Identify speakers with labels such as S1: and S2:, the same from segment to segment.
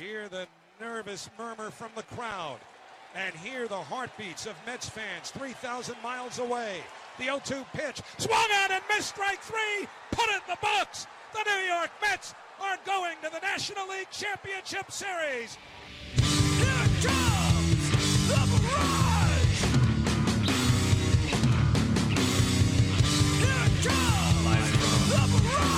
S1: hear the nervous murmur from the crowd and hear the heartbeats of Mets fans 3,000 miles away. The 0 2 pitch swung on and missed strike three. Put it in the box. The New York Mets are going to the National League Championship Series.
S2: Here comes the barrage! Here comes the barrage!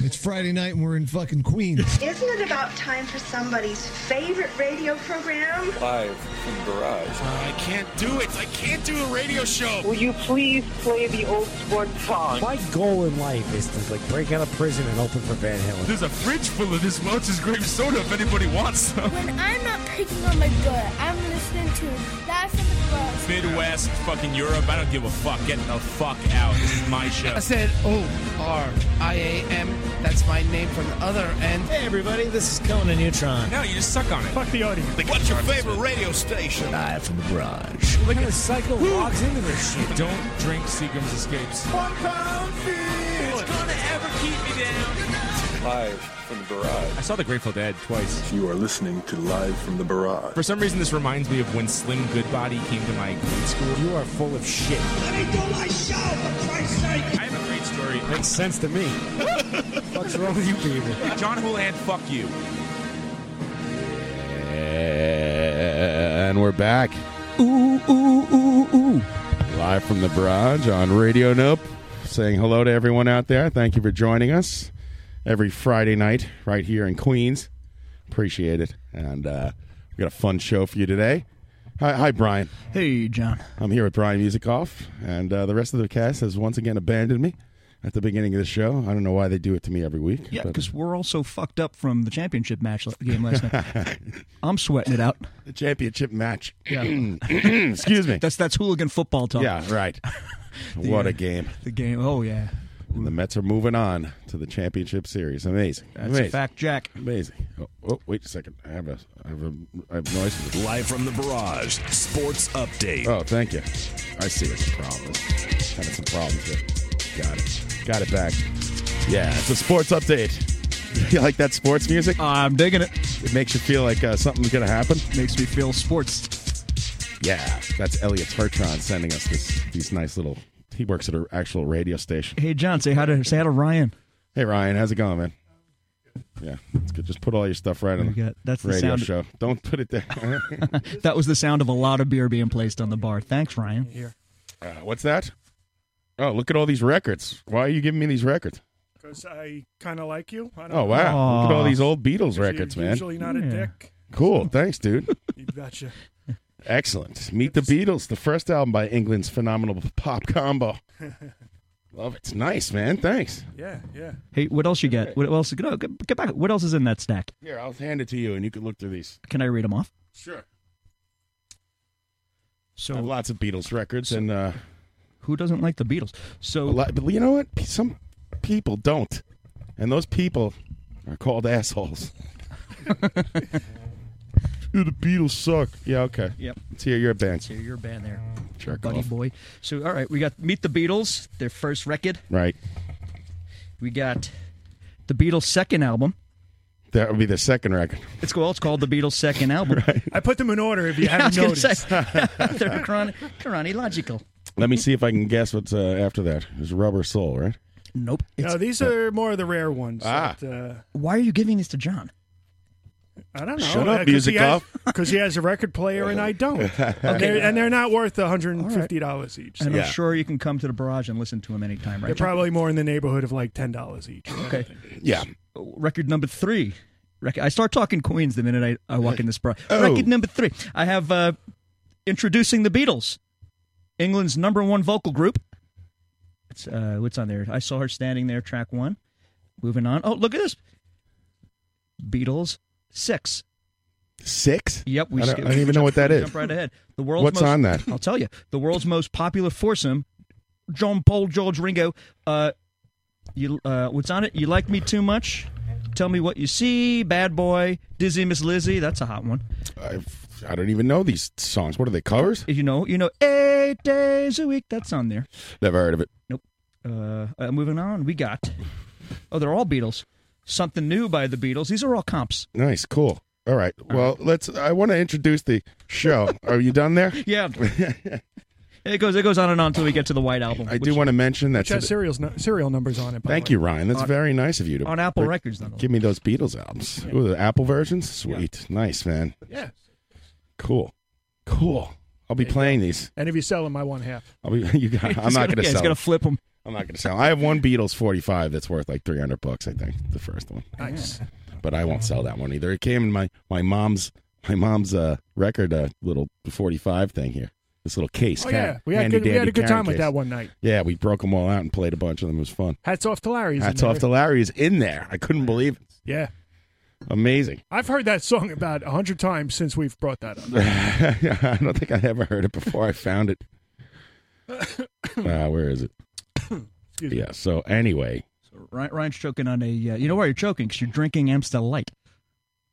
S3: It's Friday night and we're in fucking Queens.
S4: Isn't it about time for somebody's favorite radio program?
S5: live from the garage.
S6: I can't do it. I can't do a radio show.
S7: Will you please play the old sport song?
S8: My goal in life is to like break out of prison and open for Van Halen.
S6: There's a fridge full of this Welch's grape soda if anybody wants some.
S9: When I'm not picking on my gut, I'm listening to Live from the Bronx.
S6: Midwest, fucking Europe. I don't give a fuck. Get the fuck out. This is my show.
S10: I said O R I A M. That's my name from the other end.
S8: Hey everybody, this is Conan Neutron.
S6: No, you just suck on it. Fuck the audience.
S2: What's your favorite radio station?
S10: Live from the garage.
S8: Look at the cycle walks into this shit.
S6: Don't drink Seagram's Escapes.
S2: One pound
S6: It's gonna ever keep me down.
S5: Live from the
S6: I
S5: garage.
S6: saw The Grateful Dead twice.
S11: You are listening to Live from the Barrage.
S6: For some reason, this reminds me of when Slim Goodbody came to my grade school.
S8: You are full of shit.
S2: Let me do my show, for Christ's sake!
S6: I have a great story.
S8: Makes sense to me. What's wrong with you people?
S6: John Hulan, fuck you.
S12: And we're back. Ooh, ooh, ooh, ooh. Live from the barrage on Radio Nope. Saying hello to everyone out there. Thank you for joining us every Friday night right here in Queens. Appreciate it. And uh, we got a fun show for you today. Hi, hi Brian.
S10: Hey, John.
S12: I'm here with Brian Musikoff, and uh, the rest of the cast has once again abandoned me at the beginning of the show. I don't know why they do it to me every week.
S10: Yeah,
S12: but-
S10: because we're all so fucked up from the championship match la- game last night. I'm sweating it out.
S12: the championship match. Excuse me.
S10: That's that's hooligan football talk.
S12: Yeah, right. what a game.
S10: The uh, game. Oh yeah.
S12: And the Mets are moving on to the championship series. Amazing.
S10: That's
S12: Amazing.
S10: a fact, Jack.
S12: Amazing. Oh, oh, wait a second. I have a, I have a, I have noise.
S2: Live from the barrage, sports update.
S12: Oh, thank you. I see what the problem is. Having some problems here. Got it. Got it back. Yeah, it's a sports update. You like that sports music?
S10: I'm digging it.
S12: It makes you feel like uh, something's going to happen.
S10: Makes me feel sports.
S12: Yeah, that's Elliot Turtron sending us this, these nice little. He works at an actual radio station.
S10: Hey, John. Say hi to say hi to Ryan.
S12: Hey Ryan, how's it going, man? Yeah, it's good. Just put all your stuff right on
S10: you
S12: the
S10: got- that's the
S12: radio
S10: sound-
S12: show. Don't put it there.
S10: That was the sound of a lot of beer being placed on the bar. Thanks, Ryan. Here.
S12: uh, what's that? Oh, look at all these records. Why are you giving me these records?
S11: Because I kind of like you. I don't
S12: Oh wow, look at all
S10: Aw.
S12: these old Beatles records,
S11: You're
S12: man.
S11: Usually not
S10: Yeah.
S11: a dick.
S12: Cool, thanks, dude.
S11: You betcha.
S12: Excellent. Meet the Beatles, the first album by England's phenomenal pop combo. Love it. It's nice, man. Thanks.
S11: Yeah, yeah.
S10: Hey, what else you got? What else? No, get, get back. What else is in that stack?
S12: Here, I'll hand it to you, and you can look through these.
S10: Can I read them off?
S12: Sure. I have
S10: So
S12: lots of Beatles records, and uh,
S10: who doesn't like the Beatles?
S12: A
S10: So
S12: lot, but you know what? P- Some people don't, and those people are called assholes. Dude, the Beatles suck. Yeah, okay.
S10: Yep.
S12: Let's hear your band.
S10: So you're a band there,
S12: Jerk
S10: buddy
S12: off.
S10: boy. So all right, we got Meet the Beatles, their first record.
S12: Right.
S10: We got the Beatles' second album.
S12: That would be the second record.
S10: It's called, it's called the Beatles' second album.
S11: I put them in order if you
S10: I was
S11: haven't
S10: gonna
S11: noticed.
S10: say they're chron- chronological.
S12: Let me see if I can guess what's uh, after that. It's Rubber Soul, right?
S10: Nope. It's,
S11: No, these are more of the rare ones.
S12: Ah.
S11: that, uh,
S10: why are you giving this to John?
S11: I don't know.
S12: Shut up, music off.
S11: Because he has a record player and I don't. and, they're, and they're not worth $150 each.
S10: And
S12: Yeah.
S10: I'm sure you can come to the barrage and listen to him anytime,
S11: They're
S10: right? John?
S11: probably more in the neighborhood of like $10 each. Okay.
S12: Yeah.
S10: record number three. Rec- I start talking Queens the minute I, I walk in this bar.
S12: Oh.
S10: Record number three. I have uh, introducing the Beatles, England's number one vocal group. It's uh, what's on there? I saw her standing there. Track one. Moving on. Oh, look at this. Beatles six.
S12: Six?
S10: Yep,
S12: I don't,
S10: skip-
S12: I don't even know what that is.
S10: Jump right ahead. The world's
S12: What's
S10: most,
S12: on that?
S10: I'll tell you. The world's most popular foursome: John Paul, George, Ringo. Uh, you, uh, what's on it? You like me too much? Tell me what you see. Bad boy, dizzy Miss Lizzie. That's a hot one.
S12: I've, I don't even know these songs. What are they, covers?
S10: You know, you know, eight days a week. That's on there.
S12: Never heard of it.
S10: Nope. Uh, uh, moving on, we got. Oh, they're all Beatles. something new by the Beatles. These are all comps.
S12: Nice, cool. All right. well, let's. I want to introduce the show. Are you done there?
S10: Yeah. it goes it goes on and on until we get to the White Album.
S12: I do want to mention that.
S11: Which has serials, nu- serial numbers on it. By
S12: Thank
S11: the way.
S12: you, Ryan. That's very nice of you to
S11: on Apple
S12: re-
S11: Records, nonetheless.
S12: Give me those Beatles albums. Ooh, the Apple versions. Sweet, nice man.
S11: Yeah.
S12: Cool, cool. I'll be playing these.
S11: And if you sell them, I want half.
S12: I'll be. You got, I'm not going to
S10: yeah,
S12: sell.
S10: He's gonna
S12: them.
S10: flip them.
S12: I'm not going to sell. them. I have one Beatles 45 that's worth like 300 bucks. I think the first one.
S11: Nice.
S12: but I won't sell that one either. It came in my my mom's my mom's uh record uh, little 45 thing here. This little case.
S11: Oh,
S12: ca-
S11: yeah. We had
S12: handy
S11: good- we had
S12: dandy
S11: a good
S12: carry
S11: time with
S12: case.
S11: that one night.
S12: Yeah, we broke them all out and played a bunch of them. It was fun.
S11: Hats off to Larry's. in
S12: Hats
S11: there.
S12: off to Larry is in there. I couldn't believe it.
S11: Yeah.
S12: Amazing.
S11: I've heard that song about a hundred times since we've brought that up.
S12: I don't think I ever heard it before. I found it. Uh, where is it?
S11: Excuse
S12: yeah. So anyway,
S10: uh, Ryan, Ryan's choking on a. Uh, you know why you're choking? Because you're drinking Amstel Light.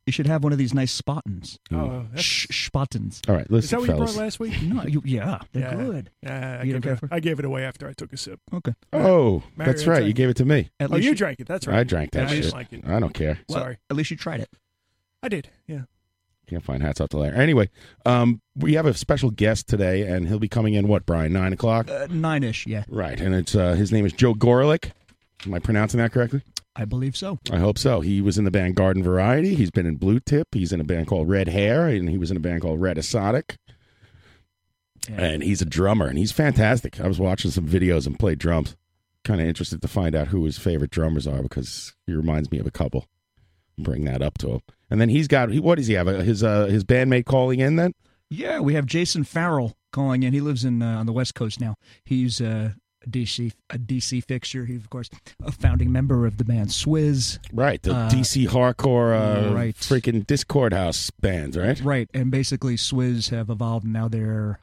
S10: You should have one of these nice spottens.
S11: Oh,
S10: Sh- spottens.
S12: All right,
S11: Is that what you brought last week?
S10: No, you, yeah, they're
S11: Yeah.
S10: good.
S11: Yeah, I,
S10: You don't
S11: gave it,
S10: care
S11: I gave it away after I took a sip.
S10: Okay.
S12: oh,
S11: Mary,
S12: that's
S11: I
S12: right.
S11: drank
S12: You
S11: it.
S12: gave it to me.
S11: At Oh, least you you- drank it. That's right.
S12: I drank that
S11: Yeah, I
S12: shit.
S11: didn't like it.
S12: I don't care.
S11: Sorry.
S10: At least you tried it.
S11: I did. Yeah.
S12: Can't find hats off to Larry. Anyway, um, we have a special guest today, and he'll be coming in what, Brian? Nine o'clock.
S10: Uh, nine ish, yeah.
S12: Right, and it's uh, his name is Joe Gorlick. Am I pronouncing that correctly?
S10: I believe so.
S12: I hope so. He was in the band Garden Variety. He's been in Blue Tip. He's in a band called Red Hair, and he was in a band called Red Exotic. And he's a drummer, and he's fantastic. I was watching some videos and played drums. Kind of interested to find out who his favorite drummers are because he reminds me of a couple. Bring that up to him, and then he's got he, what does he have? Uh, His uh, his bandmate calling in then.
S10: Yeah, we have Jason Farrell calling in. He lives in uh, on the West Coast now. He's uh, a DC a DC fixture. He's of course a founding member of the band Swizz.
S12: Right, the
S10: Uh,
S12: DC hardcore, uh,
S10: right.
S12: freaking Discord House band, right?
S10: Right, and basically Swizz have evolved. and Now they're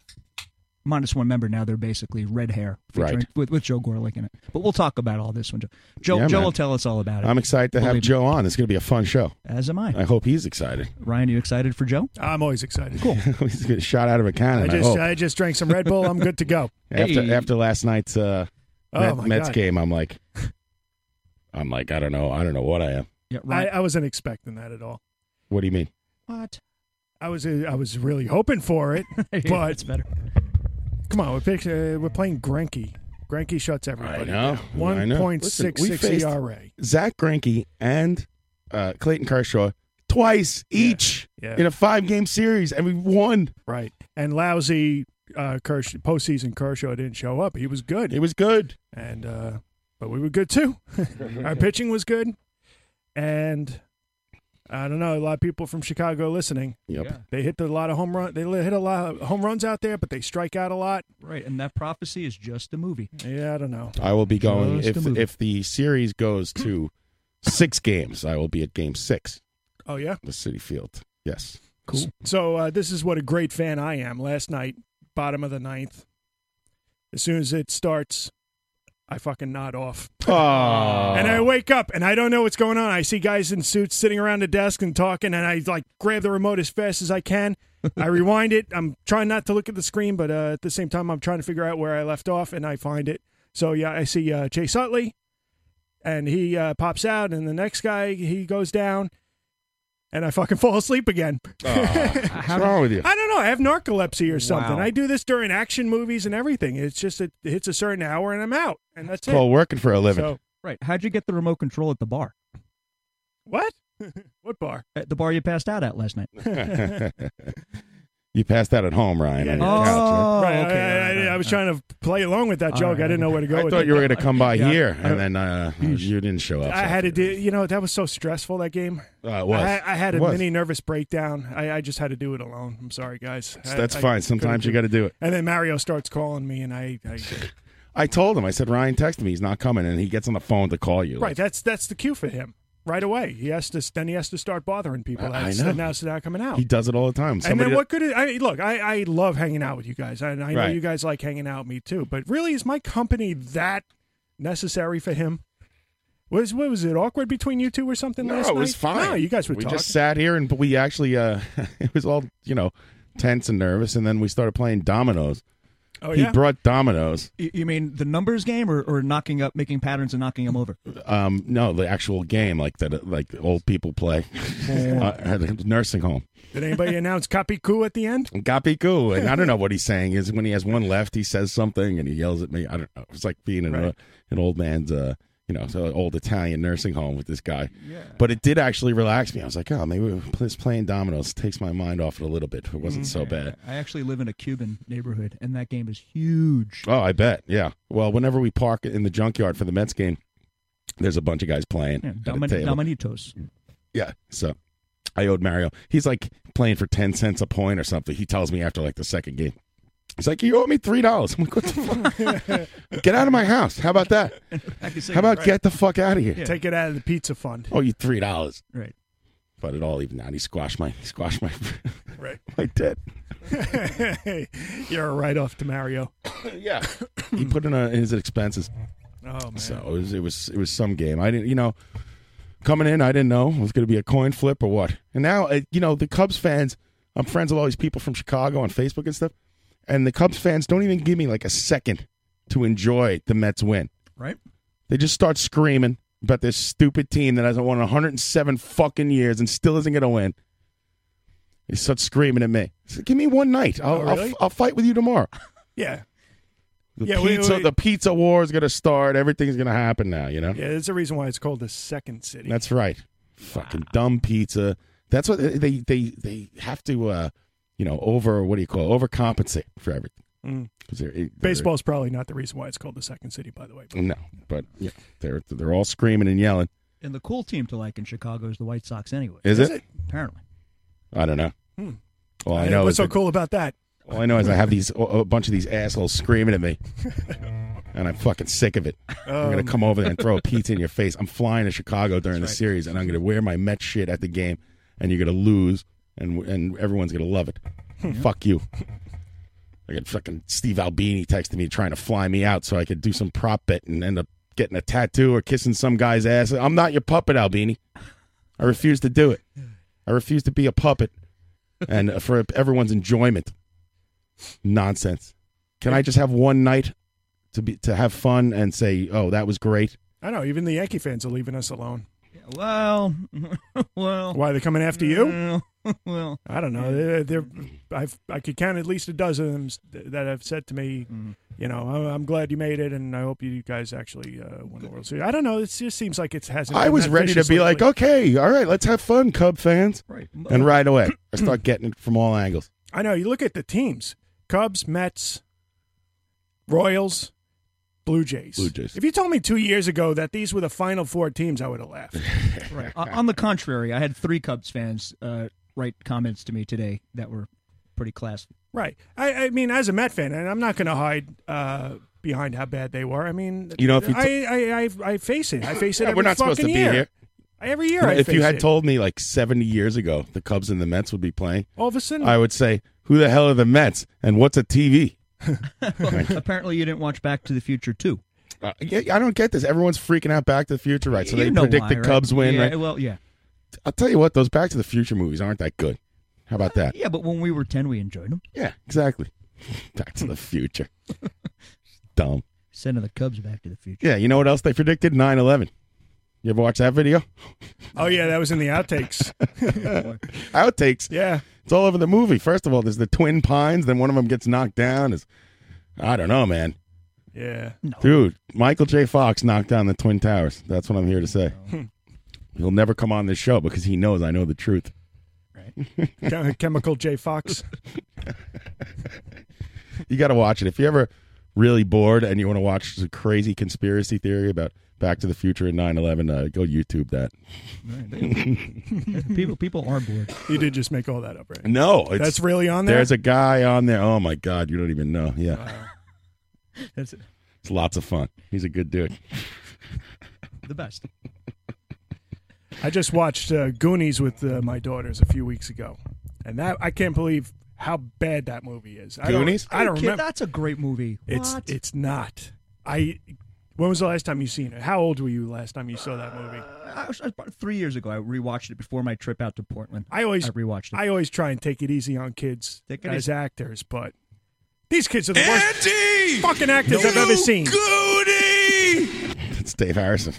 S10: minus one member. Now they're basically red hair, featuring-
S12: Right.
S10: With, with Joe Gorlick in it. But we'll talk about all this one. Joe Joe,
S12: Yeah,
S10: Joe
S12: man.
S10: will tell us all about it.
S12: I'm excited to have
S10: Believe me.
S12: Joe on. It's going to be a fun show.
S10: As am I.
S12: I hope he's excited.
S10: Ryan, you excited for Joe?
S11: I'm always excited.
S10: Cool.
S12: he's going to shot out of a cannon.
S11: I
S12: I
S11: just
S10: Oh.
S12: hope.
S11: I just drank some Red Bull. I'm good to go.
S12: after after last night's uh,
S11: Oh,
S12: Met-
S11: my
S12: Mets
S11: God.
S12: game, I'm like, I'm like, I don't know, I don't know what I am.
S10: Yeah,
S11: I, I wasn't expecting that at all.
S12: What do you mean?
S10: What?
S11: I was uh, I was really hoping for it, but
S10: it's better.
S11: Come on, we're, pick, uh, we're playing Grenke. Grenke shuts everybody.
S12: No, I know.
S11: One point six
S12: Listen, we
S11: six
S12: faced
S11: E ERA.
S12: Zach Greinke and uh, Clayton Kershaw twice each
S11: yeah.
S12: in a five game series, and we won.
S11: Right. And lousy uh, Kersh- postseason Kershaw didn't show up. He was good. He
S12: was good.
S11: And uh, but we were good too. Our pitching was good. And I don't know, a lot of people from Chicago listening.
S12: Yep.
S11: They hit a lot of home run. They li- hit a lot of home runs out there, but they strike out a lot.
S10: Right, and that prophecy is just a movie.
S11: Yeah, I don't know.
S12: I will be going
S11: Just
S12: if
S11: a movie.
S12: if the series goes to six games. I will be at game six,
S11: Oh yeah.
S12: the City Field. Yes,
S11: So uh, this is what a great fan I am. Last night, bottom of the ninth. As soon as it starts, I fucking nod off.
S12: Oh.
S11: And I wake up and I don't know what's going on. I see guys in suits sitting around the desk and talking, and I like grab the remote as fast as I can. I rewind it. I'm trying not to look at the screen, but uh, at the same time, I'm trying to figure out where I left off, and I find it. So yeah, I see uh, Chase Utley, and he uh, pops out, and the next guy he goes down, and I fucking fall asleep again.
S12: what's wrong with you?
S11: I don't know. I have narcolepsy or something.
S12: Wow.
S11: I do this during action movies and everything. It's just it hits a certain hour and I'm out, and that's it.
S12: Paul working for a living.
S11: So-
S10: Right. How'd you get the remote control at the bar?
S11: What? what bar?
S10: At the bar you passed out at last night.
S12: you passed out at home, Ryan. on your couch,
S10: Oh,
S11: right. I-
S10: okay,
S11: I, I- I was trying to play along with that
S12: All
S11: joke.
S12: right.
S11: I didn't know where to go.
S12: right? I
S11: with
S12: thought
S11: it.
S12: you were going to come by
S11: Yeah.
S12: here, and then uh, you didn't show up.
S11: I had to do. You know that was so stressful that game.
S12: Uh, it was.
S11: I, had- I had
S12: It
S11: a
S12: was.
S11: mini nervous breakdown. I, I just had to do it alone. I'm sorry, guys. I-
S12: that's
S11: I
S12: fine.
S11: couldn't
S12: Sometimes you gotta do it.
S11: And then Mario starts calling me, and I. I
S12: I told him. I said Ryan texted me. He's not coming, and he gets on the phone to call you.
S11: right. That's that's the cue for him. Right away, he has to. Then he has to start bothering people.
S12: I- I
S11: That's-
S12: know.
S11: and Now it's not coming out.
S12: He does it all the time.
S11: and
S12: Somebody
S11: then what could it? I mean, look, I, I love hanging out with you guys, and I know
S12: Right.
S11: you guys like hanging out with me too. But really, is my company that necessary for him? Was what was it awkward between you two or something
S12: No,
S11: last
S12: it was
S11: night?
S12: fine.
S11: No, you guys were
S12: we
S11: talking.
S12: just sat here and we actually uh it was all you know tense and nervous, and then we started playing dominoes.
S11: Oh,
S12: He brought dominoes.
S10: You you mean the numbers game or, or knocking up, making patterns and knocking them over?
S12: Um, no, the actual game like that, uh, like the old people play uh, at a nursing home.
S11: Did anybody announce copy coup at the end?
S12: Gapiku, and I don't know what he's saying. Is when he has one left, he says something and he yells at me. I don't know. It's like being in a, an old man's, uh, you know, so old Italian nursing home with this guy. But it did actually relax me. I was like, oh, maybe this playing dominoes takes my mind off it a little bit. It wasn't so bad.
S10: I actually live in a Cuban neighborhood, and that game is huge.
S12: Oh, I bet. Yeah. Well, whenever we park in the junkyard for the Mets game, there's a bunch of guys playing.
S10: Yeah,
S12: at a
S10: Domini-
S12: table.
S10: Dominitos.
S12: Yeah. So I owed Mario. He's like playing for 10 cents a point or something. He tells me after like the second game. He's like, you owe me three dollars. I'm like, what the fuck? get out of my house. How about that? How about get the fuck out of here?
S11: Take it out of the pizza fund.
S12: Oh, you three dollars.
S10: Right.
S12: But it all even out. He squashed my he squashed my
S11: Right.
S12: my debt.
S11: You're a write off to Mario.
S12: yeah. he put in uh his expenses.
S11: Oh, man.
S12: So it was, it was it was some game. I didn't, you know, coming in, I didn't know it was going to be a coin flip or what. And now, uh, you know, the Cubs fans. I'm friends with all these people from Chicago on Facebook and stuff, and the Cubs fans don't even give me like a second to enjoy the Mets win.
S10: Right.
S12: They just start screaming about this stupid team that hasn't won 107 fucking years and still isn't going to win. They start screaming at me. I said, give me one night. I'll,
S11: Oh,
S12: I'll,
S11: really?
S12: f- I'll fight with you tomorrow.
S11: Yeah.
S12: The
S11: Yeah, we-
S12: pizza,
S11: we-
S12: the pizza war is going to start. Everything's going to happen now. You know.
S11: Yeah, there's a reason why it's called the second city.
S12: That's right. Fucking dumb pizza. That's what they they they have to uh you know over what do you call it? overcompensate for everything.
S11: Mm.
S12: 'Cause they're- they're-
S11: Baseball's probably not the reason why it's called the second city, by the way.
S12: No, but yeah, they're they're all screaming and yelling.
S10: And the cool team to like in Chicago is the White Sox, anyway.
S12: Is it? Is it?
S10: Apparently.
S12: I don't know.
S11: Hmm.
S12: All I know
S11: What's
S12: is
S11: so
S12: that-
S11: cool about that?
S12: all I know is I have these a bunch of these assholes screaming at me, and I'm fucking sick of it. I'm gonna
S11: Um.
S12: come over there and throw a pizza in your face. I'm flying to Chicago during the series, and I'm gonna wear my Met shit at the game, and you're gonna lose, and and everyone's gonna love it.
S11: Hmm.
S12: Fuck you. I got fucking Steve Albini texting me trying to fly me out so I could do some prop bet and end up getting a tattoo or kissing some guy's ass. I'm not your puppet, Albini. I refuse to do it. I refuse to be a puppet, and for everyone's enjoyment. Nonsense. Can I just have one night to be to have fun and say, "Oh, that was great"?
S11: I know. Even the Yankee fans are leaving us alone.
S10: Well, well.
S11: Why are they coming after you?
S10: Well,
S11: I don't know. They're, they're, I've, I could count at least a dozen of them s- that have said to me,
S10: Mm-hmm.
S11: you know, "Oh, I'm glad you made it, and I hope you guys actually uh, win the World Series. I don't know. It just seems like it hasn't.
S12: I
S11: been
S12: was
S11: that
S12: ready to
S11: vicious
S12: be like,
S11: lately.
S12: "Okay, all right, let's have fun, Cub fans."
S10: Right.
S12: And right away, I start getting it from all angles.
S11: I know. You look at the teams: Cubs, Mets, Royals, Blue Jays.
S12: Blue Jays.
S11: If you told me two years ago that these were the final four teams, I would have laughed.
S10: Right. O- on the contrary, I had three Cubs fans uh, write comments to me today that were pretty classy.
S11: Right. I, I mean, as a Met fan, and I'm not going to hide uh, behind how bad they were. I mean,
S12: You know, if you
S11: I I I I face it. I face it.
S12: Yeah,
S11: every
S12: we're not supposed to
S11: fucking
S12: be
S11: year.
S12: here.
S11: Every year, I
S12: if you
S11: face
S12: had
S11: it.
S12: told me like 70 years ago the Cubs and the Mets would be playing,
S11: all of a sudden,
S12: I would say, "Who the hell are the Mets? And what's a TV?"
S10: Apparently, you didn't watch Back to the Future too.
S12: Uh, yeah, I don't get this. Everyone's freaking out Back to the Future, right? So
S10: You
S12: they
S10: know
S12: predict
S10: why,
S12: the
S10: right?
S12: Cubs win,
S10: Yeah,
S12: right?
S10: Well, yeah,
S12: I'll tell you what, those Back to the Future movies aren't that good. How about that?
S10: yeah. But when we were ten, we enjoyed them.
S12: Yeah, exactly. Back to the Future. Dumb.
S10: Sending the Cubs back to the future.
S12: Yeah, you know what else they predicted? 9 11. You ever watch that video?
S11: oh yeah, that was in the outtakes.
S12: Outtakes.
S11: Yeah.
S12: It's all over the movie. First of all, there's the Twin Pines, then one of them gets knocked down. Is I don't know, man.
S11: yeah.
S12: Dude, Michael J. Fox knocked down the Twin Towers. That's what I'm here to say.
S11: Hmm.
S12: He'll never come on this show because he knows I know the truth.
S11: Chem- Chemical J Fox.
S12: You got to watch it. If you're ever really bored and you want to watch a crazy conspiracy theory about Back to the Future and 9 11, uh, go YouTube that.
S10: people, people are bored.
S11: You did just make all that up, right?
S12: No, it's,
S11: That's really on there?
S12: There's a guy on there. Oh my god, you don't even know. Yeah,
S10: That's
S12: it's lots of fun. He's a good dude.
S10: the best.
S11: I just watched uh, Goonies with uh, my daughters a few weeks ago, and that I can't believe how bad that movie is. I don't-
S12: Goonies?
S11: I don't
S10: Kid,
S11: remember.
S10: That's a great movie.
S11: It's
S10: What?
S11: it's not. I. When was the last time you seen it? How old were you last time you saw that movie?
S10: Uh, I was, I was about three years ago. I rewatched it before my trip out to Portland.
S11: I always
S10: I rewatched it.
S11: I always try and take it easy on kids
S10: Take it
S11: as
S10: easy.
S11: actors, but These kids are the worst fucking actors I've ever seen.
S12: It's Dave Harrison.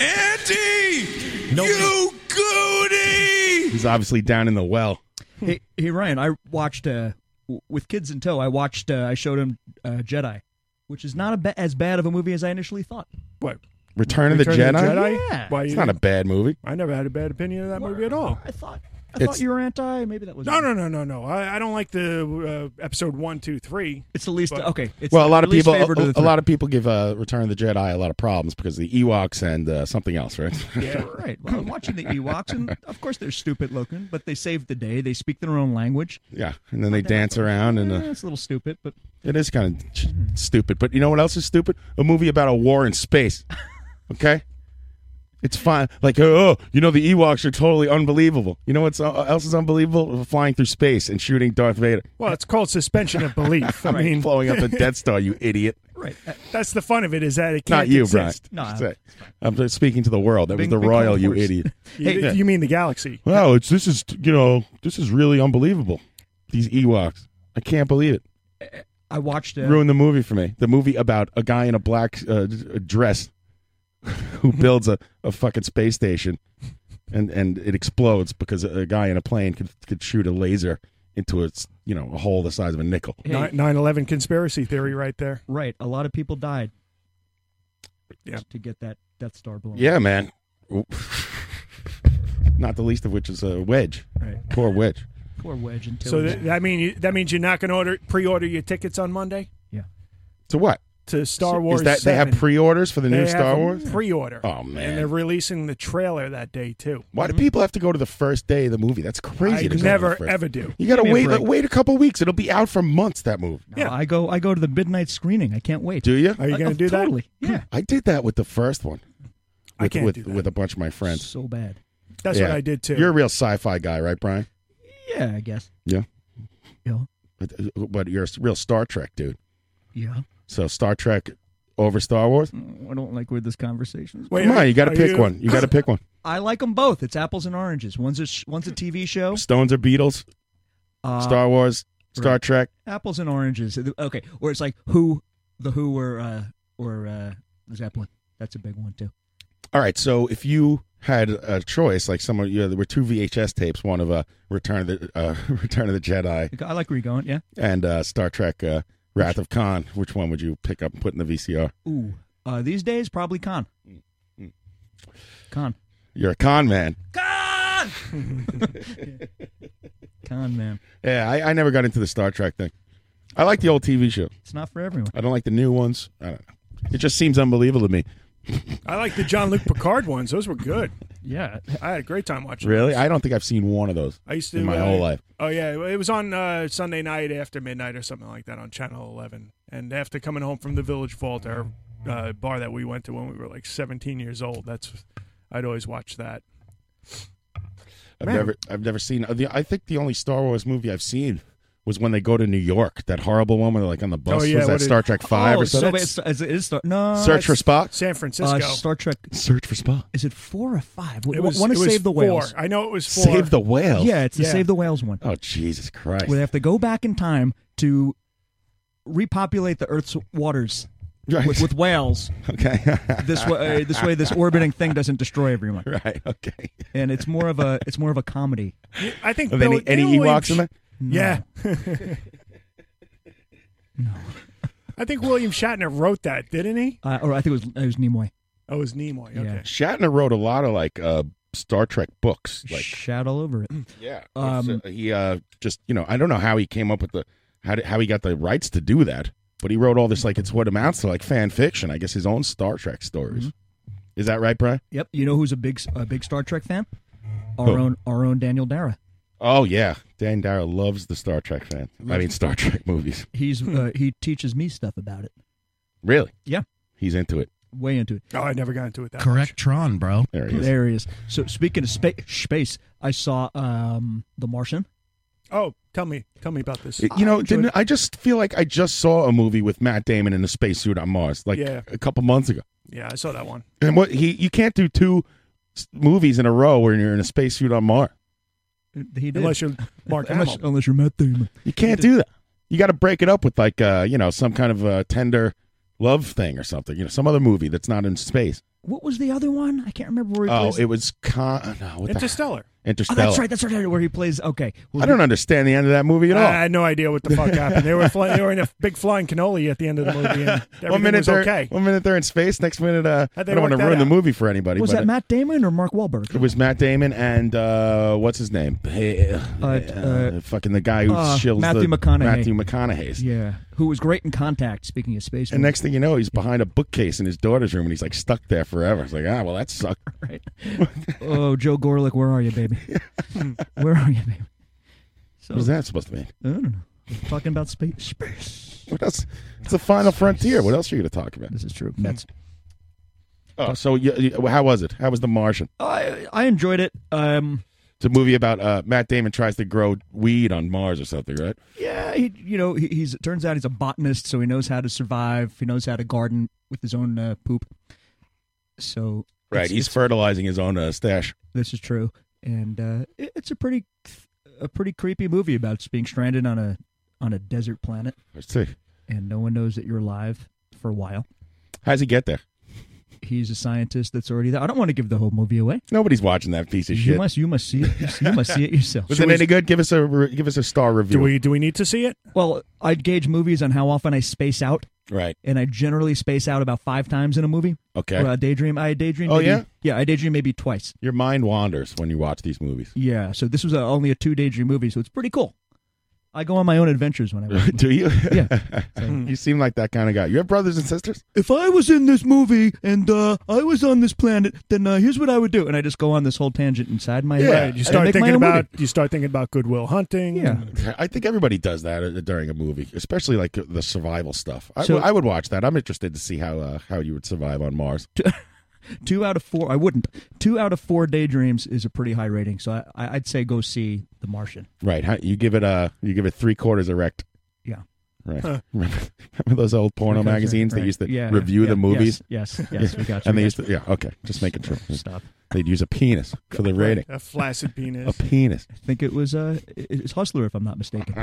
S2: Andy! You goody!
S12: He's obviously down in the well.
S10: hey, hey, Ryan, I watched uh, w- with kids in tow. I watched. Uh, I showed him uh, Jedi, which is not a ba- as bad of a movie as I initially thought.
S11: What?
S12: Return, of the Jedi.
S11: Return of the Jedi?
S10: Yeah.
S11: Why
S12: it's
S11: you
S12: not a
S11: didn't-
S12: bad movie.
S11: I never had a bad opinion of that movie at all.
S10: I thought
S12: I thought It's-
S10: you were anti. Maybe that was
S11: no, no, no, no, no. I, I don't like the uh, episode one, two, three.
S10: It's the least okay.
S12: well, a lot of people, a, a lot of people give uh, Return of the Jedi a lot of problems because of the Ewoks and uh, something else, right?
S10: Yeah, right. Well, I'm watching the Ewoks, and of course they're stupid looking, but they saved the day. They speak their own language.
S12: yeah, and then they dance around, and
S10: Eh,
S12: uh,
S10: it's a little stupid, but
S12: it is kind of ch- stupid. But you know what else is stupid? A movie about a war in space. Okay, it's fine. Like oh, you know the Ewoks are totally unbelievable. You know what else is unbelievable? Flying through space and shooting Darth Vader.
S11: Well, it's called suspension of belief. I
S12: Right.
S11: mean,
S12: blowing up the Death Star, you idiot.
S10: Right.
S11: That's the fun of it is that it
S12: Not
S11: can't
S12: you, Brian.
S11: exist.
S12: That's it. I'm just speaking to the world. That
S11: Bing-
S12: was the
S11: bing
S12: royal, you
S11: concourse.
S12: idiot.
S11: You,
S12: Yeah.
S11: you mean the galaxy?
S12: Wow, it's this is you know this is really unbelievable. These Ewoks, I can't believe it.
S10: I watched. Uh,
S12: Ruined the movie for me. The movie about a guy in a black uh, d- dress who builds a, a fucking space station, and and it explodes because a, a guy in a plane could could shoot a laser into a s- you know a hole the size of a nickel.
S11: Nine 11 conspiracy theory, right there.
S10: Right. A lot of people died.
S11: Yeah.
S10: To get that Death Star blown.
S12: Yeah, man. Not the least of which is a wedge.
S10: Right.
S12: Poor wedge.
S10: Poor Wedge and
S11: So
S10: Tilly.
S11: that, that mean you, that means you're not going to order pre-order your tickets on Monday
S12: To what?
S11: to Star
S12: Is
S11: Wars.
S12: that- they have
S11: 7.
S12: pre-orders for the new
S11: They
S12: Star
S11: have
S12: Wars?
S11: Pre-order.
S12: Oh, man.
S11: And they're releasing the trailer that day too.
S12: Why do people have to go to the first day of the movie? That's crazy.
S11: Mm-hmm. I
S12: to go to the
S11: never,
S12: first-
S11: ever do.
S12: You gotta
S10: Give me a
S12: wait.
S10: break.
S12: wait a couple weeks. It'll be out for months. That movie.
S10: No, I go. I go to the midnight screening. I can't wait.
S12: Do you?
S11: Are you
S10: I-
S11: going
S10: oh,
S11: to do that?
S10: totally. Yeah.
S12: I did that with the first one.
S11: I
S12: With,
S11: can't
S12: with,
S11: do that.
S12: with a bunch of my friends.
S10: So bad.
S11: That's
S12: Yeah.
S11: what I did too.
S12: You're a real sci-fi guy, right, Brian?
S10: Yeah. I guess.
S12: Yeah.
S10: Yeah.
S12: But, but you're a real Star Trek dude.
S10: Yeah.
S12: So Star Trek over Star Wars?
S10: Mm, I don't like where this conversation is.
S11: Wait,
S12: Come
S11: are-
S12: on, you gotta
S11: are
S12: pick one. You gotta pick one.
S10: I like them both. It's apples and oranges. One's a sh- one's a TV show.
S12: Stones or Beatles?
S10: Uh,
S12: Star Wars, Star
S10: right.
S12: Trek.
S10: apples and oranges. Okay, where it's like who the who were uh or uh Zeppelin. That's a big one too.
S12: All right, so if you had a choice, like someone, you know, there were two VHS tapes, one of uh, Return of the uh, Return of the Jedi
S10: I like where you're going. Yeah.
S12: and uh, Star Trek uh, Wrath of Khan. Which one would you pick up and put in the VCR?
S10: Ooh. Uh, these days, probably Khan. Khan.
S12: You're a con man.
S10: Khan.
S11: Oh,
S10: Khan, man.
S12: Yeah, I, I never got into the Star Trek thing. I like the old TV show.
S10: It's not for everyone.
S12: I don't like the new ones. I don't know. It just seems unbelievable to me.
S11: I like the John Luke Picard ones. Those were good.
S10: Yeah.
S11: I had a great time watching.
S12: Really,
S11: those.
S12: I don't think I've seen one of those
S11: I used to
S12: in my
S11: uh,
S12: whole life.
S11: Oh yeah, it was on uh, Sunday night after midnight or something like that on Channel Eleven. And after coming home from the Village Vault, our uh, bar that we went to when we were like 17 years old, that's I'd always watch that.
S12: I've
S11: Man.
S12: never, I've never seen. uh, the- I think the only Star Wars movie I've seen was when they go to New York. That horrible one where they're like on the bus.
S11: Oh, yeah,
S12: was that
S11: what is-
S12: Star Trek Five
S10: oh,
S12: or something?
S10: So it's, it's, it's Star. No.
S12: Search for Spock.
S11: San Francisco.
S10: uh, Star Trek.
S12: Search for Spock.
S10: Is it four or five?
S11: it was,
S10: want
S11: it
S10: to
S11: was
S10: save the
S11: four.
S10: whales.
S11: I know it was four.
S12: Save the whales.
S10: Yeah, it's the
S11: Yeah.
S10: save the whales one.
S12: Oh Jesus Christ!
S10: where they have to go back in time to repopulate the Earth's waters
S12: Right.
S10: with, with whales.
S12: okay.
S10: This way, this way, this orbiting thing doesn't destroy everyone.
S12: right. Okay.
S10: And it's more of a it's more of a comedy.
S11: I think
S12: Are there
S11: Bill-
S12: any, any
S11: Bill
S12: Ewoks in
S11: Williams-
S12: there?
S11: Yeah. I think William Shatner wrote that, didn't he?
S10: Uh, or I think it was it was Nimoy.
S11: Oh, it was Nimoy.
S10: Yeah.
S11: Okay.
S12: Shatner wrote a lot of like uh, Star Trek books. Like
S10: Shout all over it.
S12: yeah,
S10: Um,
S12: he uh, just you know I don't know how he came up with the how did, how he got the rights to do that, but he wrote all this like it's what amounts to like fan fiction. I guess his own Star Trek stories.
S10: Mm-hmm.
S12: Is that right, Brian?
S10: Yep. You know who's a big a big Star Trek fan? Our
S12: Who?
S10: own our own Daniel Dara.
S12: Oh yeah, Dan Dara loves the Star Trek fan. I mean Star Trek movies.
S10: He's uh, he teaches me stuff about it.
S12: Really,
S10: Yeah.
S12: he's into it.
S10: Way into it.
S11: Oh, I never got into it that
S3: Correct Tron, bro.
S12: There he is.
S10: There he is. So speaking of spa- space, I saw um, The Martian.
S11: much. Oh, tell me, tell me about this.
S12: You know, didn't I just feel like I just saw a movie with Matt Damon in a spacesuit on Mars like
S11: Yeah.
S12: a couple months ago?
S11: Yeah, I saw that one.
S12: And what he you can't do two s- movies in a row when you're in a spacesuit on Mars.
S10: He did.
S11: Unless you're Mark
S10: unless,
S11: Hamill.
S10: unless you're Matt Damon.
S12: You can't do that. You got to break it up with like uh, you know some kind of uh, tender love thing or something. You know, some other movie that's not in space.
S10: What was the other one? I can't remember where he
S12: Oh,
S10: plays.
S12: it was con- no, what the-
S11: Interstellar.
S10: Oh,
S12: Interstellar.
S10: that's right. That's right. Where he plays. Okay. Well,
S12: I don't understand the end of that movie at all.
S11: I had no idea what the fuck happened. They were fly- they were in a big flying cannoli at the end of the movie. And everything
S12: one minute
S11: was
S12: they're
S11: okay.
S12: one minute they're in space, next minute uh, I
S11: How'd they
S12: don't want to
S11: work that
S12: ruin the
S11: out?
S12: movie for anybody.
S10: was
S12: but
S10: that
S12: it-
S10: Matt Damon or Mark Wahlberg?
S12: It was Matt Damon and uh, what's his name? Hey, uh, uh, fucking the guy who
S10: uh,
S12: shills
S10: Matthew
S12: the,
S10: McConaughey.
S12: Matthew McConaughey's.
S10: Yeah, who was great in Contact. Speaking of space,
S12: And next thing you know, he's behind a bookcase in his daughter's room, and he's like stuck there forever. It's like, ah, well, that sucked.
S10: right? oh, Joe Gorlick, where are you, baby? where are you, baby? So, Mm.
S12: What was that supposed to mean?
S10: I don't know. We're talking about space. Space.
S12: What else? It's the final frontier. What else are you going to talk about?
S10: This is true. That's.
S12: Oh, so you, you- how was it? How was The Martian?
S10: I I enjoyed it. Um,
S12: It's a movie about uh, Matt Damon tries to grow weed on Mars or something, right?
S10: yeah, he you know he, he's it turns out he's a botanist, so he knows how to survive. He knows how to garden with his own uh, poop. So
S12: Right.
S10: it's-
S12: he's fertilizing his own uh, stash.
S10: This is true, and uh, it, it's a pretty a pretty creepy movie about being stranded on a on a desert planet,
S12: I see.
S10: and no one knows that you're alive for a while.
S12: How does he get there?
S10: He's a scientist that's already there. I don't want to give the whole movie away.
S12: Nobody's watching that piece of
S10: You
S12: shit.
S10: must you must see it. You must see it yourself.
S12: was
S10: Should
S12: it
S10: we-
S12: any good? Give us a re- give us a star review.
S11: Do we do we need to see it?
S10: Well, I gauge movies on how often I space out,
S12: right.
S10: and I generally space out about five times in a movie.
S12: Okay.
S10: Or I daydream. I daydream.
S12: Oh,
S10: maybe-
S12: yeah?
S10: yeah. I daydream maybe twice.
S12: Your mind wanders when you watch these movies.
S10: Yeah. So this was a, only a two daydream movie, so it's pretty cool. I go on my own adventures when I watch
S12: Do you?
S10: Yeah.
S11: Hmm.
S12: you seem like that kind of guy. You have brothers and sisters?
S10: if I was in this movie and uh, I was on this planet, then uh, here's what I would do. And I just go on this whole tangent inside my
S12: Yeah.
S10: head.
S11: You
S10: I
S11: start
S10: make my
S11: thinking
S10: own
S11: about
S10: movie.
S11: you start thinking about Goodwill Hunting.
S10: Yeah.
S12: I think everybody does that uh, during a movie, especially like uh, the survival stuff. I,
S10: So-
S12: w- I would watch that. I'm interested to see how uh, how you would survive on Mars.
S10: Two out of four, I wouldn't. Two out of four daydreams is a pretty high rating. So I, I- I'd say go see The Martian.
S12: Right? How, you give it a you give it three quarters erect.
S10: Yeah.
S12: Right. Remember, remember those old porno
S10: Because, uh,
S12: magazines that
S10: right.
S12: used to
S10: Yeah,
S12: review
S10: yeah,
S12: the movies?
S10: Yes, yes, yes we got you.
S12: and they
S10: we got
S12: used to, yeah, okay, just making sure.
S10: you. Stop.
S12: They'd use a penis for the rating.
S11: A flaccid
S12: A
S11: penis.
S12: penis.
S10: I think it was uh, it- it's Hustler, if I'm not mistaken.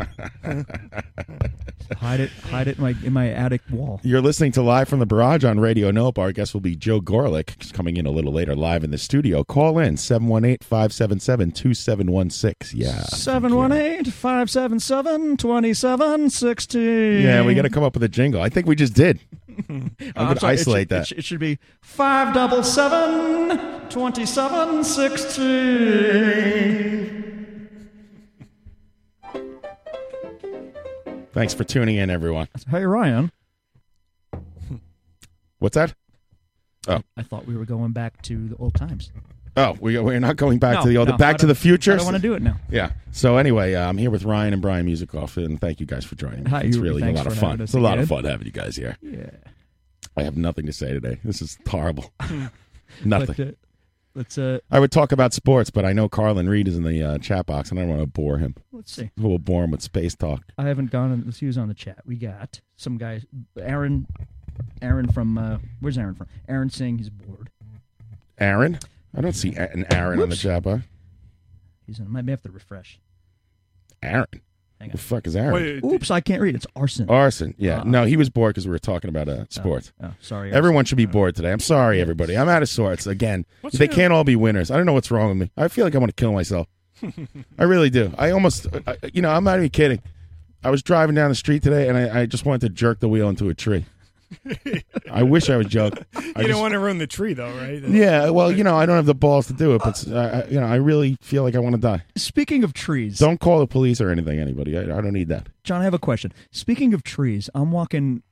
S10: hide it, hide it in my in my attic wall.
S12: You're listening to Live from the Barrage on Radio Nope. Our guest will be Joe Gorlick, who's coming in a little later live in the studio. Call in 718-577-2716. Yeah.
S10: Seven one eight five seven seven twenty seven sixteen.
S12: Yeah, we got to come up with a jingle. I think we just did. I'm going to isolate
S10: it
S12: that.
S10: should, It should be five double seven twenty-seven sixteen.
S12: Thanks for tuning in, everyone.
S10: Hey Ryan,
S12: What's that?
S10: I thought we were going back to the old times.
S12: Oh, we, we're not going back
S10: No,
S12: to the old,
S10: no, I
S12: back to
S10: don't-
S12: the future.
S10: I don't want to do it now.
S12: Yeah. So anyway, uh, I'm here with Ryan and Brian Musikoff, and thank you guys for joining me.
S10: Hi,
S12: it's
S10: you-
S12: really a
S10: thanks
S12: lot of
S10: for
S12: fun.
S10: having us
S12: It's a lot of
S10: again.
S12: fun having you guys here.
S10: Yeah,
S12: I have nothing to say today. This is horrible. nothing.
S10: but uh, let's uh,
S12: I would talk about sports, but I know Carlin Reed is in the uh, chat box, and I don't want to bore him.
S10: let's see.
S12: We'll bore him with space talk.
S10: I haven't gone. On, let's use on the chat. We got some guys. Aaron, Aaron from uh, where's Aaron from? Aaron saying he's bored.
S12: Aaron, I don't see a- an Aaron on the
S10: Whoops.
S12: chat box.
S10: He's in, might have to refresh.
S12: Aaron,
S10: Hang
S12: the
S10: on.
S12: fuck is Aaron?
S11: Wait,
S10: Oops, I can't read. It's arson.
S12: Arson. Yeah,
S10: Uh,
S12: no, he was bored because we were talking about uh, sports.
S10: Oh, sorry. Arson.
S12: Everyone should be bored today. I'm sorry, everybody. I'm out of sorts again.
S11: What's
S12: they
S11: new?
S12: can't all be winners. I don't know what's wrong with me. I feel like I want to kill myself. I really do. I almost, I, you know, I'm not even kidding. I was driving down the street today, and I, I just wanted to jerk the wheel into a tree. I wish I was joking. I
S11: you
S12: just-
S11: don't want to ruin the tree though, right?
S12: Yeah, well, you know, I don't have the balls to do it, but uh, I- you know, I really feel like I want to die.
S10: Speaking of trees,
S12: Don't call the police or anything, anybody. I, I don't need that.
S10: John, I have a question. Speaking of trees, I'm walking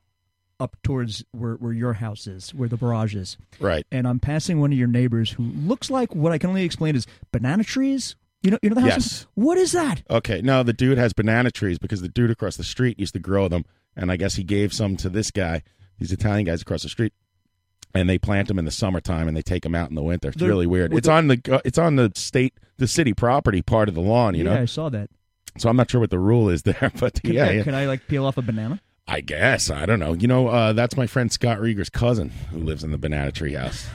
S10: up towards where, where your house is, where the barrage is,
S12: Right.
S10: and I'm passing one of your neighbors who looks like what I can only explain is banana trees. You know, you know the house.
S12: Yes.
S10: What is that?
S12: Okay. No, the dude has banana trees because the dude across the street used to grow them, and I guess he gave some to this guy. These Italian guys across the street, and they plant them in the summertime and they take them out in the winter. It's
S10: They're-
S12: really weird.
S10: well,
S12: It's on the it's on the state the city property part of the lawn, you
S10: yeah, I
S12: know.
S10: saw that.
S12: So I'm not sure what the rule is there, but
S10: Can,
S12: yeah,
S10: I,
S12: yeah.
S10: can I like peel off a banana?
S12: I guess I don't know. You know, uh, that's my friend Scott Rieger's cousin who lives in the banana tree house.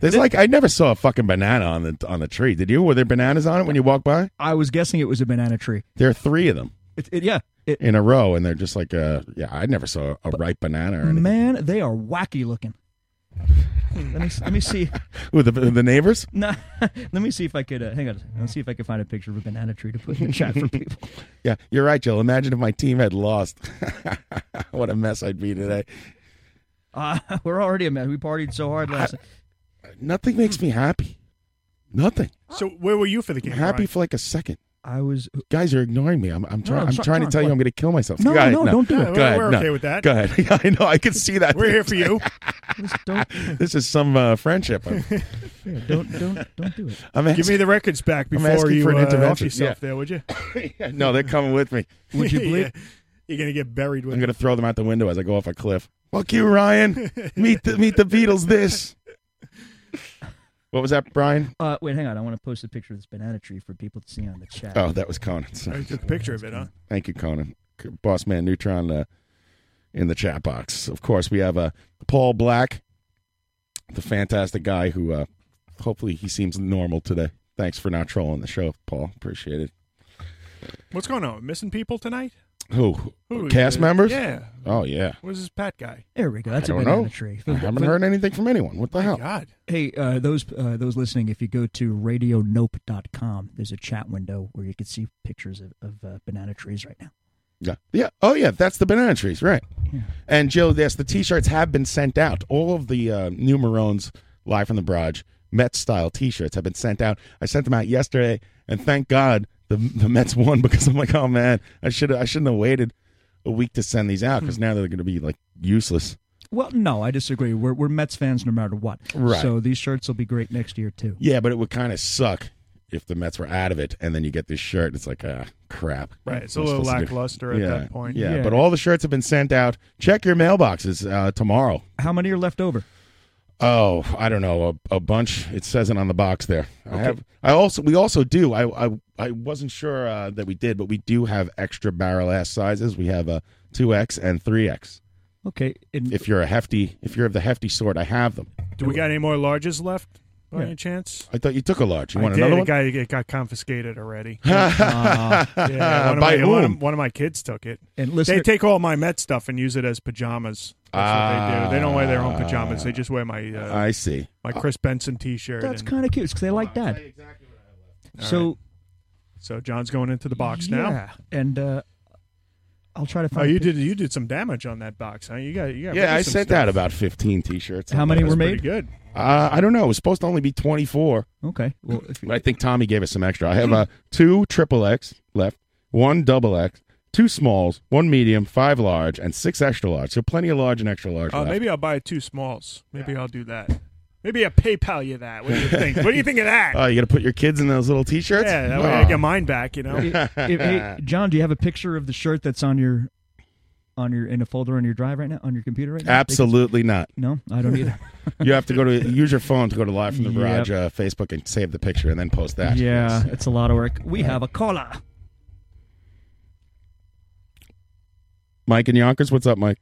S12: There's like I never saw a fucking banana on the on the tree. Did you? Were there bananas on it when you walked by?
S10: I was guessing it was a banana tree.
S12: There are three of them.
S10: It, it, yeah. It,
S12: in a row, and they're just like, uh, yeah, I never saw a ripe banana. Or anything.
S10: man, they are wacky looking. let me let me see.
S12: Ooh, the, the neighbors?
S10: No, let me see if I could. Uh, hang on, a second. let's see if I can find a picture of a banana tree to put in the chat for people.
S12: Yeah, you're right, Joel. Imagine if my team had lost. what a mess I'd be today.
S10: Uh, we're already a mess. We partied so hard last. night.
S12: Nothing makes me happy. Nothing.
S11: So where were you for the game?
S12: I'm happy
S11: Brian?
S12: for like a second.
S10: I was.
S12: Guys, you're ignoring me. I'm. I'm
S11: uh, No,
S12: trying. I'm
S11: try-
S12: trying to
S11: John,
S12: tell you,
S11: what?
S12: I'm going to kill myself.
S11: No,
S12: Go ahead,
S11: no, don't do it. Yeah,
S12: Go
S11: we're-
S12: ahead,
S11: we're
S12: no.
S11: okay with that.
S12: Go ahead. Yeah, I know. I can see that.
S11: We're here for you.
S12: this is some uh, friendship. I'm,
S10: Yeah, don't don't don't do it.
S12: I'm
S11: Give me
S12: asking-
S11: the records back
S12: I'm
S11: before
S12: asking
S11: you
S12: for an
S11: uh, off
S12: intervention.
S11: yourself
S12: Yeah.
S11: there, would you?
S12: Yeah, no, they're coming with me.
S11: Would you believe- You're gonna get buried with.
S12: I'm going to throw them out the window as I go off a cliff. Fuck you, Ryan. meet the meet the Beatles. This. What was that, Brian?
S10: Uh, wait, hang on. I want to post a picture of this banana tree for people to see on the chat.
S12: Oh, that was Conan. Sorry.
S11: I took a picture of it, huh?
S12: Thank you, Conan. C- Boss Man Neutron uh, in the chat box. Of course, we have uh, Paul Black, the fantastic guy who uh, hopefully he seems normal today. Thanks for not trolling the show, Paul. Appreciate it.
S11: What's going on? Missing people tonight?
S12: Who?
S11: Who-
S12: Cast members?
S11: Yeah.
S12: Oh, yeah.
S11: Where's this Pat guy?
S10: There we go. That's
S12: I
S10: a
S12: don't
S10: banana
S12: know.
S10: tree.
S12: I haven't heard anything from anyone. What the hell?
S11: God.
S10: Hey, uh, those uh, those listening, if you go to radionope.com, there's a chat window where you can see pictures of, of uh, banana trees right now.
S12: Yeah. Yeah. Oh, yeah. That's the banana trees, right? And Joe, yes, the T-shirts have been sent out. All of the uh, new Maroons live from the barrage Mets style T-shirts have been sent out. I sent them out yesterday, and thank God the the Mets won because I'm like, oh man, I should I shouldn't have waited a week to send these out because now they're going to be like useless.
S10: Well, no, I disagree. We're, we're Mets fans no matter what.
S12: Right.
S10: So these shirts will be great next year, too.
S12: Yeah, but it would kind of suck if the Mets were out of it, and then you get this shirt. and It's like, ah, crap.
S11: Right, it's
S12: What
S11: a
S12: am I
S11: little
S12: supposed to do?
S11: lackluster at
S12: Yeah,
S11: that point.
S12: Yeah,
S11: Yeah.
S12: but all the shirts have been sent out. Check your mailboxes uh, tomorrow.
S10: How many are left over?
S12: Oh, I don't know, a, a bunch. It says it on the box there. I have. I also we also do. I I, I wasn't sure uh, that we did, but we do have extra barrel ass sizes. We have a two X and three X.
S10: Okay. And
S12: If you're a hefty, if you're of the hefty sort, I have them.
S11: Do we got any more larges left by
S12: Yeah.
S11: any chance?
S12: I thought you took a large. You
S11: I
S12: want
S11: did.
S12: another
S11: a
S12: one?
S11: guy that got confiscated already.
S12: Ah.
S11: yeah, one, of
S12: By
S11: my, one,
S12: whom?
S11: of, one of my kids took it.
S10: And listen-
S11: they take all my Met stuff and use it as pajamas. That's what they do. They don't wear their own pajamas. They just wear my. Uh,
S12: I see.
S11: My Chris Benson T-shirt.
S10: That's
S11: and-
S10: kind of cute because they like that.
S11: All
S10: so,
S11: right. So John's going into the box
S10: yeah. And uh, I'll try to
S11: now. Oh,
S10: find
S11: you
S10: a pic-
S11: did you did some damage on that box, huh? You got you got. rid
S12: yeah,
S11: of
S12: I
S11: some
S12: sent
S11: stuff.
S12: out about fifteen T-shirts.
S10: How many were made?
S11: Good.
S12: Uh, I don't know. It was supposed to only be twenty four.
S10: Okay. Well, if,
S12: I think Tommy gave us some extra. I have uh, two triple X left, one double X, two smalls, one medium, five large, and six extra large. So plenty of large and extra large.
S11: Oh,
S12: left.
S11: maybe I'll buy two smalls. Maybe I'll do that. Maybe I PayPal you that. What do you think? what do you think of that?
S12: Oh, you got to put your kids in those little T-shirts. Oh.
S11: yeah, that way I get mine back. You know.
S10: if- hey, John, do you have a picture of the shirt that's on your on your in a folder on your drive right now on your computer right now?
S12: Absolutely not.
S10: No, I don't either.
S12: You have to go to use your phone to go to live from the
S10: Yep.
S12: garage uh, Facebook and save the picture and then post that.
S10: yeah,
S12: Yes.
S10: it's a lot of work. We have a caller.
S12: Mike and Yonkers, what's up, Mike?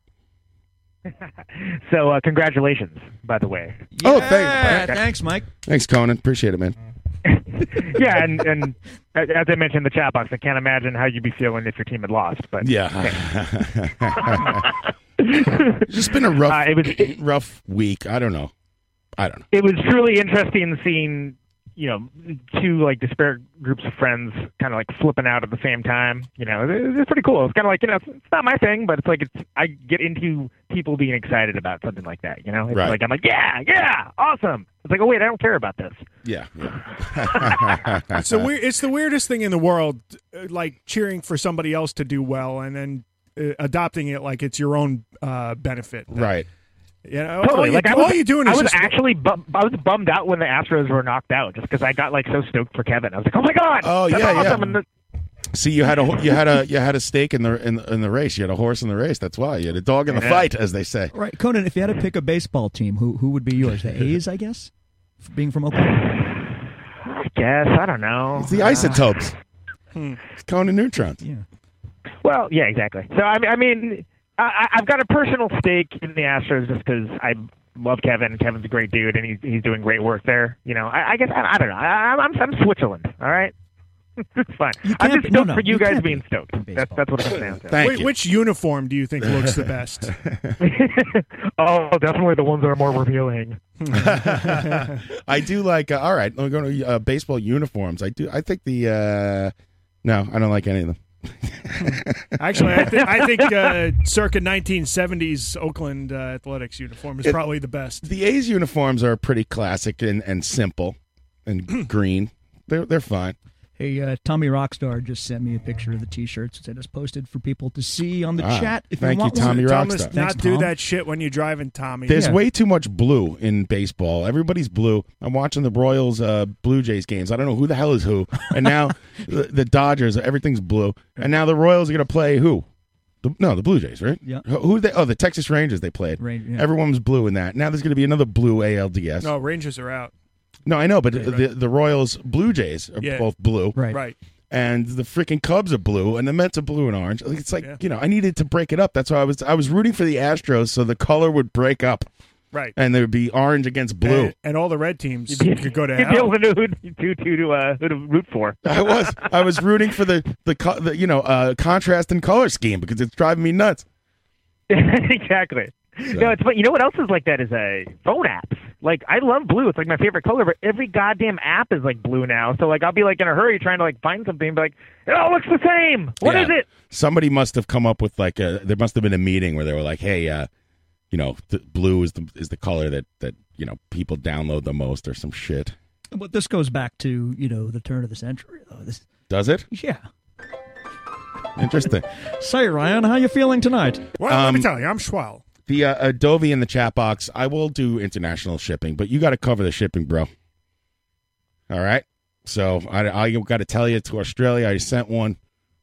S13: So, uh, congratulations, by the way.
S12: Oh,
S10: Yeah,
S12: thanks.
S10: thanks, Mike.
S12: Thanks, Conan. Appreciate it, man.
S13: yeah, and, and as I mentioned in the chat box, I can't imagine how you'd be feeling if your team had lost. But
S12: Yeah. it's just been a rough,
S13: Uh,
S12: rough week. I don't know. I don't know.
S13: it was truly interesting seeing you know two like disparate groups of friends kind of like flipping out at the same time you know it- it's pretty cool it's kind of like you know it's, it's not my thing but it's like it's i get into people being excited about something like that you know it's
S12: Right.
S13: like i'm like yeah yeah awesome it's like oh wait i don't care about this
S12: Yeah.
S11: It's the weir- It's the weirdest thing in the world, uh, like cheering for somebody else to do well and then uh, adopting it like it's your own uh, benefit.
S12: Right.
S11: You know, all,
S13: Totally.
S11: you,
S13: like I
S11: all
S13: was,
S11: you're doing is
S13: I was
S11: just
S13: actually bum- I was bummed out when the Astros were knocked out just because I got like so stoked for Kevin. I was like, oh my god!
S12: Oh
S13: that's
S12: yeah,
S13: awesome.
S12: yeah. See, you had a you had a you had a stake in the in, the- in the race. You had a horse in the race. That's why you had a dog in the
S10: Yeah.
S12: fight, as they say.
S10: All right, Conan, if you had to pick a baseball team, who who would be yours? The A's, I guess, F- being from Oakland.
S13: I guess I don't know.
S12: It's the isotopes. It's Conan neutrons.
S10: Yeah.
S13: Well, yeah, exactly. So I, mean- I mean, I- I, I've got a personal stake in the Astros just because I love Kevin. Kevin's a great dude, and he's he's doing great work there. You know, I, I guess I, I don't know. I, I'm I'm from Switzerland. All right. it's fine. I'm
S11: can't
S13: just
S11: be-
S13: stoked
S11: no, no,
S13: for you,
S11: you
S13: guys
S11: can't
S13: being stoked. That's that's what it comes down to.
S11: Wait, Which uniform do you think looks the best?
S13: oh, definitely the ones that are more revealing.
S12: I do like. Uh, all right, we're going to uh, baseball uniforms. I do. I think the. Uh, no, I don't like any of them.
S11: Actually, I, th- I think uh, circa 1970s Oakland uh, athletics uniform is
S12: It-
S11: probably the best.
S12: The A's uniforms are pretty classic and, and simple, and green. They're they're fine.
S10: Hey, uh, Tommy Rockstar just sent me a picture of the T-shirts that is posted for people to see on the
S12: Ah,
S10: chat. If
S12: thank
S10: you
S12: you,
S10: want
S12: Tommy
S10: one.
S12: Rockstar.
S11: Not
S10: Thanks,
S11: do
S10: Tom.
S11: that shit when you're driving, Tommy.
S12: There's way too much blue in baseball. Everybody's blue. I'm watching the Royals, uh, Blue Jays games. I don't know who the hell is who. And now the, the Dodgers, everything's blue. And now the Royals are going to play who? The, no, the Blue Jays, right?
S10: Yeah.
S12: Who who they? Oh, the Texas Rangers. They played.
S10: Right, yeah.
S12: Everyone's blue in that. Now there's going to be another blue ALDS.
S11: No, Rangers are out.
S12: No, I know, but
S11: Right,
S12: the, the Royals, Blue Jays are
S11: Yeah.
S12: both blue.
S11: Right. Right.
S12: And the freaking Cubs are blue, and the Mets are blue and orange. Like, It's like you know, I needed to break it up. That's why I was I was rooting for the Astros, so the color would break up,
S11: Right. Eh.
S12: and there would be orange against blue.
S11: And, and all the red teams could go to
S13: You'd be
S11: hell.
S13: able to know who to, to, to, uh, who to root for.
S12: I was I was rooting for the the, co- the you know uh, contrast and color scheme because it's driving me nuts.
S13: exactly. No, it's but you know what else is like that is a uh, phone apps. Like I love blue; it's like my favorite color. But every goddamn app is like blue now. So like I'll be like in a hurry trying to like find something, and be like it all looks the same. What is it?
S12: Somebody must have come up with like a there must have been a meeting where they were like, hey, uh, you know, th- blue is the is the color that that you know people download the most or some shit.
S10: But this goes back to you know the turn of the century. Though. This,
S12: Does it?
S10: yeah.
S12: Interesting.
S10: Say, Ryan, how you feeling tonight?
S11: Well, let me
S12: Um,
S11: tell you, I'm Schwal.
S12: The uh, Adobe in the chat box. I will do international shipping, but you got to cover the shipping, bro. All right. So I, I got to tell you to Australia. I sent one.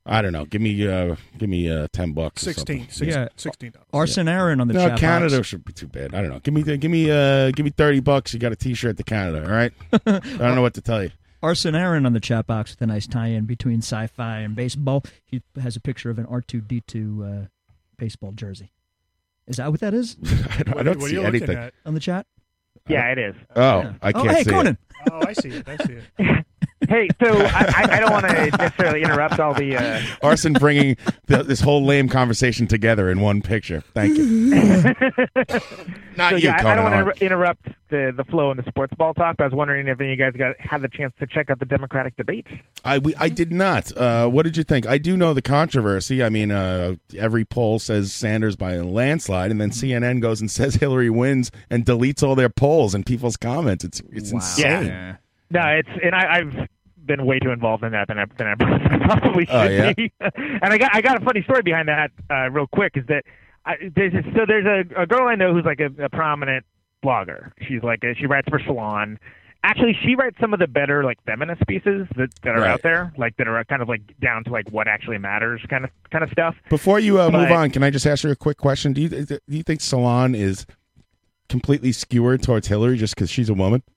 S12: I don't know. Give me uh, give me uh, ten bucks. or something.
S11: 16 six-
S10: Yeah.
S11: 16 dollars.
S10: Arson Aaron on the
S12: no,
S10: chat
S12: Canada
S10: box.
S12: should be too bad. I don't know. Give me give me uh give me thirty bucks. You got a T-shirt to Canada. All right. I don't know what to tell you.
S10: Arson Aaron on the chat box with a nice tie-in between sci-fi and baseball. He has a picture of an R two D two uh, baseball jersey. Is that what that is?
S12: I don't, I don't see anything.
S10: on the chat.
S13: Yeah, it is.
S12: Oh, I can't see it.
S11: Oh, I see it. I see it.
S13: Hey, so I, I, I don't want to necessarily interrupt all the. Uh,
S12: Arson bringing the, this whole lame conversation together in one picture. Thank you. Not
S13: so,
S12: you,
S13: yeah, I- I,
S12: Conan
S13: don't
S12: Hahn.
S13: want to interrupt the the flow in the sports ball talk. But I was wondering if any of you guys got had the chance to check out the Democratic debate.
S12: I we, I did not. Uh, what did you think? I do know the controversy. I mean, uh, every poll says Sanders by a landslide, and then CNN goes and says Hillary wins and deletes all their polls and people's comments. It's it's insane.
S13: Yeah. No, it's and I, I've been way too involved in that than I than I probably should
S12: Oh, yeah?
S13: be. and I got I got a funny story behind that uh, real quick is that I, there's this, so there's a, a girl I know who's like a, a prominent blogger. She's like a, she writes for Salon. Actually, she writes some of the better like feminist pieces that, that are
S12: Right.
S13: out there, like that are kind of like down to like what actually matters kind of kind of stuff.
S12: Before you uh, move
S13: But-
S12: on, can I just ask you a quick question? Do you do you think Salon is completely skewered towards Hillary just because she's a woman?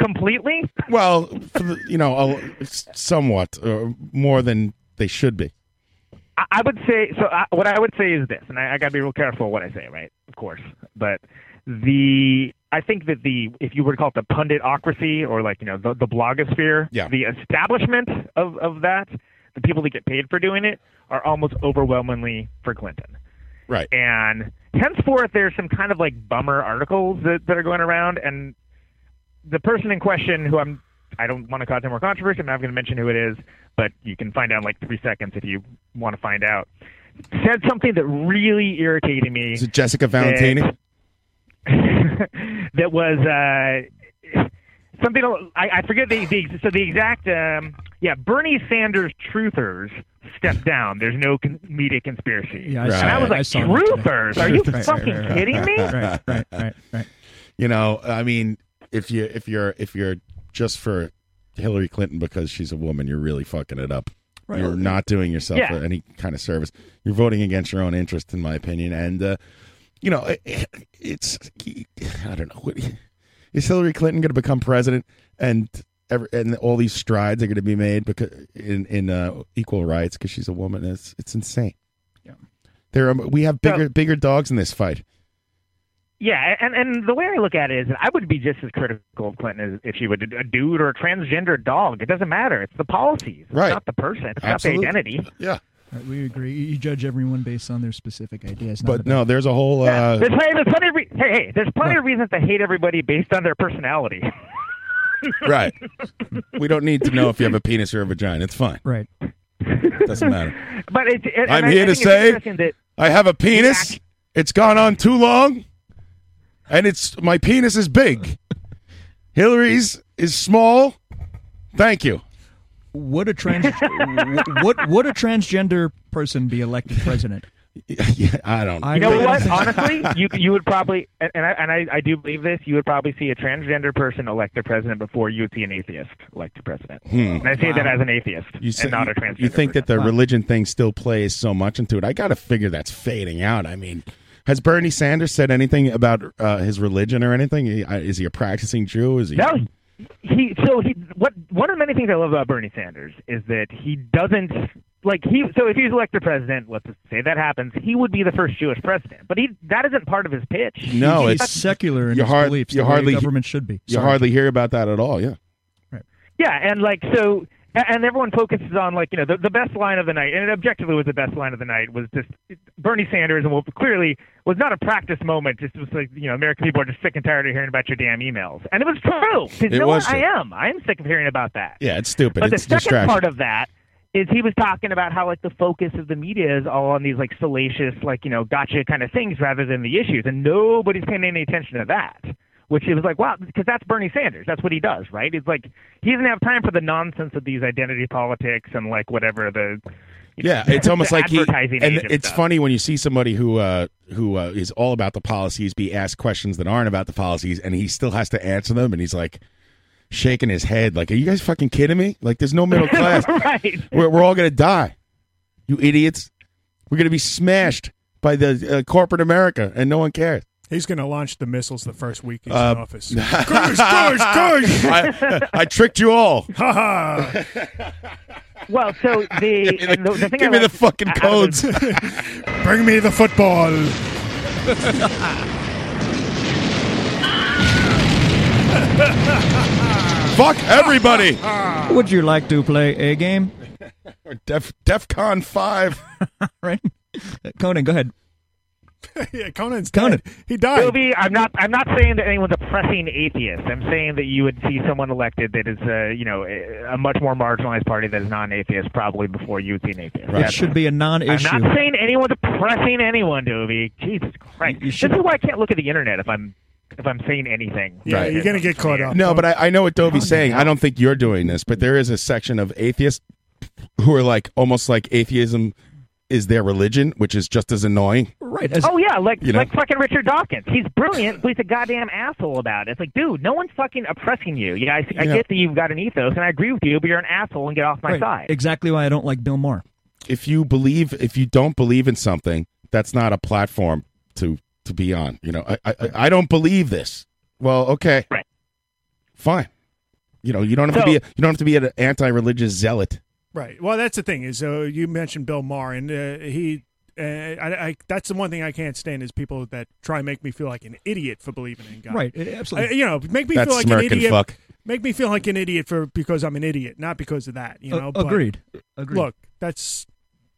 S13: Completely?
S12: Well, for the, you know, a, somewhat or more than they should be.
S13: I, I would say so. I, what I would say is this, and I, I got to be real careful what I say, right? Of course, but the I think that the if you were to call it the punditocracy or like you know the, the blogosphere,
S12: Yeah.
S13: the establishment of of that, the people that get paid for doing it are almost overwhelmingly for Clinton.
S12: Right.
S13: And henceforth, there's some kind of like bummer articles that, that are going around, and the person in question who I'm I don't want to cause any more controversy. I'm not going to mention who it is, but you can find out in like three seconds if you want to find out. Said something that really irritated me.
S12: Is it Jessica Valentini?
S13: That was uh, something I, I forget the, the so the exact um, yeah Bernie Sanders truthers stepped down. There's no con- media conspiracy.
S10: Yeah, I
S13: and
S10: saw
S13: I was
S10: that.
S13: like
S10: I saw that today.
S13: truthers? Are you
S10: Right, right,
S13: fucking
S10: right, right.
S13: kidding me?
S10: Right, right, right, right.
S12: You know, I mean, if you if you're if you're just for Hillary Clinton because she's a woman, you're really fucking it up.
S13: Right.
S12: You're not doing yourself
S13: Yeah.
S12: any kind of service. You're voting against your own interest, in my opinion. And uh, you know, it, it's I don't know. What, is Hillary Clinton going to become president? And every, and all these strides are going to be made because in in uh, equal rights because she's a woman. It's it's insane. There are, we have bigger bigger dogs in this fight.
S13: Yeah, and and the way I look at it is, that I would be just as critical of Clinton as if she would a dude or a transgender dog. It doesn't matter. It's the policies. It's
S10: Right.
S13: not the person. It's
S10: Absolutely.
S13: not the identity.
S12: Yeah.
S10: we agree. You judge everyone based on their specific ideas.
S12: But no, there's a whole. Uh,
S13: There's plenty, there's plenty of re- hey, hey, there's plenty of reasons to hate everybody based on their personality.
S12: right. We don't need to know if you have a penis or a vagina. It's fine.
S10: Right.
S12: Doesn't matter.
S13: But it's, and
S12: I'm
S13: I- I
S12: here to
S13: think it's
S12: say
S13: interesting that-
S12: I have a penis. It's gone on too long, and it's my penis is big. Hillary's is small. Thank you.
S10: Would a trans would would a transgender person be elected president?
S12: yeah, I don't.
S13: you know what? Honestly, you you would probably, and and I, and I I do believe this. You would probably see a transgender person elect their president before you would see an atheist elect the president.
S12: Hmm.
S13: And I say that
S12: Wow.
S13: as an atheist
S12: You say-
S13: and not a
S12: you-
S13: transgender.
S12: You think that the religion thing still plays so much into it? I got to figure that's fading out. I mean, has Bernie Sanders said anything about uh, his religion or anything? He- I- Is he a practicing Jew? Is he?
S13: No, he so he what one of the many things I love about Bernie Sanders is that he doesn't like he so if he was elected president, let's just say that happens, he would be the first Jewish president. But he that isn't part of his pitch.
S12: No,
S10: He's
S12: it's
S10: secular in
S12: you
S10: his
S12: hard-
S10: beliefs,
S12: You
S10: the way
S12: hardly
S10: government should be.
S12: You
S10: Sorry.
S12: hardly hear about that at all. Yeah.
S13: Yeah, and like so, a- and everyone focuses on like you know the, the best line of the night, and it objectively was the best line of the night was just Bernie Sanders, and well, clearly was not a practice moment. Just was like you know American people are just sick and tired of hearing about your damn emails, and it was true. 'cause
S12: It
S13: you know
S12: was
S13: what? I
S12: true.
S13: am. I am sick of hearing about that.
S12: Yeah, it's stupid.
S13: But
S12: it's
S13: the second
S12: distraction.
S13: part of that is he was talking about how like the focus of the media is all on these like salacious like you know gotcha kind of things rather than the issues, and nobody's paying any attention to that. Which it was like wow, because that's Bernie Sanders. That's what he does, right? It's like he doesn't have time for the nonsense of these identity politics and like whatever the you know,
S12: yeah, it's almost
S13: the
S12: like he.
S13: advertising
S12: And
S13: age of
S12: it's
S13: stuff.
S12: funny when you see somebody who uh, who uh, is all about the policies be asked questions that aren't about the policies, and he still has to answer them, and he's like shaking his head, like, "Are you guys fucking kidding me? Like, there's no middle class.
S13: right?
S12: We're, we're all gonna die, you idiots. We're gonna be smashed by the uh, corporate America, and no one cares."
S11: He's going to launch the missiles the first week he's
S12: Uh,
S11: in office. Curse, curse, curse!
S12: I, I tricked you all.
S11: Ha ha!
S13: Well, so the and the, the thing I liked out of his-
S11: Bring me the football.
S12: Fuck everybody.
S10: Would you like to play a game?
S12: Def DefCon Five.
S10: right. Conan, go ahead.
S11: yeah, Conan's
S10: Conan.
S11: He died.
S13: Toby, I'm not. I'm not saying that anyone's a pressing atheist. I'm saying that you would see someone elected that is, uh, you know, a a much more marginalized party that is non-atheist probably before you would see an atheist.
S10: It should be a non-issue.
S13: I'm not saying anyone's oppressing anyone, Toby. Jesus Christ! this is why I can't look at the internet if I'm if I'm saying anything.
S12: Right.
S11: you're gonna get caught up.
S12: No, but I, I know what Dovey's saying. I don't think you're doing this, but there is a section of atheists who are like almost like atheism is their religion, which is just as annoying.
S10: Right.
S13: oh yeah, like
S12: You know?
S13: like fucking Richard Dawkins. He's brilliant, but he's a goddamn asshole about it. It's like, dude, no one's fucking oppressing you. Yeah, I, I
S10: Yeah.
S13: get that you've got an ethos, and I agree with you, but you're an asshole and get off my
S10: Right.
S13: side.
S10: Exactly why I don't like Bill Maher.
S12: If you believe, if you don't believe in something, that's not a platform to to be on. You know, I I, I don't believe this. Well, okay,
S13: right,
S12: fine. You know, you don't have to
S11: So-
S12: be a, you don't have to be an anti-religious zealot.
S11: Right. Well, that's the thing is, uh, you mentioned Bill Maher, and uh, he, uh, I, I, that's the one thing I can't stand is people that try and make me feel like an idiot for believing in God.
S10: Right, uh, absolutely.
S11: Uh, you know, make me
S12: That
S11: feel like an
S12: smirking
S11: idiot.
S12: fuck.
S11: Make me feel like an idiot for because I'm an idiot, not because of that. You
S10: A-
S11: know. but
S10: agreed. Agreed.
S11: Look, that's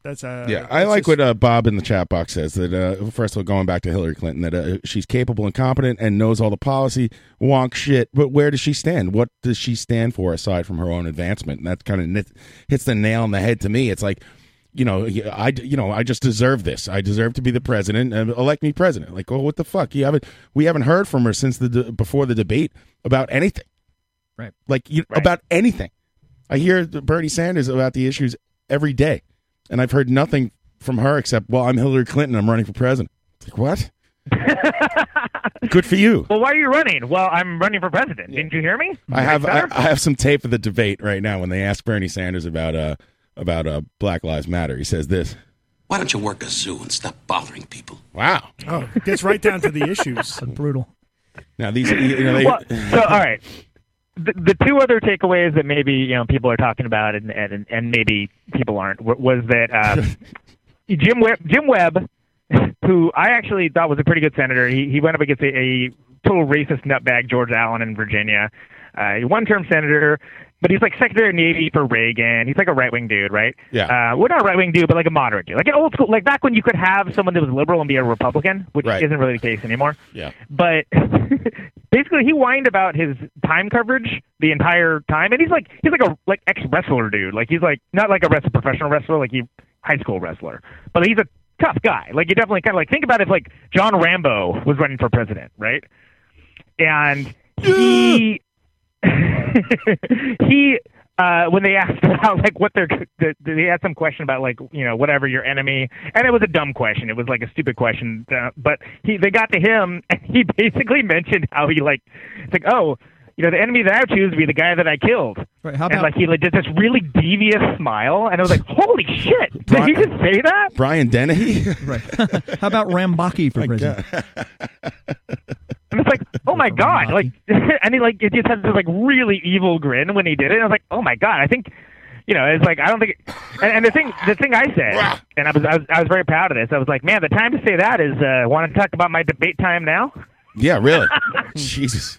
S11: that's uh,
S12: yeah, I
S11: that's
S12: like
S11: just-
S12: what uh, Bob in the chat box says that uh, first of all, going back to Hillary Clinton, that uh, she's capable and competent and knows all the policy wonk shit. But where does she stand? What does she stand for aside from her own advancement? And that kind of nit- hits the nail on the head to me. It's like, you know, I you know I just deserve this. I deserve to be the president. and Elect me president. Like, oh, what the fuck? You haven't we haven't heard from her since the de- before the debate about anything
S10: Right.
S12: like you, about anything. I hear the Bernie Sanders about the issues every day, and I've heard nothing from her except, "Well, I'm Hillary Clinton. I'm running for president." It's like what? Good for you.
S13: Well, why are you running? Well, I'm running for president. Didn't you hear me?
S12: I have I,
S13: Better?
S12: I have some tape of the debate right now when they ask Bernie Sanders about uh about uh Black Lives Matter. He says this.
S14: Why don't you work a zoo and stop bothering people?
S12: Wow.
S11: Oh, it gets right down to the issues.
S10: Brutal.
S12: Now these you know they,
S13: Well, so all right. The, the two other takeaways that maybe you know people are talking about and and, and maybe people aren't w- was that um, Jim Web, Jim Webb who I actually thought was a pretty good senator. He, he went up against a, a total racist nutbag, George Allen in Virginia. Uh, one term senator, but he's like Secretary of Navy for Reagan. He's like a right wing dude, right?
S12: Yeah.
S13: Uh, well, not a right wing dude, but like a moderate dude. Like an old school, like back when you could have someone that was liberal and be a Republican, which isn't really the case anymore.
S12: Yeah.
S13: But basically, he whined about his time coverage the entire time, and he's like he's like a like ex wrestler dude. Like he's like not like a wrestler, professional wrestler, like he high school wrestler, but he's a tough guy. Like you definitely kind of like think about if like John Rambo was running for president, right? And he he uh when they asked about like what their the, they had some question about like you know whatever your enemy and it was a dumb question it was like a stupid question uh, but he they got to him and he basically mentioned how he like it's like oh you know the enemy that I choose would be the guy that I killed
S10: Right, how
S13: and
S10: about-
S13: like he like, did this really devious smile and I was like holy shit did he just say that
S12: Brian Dennehy?
S10: right. How about Rambaki for president?
S13: And it's like, oh my god, like, and he like it just had this like really evil grin when he did it. And I was like, oh my god, I think, you know, it's like I don't think. And, and the thing, the thing I said, and I was, I was, I was very proud of this. I was like, man, the time to say that is, uh, want to talk about my debate time now?
S12: Yeah, really. Jesus.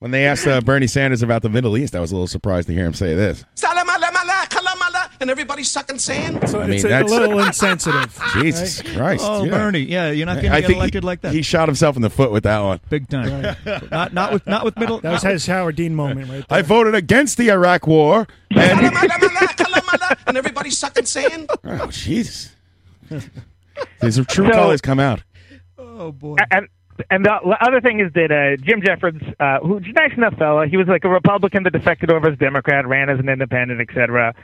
S12: When they asked uh, Bernie Sanders about the Middle East, I was a little surprised to hear him say this.
S14: Salamala, kalamala, and everybody's sucking sand.
S12: I mean, that's
S11: insensitive.
S12: Jesus Christ.
S10: Oh,
S12: yeah.
S10: Bernie. Yeah, you're not going
S12: I
S10: to get
S12: think
S10: elected
S12: he,
S10: like that.
S12: He shot himself in the foot with that one.
S10: Big time. Not, not with not with middle.
S11: That was
S10: not
S11: his Howard Dean moment, right?
S12: I voted against the Iraq War.
S14: And everybody's sucking sand.
S12: Oh, Jesus. These are true colors come out.
S10: Oh boy.
S13: And and the l- other thing is that uh, Jim Jeffords, uh, who's a nice enough fella, he was like a Republican that defected over as Democrat, ran as an independent, etc.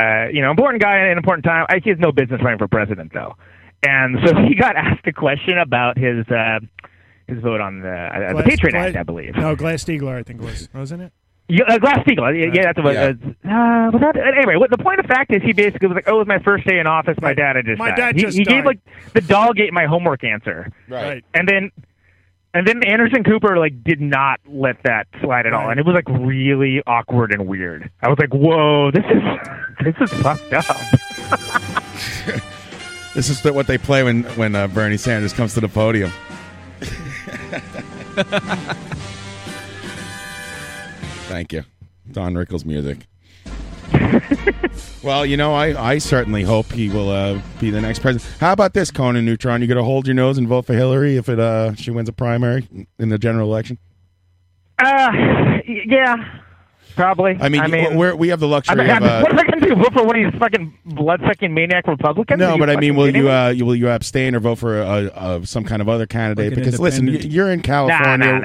S13: Uh, you know, important guy at an important time. I, he has no business running for president though, and so he got asked a question about his uh, his vote on the, uh, the Patriot Act, I believe.
S11: No, Glass Steagler, I think it was, wasn't it?
S13: Yeah, uh, Glass Steagall. Yeah, yeah, that's what.
S11: Yeah.
S13: Uh, was that, anyway, what the point of fact is, he basically was like, "Oh, it was my first day in office. My dad had just
S11: My
S13: died."
S11: dad
S13: he,
S11: just
S13: he
S11: died.
S13: gave like the dog ate my homework answer.
S11: Right.
S13: And then and then Anderson Cooper like did not let that slide at all, and it was like really awkward and weird. I was like, "Whoa, this is this is fucked up."
S12: This is the, what they play when, when uh, Bernie Sanders comes to the podium. Thank you. Don Rickles music. well, you know, I, I certainly hope he will uh, be the next president. How about this, Conan Neutron? You going to hold your nose and vote for Hillary if it uh, she wins a primary in the general election?
S13: Uh, y- yeah, probably.
S12: I mean,
S13: I mean,
S12: we're, we have the
S13: I
S12: luxury
S13: mean,
S12: of.
S13: I-
S12: Uh,
S13: what am I going to do? Vote for one of these fucking blood sucking maniac Republicans? Are
S12: No,
S13: you
S12: but I mean,
S13: fucking
S12: will
S13: kidding
S12: you
S13: me?
S12: uh, you- will you abstain or vote for uh, uh, some kind of other candidate?
S13: Like an
S12: because listen, y-
S13: independent.
S12: you're in
S13: Nah, nah,
S12: California.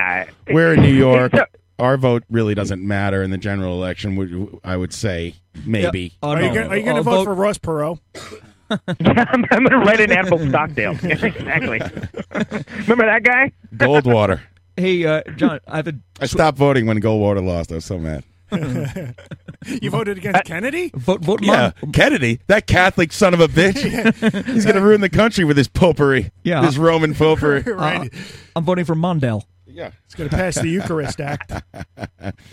S13: nah.
S12: We're in New York.
S13: It's
S12: Our vote really doesn't matter in the general election. would- I would say maybe.
S11: Are you gonna- are you going to vote for Ross Perot?
S13: I'm, I'm going to write an Admiral Stockdale. Yeah, exactly. Remember that guy?
S12: Goldwater?
S10: Hey, uh, John, I have a.
S12: I stopped voting when Goldwater lost. I was so mad.
S11: You voted against Kennedy?
S10: Vote, vote,
S12: Yeah, Kennedy, that Catholic son of a bitch. He's going to ruin the country with his popery.
S10: Yeah.
S12: his Roman popery.
S10: Uh, I'm voting for Mondale.
S12: Yeah,
S11: it's going to pass the Eucharist Act.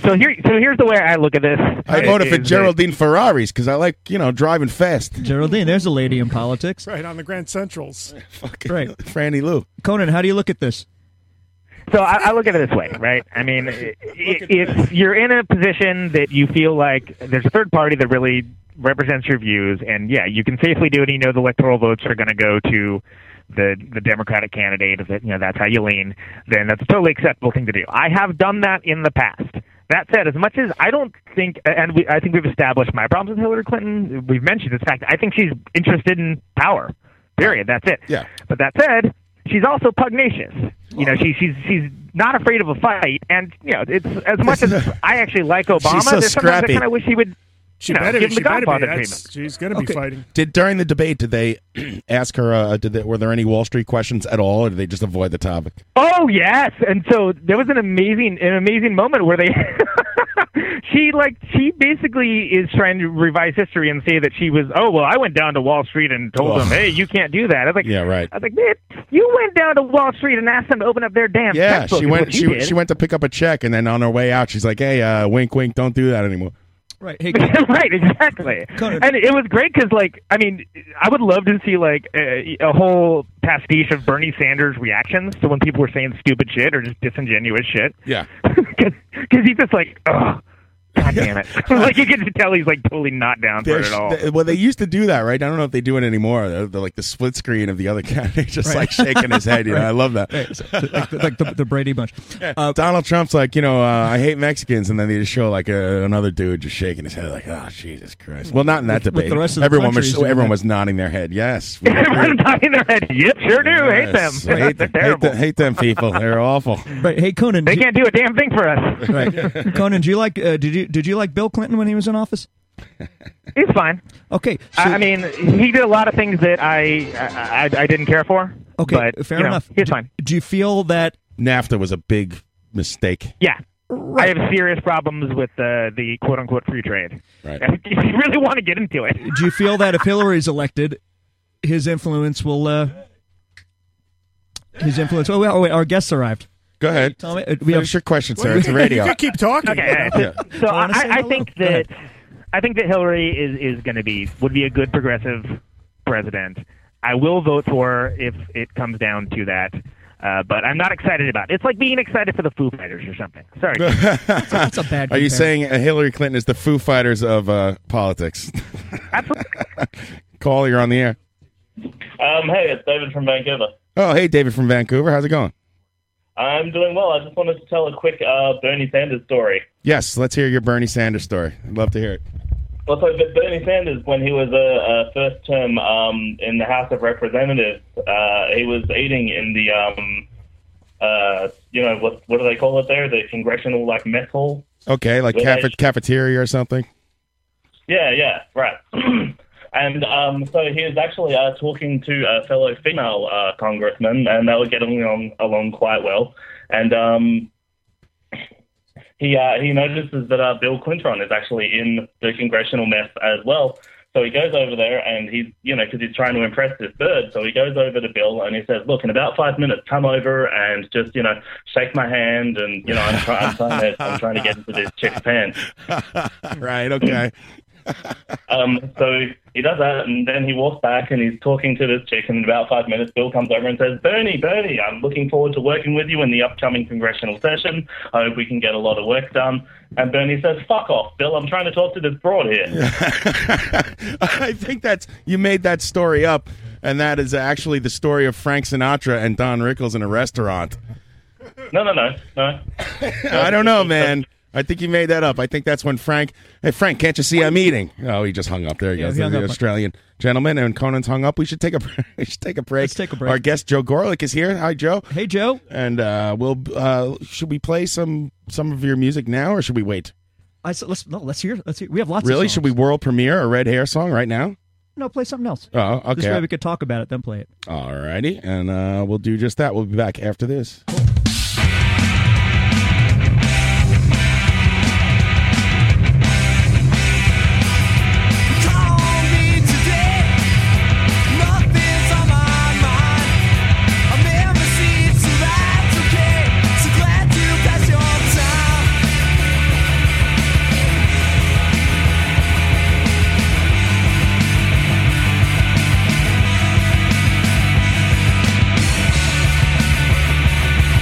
S13: So here, so here's the way I look at this.
S12: I
S13: It
S12: voted for
S13: is that-
S12: Geraldine Ferraris because I like you know driving fast.
S10: Geraldine, there's a lady in politics.
S11: Right on the Grand Centrals.
S10: Right.
S12: Franny Lou.
S10: Conan, how do you look at this?
S13: So I, I look at it this way, right? I mean, i- i- if you're in a position that you feel like there's a third party that really represents your views, and yeah, you can safely do it. You know, the electoral votes are going to go to the the Democratic candidate. If it, you know that's how you lean, then that's a totally acceptable thing to do. I have done that in the past. That said, as much as I don't think, and we, I think we've established my problems with Hillary Clinton. We've mentioned this fact. I think she's interested in power. Period. That's it.
S12: Yeah.
S13: But that said, she's also pugnacious. You know, she, she's she's not afraid of a fight, and you know, it's as much as I actually like Obama.
S12: She's so
S13: there's sometimes
S12: scrappy.
S13: I kind of wish he would.
S11: She
S13: you know,
S11: better be.
S13: give him
S11: She
S13: the
S11: better be.
S13: Godfather
S11: That's-
S13: treatment.
S11: She's going to be fighting.
S12: Did during the debate did they ask her? Uh, did they, were there any Wall Street questions at all, or did they just avoid the topic?
S13: Oh yes, and so there was an amazing, an amazing moment where they, she like she basically is trying to revise history and say that she was. Oh well, I went down to Wall Street and told
S12: Ugh.
S13: them, hey, you can't do that. I was like,
S12: Yeah, right.
S13: I was like, man, you went down to Wall Street and asked them to open up their damn
S12: Yeah,
S13: textbook
S12: she
S13: is
S12: went.
S13: what you
S12: She
S13: did.
S12: she went to pick up a check, and then on her way out, she's like, "Hey, uh, wink, wink, don't do that anymore."
S10: Right. Hey,
S13: right. Exactly.
S10: Conan.
S13: And it was great because, like, I mean, I would love to see like a, a whole pastiche of Bernie Sanders reactions to when people were saying stupid shit or just disingenuous shit.
S12: Yeah.
S13: Because he's just like, oh, god damn it! like you can just tell he's like totally not down for it at all.
S12: There's- th- well, they used to do that, right? I don't know if they do it anymore. The, the, like the split screen of the other candidate just like shaking his head. You know, I love that.
S10: Right. So, like, the- like the, the Brady Bunch. Uh,
S12: Donald Trump's like, you know, uh, I hate Mexicans, and then they just show like a, another dude just shaking his head, like, oh Jesus Christ. Well, not in that
S10: With- with
S12: debate.
S10: the rest of the
S12: everyone
S10: country,
S12: was
S10: he's doing
S12: everyone
S10: that.
S12: was nodding their head. Yes, we
S13: Everyone's nodding their head. Yep, sure do. hate them.
S12: yes. I hate them.
S13: They're
S12: Hate,
S13: terrible.
S12: them. hate them people. They're awful.
S10: Right. Hey, Conan.
S13: They
S10: do-
S13: can't do a damn thing for us.
S10: Right. Conan, do you like? Uh, did you did you like Bill Clinton when he was in office?
S13: It's fine.
S10: Okay.
S13: I I mean, he did a lot of things that I I, I, I didn't care for.
S10: Okay,
S13: but,
S10: fair
S13: you know,
S10: enough.
S13: He's fine.
S10: Do you feel that
S12: NAFTA was a big mistake?
S13: Yeah. I have serious problems with uh, the quote unquote free trade.
S12: Right.
S13: If you really want to get into it,
S10: Do you feel that if Hillary's elected, his influence will? Uh, his influence. Oh, wait, oh, wait, our guests arrived.
S12: Go ahead.
S10: Tommy, uh, we
S12: Finish
S10: have
S12: your question, sir. It's radio.
S11: keep talking.
S13: Okay.
S12: Yeah.
S13: So I, I think that I think that Hillary is is going to be would be a good progressive president. I will vote for her if it comes down to that. Uh, but I'm not excited about it. It's like being excited for the Foo Fighters or something. Sorry.
S10: a bad.
S12: Are you
S10: compare.
S12: saying uh, Hillary Clinton is the Foo Fighters of uh, politics? Call, you're on the air.
S15: Um, hey, it's David from Vancouver.
S12: Oh, hey, David from Vancouver. How's it going?
S15: I'm doing well. I just wanted to tell a quick uh, Bernie Sanders story.
S12: Yes, let's hear your Bernie Sanders story. I'd love to hear it.
S15: Well, so but Bernie Sanders, when he was a, a first term um, in the House of Representatives, uh, he was eating in the, um, uh, you know, what what do they call it there? The congressional like mess hall.
S12: Okay, like
S15: Yeah,
S12: cafe-
S15: sh-
S12: cafeteria or something.
S15: Yeah, yeah, right. and um, so he was actually uh, talking to a fellow female uh, congressman, and they were getting along, along quite well. And um, he uh, he notices that uh, Bill Clinton is actually in the congressional mess as well. So he goes over there, and he's you know because he's trying to impress this bird. So he goes over to Bill, and he says, "Look, in about five minutes, come over and just you know shake my hand, and you know I'm, try- I'm trying to I'm trying to get into this chick's pants."
S12: right. Okay.
S15: Um, so he does that, and then he walks back and he's talking to this chick. And in about five minutes, Bill comes over and says, "Bernie, Bernie, I'm looking forward to working with you in the upcoming congressional session. I hope we can get a lot of work done." And Bernie says, "Fuck off, Bill. I'm trying to talk to this broad here."
S12: I think that's you made that story up, and that is actually the story of Frank Sinatra and Don Rickles in a restaurant.
S15: no, no, no, no.
S12: I don't know, man. I think you made that up. I think that's when Frank. Hey, Frank, can't you see I'm eating? Oh, he just hung up. There he
S10: Yeah,
S12: goes.
S10: he
S12: The
S10: hung up.
S12: Australian gentleman and Conan's hung up. We should take a break. we should take a break. Let's take a break. Our guest Joe Gorlick is here. Hi, Joe.
S10: Hey, Joe.
S12: And uh, we'll uh, should we play some some of your music now, or should we wait?
S10: I said, let's no, let's hear. Let's hear. We have lots.
S12: really,
S10: Of
S12: should we world premiere a red hair song right now?
S10: No, play something else.
S12: Oh, okay.
S10: This way we could talk about it, then play it.
S12: All righty, and uh, we'll do just that. We'll be back after this.
S2: Thank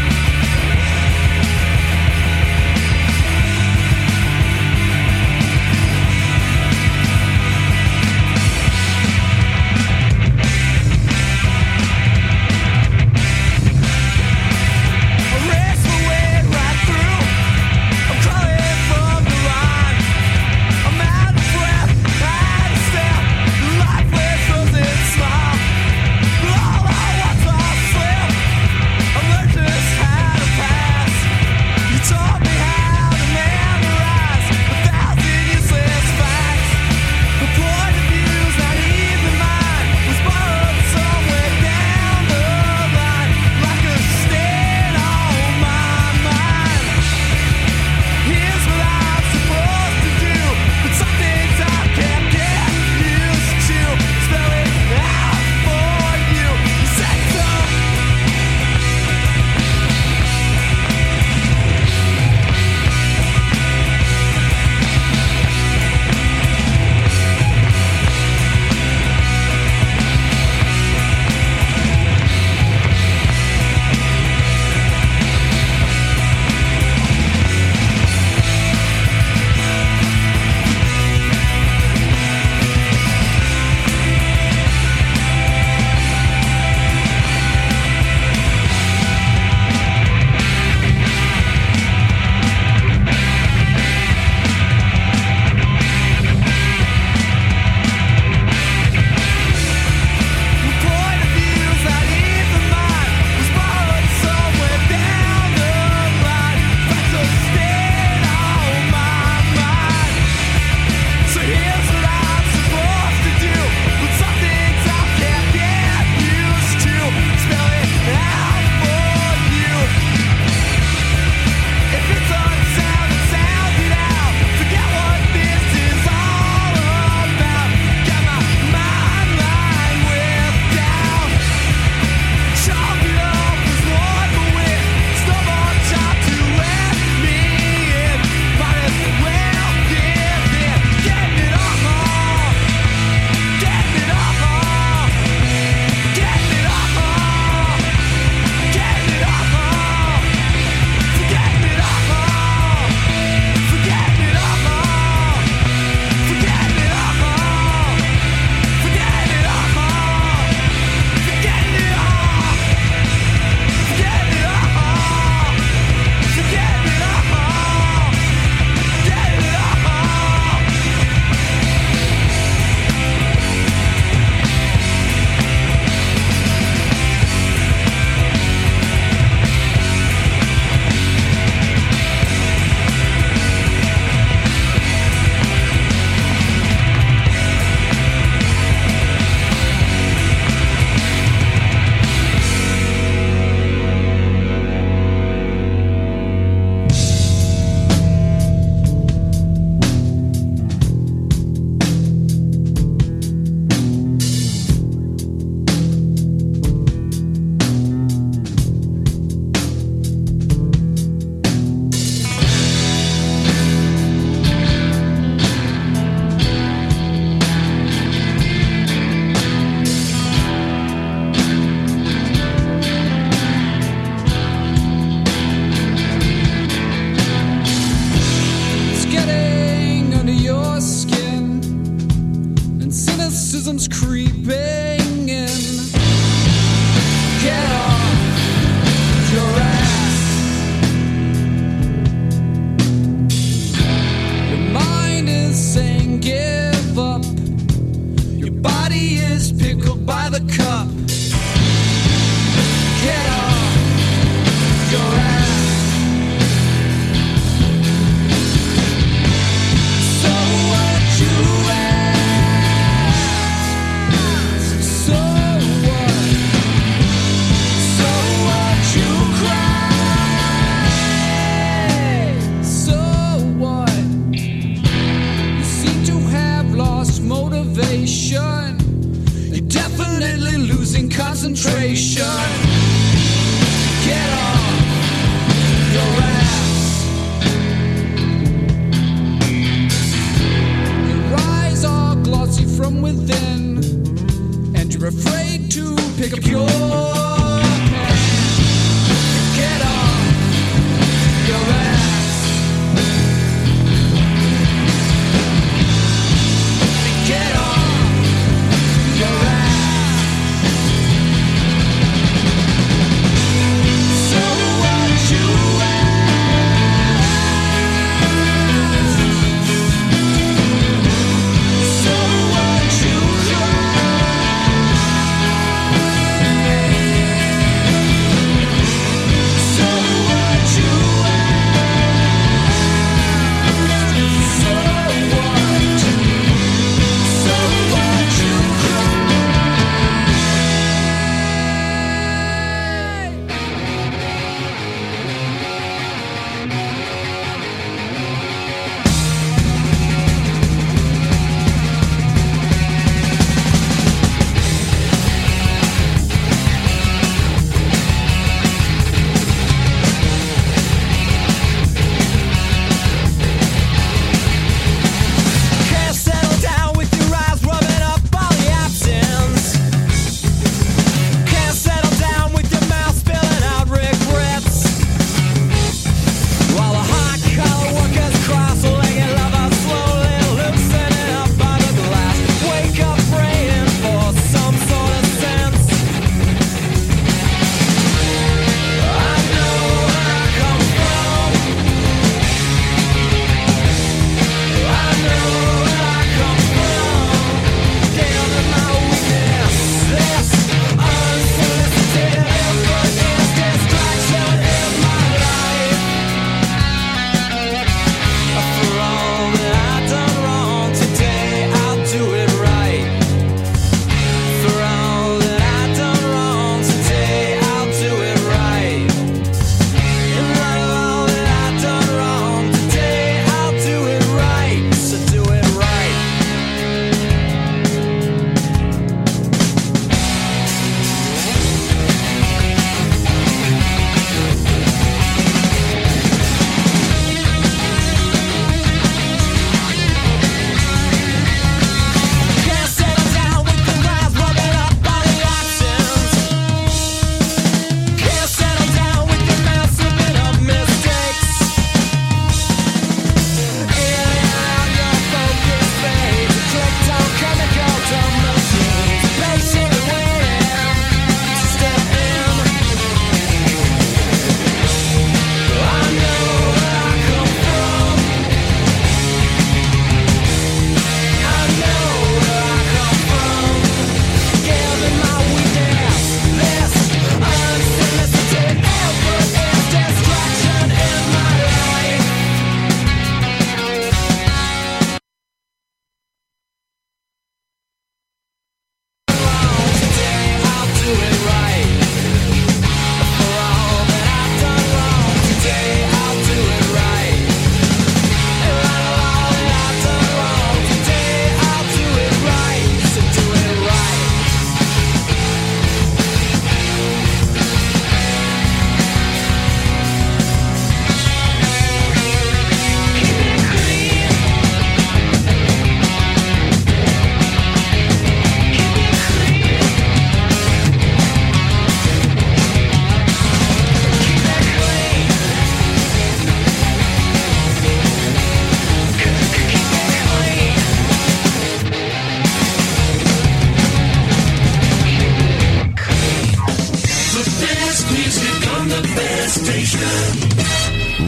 S6: racism's creeping in. Get off your ass. Your mind is saying give up. Your body is pickled by the cup. Get off your ass. So what you ask? So what? So what you cry? So what? You seem to have lost motivation. You're definitely losing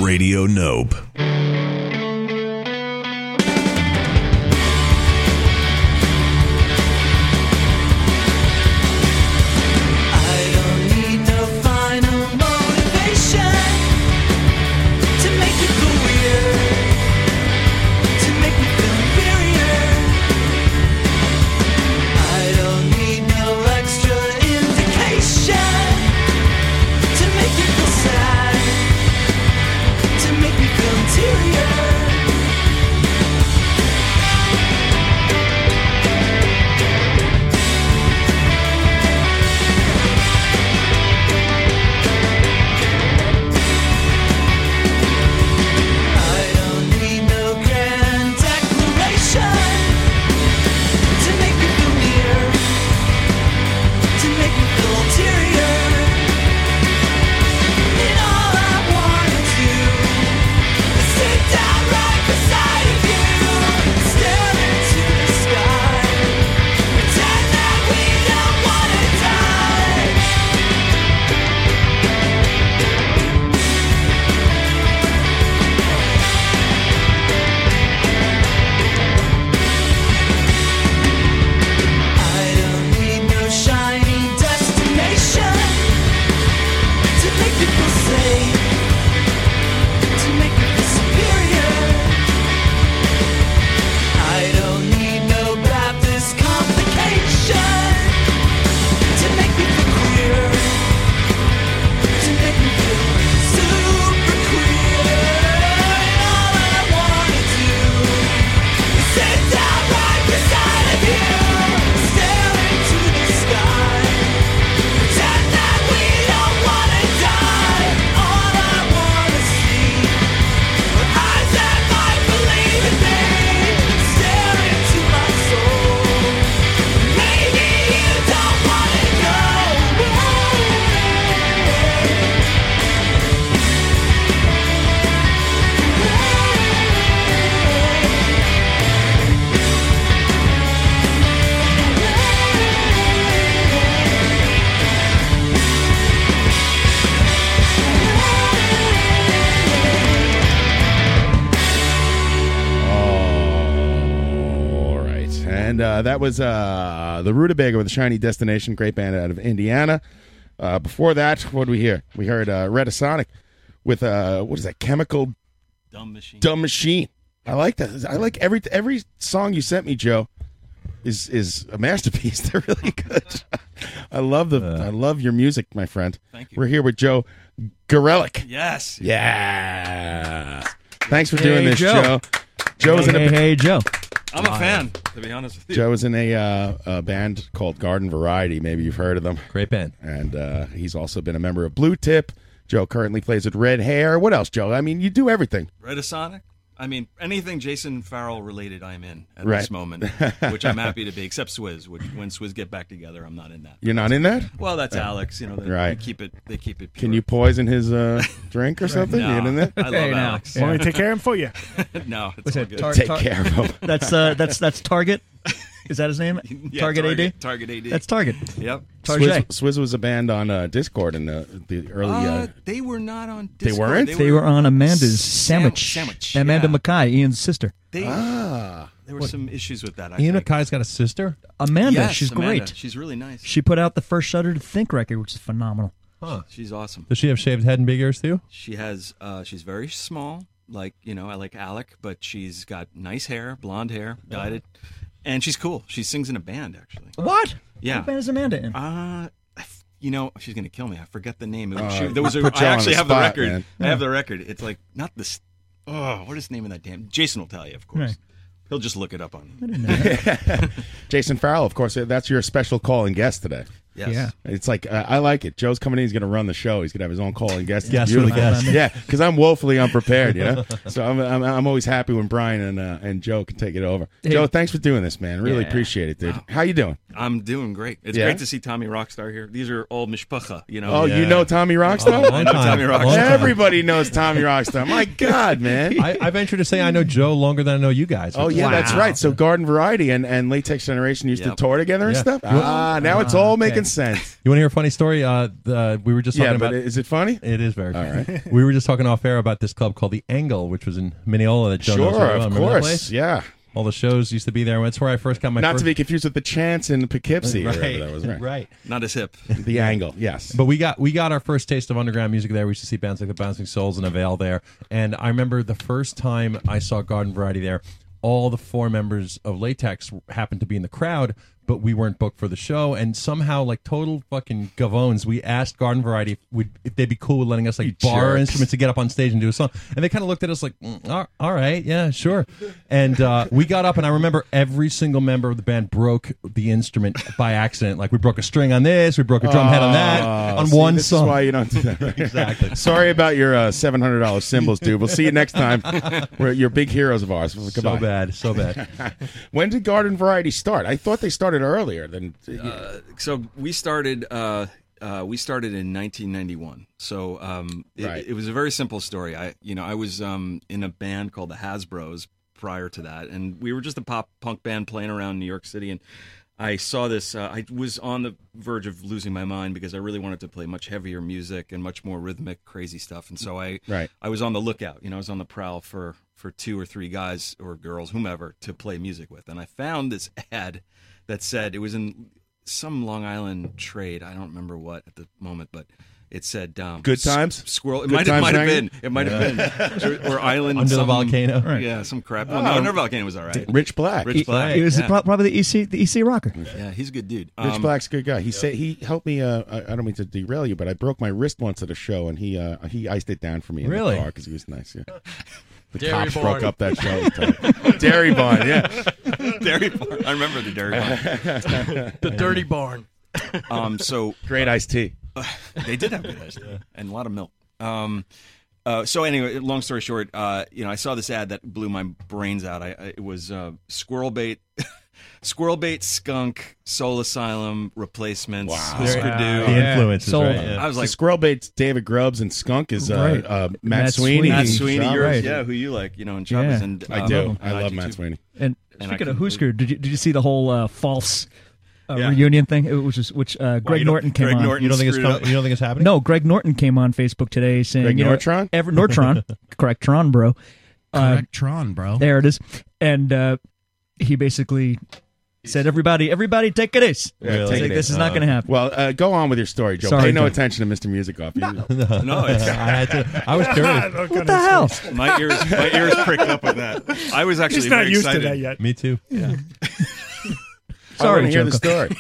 S2: Radio Nope.
S12: All right. And uh, that was uh, the Rutabaga with a Shiny Destination, great band out of Indiana. Uh, before that, what did we hear? We heard uh, Redisonic with uh, what is that? Chemical
S16: Dumb Machine.
S12: Dumb Machine. I like that. I like every every song you sent me, Joe. Is is a masterpiece. They're really good. I love the
S16: Uh.
S12: I love your music, my friend. Thank you. We're here with Joe Gorelick.
S16: Yes.
S12: Yeah. Thanks for doing
S16: Hey,
S12: this, Joe.
S16: Joe.
S12: Joe's in
S16: Hey,
S12: a
S16: hey, hey, Joe. I'm a
S12: Live.
S16: fan, to be honest with you.
S12: Joe is in a, uh, a band called Garden Variety. Maybe you've heard of them. Great band. And uh, he's also been a member of Blue Tip. Joe currently plays with Red Hair. What else, Joe? I mean, you do everything.
S16: Redisonic. I mean, anything Jason Farrell related, I'm in at
S12: Right.
S16: this moment, which I'm happy to be, except Swizz. Which when Swizz get back together, I'm not in that.
S12: You're not in that?
S16: Well, that's
S12: Uh,
S16: Alex. You know, they,
S12: right.
S16: they keep it. They keep it.
S12: Can you poison his uh, drink or something?
S16: Nah,
S12: you in that?
S16: I love Hey, now. Alex.
S11: Want me
S16: Yeah.
S11: to take care of him for you?
S16: no, it's
S10: What's
S16: all
S10: that?
S16: good.
S10: Tar- tar- That's uh, that's that's Target. Is that his name?
S16: Yeah,
S10: Target,
S16: Target-
S10: AD.
S16: Target AD.
S10: That's Target.
S16: Yep.
S10: Target.
S12: Swizz, Swizz was a band on uh, Discord in the, the early.
S10: Oh,
S12: Uh,
S16: Uh, they were not on.
S12: They
S16: Discord.
S12: weren't?
S10: They, were on Amanda's
S16: Sam-
S10: sandwich.
S16: Sandwich,
S10: Amanda Mackay, Ian's sister.
S16: They,
S12: ah,
S16: there were some issues with that. I
S10: Ian
S16: think.
S10: Akai's got a sister? Amanda.
S16: Yes,
S10: she's
S16: Amanda.
S10: great.
S16: She's really nice.
S10: She put out the first Shudder to Think record, which is phenomenal.
S16: Huh. She's awesome.
S17: Does she have shaved head and big ears too?
S16: She has. Uh, she's very small, like you know, I like Alec, but she's got nice hair, blonde hair, dyed it, and she's cool. She sings in a band actually.
S10: What?
S16: Yeah.
S10: What band is Amanda in?
S16: Uh, you know, she's gonna kill me. I forget the name. It was-
S10: Uh,
S16: she- there was a,
S10: put you
S16: I
S10: on
S16: actually
S10: the
S16: have
S10: spot,
S16: the record.
S10: man.
S16: I have the record. It's like not this. Oh, what is the name of that damn? Jason will tell you, of course.
S10: Right.
S16: He'll just look it up on.
S12: Jason Farrell, of course. That's your special call and guest today.
S16: Yes. Yeah.
S12: It's like uh, I like it. Joe's coming in. He's going to run the show. He's going to have his own call and guest. It's
S17: Guest with a
S12: beautiful.
S17: guest.
S12: Yeah, because I'm woefully unprepared. You know, so I'm, I'm I'm always happy when Brian and uh, and Joe can take it over.
S16: Hey.
S12: Joe, thanks for doing this, man. Really
S16: Yeah.
S12: appreciate it, dude. How you doing?
S16: I'm doing great. It's
S12: Yeah?
S16: great to see Tommy Rockstar here. These are all mishpacha, you know.
S12: Oh, you know Tommy Rockstar?
S16: I know Tommy Rockstar.
S12: Everybody knows Tommy Rockstar. My God, man.
S17: I, I venture to say I know Joe longer than I know you guys.
S12: Oh yeah, that's right. So Garden Variety and, and Latex Generation used
S17: Yep.
S12: to tour together and
S17: Yeah.
S12: stuff.
S17: You want-
S12: Ah, now it's all
S17: okay.
S12: making nonsense.
S17: You want to hear a funny story? Uh, the, we were just
S12: Yeah,
S17: talking
S12: but
S17: about.
S12: is it funny?
S17: It is very funny.
S12: right.
S17: we were just talking off air about this club called the Angle, which was in Mineola. That Joe knows
S12: Sure,
S17: very
S12: of
S17: well. Remember that
S12: course,
S17: place?
S12: yeah.
S17: All the shows used to be there. That's where I first got my
S12: Not
S17: first
S12: to be confused with the chance in Poughkeepsie. or whatever that was, right.
S16: Not as hip.
S12: The angle, yes.
S17: But we got we got our first taste of underground music there. We used to see bands like the Bouncing Souls and Avail there. And I remember the first time I saw Garden Variety there, all the four members of Latex happened to be in the crowd, but we weren't booked for the show. And somehow, like total fucking gavones, we asked Garden Variety if, we'd, if they'd be cool with letting us like borrow our
S12: jerks.
S17: instruments to get up on stage and do a song. And they kind of looked at us like, "Mm, all- all right, yeah, sure. And uh, we got up, and I remember every single member of the band broke the instrument by accident. Like we broke a string on this, we broke a drum head on that,
S12: Oh,
S17: on
S12: see,
S17: one
S12: this is
S17: song.
S12: why you don't do that.
S17: exactly.
S12: Sorry about your uh, seven hundred dollars symbols, dude. We'll see you next time. We're, you're big heroes of ours. Goodbye.
S17: So bad, so bad.
S12: when did Garden Variety start? I thought they started earlier than.
S16: Uh, so we started. Uh, uh, we started in 1991. So um, it, it was a very simple story. I, you know, I was um, in a band called the Hasbro's prior to that, and we were just a pop punk band playing around New York City. And I saw this. Uh, I was on the verge of losing my mind because I really wanted to play much heavier music and much more rhythmic, crazy stuff. And so I,
S12: Right.
S16: I was on the lookout. You know, I was on the prowl for for two or three guys or girls, whomever, to play music with. And I found this ad that said it was in some Long Island trade. I don't remember what at the moment, but it said um,
S12: Good
S16: s-
S12: times?
S16: squirrel. It
S12: Good
S16: might, it
S12: times
S16: might have
S12: hanging?
S16: been. It might have
S12: Yeah.
S16: been or, or island
S17: Under the
S16: some-
S17: volcano. Right.
S16: Yeah, some crap. Well, Oh, no, under volcano was all right.
S12: Oh. Rich Black.
S16: Rich Black.
S10: He was
S16: yeah.
S10: pro- probably
S12: E
S10: the EC, the EC rocker.
S16: yeah, he's a good dude.
S12: Rich
S16: Um,
S12: Black's a good guy. He said he helped me. Uh, I, I don't mean to derail you, but I broke my wrist once at a show, and he uh, he iced it down for me in
S17: Really?
S12: the car because he was nice. Yeah. The
S16: Dairy
S12: cops
S16: barn.
S12: broke up that show. It was terrible. dairy barn, yeah.
S16: Dairy barn. I remember the dairy barn.
S12: The dirty
S16: barn. Um. So Uh,
S12: great iced tea.
S16: they did have good iced tea and a lot of milk. Um. Uh, so anyway, long story short, uh, you know, I saw this ad that blew my brains out. I, I it was uh, squirrel bait, squirrel bait, skunk, soul asylum replacements, Husker Du.
S12: The
S17: influences,
S12: Sold.
S17: right? Yeah.
S16: I was
S12: So
S16: like,
S12: Squirrel Bait's David Grubbs and Skunk is uh,
S17: Right.
S12: uh, Matt,
S17: Matt
S12: Sweeney.
S16: Matt Sweeney,
S12: Choppers.
S16: yours, yeah, who you like, you know, and Chavez, and
S12: I
S16: um,
S12: do. I
S16: and
S12: love
S16: do
S12: Matt
S16: too.
S12: Sweeney.
S10: And
S16: I
S10: speaking of
S16: can-
S10: Hoosker, did you did you see the whole uh, false uh,
S16: Yeah.
S10: reunion thing? It was just, which uh, Greg
S16: you don't-
S10: Norton came
S16: Greg
S10: on.
S16: Norton You don't think it's screwed co- up. you don't think it's happening?
S10: No, Greg Norton came on Facebook today saying,
S12: Greg
S10: you know,
S12: Nortron?
S10: ever Nortron, correct Tron, bro, Uh,
S3: Correct Tron, bro.
S10: There it is, and uh, he basically said, "Everybody, everybody, take it easy.
S12: Yeah,
S10: He's
S12: take
S10: like,
S12: it
S10: this
S12: in.
S10: is not going to happen."
S12: Well, uh, go on with your story, Joe.
S10: Sorry,
S12: Pay no
S10: Joe.
S12: attention to Mr. Music off. No,
S16: No, it's- I had to- I was curious. Look
S10: What the hell?
S16: Oh, My ears, my ears pricked up with that. I was actually
S11: He's not
S16: very
S11: used to
S16: excited.
S11: that yet.
S17: Me too.
S16: Yeah.
S10: Sorry,
S12: hear
S10: Joe.
S12: the story.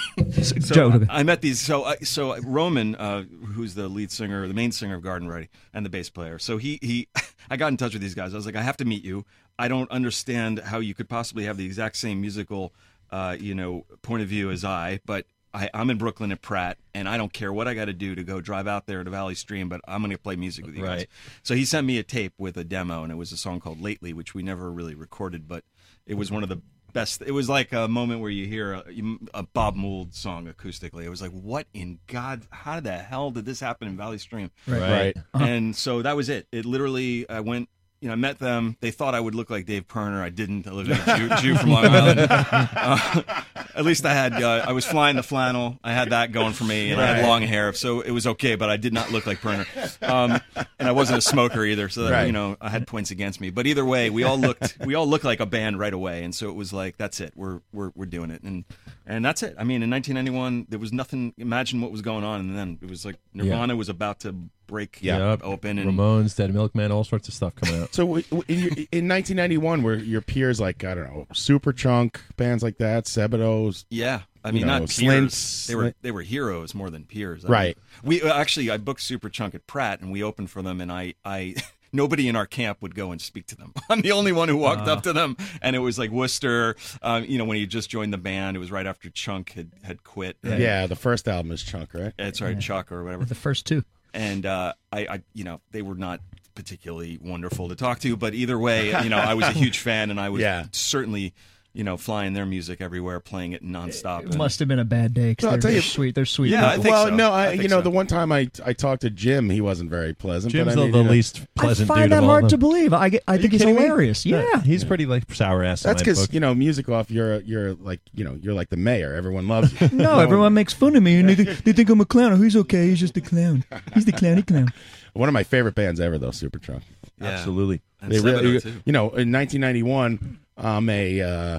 S16: So uh,
S10: Joe, okay.
S16: I, I met these. So, I, so Roman, uh, who's the lead singer, the main singer of Garden Variety, and the bass player. So he, he, I got in touch with these guys. I was like, I have to meet you. I don't understand how you could possibly have the exact same musical, uh, you know, point of view as I, but. I, I'm in Brooklyn at Pratt, and I don't care what I got to do to go drive out there to Valley Stream, but I'm going to play music with you guys.
S17: Right.
S16: So he sent me a tape with a demo, and it was a song called "Lately," which we never really recorded, but it was one of the best. It was like a moment where you hear a, a Bob Mould song acoustically. It was like, what in God? How the hell did this happen in Valley Stream?
S12: Right. Right.
S16: And so that was it. It literally, I went. You know, I met them. They thought I would look like Dave Perner. I didn't. I looked like a Jew, Jew from Long Island. Uh, at least I had. Uh, I was flying the flannel. I had that going for me, and I had
S12: Right.
S16: long hair, so it was okay. But I did not look like Perner, um, and I wasn't a smoker either. So that,
S12: Right.
S16: you know, I had points against me. But either way, we all looked we all looked like a band right away, and so it was like that's it. We're we're we're doing it, and and that's it. I mean, in 1991, there was nothing. Imagine what was going on, and then it was like Nirvana was about to break
S17: Yep.
S16: open, and
S17: Ramones, Dead Milkman, all sorts of stuff coming out.
S12: So w- w- in, your, in 1991, were your peers like I don't know, Superchunk bands like that, Sebeto's?
S16: Yeah, I
S12: you
S16: mean,
S12: know,
S16: not peers.
S12: Slints.
S16: They were they were heroes more than peers. I
S12: Right.
S16: mean, we uh, actually I booked Superchunk at Pratt, and we opened for them, and I I. Nobody in our camp would go and speak to them. I'm the only one who walked
S12: Uh.
S10: Ah.
S16: up to them, and it was like Worcester. Um, you know, when he just joined the band, it was right after Chunk had had quit. And-
S12: yeah, the first album is Chunk, right?
S16: that's right, Eh, Chuck or whatever.
S10: The first two.
S16: And uh, I, I, you know, they were not particularly wonderful to talk to, but either way, you know, I was a huge fan, and I was
S12: Yeah.
S16: certainly you know, flying their music everywhere, playing it nonstop.
S10: It must have been a bad day
S16: No,
S10: because
S16: I'll
S10: they're,
S16: tell
S10: they're
S16: you-
S10: sweet. They're sweet.
S16: Yeah, I
S10: people.
S16: think
S12: well,
S16: so.
S12: no, I,
S16: I
S12: you
S16: think
S12: know
S16: so.
S12: the one time I, I talked to Jim, he wasn't very pleasant.
S17: Jim's
S12: but I
S17: the-
S12: mean,
S17: the
S12: you know-
S17: least pleasant
S10: find that hard to believe. I, get- I think he's hilarious. Yeah.
S17: he's pretty like sour ass.
S12: That's because you know, music off. You're you're like you know you're like the mayor. Everyone loves you.
S10: No, everyone makes fun of me and they, think- they think I'm a clown. Oh, he's okay. He's just a clown. He's the clowny clown.
S12: One of my favorite bands ever, though, Supertramp.
S17: Yeah. Absolutely. And
S12: They really,
S17: Slipknot, too.
S12: you know, in 1991, I'm a uh,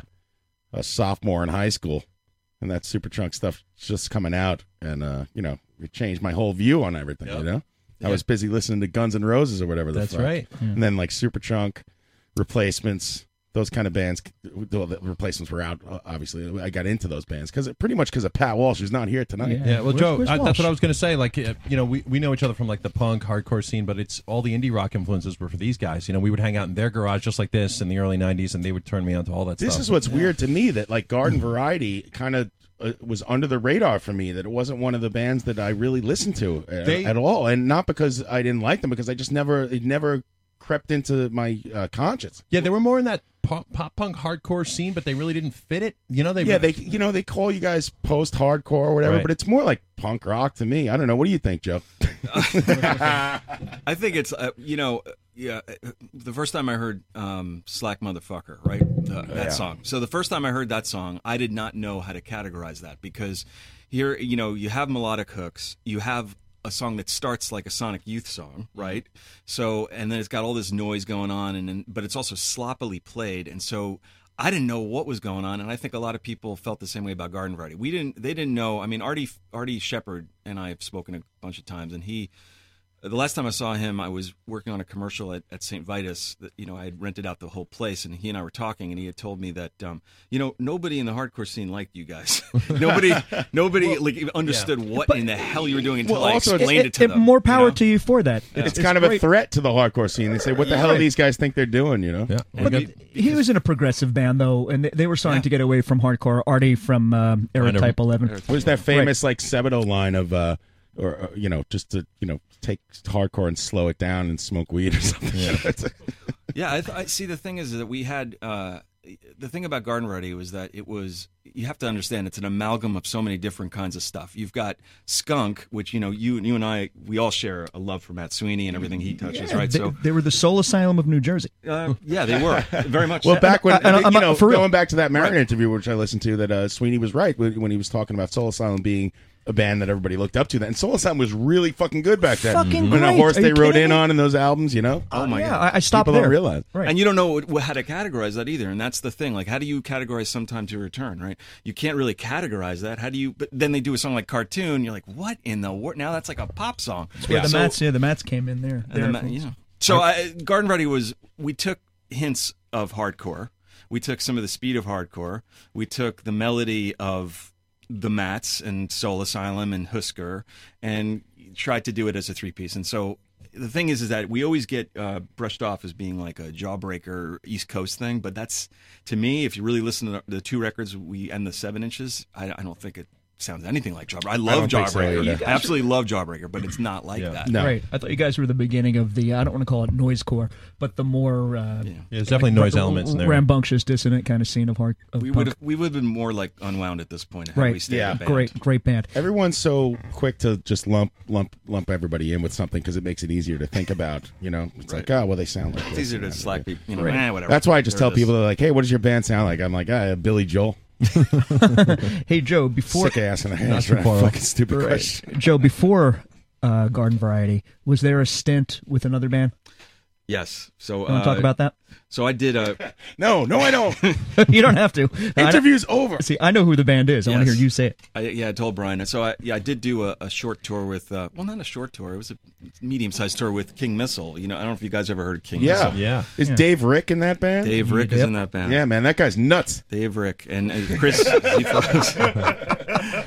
S12: a sophomore in high school, and that Supertrunk stuff just coming out, and uh, you know, it changed my whole view on everything. You know, I
S17: Yeah.
S12: was busy listening to Guns N' Roses or whatever. The
S17: That's
S12: fuck.
S17: right. Yeah.
S12: And then like Supertrunk, replacements. Those kind of bands, well, the replacements were out. uh, Obviously, I got into those bands because pretty much because of Pat Walsh, who's not here tonight.
S17: Yeah, well, Joe, I, that's what I was going to say. Like, uh, you know, we, we know each other from like the punk hardcore scene, but it's all the indie rock influences were for these guys. You know, we would hang out in their garage just like this in the early '90s, and they would turn me on to all that
S12: This
S17: stuff.
S12: is what's weird to me that like Garden Variety kind of uh, was under the radar for me. That it wasn't one of the bands that I really listened to uh,
S17: They-
S12: at all, and not because I didn't like them, because I just never it never crept into my uh, conscience.
S17: Yeah, they were more in that pop, pop punk hardcore scene, but they really didn't fit it. You know, they
S12: yeah, they you know they call you guys post hardcore or whatever,
S17: Right.
S12: but it's more like punk rock to me. I don't know. What do you think, Joe?
S16: I think it's uh, you know uh, yeah uh, the first time I heard um, "Slack Motherfucker" right uh, that
S12: Yeah.
S16: song. So the first time I heard that song, I did not know how to categorize that because here you know you have melodic hooks, you have a song that starts like a Sonic Youth song, right? So and then it's got all this noise going on, and, and but it's also sloppily played, and so. I didn't know what was going on, and I think a lot of people felt the same way about Garden Variety. We didn't; they didn't know. I mean, Artie Artie Shepard and I have spoken a bunch of times, and he the last time I saw him, I was working on a commercial at, at St. Vitus. That, you know, I had rented out the whole place, and he and I were talking, and he had told me that, um, you know, nobody in the hardcore scene liked you guys. nobody, nobody like even understood what in the hell you were doing until I explained it, to them.
S10: More power to you for that.
S12: It's, kind of a
S10: great.
S12: threat to the hardcore scene. They say, "What the hell
S10: Right.
S12: do these guys think they're doing?" You know. Yeah.
S10: But he was in a progressive band though, and they, they were starting to get away from hardcore. Artie from um, Era Type Eleven.
S12: Where's that famous like Sebado line of uh or uh, you know just to you know take hardcore and slow it down and smoke weed or something.
S16: yeah, I, th- I see. The thing is that we had uh, the thing about Garden Variety was that it was you have to understand it's an amalgam of so many different kinds of stuff. You've got skunk, which you know you you and I we all share a love for Matt Sweeney and everything he touches, right?
S10: They,
S16: so
S10: they were the Soul Asylum of New Jersey.
S16: Uh, yeah, they were very much.
S12: Well, back when
S10: And I- I'm
S12: you
S10: not-
S12: know
S10: for real.
S12: going back to that Marin interview which I listened to that uh, Sweeney was right when when he was talking about Soul Asylum being a band that everybody looked up to. That and Soul Asylum was really fucking good back then.
S10: Fucking
S12: And the
S10: great.
S12: horse
S10: Are
S12: they
S10: you
S12: rode
S10: kidding
S12: in
S10: me?
S12: on and those albums, you know.
S16: Oh my
S10: Uh, yeah,
S16: god!
S10: I, I stopped
S12: People
S10: there.
S12: don't realize.
S10: Right.
S16: And you don't know what- how to categorize that either, and that's the thing. Like, how do you categorize sometimes your return? Right? You can't really categorize that. How do you? But then they do a song like cartoon. You're like, what in the world? Now that's like a pop song.
S10: That's where the
S16: So-
S10: mats. Yeah, the mats came in there.
S16: and
S10: There
S16: the ma-
S10: it is.
S16: yeah. So I, Garden Variety was we took hints of hardcore. We took some of the speed of hardcore. We took the melody of the Mats and Soul Asylum and Husker, and tried to do it as a three piece. And so the thing is, is that we always get uh, brushed off as being like a jawbreaker East Coast thing, but that's to me, if you really listen to the, the two records we and the seven inches, I, I don't think it sounds anything like Jawbreaker. I love
S10: don't think so
S16: Jawbreaker.
S10: either.
S16: I absolutely love Jawbreaker, but it's not like that.
S10: Right. I thought you guys were the beginning of the. I don't want to call it noise core, but the more. Uh, yeah.
S17: there's definitely noise elements in there.
S10: Rambunctious, dissonant kind of scene of hard. Of
S16: we
S10: punk.
S16: would have we would have been more like unwound at this point. Had
S10: Right.
S16: We stayed a band.
S10: Great, great band.
S12: Everyone's so quick to just lump, lump, lump everybody in with something because it makes it easier to think about. You know, it's like, oh, well, they sound like.
S16: It's
S12: this
S16: easier
S12: and
S16: to
S12: that.
S16: slack people. You know,
S12: Right.
S16: eh, whatever.
S12: That's why I just
S16: They're
S12: tell people they're like, "Hey, what does your band sound like?" I'm like, "Ah, Billy Joel."
S10: hey Joe, before
S12: sick ass and a
S10: Not
S12: ass
S10: too
S12: right?
S10: far off.
S12: fucking stupid
S10: Right.
S12: question.
S10: Joe, before uh, Garden Variety, was there a stint with another band?
S16: Yes. So uh,
S10: You wanna talk about that?
S16: So I did a
S12: no, no, I don't.
S10: you don't have to.
S12: Interview's over.
S10: See, I know who the band is. I want to
S16: Yes.
S10: hear you say it.
S16: I, yeah, I told Brian. So I yeah I did do a, a short tour with uh, well not a short tour it was a medium sized tour with King Missile. You know I don't know if you guys ever heard of King
S12: Yeah,
S16: Missile.
S12: Is Dave Rick in that band?
S16: Dave Rick is in that band.
S12: Yeah, man, that guy's nuts.
S16: Dave Rick and uh, Chris Zifos.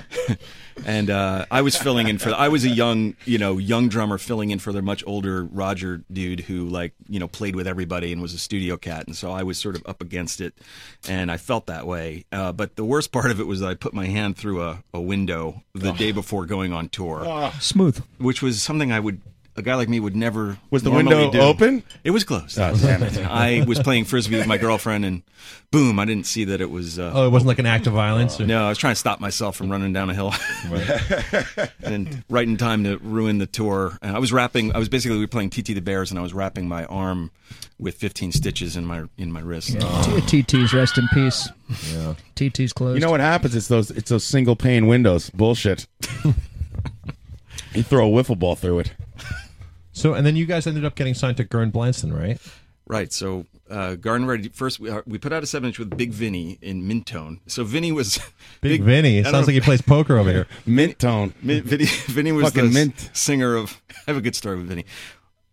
S16: and uh, I was filling in for I was a young you know young drummer filling in for their much older Roger dude who like you know played with everybody and was a studio cat and so I was sort of up against it and I felt that way uh, but the worst part of it was that I put my hand through a, a window the day before going on tour
S12: Ah.
S10: Smooth.
S16: which was something I would a guy like me would never.
S12: Was the
S16: normally
S12: window
S16: do.
S12: open?
S16: It was closed.
S12: Oh, damn it.
S16: I was playing frisbee with my girlfriend, and boom! I didn't see that it was. Uh,
S17: Oh, it wasn't like an act of violence. or-
S16: No, I was trying to stop myself from running down a hill, and right in time to ruin the tour. And I was wrapping. I was basically we were playing TT the Bears, and I was wrapping my arm with 15 stitches in my in my
S17: Oh.
S16: wrist.
S10: TT's rest in peace.
S16: Yeah.
S10: TT's closed.
S12: You know what happens? It's those it's those single pane windows. Bullshit. you throw a wiffle ball through it.
S17: So, and then you guys ended up getting signed to Gern Blanson, right?
S16: Right. So, uh, Garden Variety. First, we, uh, we put out a seven inch with Big Vinny in mint tone. So Vinny was
S17: Big, Vinny. It
S16: I don't
S17: sounds
S16: know-
S17: like he plays poker over here.
S12: mint tone.
S16: Min- Vinny, Vinny was
S17: Fucking
S16: the s-
S17: mint.
S16: singer of. I have a good story with Vinny.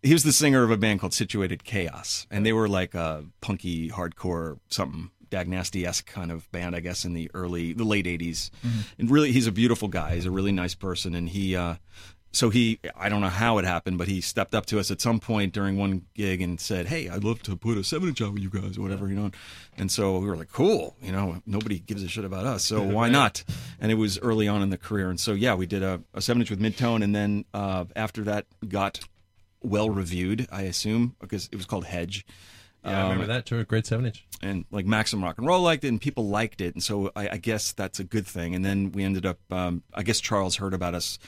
S16: He was the singer of a band called Situated Chaos, and they were like a punky hardcore something. Dag Nasty esque kind of band, I guess, in the early, the late 80s.
S18: Mhm.
S16: And really, he's a beautiful guy. He's a really nice person. And he, uh, so he, I don't know how it happened, but he stepped up to us at some point during one gig and said, Hey, I'd love to put a seven inch out with you guys, or whatever, you know. And so we were like, Cool, you know, nobody gives a shit about us. So why
S18: Right.
S16: not? And it was early on in the career. And so, yeah, we did a, a seven inch with Midtone. And then uh, after that got well reviewed, I assume, because it was called Hedge. Um,
S17: Yeah, I remember that too. Great seven inch.
S16: And like Maxim Rock and Roll liked it, and people liked it, and so I, I guess that's a good thing. And then we ended up, um, I guess Charles heard about us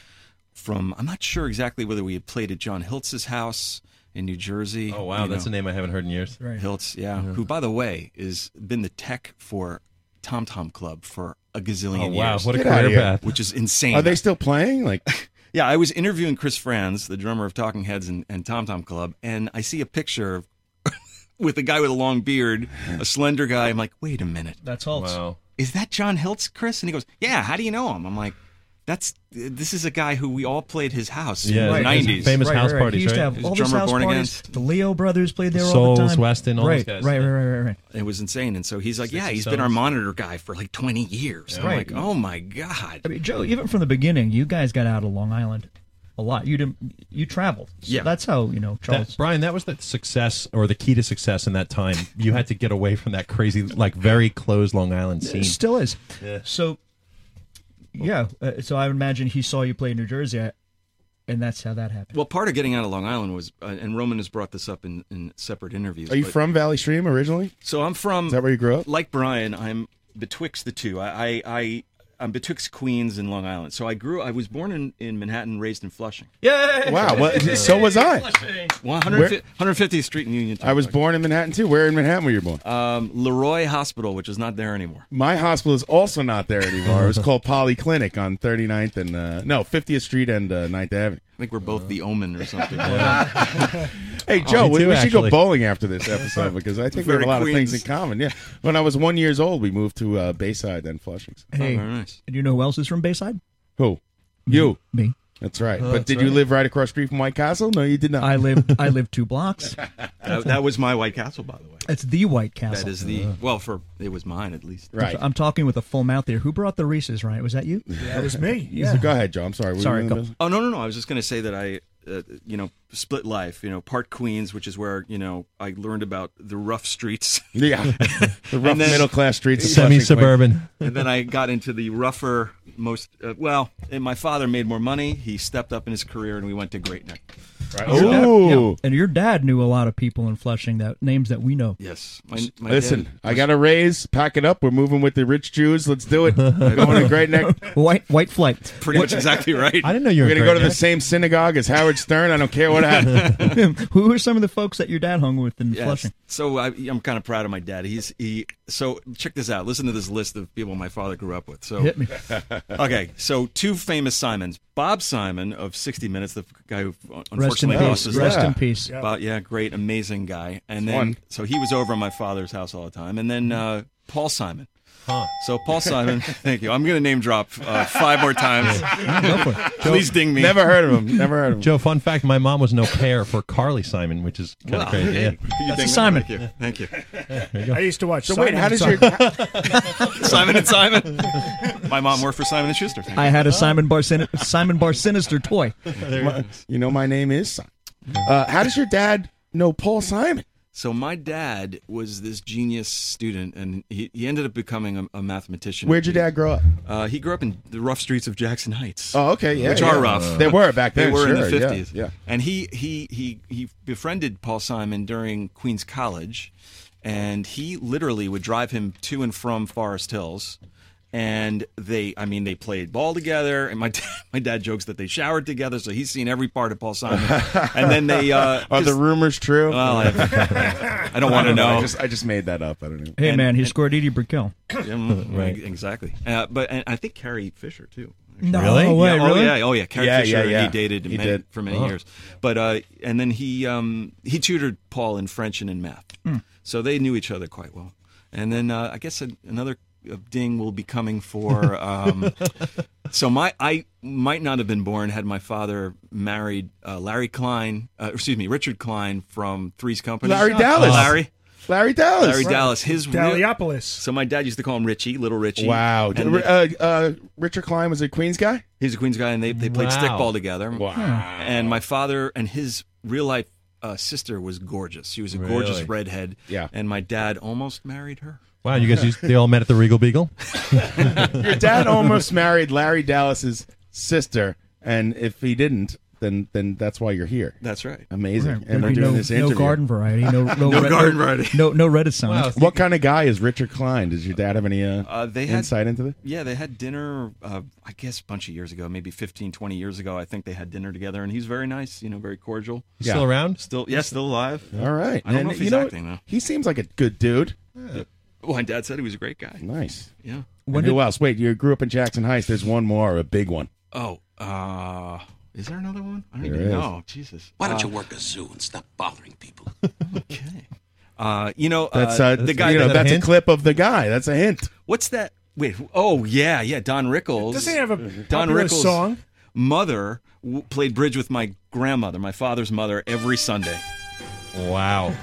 S16: from I'm not sure exactly whether we had played at John Hiltz's house in New Jersey.
S17: Oh, wow, that's a name I haven't heard in years. Right.
S16: Hiltz, yeah,
S17: Yeah.
S16: Who, by the way, is been the tech for Tom Tom Club for a gazillion
S17: Oh, wow,
S16: years.
S17: what a Get outta career here. path.
S16: Which is insane.
S12: Are they still playing? Like
S16: Yeah, I was interviewing Chris Franz, the drummer of Talking Heads and, and Tom Tom Club, and I see a picture of- with a guy with a long beard, a slender guy. I'm like, wait a minute.
S10: That's Holtz. Wow.
S16: Is that John Hiltz, Chris? And he goes, yeah, how do you know him? I'm like, that's this is a guy who we all played his house
S17: Yeah,
S16: in the
S17: his
S16: 90s.
S17: famous Right, house right, right.
S10: He used to have
S16: His
S10: all these
S16: drummer
S10: house
S16: Born Again.
S10: parties. The Leo brothers played there all
S17: Souls,
S10: the time.
S17: Weston, all those
S10: right,
S17: guys.
S10: Right, right, right, right, right.
S16: It was insane. And so he's like, yeah,
S10: and
S16: he's been our
S10: sevens.
S16: monitor guy for like 20 years. And I'm
S10: Right.
S16: like, oh my God.
S10: I mean, Joe, even from the beginning, you guys got out of Long Island a lot. You didn't. You traveled. So
S17: Yeah.
S10: That's how you know Charles.
S17: That, Brian, that was the success or the key to success in that time. You had to get away from that crazy, like very closed Long Island scene.
S10: It still is. So, yeah. Uh, so I would imagine he saw you play in New Jersey, I- and that's how that happened.
S16: Well, part of getting out of Long Island was, uh, and Roman has brought this up in, in separate interviews.
S12: Are you
S16: but-
S12: from Valley Stream originally?
S16: So I'm from.
S12: Is that where you grew up?
S16: Like Brian, I'm betwixt the two. I, I, I I'm betwixt Queens and Long Island. So I grew. I was born in, in Manhattan, raised in Flushing.
S10: Yeah.
S12: Wow, well, so was I. Flushing.
S16: 150, 150th Street in Union.
S12: I was born in Manhattan too. Where in Manhattan were you born?
S16: Um, Leroy Hospital, which is not there anymore.
S12: My hospital is also not there anymore. It was called Polyclinic on 39th and uh, no 50th Street and uh, 9th Avenue. Uh,
S16: I think we're both the Omen or something.
S12: Hey
S16: Oh,
S12: Joe,
S16: me
S12: we,
S16: too,
S12: we should go
S16: actually.
S12: bowling after this episode because I think we have
S16: Very
S12: a lot of
S16: Queens.
S12: things in common. Yeah, when I was one years old, we moved to uh, Bayside then Flushing.
S10: Hey, do you know who else is from Bayside?
S12: Who? You.
S10: Me.
S12: That's right.
S10: Oh,
S12: but
S10: that's
S12: did you
S10: right.
S12: live right across the street from White Castle? No, you did not.
S10: I lived. I lived two blocks.
S16: that, that was my White Castle, by the way.
S10: That's the White Castle.
S16: That is
S12: Uh,
S16: the well for it was mine at least.
S10: I'm talking with a full mouth here. Who brought the Reese's? Right? Was that you?
S12: That was me. So go ahead, Joe. I'm sorry. Were you
S10: Sorry.
S12: in the
S10: go-
S12: middle?
S16: Oh no no no! I was just going to say that I, uh, you know, split life. You know, part Queens, which is where you know I learned about the rough streets.
S12: Yeah. The rough
S16: And then-
S12: middle-class streets of Flushing, Queens. Semi-suburban.
S16: and then I got into the rougher, most uh, well. And my father made more money. He stepped up in his career, and we went to Great Neck.
S10: Your dad-
S12: Ooh.
S10: yeah. And your dad knew a lot of people in Flushing that names that we know.
S16: Yes. My, my
S12: Listen,
S16: dad-
S12: I got a raise. Pack it up. We're moving with the rich Jews. Let's do it. We're going to Great Neck.
S10: White white flight.
S16: Pretty much exactly right. I didn't know
S10: you were
S12: We're
S10: in
S12: gonna go to
S10: Great
S12: the
S10: Neck.
S12: same synagogue as Howard Stern. I don't care what happens.
S10: Who were some of the folks that your dad hung with in
S16: Yes.
S10: Flushing?
S16: So I, I'm kind of proud of my dad. He's he. So check this out. Listen to this list of people my father grew up with. So
S10: Hit me.
S16: okay. So two famous Simons. Bob Simon of 60 Minutes, the guy who
S10: Rest in
S16: unfortunately
S10: peace.
S16: lost his
S10: Rest
S16: life.
S10: in peace.
S16: Bob- yeah, great, amazing guy. And then
S10: One.
S16: so he was over at my father's house all the time. And then uh, Paul Simon.
S17: Huh.
S16: So Paul Simon, thank you. I'm going to name drop uh, five more times. Please ding me.
S12: Never heard of him.
S17: Joe, fun fact: my mom was no pair for Carly Simon, which is kind
S16: Wow.
S17: of crazy. Yeah.
S16: Hey, you ding me?
S11: Simon.
S16: Thank you. Thank you.
S11: I used to watch.
S12: So wait, how does
S11: Simon and
S16: your Simon and Simon? My mom worked for Simon and Schuster. Thank
S10: I
S16: you.
S10: had a Simon Bar Simon Bar Sinister toy.
S12: My- you know my name is. Simon. Uh, how does your dad know Paul Simon?
S16: So my dad was this genius student, and he, he ended up becoming a, a mathematician.
S12: Where'd your dad grow up?
S16: Uh, he grew up in the rough streets of Jackson Heights.
S12: Oh, okay, yeah,
S16: which
S12: yeah.
S16: are rough.
S12: They were back
S16: They
S12: then,
S16: were in the
S12: sure, yeah,
S16: fifties.
S12: yeah.
S16: And he he he he befriended Paul Simon during Queens College, and he literally would drive him to and from Forest Hills. And they, I mean, they played ball together. And my dad, my dad jokes that they showered together, so he's seen every part of Paul Simon. And then they uh,
S12: are the rumors true?
S16: Well, I, I don't want to know.
S12: I just, I just made that up. I don't know.
S10: Hey,
S16: And-
S10: man, he scored Edie Brickell.
S16: Yeah, mm,
S10: Right.
S16: Exactly. Uh, but and I think Carrie Fisher too.
S10: No Really? way,
S16: Yeah,
S10: really?
S16: Oh yeah. Oh yeah. Carrie
S12: Yeah,
S16: Fisher.
S12: yeah, yeah.
S16: He dated
S12: He
S16: many-
S12: did.
S16: for many
S12: Oh.
S16: years. But uh, and then he um, he tutored Paul in French and in math,
S12: Hmm.
S16: so they knew each other quite well. And then uh, I guess an another uh, ding will be coming for. Um, so my I might not have been born had my father married uh, Larry Klein. Uh, excuse me, Richard Klein from Three's Company.
S12: Larry Dallas.
S16: Oh, Larry.
S12: Larry Dallas.
S16: Larry Dallas. His real-
S11: Daliopolis.
S16: so my dad used to call him Richie, Little Richie.
S12: Wow.
S16: And they-
S12: uh, uh, Richard Klein was a Queens guy?
S16: he's a Queens guy, and they, they played
S12: Wow.
S16: stickball together.
S12: Wow. Hmm.
S16: And my father and his real life uh, sister was gorgeous. She was a gorgeous
S17: Really?
S16: redhead. Yeah. And my dad almost married her.
S17: Wow, you guys, used, they all met at the Regal Beagle.
S12: Your dad almost married Larry Dallas's sister, and if he didn't, then then that's why you're here.
S16: That's right.
S12: Amazing.
S10: Right.
S12: And
S10: There'd
S12: we're
S10: be
S12: doing
S10: no-
S12: this
S10: no
S12: interview.
S10: garden variety, no- no No red-
S12: garden
S10: garden no- variety. no- no Reddit sound. Wow.
S12: What kind of guy is Richard Klein? Does your dad have any uh,
S16: Uh, they had,
S12: insight into this?
S16: Yeah, they had dinner, uh, I guess, a bunch of years ago, maybe 15, 20 years ago. I think they had dinner together, and he's very nice, you know, very cordial.
S17: He's still Yeah. around?
S16: Still, yeah, still alive.
S12: All right.
S16: I don't
S12: And
S16: know if
S12: you
S16: he's
S12: know,
S16: acting, though.
S12: He seems like a good dude.
S16: Yeah. Well, my dad said he was a great guy.
S12: Nice.
S16: Yeah.
S12: And who else? Wait, you grew up in Jackson Heights. There's one more, a big one.
S16: Oh, uh, is there another one? I don't
S12: There
S16: even
S12: is.
S16: know. Jesus.
S14: Why don't you
S16: Uh,
S14: work a zoo and stop bothering people?
S16: Uh, you know,
S12: That's
S16: uh,
S12: uh,
S16: the guy.
S12: You know,
S16: that-
S12: that's a clip of the guy. That's a hint.
S16: What's that? Wait. who- Oh yeah, yeah. Don Rickles.
S11: Doesn't he have a
S16: Don
S11: popular
S16: Rickles
S11: song?
S16: Mother w- played bridge with my grandmother, my father's mother, every Sunday.
S17: Wow.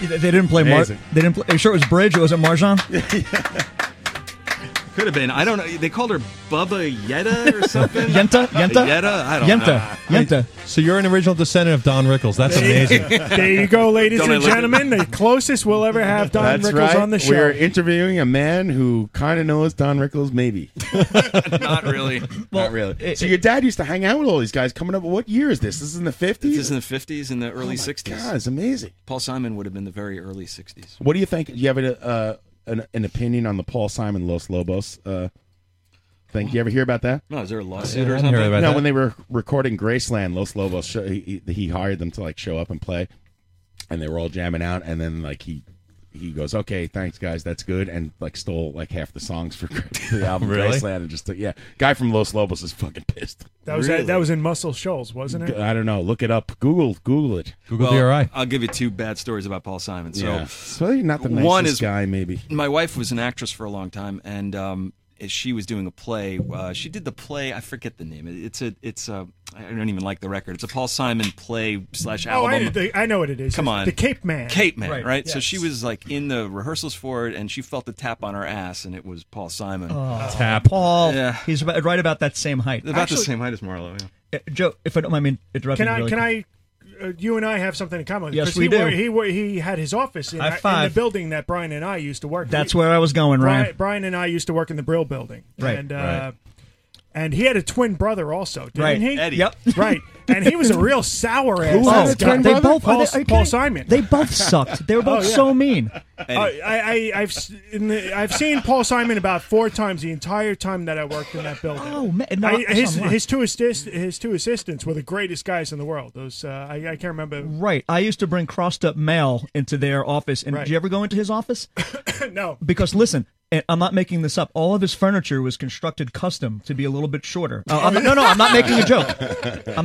S10: They didn't play. Mar-
S16: Amazing.
S10: they didn't play. Are you sure it was bridge? Or was it Marjan?
S16: Could have been. I don't know. They called her Bubba Yetta or something.
S10: Yenta? Yenta?
S16: Yetta. I don't know.
S10: Yenta.
S17: So you're an original descendant of Don Rickles. That's amazing.
S11: there you go, ladies
S17: Don't I
S11: and
S17: look-
S11: gentlemen. The closest we'll ever have Don
S12: That's
S11: Rickles
S12: right.
S11: on the show.
S12: We're interviewing a man who kind of knows Don Rickles, maybe.
S16: Not really.
S12: Not really. so your dad used to hang out with all these guys coming up. What year is this? This is in the fifties. Oh
S16: This is in the fifties and the early sixties.
S12: God, it's amazing.
S16: Paul Simon would have been the very early sixties.
S12: What do you think? Do you have an, uh, an an opinion on the Paul Simon Los Lobos uh, thing? Do you ever hear about that?
S16: No, is there a
S12: No,
S16: lawsuit or something?
S12: when they were recording Graceland, Los Lobos, show, he, he he hired them to like show up and play, and they were all jamming out. And then like he he goes, "Okay, thanks guys, that's good," and like stole like half the songs for the album
S17: Really?
S12: Graceland, and just yeah, guy from Los Lobos is fucking pissed.
S11: That was that was in Muscle Shoals, wasn't it?
S12: I don't know. Look it up. Google Google it.
S16: well, I'll give you two bad stories about Paul Simon. So,
S12: yeah. so you're not the nicest
S16: one is
S12: guy, maybe.
S16: my wife was an actress for a long time, and um, she was doing a play. Uh, she did the play. I forget the name. It's a. It's a. I don't even like the record. It's a Paul Simon play slash
S11: Oh,
S16: album.
S11: I, the, I know what it is.
S16: Come on,
S11: the Cape Man.
S16: Cape Man, right? So
S11: yes.
S16: she was like in the rehearsals for it, and she felt the tap on her ass, and it was Paul Simon.
S10: Oh,
S17: Tap.
S10: Paul. He's about, right about that same height.
S16: About the same height as Marlowe. Yeah.
S10: Uh, Joe, if I don't mind me interrupting,
S11: Can I?
S10: really
S11: Can
S10: quick.
S11: I? Uh, you and I have something in common.
S10: Yes,
S11: 'Cause
S10: we
S11: he
S10: do.
S11: wor- he wor- he had his office in,
S10: High
S11: in the
S10: five.
S11: building that Brian and I used to work.
S10: That's where I was going,
S11: Brian,
S10: Ryan.
S11: Brian and I used to work in the Brill building.
S10: Right,
S11: And, uh,
S10: right.
S11: And he had a twin brother also, didn't
S10: Right,
S11: he?
S10: Eddie. Yep.
S11: Right. And he was a real sour ass. guy.
S10: Oh, God, they both
S11: Paul,
S10: are they- are you
S11: Paul
S10: kidding?
S11: Simon.
S10: They both sucked. They were both
S11: Oh, yeah.
S10: so mean.
S11: Uh, I, I, I've s- in the, I've seen Paul Simon about four times the entire time that I worked in that building.
S10: Oh man, no,
S11: I-
S10: I'm
S11: his
S10: sorry.
S11: his two assist, his two assistants were the greatest guys in the world. Those uh, I, I can't remember.
S10: Right. I used to bring crossed up mail into their office. And
S11: Right.
S10: did you ever go into his office?
S11: no.
S10: Because listen, and I'm not making this up. All of his furniture was constructed custom to be a little bit shorter. Uh, I'm not- no, no, I'm not making a joke. I'm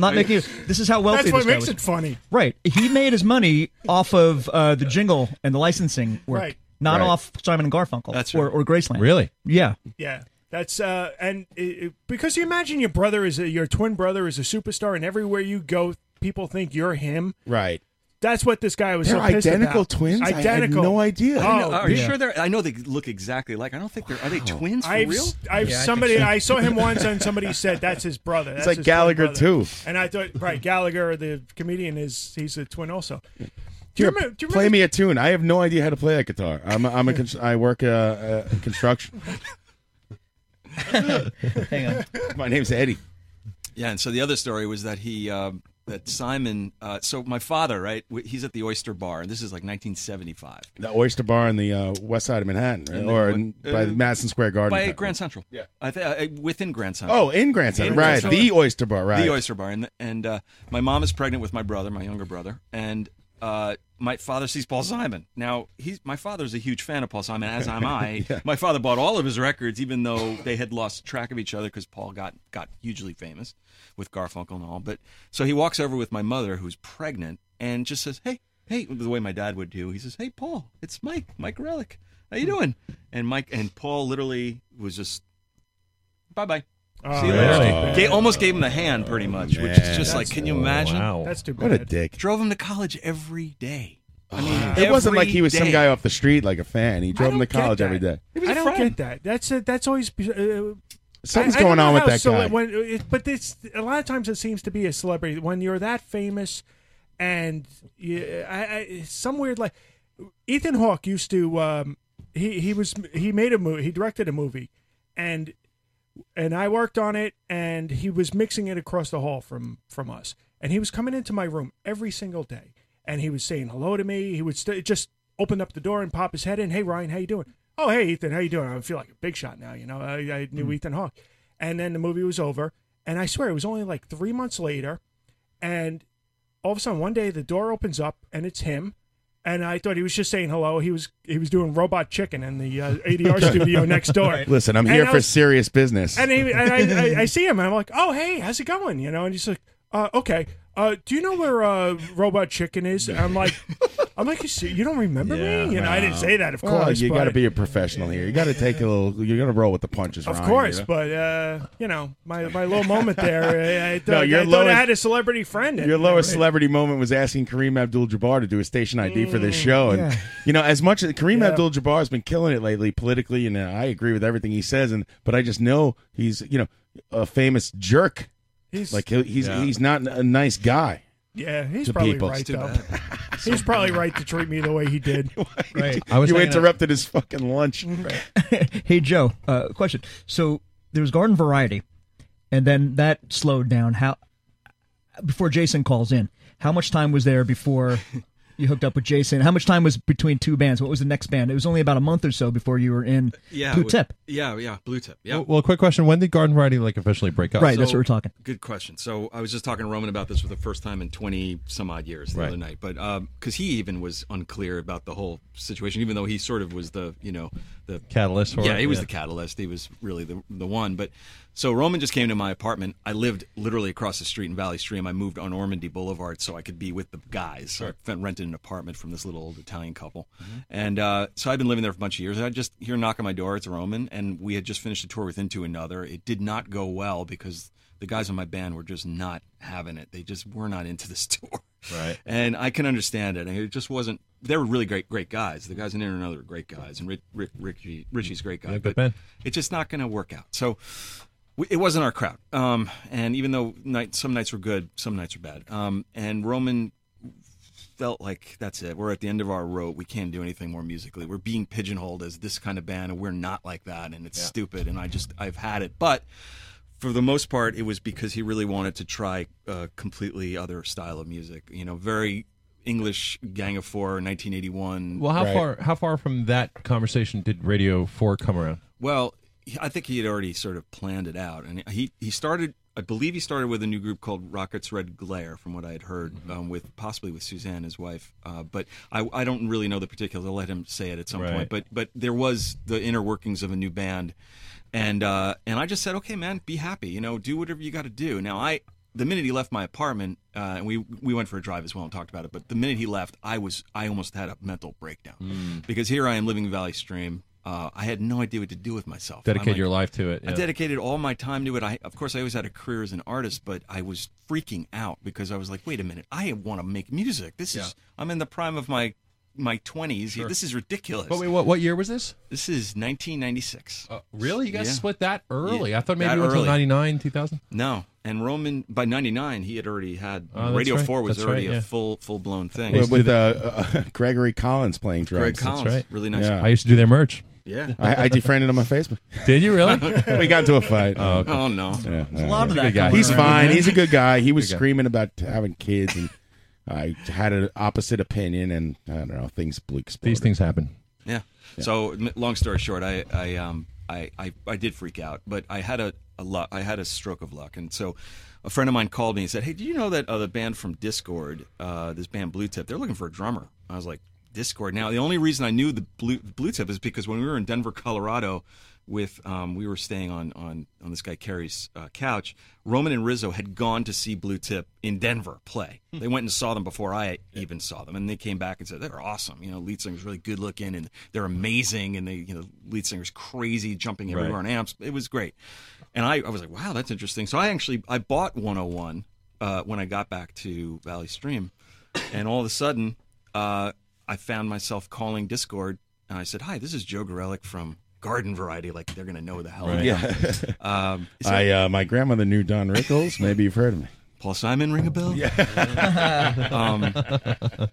S10: not making. This is how wealthy
S11: That's what
S10: this guy
S11: makes
S10: was.
S11: it funny.
S10: Right. He made his money off of uh, the jingle and the licensing work,
S11: Right.
S10: not
S11: Right.
S10: off Simon and Garfunkel or, or Graceland.
S17: Really?
S10: Yeah.
S11: Yeah, that's uh, and it, it- because you imagine your brother is a, your twin brother is a superstar, and everywhere you go, people think you're him.
S12: Right.
S11: That's what this guy was.
S12: They're
S11: so pissed
S12: identical
S11: about.
S12: twins? I had
S11: Identical.
S12: no idea.
S16: I know-
S11: Oh,
S16: are you
S11: yeah.
S16: sure they're? I know they look exactly like. I don't think they're. Are they twins for
S11: I've,
S16: real?
S11: I've somebody I saw him once and somebody said that's his brother.
S12: It's
S11: That's
S12: like
S11: his twin
S12: Gallagher,
S11: brother."
S12: too.
S11: And I thought right Gallagher the comedian is he's a twin also.
S12: Here, play me a tune. I have no idea how to play that guitar. I'm a, I'm a cons- I work uh, uh, construction.
S10: Hang on.
S12: My name's Eddie.
S16: Yeah, and so the other story was that he um that Simon. Uh, so my father, right? w- He's at the Oyster Bar, and this is like 1975.
S12: The Oyster Bar in the uh, west side of Manhattan, right?
S16: And then
S12: or
S16: what-
S12: in, by
S16: uh,
S12: the Madison Square Garden.
S16: by Grand Central. Yeah, I th- uh, within Grand Central.
S12: oh, in Grand Central, right? The Oyster Bar, right?
S16: The Oyster Bar, and and uh, my mom is pregnant with my brother, my younger brother, and uh, my father sees Paul Simon. Now he's my father's a huge fan of Paul Simon, as am I.
S12: Yeah.
S16: My father bought all of his records, even though they had lost track of each other because Paul got got hugely famous with Garfunkel and all. But so he walks over with my mother, who's pregnant, and just says, "Hey, hey," the way my dad would do. He says, "Hey, Paul, it's Mike, Mike Relic. How you doing?" And Mike and Paul literally was just Bye bye.
S11: Oh,
S16: See you
S11: that's
S16: later.
S11: too bad.
S16: Ga- almost gave him the hand, pretty much, which is
S12: man.
S16: just like,
S12: That's-
S16: can you imagine?
S12: wow. That's too What a bad. dick.
S16: Drove him to college every day. I mean,
S12: It wasn't
S16: every
S12: like he was some
S16: day.
S12: guy off the street, like a fan. He drove him to
S11: don't get
S12: college
S11: that.
S12: every day.
S11: It was
S16: I
S11: I
S16: don't
S11: don't get that. That's a, that's always uh,
S12: Something's
S11: I- I don't
S12: going on
S11: know
S12: with
S11: how
S12: that guy.
S11: When, it, but this a lot of times it seems to be a celebrity when you're that famous, and you, I, I some weird like Ethan Hawke used to. Um, he he was he made a movie. He directed a movie, and and I worked on it, and he was mixing it across the hall from from us, and he was coming into my room every single day, and he was saying hello to me. He would st- just open up the door and pop his head in. Hey Ryan, how you doing? Oh hey Ethan, how you doing? I feel like a big shot now, you know. I, I knew
S18: Mm.
S11: Ethan Hawke, and then the movie was over, and I swear it was only like three months later, and all of a sudden one day the door opens up and it's him. And I thought he was just saying hello. He was he was doing robot chicken in the uh, ADR studio next door.
S12: Listen, I'm
S11: And
S12: here
S11: I
S12: for
S11: was-
S12: serious business.
S11: and, he, and I, I, I see him, and I'm like, "Oh, hey, how's it going?" You know, and he's like, uh, "Okay, uh, do you know where uh, Robot Chicken is?" And I'm like, "I'm like, you, see, you don't remember me?" You know, I didn't say that, of
S12: Well,
S11: course.
S12: you
S11: but,
S12: got to be a professional here. You got to take a little. You're going to roll with the punches.
S11: of
S12: Ryan,
S11: course,
S12: you know?
S11: but uh, you know, my my low moment there. I, I thought,
S12: No, your
S11: I, thought I
S12: lowest-
S11: had a celebrity friend.
S12: Your lowest celebrity moment was asking Kareem Abdul-Jabbar to do a station ID for this show, and
S11: Mm. yeah.
S12: you know, as much as Kareem
S11: Yeah.
S12: Abdul-Jabbar has been killing it lately politically, and uh, I agree with everything he says, and but I just know he's you know a famous jerk.
S11: He's-
S12: like he- he's
S11: Yeah.
S12: he's not a nice guy.
S11: Yeah, he's
S12: to
S11: probably
S12: people.
S11: right though. he's probably right to treat me the way he did.
S10: Right.
S12: I was You hanging out- interrupted his fucking lunch.
S10: hey Joe, uh, question. So there was Garden Variety, and then that slowed down. How before Jason calls in? How much time was there before you hooked up with Jason? How much time was between two bands? What was the next band? It was only about a month or so before you were in
S16: Yeah,
S10: Blue
S16: with-
S10: Tip.
S16: Yeah, yeah, blue tip. Yeah.
S17: Well, quick question: When did Garden Variety like officially break up?
S10: Right, that's what we're talking.
S16: Good question. So I was just talking to Roman about this for the first time in twenty some odd years the
S17: Right.
S16: other night, but because he even was unclear about the whole situation, even though he sort of was the you know the
S17: Catalyst for
S16: yeah,
S17: it,
S16: he was
S17: yeah.
S16: the catalyst. He was really the the one. But so Roman just came to my apartment. I lived literally across the street in Valley Stream. I moved on Ormandy Boulevard so I could be with the guys. So I rented an apartment from this little old Italian couple,
S17: Mm-hmm.
S16: and uh, so I've been living there for a bunch of years. I just hear a knock on my door. It's Roman, and we had just finished a tour with Into Another. It did not go well because the guys in my band were just not having it. They just were not into this tour.
S17: Right.
S16: And I can understand it. And it just wasn't. They were really great, great guys. The guys in Into Another were great guys, and Rick, Rick, Richie, Richie's a great guy.
S17: Yeah,
S16: but
S17: good band.
S16: it's just not going to work out. So we, it wasn't our crowd. Um, and even though night, some nights were good, some nights were bad. Um, and Roman felt like that's it. We're at the end of our rope. We can't do anything more musically. We're being pigeonholed as this kind of band, and we're not like that. And it's stupid. And I just I've had it. But for the most part, it was because he really wanted to try a completely other style of music. You know, very English Gang of Four, 1981.
S17: Well, how far how far from that conversation did Radio Four come around?
S16: Well, he- I think he had already sort of planned it out, and he he started. I believe he started with a new group called Rockets Red Glare, from what I had heard, um, with possibly with Suzanne, his wife. Uh, but I, I don't really know the particulars. I'll let him say it at some
S17: Right.
S16: point. But but there was the inner workings of a new band, and uh, and I just said, okay, man, be happy. You know, do whatever you got to do. Now I. The minute he left my apartment, uh, and we we went for a drive as well and talked about it. But the minute he left, I was I almost had a mental breakdown because here I am living in Valley Stream. Uh, I had no idea what to do with myself.
S17: Dedicate
S16: I'm like-
S17: your life to it.
S16: I
S17: yeah.
S16: dedicated all my time to it. I, of course, I always had a career as an artist, but I was freaking out because I was like, "Wait a minute! I want to make music. This
S17: Yeah.
S16: is I'm in the prime of my my twenties.
S17: Sure.
S16: This is ridiculous."
S17: But wait, what what year was this? Uh,
S16: This is 1996.
S17: Really, you guys
S16: Yeah.
S17: split that early?
S16: Yeah,
S17: I thought maybe
S16: that
S17: you went till
S16: early.
S17: ninety nine, two thousand.
S16: No, And Roman by '99, he had already had
S17: Oh, that's
S16: Radio
S17: right.
S16: Four was
S17: That's
S16: already
S17: right, yeah.
S16: a full full blown thing.
S12: With, with, uh, uh, Gregory Collins playing drums.
S16: Greg Collins, That's right. really nice.
S17: I used to do their merch.
S16: Yeah.
S12: I, I defriended him on Facebook.
S17: Did you really?
S12: we got into a fight.
S17: Oh, okay.
S16: Oh, no.
S12: Yeah,
S16: There's a
S12: yeah,
S16: lot of
S12: he's
S16: that
S12: good guy.
S16: going
S12: He's
S16: around,
S12: fine.
S16: man.
S12: He's a good guy. He was
S16: Good guy.
S12: screaming about having kids, and I had an opposite opinion, and I don't know. Things blew.
S17: These things happen.
S16: Yeah. So m- long story short, I I um I, I, I did freak out, but I had a, a luck I had a stroke of luck, and so a friend of mine called me and said, "Hey, do you know that uh, the band from Discord, uh, this band Blue Tip, they're looking for a drummer?" I was like, "Discord." Now the only reason I knew the Blue, Blue Tip is because when we were in Denver, Colorado, with um, we were staying on on on this guy Carrie's uh, couch. Roman and Rizzo had gone to see Blue Tip in Denver play. They went and saw them before I even saw them, and they came back and said they're awesome. You know, lead singer's really good looking, and they're amazing, and they you know lead singer's crazy, jumping everywhere
S17: Right.
S16: on amps. It was great, and I, I was like, wow, that's interesting. So I actually I bought 101 uh, when I got back to Valley Stream, and all of a sudden uh, I found myself calling Discord, and I said, hi, this is Joe Gorelick from. Garden variety, like they're gonna know the hell. I am.
S12: Yeah.
S16: Um, so-
S12: I uh, my grandmother knew Don Rickles. Maybe you've heard of me.
S16: Paul Simon ring a bell?
S12: Yeah.
S16: um,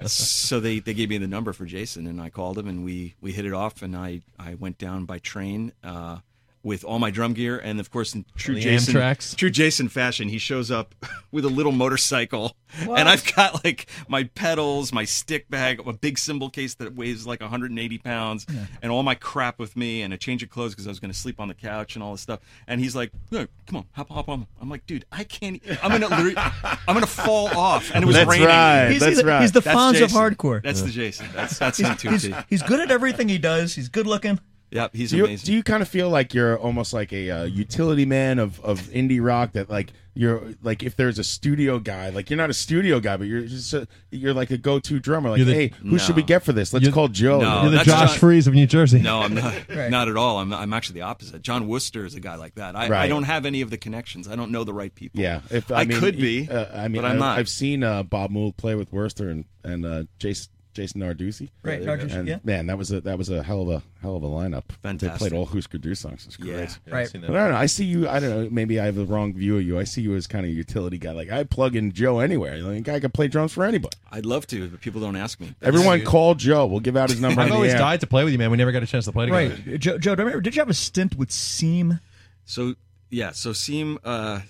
S16: so they, they gave me the number for Jason, and I called him, and we, we hit it off. And I, I went down by train uh, with all my drum gear, and of course, in true
S17: The
S16: Jason
S17: Amtrak's.
S16: true Jason fashion, he shows up with a little motorcycle,
S17: What?
S16: and I've got like my pedals, my stick bag, a big cymbal case that weighs like 180 pounds,
S17: Yeah.
S16: and all my crap with me, and a change of clothes because I was going to sleep on the couch and all this stuff. And he's like, "No, "Come on, hop, hop on." I'm like, "Dude, I can't. e-" I'm gonna, literally- I'm gonna fall off." And it was
S12: That's
S16: raining.
S12: right, He's- that's he's- right.
S10: He's the
S16: That's
S10: Fonz of
S16: Jason.
S10: hardcore.
S16: That's the Jason. That's that's
S10: he's,
S16: him too.
S10: he's,
S16: T.
S10: he's good at everything he does. He's good looking.
S16: Yep, he's
S12: do you,
S16: amazing.
S12: Do you kind of feel like you're almost like a uh, utility man of, of indie rock? That like you're like if there's a studio guy, like you're not a studio guy, but you're just a, you're like a go to drummer. Like,
S17: You're the-
S12: hey, who should we
S16: No.
S12: get for this? Let's call Joe.
S16: No,
S17: You're the
S16: that's
S17: Josh
S16: John-
S17: Freeze of New Jersey.
S16: No, I'm not.
S17: Right.
S16: Not at all. I'm, I'm actually the opposite. John Worcester is a guy like that. I, I
S12: Right.
S16: don't have any of the connections. I don't know the right people.
S12: Yeah, if I,
S16: I,
S12: mean,
S16: could be.
S12: uh, I mean,
S16: but I'm
S12: I,
S16: not.
S12: have seen uh, Bob Mould play with Worcester and and uh, Jason Jason Narduzzi.
S10: Right,
S12: And-
S10: Narduzzi,
S12: and,
S10: yeah.
S12: Man, that was a that was a hell of a hell of a lineup. They
S16: Fantastic.
S12: played all Husker Du songs. It's great.
S16: Yeah. Yeah, I've Right. seen that.
S12: But I don't know. I see you. I don't know. Maybe I have the wrong view of you. I see you as kind of a utility guy. Like I plug in Joe anywhere. Like I could play drums for anybody.
S16: I'd love to, but people don't ask me.
S12: Everyone call Joe. We'll give out his number.
S17: I've
S12: on the
S17: always
S12: air.
S17: died to play with you, man. We never got a chance to play together.
S10: Right, Joe. Joe, do you remember, did you have a stint with Seam?
S16: So yeah, so Seam. Uh,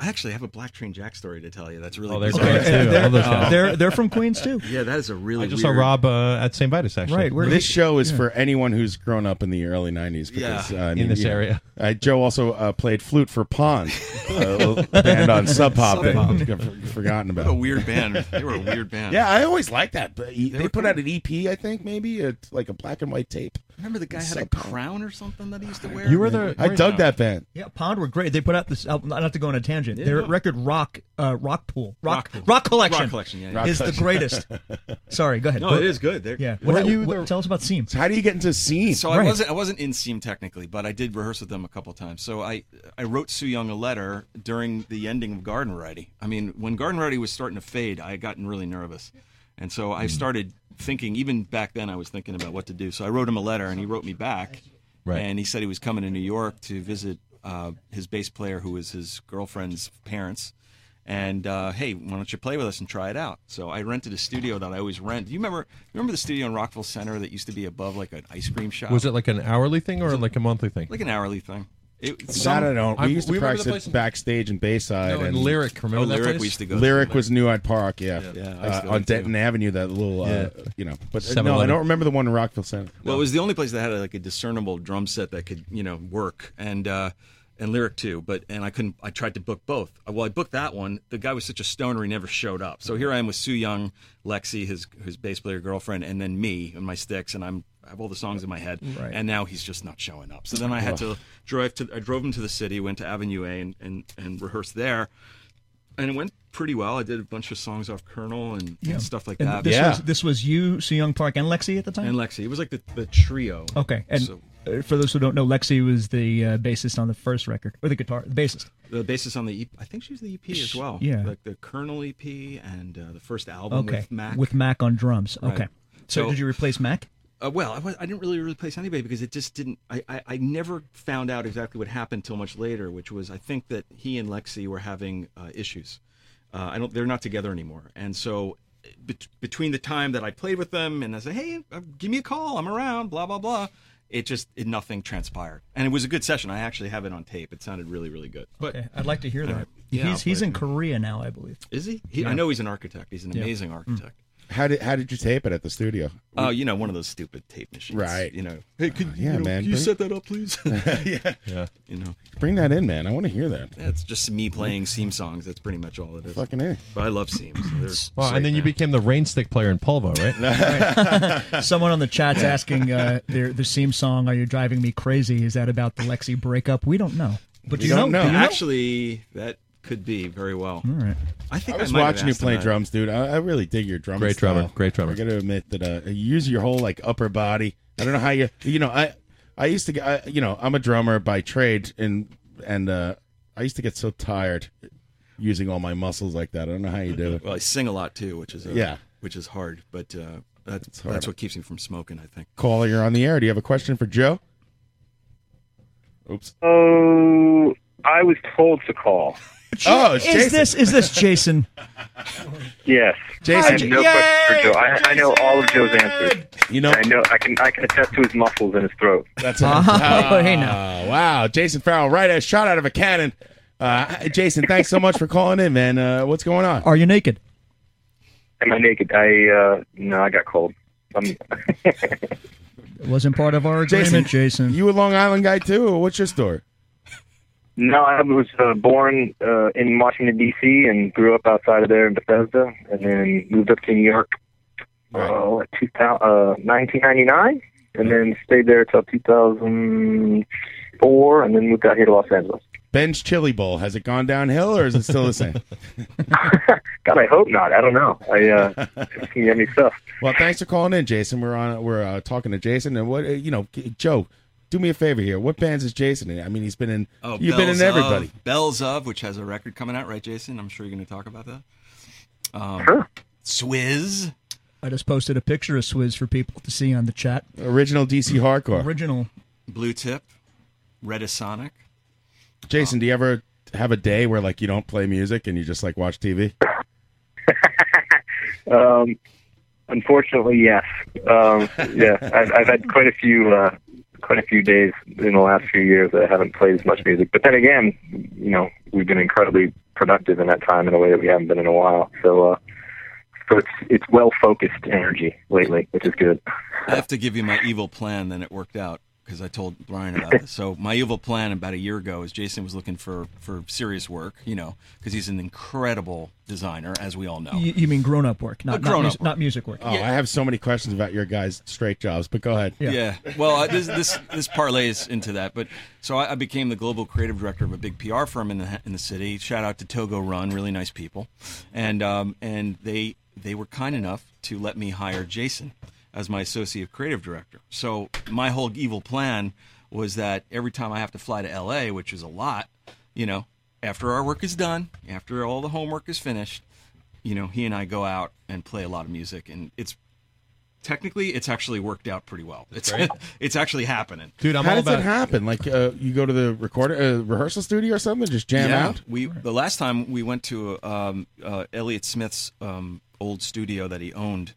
S16: I actually have a Black Train Jack story to tell you. That's really.
S17: Oh, they're
S16: cool.
S17: great, Okay, too. and I love they're- those guys.
S10: They're they're from Queens too.
S16: Yeah, that is a really.
S17: I just
S16: weird-
S17: saw Rob uh, at St. Vitus, actually.
S12: this show is for anyone who's grown up in the early '90s. Because,
S17: Yeah.
S12: uh, I
S17: In
S12: mean,
S17: this
S12: you know,
S17: area.
S12: uh, Joe also uh, played flute for Pond, uh, a band on Sub Pop.
S16: Sub Pop.
S12: that I've forgotten about.
S16: What a weird band. They were a weird band.
S12: Yeah, I always liked that. But he-
S16: They
S12: they,
S16: were
S12: put
S16: cool.
S12: out an EP, I think, maybe a, like a black and white tape.
S16: Remember the guy had a
S12: Sub Pop.
S16: crown or something that he used to wear.
S10: You were the-
S12: I dug that band.
S10: Yeah, Pond were great. They put out this album. Not to go on a tangent.
S16: Yeah,
S10: their
S16: no.
S10: record Rock uh, Rock Pool Rock
S16: Rockpool.
S10: Rock, Collection
S16: Rock Collection, yeah, yeah.
S10: is
S16: Rock
S10: the
S16: Collection.
S10: greatest. Sorry, go ahead.
S16: No,
S10: What-
S16: it is good. They're-
S10: yeah.
S16: Were
S10: What-
S16: you
S10: what-
S16: the-
S10: tell us about Seam.
S12: How do you get into Seam?
S16: So I wasn't I wasn't in Seam technically, but I did rehearse with them a couple times. So I I wrote Sue Young a letter during the ending of Garden Variety. I mean, when Garden Variety was starting to fade, I had gotten really nervous, and so
S17: Mm.
S16: I started thinking. Even back then, I was thinking about what to do. So I wrote him a letter, and he wrote me back,
S17: Right.
S16: and he said he was coming to New York to visit uh, his bass player, who was his girlfriend's parents. And uh, hey, why don't you play with us and try it out? So I rented a studio that I always rent. Do you remember? Remember the studio in Rockville Center that used to be above like an ice cream shop?
S17: Was it like an hourly thing or like a monthly thing?
S16: like an hourly thing. It,
S12: I don't know. We
S17: I-
S12: used to
S17: we remember the
S12: practice
S17: place in-
S12: it backstage in Bayside.
S17: No, in Lyric. Remember
S16: Oh,
S17: that
S16: Lyric
S17: place?
S16: we used to go.
S12: Lyric
S16: to.
S12: was New at Park, yeah,
S16: Yeah, I used to
S12: uh,
S16: go
S12: on
S16: there, too.
S12: Denton Avenue. That little, uh,
S17: Yeah.
S12: you know, but uh, no, I
S17: 7-Eleven.
S12: don't remember the one in Rockville Center.
S16: Well, it was the only place that had like a discernible drum set that could, you know, work and uh, and lyric too. But and I couldn't. I tried to book both. Uh, Well, I booked that one. The guy was such a stoner, he never showed up. So here I am with Sue Young, Lexi, his his bass player girlfriend, and then me and my sticks, and I'm. I have all the songs in my head,
S17: Right.
S16: and now he's just not showing up. So then I had
S17: Ugh.
S16: to drive to. I drove him to the city, went to Avenue A, and and, and rehearsed there, and it went pretty well. I did a bunch of songs off Colonel and, and stuff like
S10: And
S16: that.
S10: This was, this was you, Sue Young Park, and Lexi at the time.
S16: and Lexi. It was like the, the trio.
S10: Okay, and
S16: So-
S10: uh, for those who don't know, Lexi was the uh, bassist on the first record, or the guitar, the bassist.
S16: the bassist on the EP. I think she was the EP as well.
S10: yeah.
S16: like the Colonel EP and uh, the first album
S10: okay,
S16: with Mac.
S10: on drums.
S16: Right.
S10: Okay, so,
S16: So-
S10: did you replace Mac?
S16: Uh, well, I, was, I didn't really replace anybody because it just didn't. I, I, I never found out exactly what happened till much later, which was I think that he and Lexi were having uh, issues. Uh, I don't. They're not together anymore, and so bet- between the time that I played with them and I said, "Hey, uh, give me a call. I'm around." Blah blah blah. It just it, nothing transpired, and it was a good session. I actually have it on tape. It sounded really really good. But
S10: okay, I'd like to hear that.
S16: Yeah,
S10: he's he's
S16: but-
S10: in Korea now, I believe.
S16: Is he? he I
S10: Yeah.
S16: know he's an architect. He's an
S10: Yeah.
S16: amazing architect.
S12: How did how did you tape it at the studio?
S16: Oh, you know, one of those stupid tape machines.
S12: Right.
S16: You know. Uh, Hey, could
S12: yeah,
S16: you, know,
S12: man,
S16: can you
S12: bring-
S16: set that up, please? yeah.
S12: Yeah.
S16: You know.
S12: Bring that in, man. I want to hear that.
S16: Yeah, it's just me playing seam songs. That's pretty much all it is.
S12: Fucking A.
S16: But I love seams. So they're
S17: Wow,
S16: great
S17: and then you
S16: band.
S17: became the rain stick player in Pulvo, right?
S10: Someone on the chat's asking uh, their the seam song. Are you driving me crazy? Is that about the Lexi breakup? We don't know, but
S16: We
S10: you
S16: don't
S10: Do you
S16: Actually, that could be very well. All
S10: right.
S16: I think
S12: I was
S16: might have
S12: watching you
S16: asked him
S12: play
S16: that.
S12: drums, dude. I, I really dig your drums.
S17: Great drummer,
S12: Great drummer. I got to admit that uh, you use your whole like upper body. I don't know how you. You know, I I used to get. I, you know, I'm a drummer by trade, and and uh, I used to get so tired using all my muscles like that. I don't know how you do it.
S16: Well, I sing a lot too, which is uh
S12: Yeah.
S16: which is hard. But uh, that's
S12: hard.
S16: that's what keeps me from smoking. I think.
S12: Caller, you're on the air. Do you have a question for Joe? Oops.
S18: Oh, I was told to call.
S12: Oh,
S10: is this is this Jason?
S18: Yes.
S10: Jason.
S18: I have no
S10: Yay,
S18: questions for Joe. I, I know all of Joe's answers. You know, I know I can I can attest to his muscles in his throat.
S12: That's Oh, Wow, Jason Farrell, right as shot out of a cannon. Uh, Jason, thanks so much for calling in, man. Uh, what's going on?
S10: Are you naked?
S18: Am I naked? I uh, no, I got cold. I'm,
S10: It wasn't part of our agreement, Jason.
S12: You a Long Island guy too? Or what's your story?
S18: no, I was uh, born uh, in Washington D.C. and grew up outside of there in Bethesda, and then moved up to New York. uh, what, 2000, uh, 1999, and then stayed there till 2004, and then moved out here to Los Angeles.
S12: Ben's Chili Bowl has it gone downhill or is it still the same?
S18: God, I hope not. I don't know. I uh, it's some yummy stuff.
S12: well, thanks for calling in, Jason. We're on. We're uh, talking to Jason, and what uh, you know, G- Joe, do me a favor here. What bands is Jason in? I mean, he's been in.
S16: Oh,
S12: you've been
S16: Bells
S12: in everybody.
S16: Of, Bells of, which has a record coming out, right, Jason? I'm sure you're going to talk about that. Um, Swizz.
S10: I just posted a picture of Swizz for people to see on the chat.
S12: Original DC hardcore.
S10: Original.
S16: Blue Tip, Redisonic. Oh.
S12: Jason, do you ever have a day where like you don't play music and you just like watch TV?
S18: Um, unfortunately, yes. Um, yeah, I've, I've had quite a few uh, quite a few days in the last few years that I haven't played as much music. But then again, you know, we've been incredibly productive in that time in a way that we haven't been in a while. So, uh, so it's it's well focused energy lately, which is good.
S16: I have to give you my evil plan. Then it worked out because I told Brian about this. So my evil plan about a year ago is Jason was looking for for serious work, you know, because he's an incredible designer, as we all know.
S10: You, you mean grown up work,
S16: Uh,
S10: not not,
S16: grown-up
S10: mus-
S16: work.
S10: not music work.
S12: Oh, I have so many questions about your guys' straight jobs, but go ahead.
S16: Yeah. Well, I, this this this parlays into that. But so I, I became the global creative director of a big PR firm in the in the city. Shout out to Togo Run, really nice people, and um and they they were kind enough to let me hire Jason as my associate creative director. So my whole evil plan was that every time I have to fly to L.A., which is a lot, you know, after our work is done, after all the homework is finished, you know, he and I go out and play a lot of music, and it's technically it's actually worked out pretty well. It's
S12: Right.
S16: it's actually happening,
S12: Dude, How does that happen? Like, uh, you go to the recorder, uh, rehearsal studio or something, just jam
S16: yeah,
S12: out?
S16: We the last time we went to um, uh, Elliot Smith's um, old studio that he owned,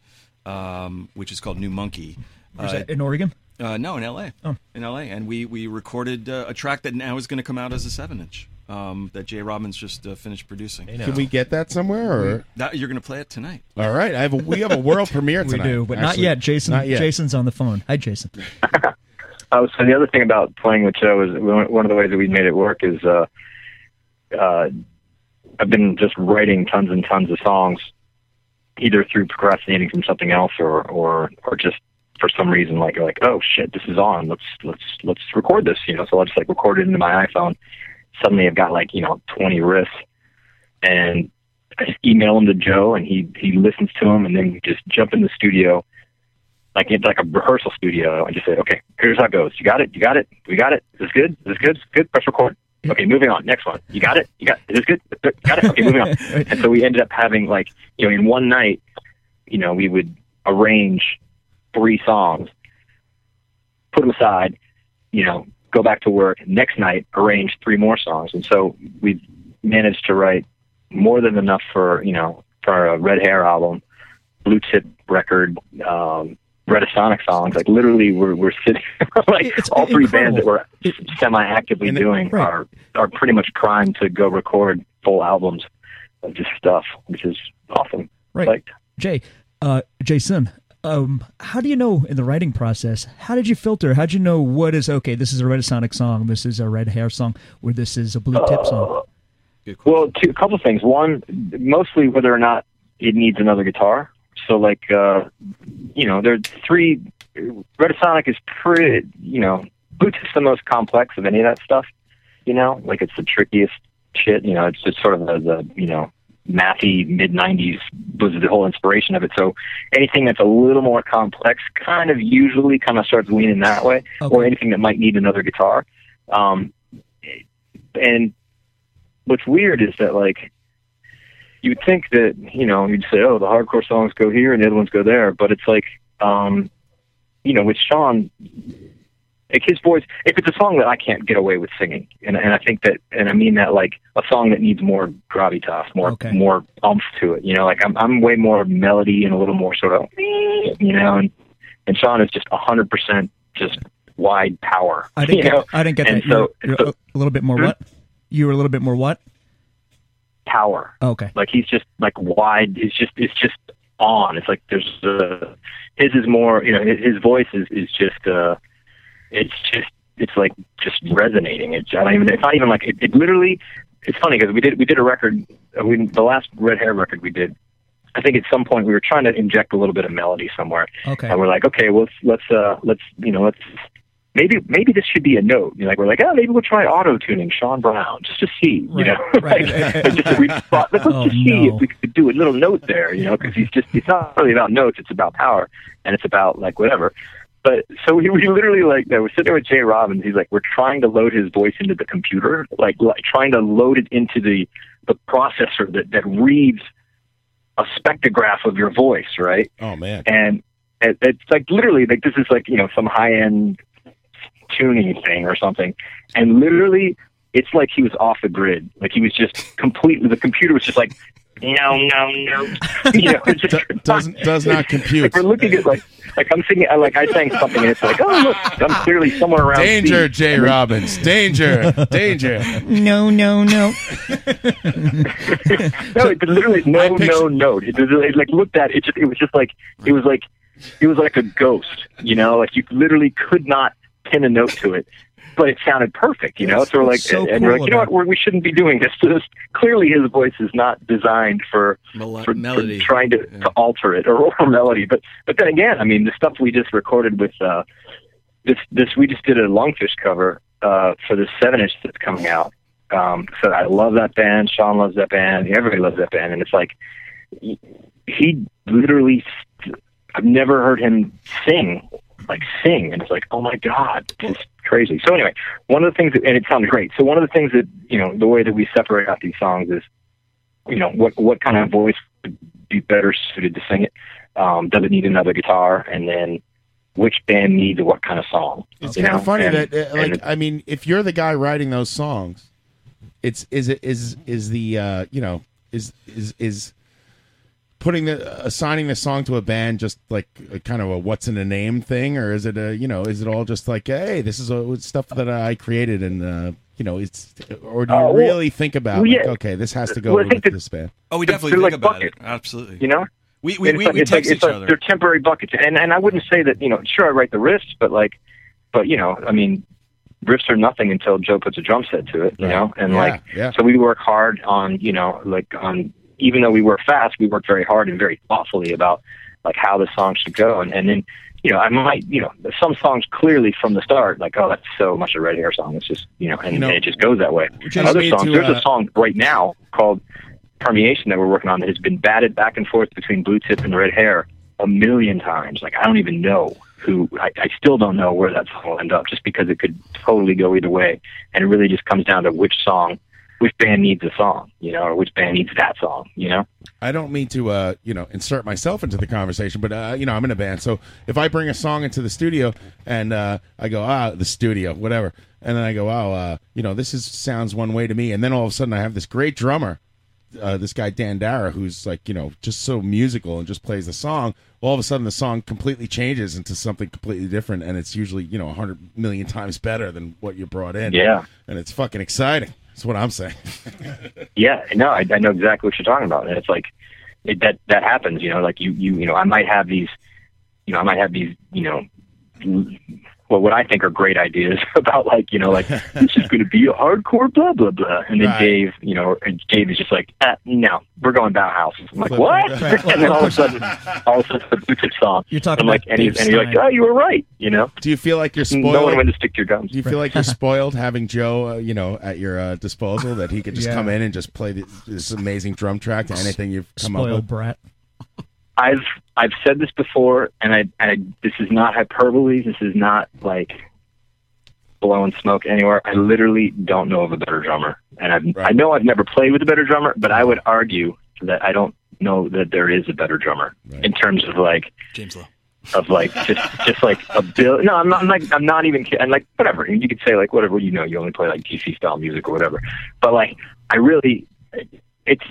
S16: um, which is called New Monkey.
S10: Is
S16: Uh,
S10: that in Oregon?
S16: Uh, no, in L.A.
S12: Oh.
S16: In L.A. And we we recorded uh, a track that now is going to come out as a seven inch um, that Jay Robbins just uh, finished producing.
S12: Can we get that somewhere?
S16: That, you're going to play it tonight.
S12: Or all right, I have a, we have a world premiere
S10: We
S12: tonight.
S10: do, but not
S12: actually.
S10: yet. Jason.
S12: Not yet.
S10: Jason's on the phone. Hi, Jason.
S18: Oh, so the other thing about playing with Joe is one one of the ways that we made it work is uh, uh, I've been just writing tons and tons of songs, either through procrastinating from something else or or or just for some reason like like oh shit this is on let's let's let's record this you know so I'll just like record it into my iPhone. Suddenly I've got like you know twenty riffs, and I just email them to Joe and he he listens to them and then we just jump in the studio like it's like a rehearsal studio and just say, okay, here's how it goes. You got it. You got it. We got it. Is this good? Is this good? Is this good. Press record. Okay, moving on. Next one. You got it. You got. Is this good? Is this good? Got it. Okay, moving on. And so we ended up having like you know in one night, you know we would arrange three songs them aside, you know, go back to work. Next night, arrange three more songs, and so we managed to write more than enough for you know for a Red Hair album, Blue Tip record, um, Redisonic songs. Like literally, we're we're sitting like all three bands that we're semi-actively doing are are pretty much primed to go record full albums of just stuff, which is awesome.
S10: Right. Jay, uh, Jay Sim, um, how do you know in the writing process? How did you filter? How did you know what is okay? This is a Redisonic song. This is a Red Hair song. Or this is a Blue Tip
S18: Uh,
S10: song.
S18: Well, two, a couple things. One, mostly whether or not it needs another guitar. So, like, uh, you know, there are three. Redisonic is pretty, you know, Bluetooth's the most complex of any of that stuff. You know, like it's the trickiest shit. You know, it's just sort of the, the you know, mathy mid '90s was the whole inspiration of it. So, anything that's a little more complex, kind of usually kind of starts leaning that way, or anything that might need another guitar. Um, and what's weird is that like you would think that you know you'd say oh the hardcore songs go here and the other ones go there but it's like um you know with sean like his voice if it's a song that i can't get away with singing and and i think that and i mean that like a song that needs more gravitas more
S19: Okay.
S18: more umph to it you know like i'm i'm way more melody and a little more sort of you know and and sean is just a hundred percent just wide power
S10: I didn't
S18: you
S10: get.
S18: know?
S10: I didn't get
S18: and
S10: that.
S18: so,
S10: you were,
S18: so Hmm?
S10: you were a little bit more what? You were a little bit more what? Oh,
S18: power
S10: Okay.
S18: Like he's just like wide. It's just it's just on. It's like there's uh, his is more. You know, his, his voice is is just uh, it's just it's like just resonating. It's I don't even. It's not even like it, it literally. It's funny because we did we did a record. uh, We the last red hair record we did. I think at some point we were trying to inject a little bit of melody somewhere,
S10: Okay.
S18: and we're like, okay, well, let's let's uh, let's you know let's maybe maybe this should be a note. You know, like we're like, oh, maybe we'll try auto tuning Sean Brown just to see, you know, like, but just we thought, like, let's just see if we could do a little note there, you know, because he's just it's not really about notes, it's about power and it's about like whatever. But so we, we literally like that. We're sitting there with Jay Robbins. He's like, we're trying to load his voice into the computer, like, like trying to load it into the the processor that that reads a spectrograph of your voice, right?
S12: Oh man!
S18: And it, it's like literally like this is like you know some high end tuning thing or something, and literally it's like he was off the grid. Like he was just completely the computer was just like no no no. You know, it's just, does
S12: does not compute.
S18: Like we're looking at like like I'm thinking I like I sang something and it's like oh look I'm clearly somewhere around
S12: Danger,
S18: C.
S12: Jay Robbins. Danger, danger.
S10: No, no, no.
S18: no, it literally no, no, no. It, it, it, like looked at it. Just, it was just like it was like it was like a ghost. You know, like you literally could not pin a note to it, but it sounded perfect. You know,
S19: It's-
S18: so we're like,
S19: it's so
S18: and
S19: cool
S18: we're like, you know what?
S19: about-
S18: We're, we shouldn't be doing this. this. Clearly, his voice is not designed for
S16: Mel-
S18: for,
S16: melody.
S18: for trying to, to alter it or, or melody. But but then again, I mean, the stuff we just recorded with uh, this this we just did a Longfish cover uh, for the seven inch that's coming out. Um, so I love that band. Sean loves that band. Everybody loves that band, and it's like he, he literally. St- I've never heard him sing like sing, and it's like, oh my god, it's crazy. So anyway, one of the things, that, and it sounded great. So one of the things that you know, the way that we separate out these songs is, you know, what what kind of voice would be better suited to sing it? Um, does it need another guitar? And then which band needs what kind of song?
S12: It's
S18: you
S12: kind
S18: know?
S12: of funny
S18: And-
S12: that, uh,
S18: and
S12: like, I mean, if you're the guy writing those songs, it's is it is is the uh, you know is is is putting the uh, assigning the song to a band just like a, kind of a what's in a name thing, or is it a you know is it all just like hey this is uh stuff that I created and uh, you know it's or do you
S18: Uh, well,
S12: really think about
S18: well,
S12: like,
S18: yeah.
S12: okay this has to go
S18: Well, I
S12: with
S18: think that-
S12: this band?
S16: Oh, we
S18: They're-
S16: definitely
S18: they're
S16: think
S18: like
S16: about
S18: buckets.
S16: it. Absolutely.
S18: You know?
S16: We we,
S18: It's
S16: we,
S18: like-
S16: we
S18: it's like-
S16: text
S18: it's
S16: each
S18: like
S16: other.
S18: They're temporary buckets, and and I wouldn't say that you know. Sure, I write the riffs, but like, but you know, I mean, riffs are nothing until Joe puts a drum set to it, you know. "Oh," And
S19: Yeah,
S18: like,
S19: yeah.
S18: so we work hard on you know, like on even though we work fast, we work very hard and very thoughtfully about like how the song should go, and and then. You know, I might, you know, some songs clearly from the start, like, oh, that's so much a Red Hair song. It's just, you know, and,
S12: You know,
S18: and it just goes that way.
S12: just
S18: Other
S12: made
S18: songs,
S12: to,
S18: there's
S12: uh,
S18: a song right now called permeation that we're working on that has been batted back and forth between blue tip and red hair a million times. Like I don't even know who I, I still don't know where that song will end up just because it could totally go either way. And it really just comes down to which song which band needs a song, you know, or which band needs that song, you know?
S12: I don't mean to, uh, you know, insert myself into the conversation, but uh, you know, I'm in a band, so if I bring a song into the studio and uh, I go, ah, the studio, whatever, and then I go, oh, uh, you know, this is sounds one way to me, and then all of a sudden I have this great drummer, uh, this guy Dan Dara, who's like, you know, just so musical and just plays the song. All of a sudden, the song completely changes into something completely different, and it's usually, you know, a hundred million times better than what you brought in.
S18: Yeah.
S12: and it's fucking exciting. That's what I'm saying.
S18: Yeah, no, I, I know exactly what you're talking about, and it's like it, that that happens. You know, like you you you know, I might have these, you know, I might have these, you know, well, what I think are great ideas about like you know, like this is going to be a hardcore blah blah blah, and then
S12: Right.
S18: Dave, you know, and Dave is just like, uh, no, we're going Bauhaus. I'm like, what? and then all of a sudden, all of a sudden, it's a Bluetooth song.
S12: You're talking
S18: I'm like,
S12: about
S18: and, you,
S12: Dave
S18: and you're like,
S12: Stein.
S18: oh, you were right. You know,
S12: Do you feel like you're spoiled?
S18: No one went to stick to your guns.
S12: Do you feel like you're spoiled having Joe, uh, you know, at your uh, disposal that he could just
S18: Yeah.
S12: come in and just play this, this amazing drum track to anything you've come up with?
S10: brat.
S18: I've I've said this before, and I, I this is not hyperbole. This is not like blowing smoke anywhere. I literally don't know of a better drummer, and I've, I know I've never played with a better drummer, but I would argue that I don't know that there is a better drummer in terms of like
S16: James Lowe.
S18: of like just just like a bill. No, I'm not I'm like I'm not even kidding. And, Like whatever you could say, like whatever you know, you only play like GC style music or whatever. But like I really, it's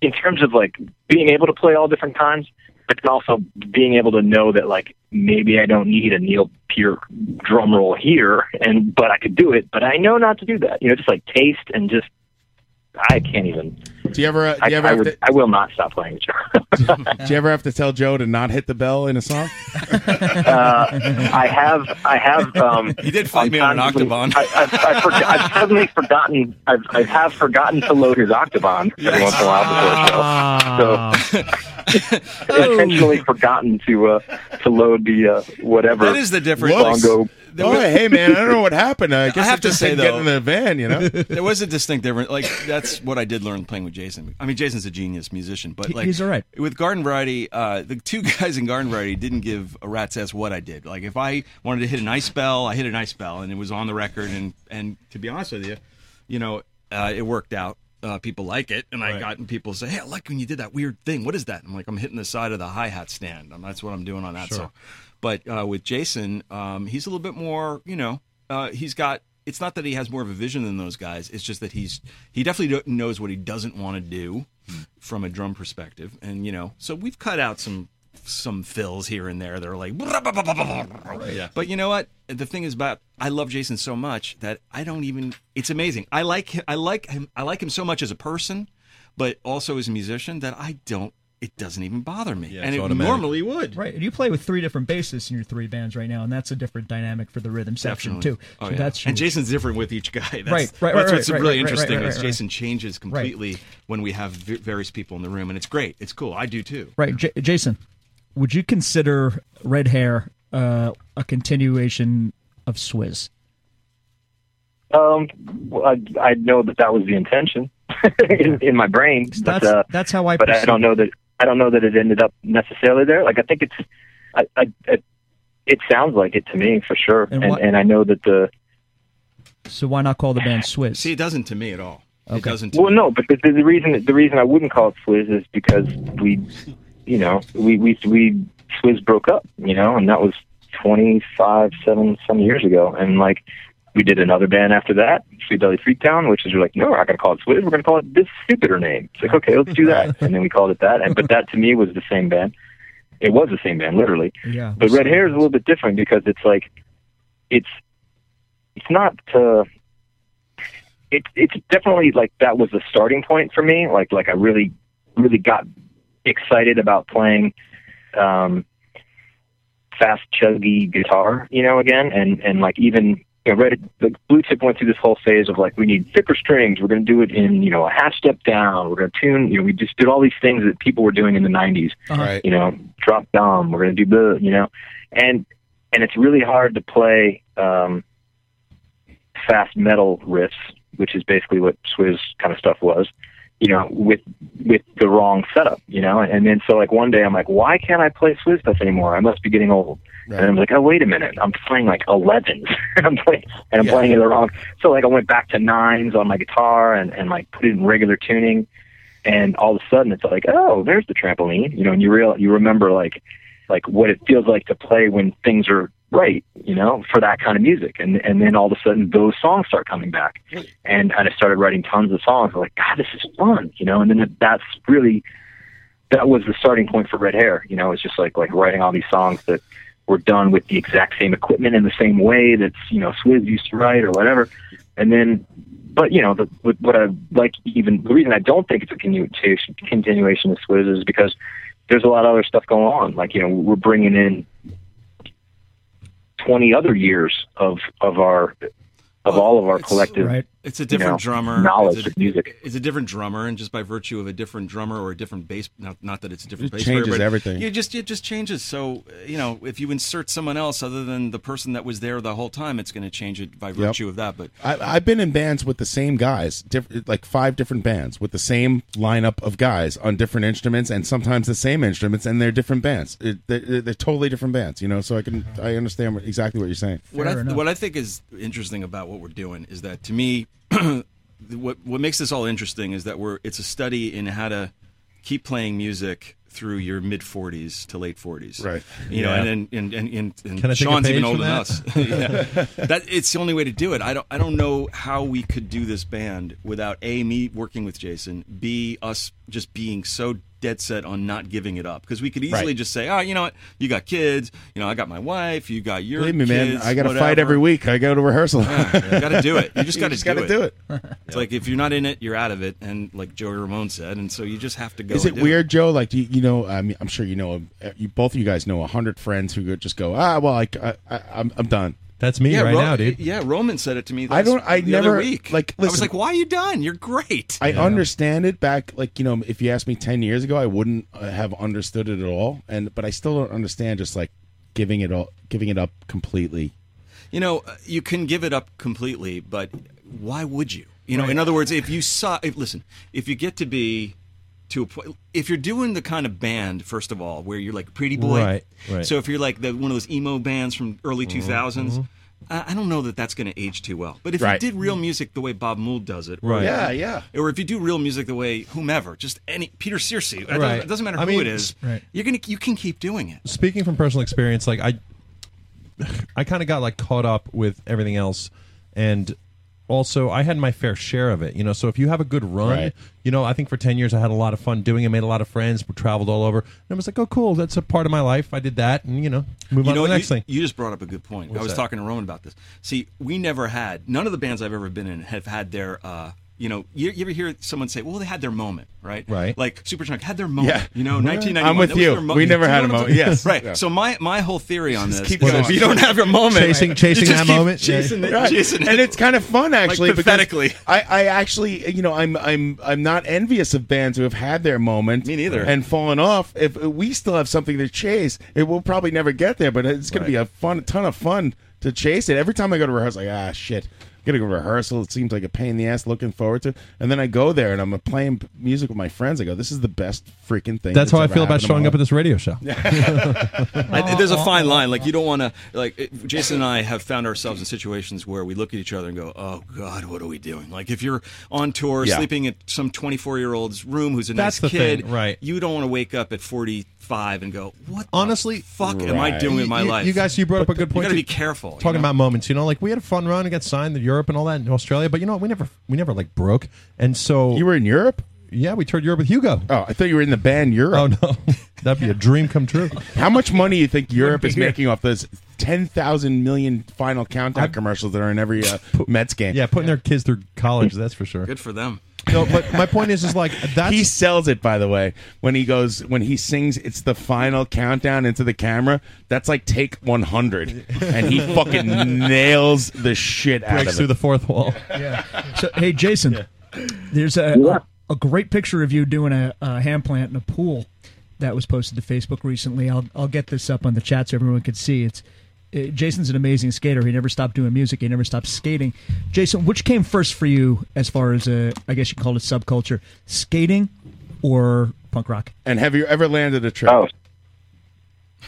S18: in terms of like being able to play all different kinds, but then also being able to know that like maybe I don't need a Neil Peart drum roll here, and but I could do it. But I know not to do that. You know, just like taste and just I can't even.
S12: Do you ever? Uh, do
S18: I,
S12: you ever
S18: I,
S12: have
S18: would,
S12: to-
S18: I will not stop playing the drum.
S12: Do you ever have to tell Joe to not hit the bell in a song?
S18: uh, I have, I have. Um, he did fight me on an octavon. I, I've, I've, forg- I've suddenly forgotten. I've, I have forgotten to load his octavon every once in a
S10: Um,
S18: while before a show. So I've
S10: Oh.
S18: intentionally forgotten to uh, to load the uh, whatever.
S16: That is the difference.
S18: Bongo.
S12: Oh, hey man, I don't know what happened. I guess
S16: have
S12: it
S16: to
S12: just
S16: say
S12: didn't get
S16: though,
S12: in the van, you know.
S16: there was a distinct difference. Like that's what I did learn playing with Jason. I mean, Jason's a genius musician, but
S10: He-
S16: like
S10: he's all right.
S16: with Garden Variety. Uh, the two guys in Garden Variety didn't give a rat's ass what I did. Like if I wanted to hit an ice bell, I hit an ice bell, and it was on the record. And and to be honest with you, you know, uh, it worked out. Uh, people like it, and I got and people say, "Hey, I like when you did that weird thing. What is that?" I'm like, "I'm hitting the side of the hi hat stand. and that's what I'm doing on that."
S17: Sure.
S16: So but uh, with Jason, um, he's a little bit more, you know, uh, he's got. It's not that he has more of a vision than those guys. It's just that he's he definitely do- knows what he doesn't want to do from a drum perspective, and you know, so we've cut out some some fills here and there that are like,
S10: Uh,
S17: Yeah.
S16: but you know what? The thing is about I love Jason so much that I don't even. It's amazing. I like him. I like him. I like him so much as a person, but also as a musician that I don't. It doesn't even bother me, and it normally would.
S10: Right. And you play with three different bassists in your three bands right now, and that's a different dynamic for the rhythm section,
S16: Definitely.
S10: too.
S16: Oh,
S10: so
S16: yeah.
S10: that's
S16: and
S10: huge.
S16: Jason's different with each guy. That's,
S10: Right, right,
S16: That's
S10: right,
S16: what's
S10: right,
S16: really
S10: right, right,
S16: interesting
S10: right,
S16: is
S10: right,
S16: Jason changes
S10: Right.
S16: completely when we have v- various people in the room, and it's great. It's cool. I do too.
S10: Right, J- Jason, would you consider Red Hair uh, a continuation of Swizz?
S18: Um, well, I, I know that that was the intention in, in my brain. But,
S10: That's-
S18: uh,
S10: that's how I
S18: But I
S10: perceive
S18: don't
S10: it.
S18: know that I don't know that it ended up necessarily there. Like I think it's, I, I, it, it sounds like it to me for sure.
S10: And
S18: And
S10: what-
S18: and, I know that the
S10: So why not call the band Swizz?
S16: See, it doesn't to me at all. It doesn't. To
S18: well, no, but the, the reason the reason I wouldn't call it Swizz is because we, you know, we we we Swizz broke up, you know, and that was twenty five seven some years ago, and like. We did another band after that, Sweet Belly Freaktown, which is we're like, no, we're not going to call it Swizz. We're going to call it this stupider name. It's like, okay, let's do that. And then we called it that. And, but that to me was the same band. It was the same band, literally.
S10: Yeah.
S18: But red hair is a little bit different because it's like it's it's not uh it it's definitely like that was the starting point for me. Like like I really really got excited about playing um fast chuggy guitar, you know, again and and like even you know, Reddit, the blue chip went through this whole phase of like we need thicker strings. We're going to do it in you know a half step down. We're going to tune. You know, we just did all these things that people were doing in the '90s
S12: Right.
S18: you know, drop dom, we're gonna do the, you know, and and it's really hard to play um, fast metal riffs, which is basically what Swizz kind of stuff was, you know, with with the wrong setup, you know. And then so like one day I'm like, why can't I play Swizz Beats anymore? I must be getting old. And I'm like, oh wait a minute, I'm playing like 11s, and I'm playing and I'm
S19: Yeah.
S18: playing it the wrong. So like I went back to nines on my guitar and and like put it in regular tuning, and all of a sudden it's like, oh, there's the trampoline, you know. And you real you remember like like what it feels like to play when things are right, you know, for that kind of music. And and then all of a sudden those songs start coming back. And and I started writing tons of songs. I'm like, God, this is fun, you know, and then that's really that was the starting point for red hair. You know, it's just like like writing all these songs that were done with the exact same equipment in the same way that's you know Swizz used to write or whatever. And then, but you know, the, what- what I like even the reason I don't think it's a continuation continuation of Swizz is because there's a lot of other stuff going on. Like you know, we're bringing in twenty other years of of our of all of our collective.
S16: It's a
S18: you
S16: different
S18: know,
S16: drummer.
S18: knowledge
S16: it's a,
S18: of music.
S16: It's a different drummer, and just by virtue of a different drummer or a different bass, not, not that it's a different
S12: It
S16: bass
S12: changes
S16: player, but
S12: everything.
S16: You just it just changes. So uh, you know, if you insert someone else other than the person that was there the whole time, it's going to change it by virtue of that. But
S12: I, I've been in bands with the same guys, diff- like five different bands with the same lineup of guys on different instruments, and sometimes the same instruments, and they're different bands. It, they're, they're totally different bands, you know. So I can I understand what, exactly what you're saying.
S16: what I, what I think is interesting about what we're doing is that to me, what what makes this all interesting is that we're it's a study in how to keep playing music through your mid 40s to late 40s
S12: Right.
S16: you know
S12: Yeah.
S16: and and and, and, and
S12: Can I take a
S16: sean's even
S12: page
S16: older
S12: from
S16: than us
S12: that?
S16: yeah. that it's the only way to do it i don't i don't know how we could do this band without a me working with jason b us just being so dead set on not giving it up because we could easily
S12: Right.
S16: just say oh you know what you got kids you know i got my wife you got your
S12: Believe me, man.
S16: kids,
S12: I got to fight
S16: whatever."
S12: every week. I go to rehearsal.
S16: You got to do it. You just
S12: You
S16: got to
S12: just
S16: do,
S12: gotta
S16: it.
S12: do it.
S16: It's like if you're not in it, you're out of it. And like Joey Ramone said, and so you just have to go.
S12: Is it
S16: and do
S12: weird, Joe? Like, do you, you know, I mean, I'm sure you know, uh, you, both of you guys know a hundred friends who could just go, ah, well, I, I, I, I'm, I'm done.
S17: That's me
S16: yeah,
S17: right
S16: Ro-
S17: now, dude.
S16: Yeah, Roman said it to me.
S12: I
S16: last-
S12: don't- I
S16: the other
S12: never-
S16: week.
S12: like,
S16: I was
S12: listen.
S16: like, "Why are you done? You're great."
S12: I understand it back, like you know, if you asked me ten years ago, I wouldn't uh, have understood it at all. And but I still don't understand just like giving it all, giving it up completely.
S16: You know, uh, you can give it up completely, but why would you? You know, in other words, if you saw, if, listen, if you get to be to a point, if you're doing the kind of band, first of all, where you're like pretty boy,
S17: Right, right.
S16: so if you're like the, one of those emo bands from early
S17: Mhm,
S16: 2000s, I, I don't know that that's going to age too well. But if
S17: Right.
S16: you did real music the way Bob Mould does it, or-
S17: Right. Yeah, yeah.
S16: or if you do real music the way whomever, just any Peter Searcy, it, doesn't,
S17: Right.
S16: it doesn't matter
S17: I
S16: who
S17: mean,
S16: it is,
S17: Right.
S16: you're gonna you can keep doing it.
S17: speaking from personal experience, like I, I kind of got like caught up with everything else, and also I had my fair share of it. You know, so if you have a good run,
S12: Right.
S17: you know, I think for ten years I had a lot of fun doing it, made a lot of friends, traveled all over, and I was like, oh, cool, that's a part of my life. I did that, and you know, move
S16: you
S17: on to the
S16: know, you-
S17: next thing.
S16: You, just brought up a good point. I
S17: What's
S16: was
S17: that?
S16: talking to Roman about this. See, we never had none of the bands I've ever been in have had their. Uh, you know, you, you ever hear someone say, "Well, they had their moment, right?"
S17: Right.
S16: Like Supertramp had their moment.
S12: Yeah.
S16: You know,
S12: I'm
S16: 1991.
S12: with
S16: that was
S12: you.
S16: their mo-
S12: We never
S16: Do you
S12: had a
S16: know what I'm
S12: moment.
S16: saying?
S12: Yes.
S16: Right.
S12: Yeah.
S16: So my my whole theory on this
S12: keep
S16: is if
S12: going.
S16: you don't have your moment,
S12: Chasing-
S16: you
S12: chasing
S16: just
S12: that
S16: keep
S12: moment?
S16: chasing it,
S12: Right.
S16: chasing it.
S12: and it's kind of fun
S16: Like,
S12: actually. because
S16: pathetically.
S12: I, I actually, you know, I'm, I'm, I'm not envious of bands who have had their moment. Me
S16: neither.
S12: And fallen off. If we still have something to chase, it will probably never get there. But it's going to be a fun, ton of fun to chase it. Every time I go to rehearsal, like ah shit. I'm Gonna go to rehearsal. It seems like a pain in the ass. Looking forward to, it. and then I go there and I'm playing music with my friends. I go, "This is the best freaking thing."
S17: That's how I
S12: ever
S17: feel about
S12: happened
S17: showing
S12: in my
S17: up
S12: life."
S17: at this radio show.
S16: I, there's a fine line. Like you don't want to. Like it- Jason and I have found ourselves in situations where we look at each other and go, "Oh God, what are we doing?" Like if you're on tour,
S17: Yeah.
S16: sleeping at some 24 year old's room who's a
S17: That's
S16: nice
S17: the
S16: kid,
S17: thing, right.
S16: You don't want to wake up at 45 and go, "What
S17: Honestly,
S16: fuck am I doing with my
S17: You-
S16: life?"
S17: You guys, you brought up a good
S16: you
S17: point.
S16: gotta
S17: too.
S16: be careful, you
S17: Talking
S16: know?
S17: about moments, you know, like we had a fun run, we got signed to Europe and all that in Australia, but you know what? We never, we never like broke, and so you
S12: were in Europe.
S17: Yeah, we toured Europe with Hugo.
S12: Oh, I thought you were in the band Europe.
S17: Oh no, that'd be a dream come true.
S12: How much money you think Europe is
S17: Here.
S12: making off those ten thousand million final countdown commercials that are in every uh, Mets game?
S17: Yeah, putting their kids through college, that's for sure.
S16: Good for them.
S17: No, but my point is, is like that's
S12: he sells it. By the way, when he goes, when he sings, it's the final countdown into the camera. That's like take one hundred, and he fucking nails the shit out
S17: breaks
S12: of
S17: through
S12: it.
S17: the fourth wall.
S10: Yeah. So, hey, Jason, there's a, a great picture of you doing a, a hand plant in a pool that was posted to Facebook recently. I'll I'll get this up on the chat so everyone can see. It's uh, Jason's an amazing skater. He never stopped doing music. He never stopped skating. Jason, which came first for you as far as uh, I guess you call it subculture, skating or punk rock?
S12: And have you ever landed a trick? Oh.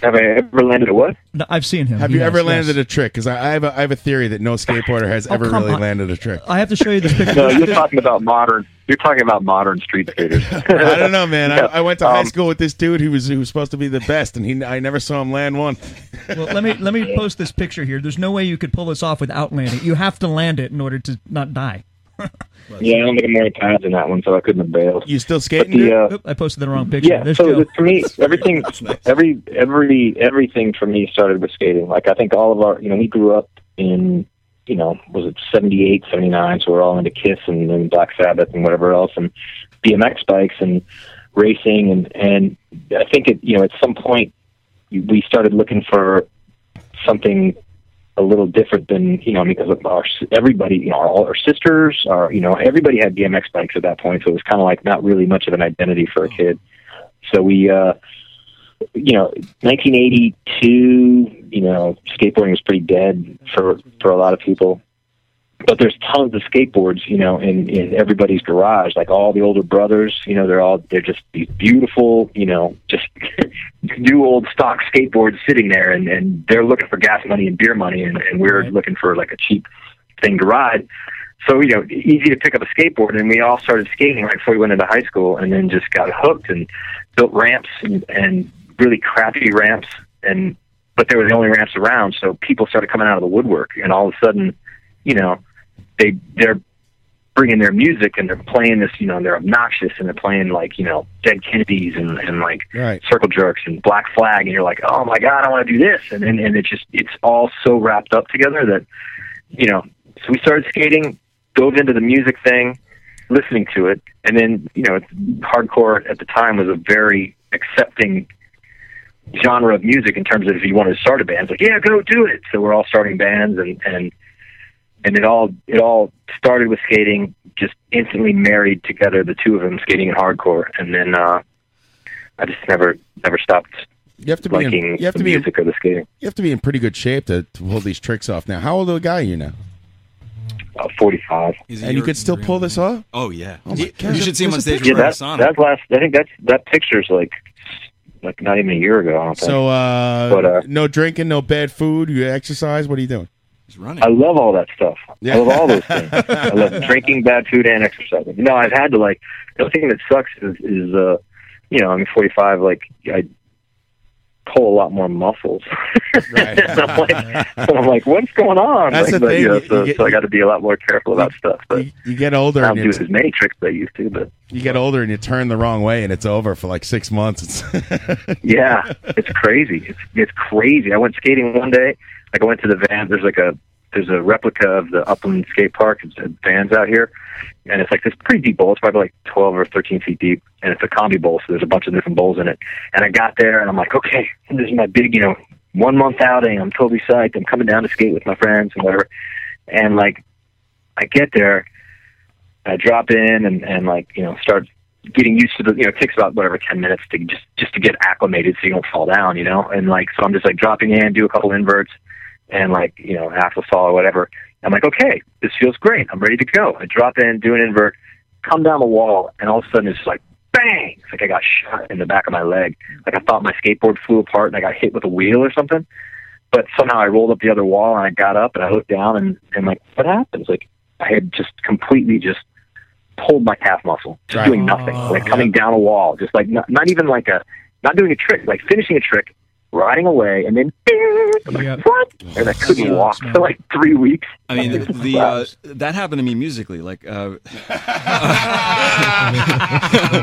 S18: Have I ever landed a what?
S10: No, I've seen him.
S12: Have
S10: He
S12: you
S10: has,
S12: ever
S10: yes.
S12: landed a trick? Because I, I have a, I have a theory that no skateboarder has
S10: Oh,
S12: ever
S10: come
S12: really
S10: on.
S12: landed a trick.
S10: I have to show you this picture.
S18: No, you're talking about modern. You're talking about modern street skaters.
S12: I don't know, man. I, I went to high school with this dude who was who was supposed to be the best, and he I never saw him land one.
S10: well, let me let me post this picture here. There's no way you could pull this off without landing. You have to land it in order to not die.
S18: Yeah, I don't think I'm wearing pads in that one, so I couldn't have bailed.
S12: You still
S18: skating? The, uh,
S10: Oop, I posted the wrong picture.
S18: Yeah,
S10: There's
S18: so
S10: Joe.
S18: the- for me, uh, everything, every, every, everything for me started with skating. Like I think all of our, you know, we grew up in, you know, was it 78, 79, so we're all into Kiss and, and Black Sabbath and whatever else and BMX bikes and racing and, and I think it, you know, at some point we started looking for something a little different than you know because of our everybody you know our, all our sisters our you know everybody had BMX bikes at that point so it was kind of like not really much of an identity for a kid so we uh you know 1982 you know skateboarding was pretty dead for for a lot of people but there's tons of skateboards you know in in everybody's garage like all the older brothers you know they're all they're just these beautiful you know just new old stock skateboards sitting there and and they're looking for gas money and beer money and, and we're looking for like a cheap thing to ride so you know easy to pick up a skateboard and we all started skating right before we went into high school and then just got hooked and built ramps and, and really crappy ramps and but they were the only ramps around so people started coming out of the woodwork and all of a sudden you know they they're bringing their music and they're playing this you know and they're obnoxious and they're playing like you know dead kennedys and and like
S12: Right.
S18: circle jerks and black flag and you're like oh my god i want to do this and and, and it's just it's all so wrapped up together that you know so we started skating dove into the music thing listening to it and then you know hardcore at the time was a very accepting genre of music in terms of if you wanted to start a band it's like yeah go do it so we're all starting bands and and and it all it all started with skating just instantly married together the two of them skating and hardcore and then uh i just never never stopped
S12: you have to be in-
S18: liking
S12: you have
S18: the
S12: to be in-
S18: music or the skating
S12: You have to be in pretty good shape to, to pull these tricks off. Now, how old of a guy are you now?
S18: Uh, Forty-five,
S16: Is he
S12: and you
S16: your
S12: could still pull this off.
S16: Oh yeah,
S12: Oh, my
S16: you,
S12: God.
S16: you should see him on
S12: There's a
S16: stage
S12: picture.
S16: with
S12: Yeah,
S18: that,
S16: Sonic.
S18: that last i think that's that picture's like like not even a year ago I don't think.
S12: So, uh,
S18: But, uh,
S12: no drinking, no bad food. You exercise. What are you doing?
S16: He's running.
S18: I love all that stuff.
S12: Yeah.
S18: I love all those things. I love drinking bad food and exercising. No, I've had to like the thing that sucks is, is uh you know, I'm 45 like I pull a lot more muscles. And I'm like and I'm like what's going on?
S12: That's
S18: like,
S12: the
S18: but,
S12: thing,
S18: You know,
S12: you-
S18: so,
S12: you get-
S18: so I got to be a lot more careful about stuff. But
S12: You get older.
S18: I don't
S12: and
S18: do
S12: it's-
S18: as many tricks as I used to, but
S12: You get older and you turn the wrong way, and it's over for like six months.
S18: yeah, it's crazy. It's it's crazy. I went skating one day. Like I went to the van. There's like a there's a replica of the Upland Skate Park. It's a Vans out here, and it's like this pretty deep bowl. It's probably like 12 or 13 feet deep, and it's a combi bowl. So there's a bunch of different bowls in it. And I got there, and I'm like, okay, this is my big, you know, one month outing. I'm totally psyched. I'm coming down to skate with my friends and whatever. And like, I get there, I drop in, and and like you know start getting used to the you know it takes about whatever 10 minutes to just just to get acclimated so you don't fall down you know and like so i'm just like dropping in do a couple inverts and like you know axle stall or whatever i'm like okay this feels great i'm ready to go i drop in do an invert come down the wall and all of a sudden it's just like bang it's like i got shot in the back of my leg like i thought my skateboard flew apart and i got hit with a wheel or something but somehow i rolled up the other wall and i got up and i looked down and and like what happened it's like i had just completely just pulled my calf muscle, just
S12: Right.
S18: doing nothing, like coming down a wall, just like not, not even like a, not doing a trick, like finishing a trick, riding away, and then I'm like, what? And I couldn't walk for like three weeks.
S16: I mean, the, the uh, that happened to me musically. Like, uh,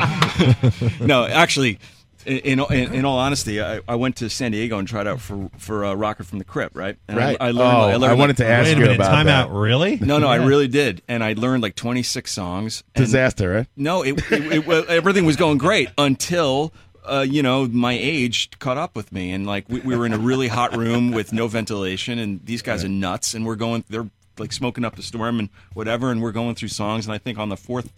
S16: no, actually, in in, in all honesty, I, I went to San Diego and tried out for for uh, Rocket from the Crypt, right? And
S12: Right.
S16: I, I learned.
S12: Oh,
S16: I, learned
S12: I wanted to ask Wait a you minute, about time that. out,
S17: really?
S16: No, no, I
S12: Yeah.
S16: really did, and I learned like twenty six songs. And
S12: Disaster, right?
S16: no, it, it, it was, everything was going great until. Uh, you know, my age caught up with me, and like we, we were in a really hot room with no ventilation, and these guys are nuts, and we're going, they're like smoking up a storm and whatever, and we're going through songs, and I think on the fourth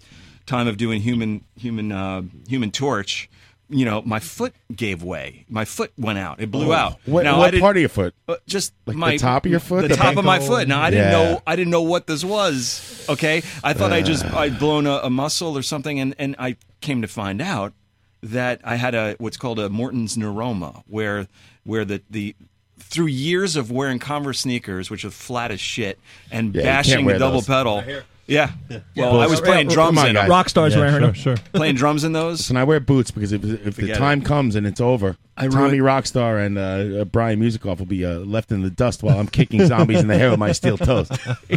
S16: time of doing human, human, uh, human torch, you know, my foot gave way. My foot went out. It blew
S12: Oh.
S16: out.
S12: What-
S16: Now,
S12: what
S16: I didn't-
S12: part of your foot?
S16: Uh, Just
S12: Like the
S16: my
S12: top of your foot,
S16: The,
S12: the
S16: top of my
S12: ankle?
S16: foot. Now I didn't
S12: Yeah. Uh.
S16: know. I didn't know what this was. Okay, I thought I just I'd blown a, a muscle or something, and and I came to find out that I had a what's called a Morton's neuroma, where where the the through years of wearing Converse sneakers, which are flat as shit, and
S12: Yeah, you can't
S16: bashing the
S12: wear
S16: double
S12: those.
S16: pedal.
S12: Right here.
S16: Yeah.
S12: Yeah.
S16: Well, I was
S12: Yeah,
S16: playing
S12: well,
S16: drums
S12: come on,
S16: in them.
S12: guys. Rock stars Yeah, wearing sure, them. sure.
S16: Playing drums in those.
S12: Listen, I wear boots because if, if the
S16: Forget
S12: time
S16: it.
S12: comes and it's over,
S16: I
S12: Tommy
S16: ruin-
S12: Rockstar and uh, uh, Brian Musikoff will be uh, left in the dust while I'm kicking zombies in the hair with my steel toes.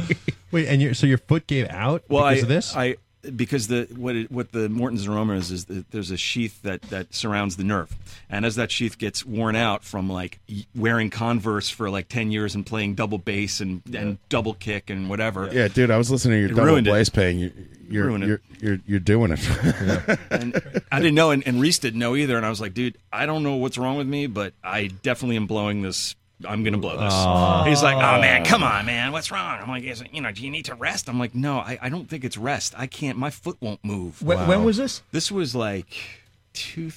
S17: Wait, and your so your foot gave out
S16: well,
S17: because
S16: I,
S17: of this?
S16: I because the what it, what the Morton's aroma is is that there's a sheath that that surrounds the nerve, and as that sheath gets worn out from like y- wearing Converse for like ten years and playing double bass and and double kick and whatever.
S12: yeah, dude, I was listening to your
S16: It
S12: double
S16: ruined it.
S12: blaze paying. You, you're,
S16: Ruined it.
S12: you're, you're you're doing it.
S16: And I didn't know, and, and Reese didn't know either. And I was like, dude, I don't know what's wrong with me, but I definitely am blowing this. I'm gonna blow this.
S19: Aw.
S16: He's like, oh man, come on, man, what's wrong? I'm like, is it, you know, do you need to rest? I'm like, no, I, I don't think it's rest. I can't. My foot won't move.
S10: Wh- Wow. when was this?
S16: This was like two.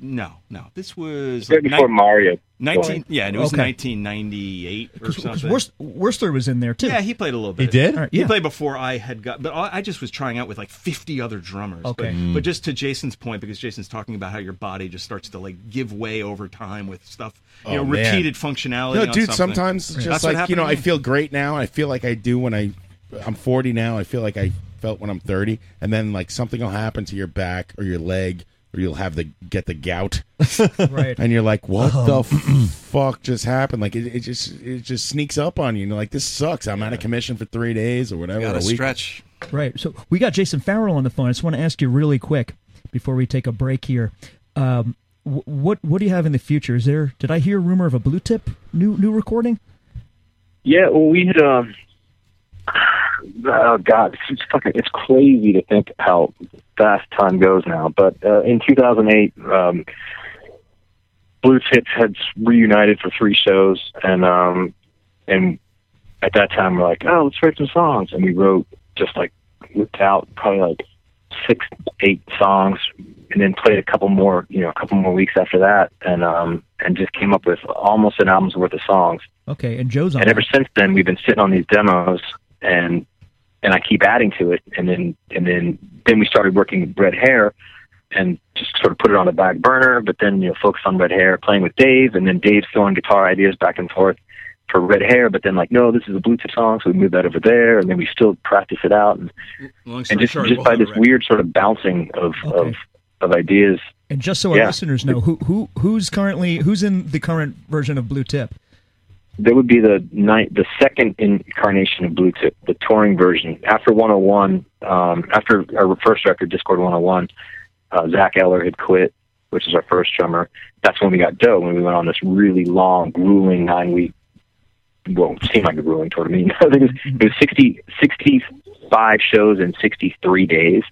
S16: No, no, this was
S18: Right
S16: like
S18: before
S16: nine-
S18: Mario.
S16: Nineteen. Yeah, it was
S10: Okay.
S16: 1998 or something.
S10: Worcester, Worcester was in there too.
S16: Yeah, he played a little bit.
S10: All right,
S16: He
S10: yeah.
S16: played before I had got, but I I just was trying out with like 50 other drummers.
S10: Okay.
S16: But,
S10: Mm.
S16: but just to Jason's point, because Jason's talking about how your body just starts to like give way over time with stuff, you know,
S12: Oh, man.
S16: repeated functionality.
S12: No,
S16: on
S12: dude.
S16: something.
S12: Sometimes it's
S16: That's
S12: just
S16: what
S12: like you know, I
S16: happened to me.
S12: feel great now. I feel like I do when I, I'm 40 now. I feel like I felt when I'm 30, and then like something will happen to your back or your leg, or you'll have the get the gout,
S10: right?
S12: And you're like, what
S10: Um,
S12: the f- fuck just happened? Like it, it just it just sneaks up on you. And you're like, this sucks. I'm out of commission for three days or whatever.
S16: Gotta
S12: a week.
S16: stretch.
S10: Right. So we got Jason Farrell on the phone. I just want to ask you really quick before we take a break here. Um, wh- what what do you have in the future? Is there? Did I hear a rumor of a blue tip new new recording?
S18: Yeah, well, we had. Um, oh God, it's just fucking. It's crazy to think how fast time goes now. But uh, in 2008, um, Blue Tip had reunited for three shows, and um, and at that time we're like, oh, let's write some songs, and we wrote just like whipped out probably like six, eight songs, and then played a couple more, you know, a couple more weeks after that, and um, and just came up with almost an album's worth of songs.
S10: Okay, and Joe's on.
S18: And
S10: that.
S18: ever since then, we've been sitting on these demos, and and I keep adding to it, and then and then then we started working with Red Hair, and just sort of put it on the back burner. But then you know, focused on Red Hair, playing with Dave, and then Dave throwing guitar ideas back and forth for Red Hair. But then like, no, this is a Bluetooth song, so we move that over there, and then we still practice it out, and,
S16: Long story
S18: and just
S16: short,
S18: just
S16: we'll
S18: by
S16: have a
S18: this weird sort of bouncing of of of ideas.
S10: And just so our
S18: Yeah.
S10: listeners know, who who who's currently who's in the current version of Blue Tip?
S18: That would be the night, the second incarnation of Bluetooth, the touring version. After 101, um, after our first record, Discord 101, uh, Zach Eller had quit, which is our first drummer. That's when we got Doe, when we went on this really long, grueling nine week, well, it seemed like a grueling tour to me. I think it was, it was 60, 65 shows in 63 days.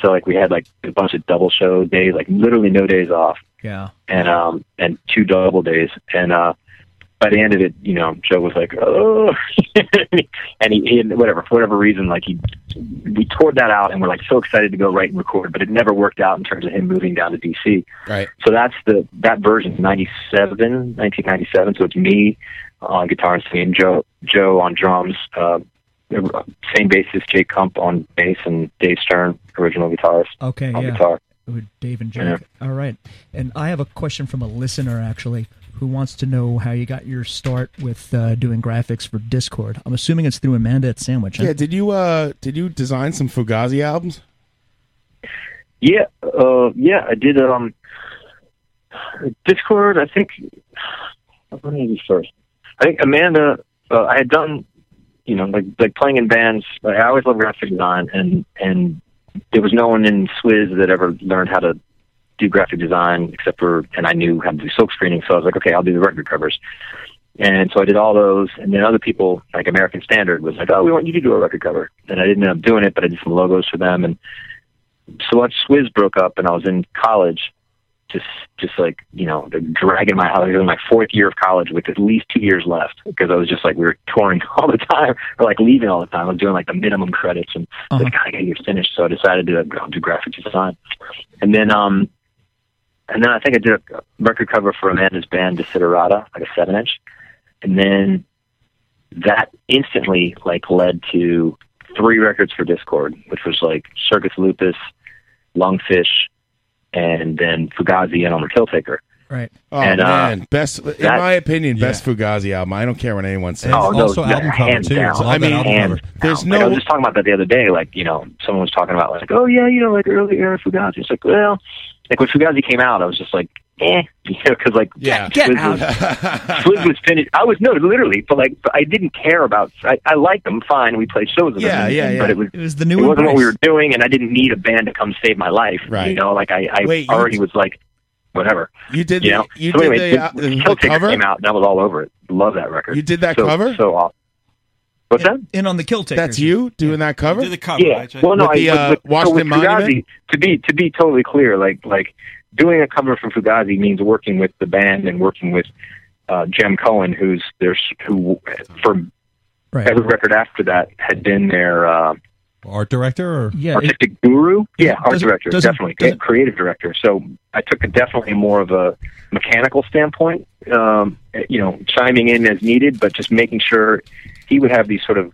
S18: So, like, we had like a bunch of double show days, like, literally no days off
S10: Yeah.
S18: and um and two double days and uh by the end of it you know joe was like oh and he, he whatever for whatever reason like he we toured that out and we're like so excited to go write and record but it never worked out in terms of him moving down to dc
S12: right
S18: so that's the that version 97 1997 so it's me on guitar and singing joe joe on drums uh same bassist jay kump on bass and dave stern original guitarist
S10: Okay,
S18: on
S10: yeah.
S18: guitar
S10: With Dave and Jack. All right. And I have a question from a listener actually who wants to know how you got your start with uh, doing graphics for Discord. I'm assuming it's through Amanda at Sandwich. huh?
S12: Yeah. Did you uh did you design some Fugazi albums?
S18: Yeah, uh, yeah, I did. Um, Discord. I think. What did I do first? I think Amanda. Uh, I had done, you know, like like playing in bands. Like, I always loved graphic design, and and there was no one in Swizz that ever learned how to do graphic design except for, and I knew how to do silk screening, so I was like, okay, I'll do the record covers. And so I did all those, and then other people, like American Standard, was like, oh, we want you to do a record cover. And I didn't end up doing it, but I did some logos for them, and so once Swizz broke up and I was in college, just just like you know, dragging my I was in my fourth year of college with at least two years left because I was just like we were touring all the time or like leaving all the time. I was doing like the minimum credits
S10: Uh-huh.
S18: and like God, I gotta get finished. So I decided to uh, do graphic design, and then um, And then I think I did a record cover for Amanda's band, Desiderata, like a seven inch. And then that instantly like led to three records for Discord, which was like Circus Lupus, Lungfish, and then Fugazi and on the Kill Taker.
S10: Right.
S12: Oh
S18: And, uh,
S12: man, best in
S18: that-
S12: my opinion, best Fugazi album. I don't care what anyone says.
S18: Oh, no, yeah, hands down.
S12: I mean,
S18: hands
S12: there's
S18: down. Like, I
S12: no
S18: was just talking about that the other day. Like, you know, someone was talking about like, oh yeah, you know, like early era Fugazi. It's like, well, like when Fugazi came out, I was just like, eh, you know, because like, yeah,
S10: Get out.
S18: Was, Swizz was finished. I was no, literally, but like, but I didn't care about. I, I liked them fine. We played shows with
S10: Yeah,
S18: them.
S10: yeah, yeah.
S18: But it was
S10: It was the new
S18: It wasn't what we were
S10: embrace.
S18: doing, and I didn't need a band to come save my life. You
S12: Right.
S18: know, like I, I
S12: Wait, you-
S18: already was like, whatever.
S12: You did
S18: You
S12: the-
S18: know.
S12: you
S18: so
S12: did
S18: anyway,
S12: the, uh,
S18: when
S12: the
S18: Kill Taker
S12: cover?
S18: came out, and I was all over it. Love that record.
S12: You did that
S18: So-
S12: cover?
S18: So awesome. What's that?
S10: In on the kill taker.
S12: That's you doing that cover.
S10: did the
S12: cover,
S18: Yeah.
S12: right?
S18: Well, no,
S12: With
S18: I,
S12: the,
S18: with,
S12: uh,
S18: with, so with
S12: Washington Monument?
S18: Fugazi, to be to be totally clear, like like doing a cover from Fugazi means working with the band and working with uh, Jem Cohen, who's their s- who for every record after that had been their uh,
S17: Art director or
S10: yeah,
S18: artistic guru. Yeah, art director,
S17: does it-
S18: definitely creative director. So I took a definitely more of a mechanical standpoint, um, you know, chiming in as needed, but just making sure he would have these sort of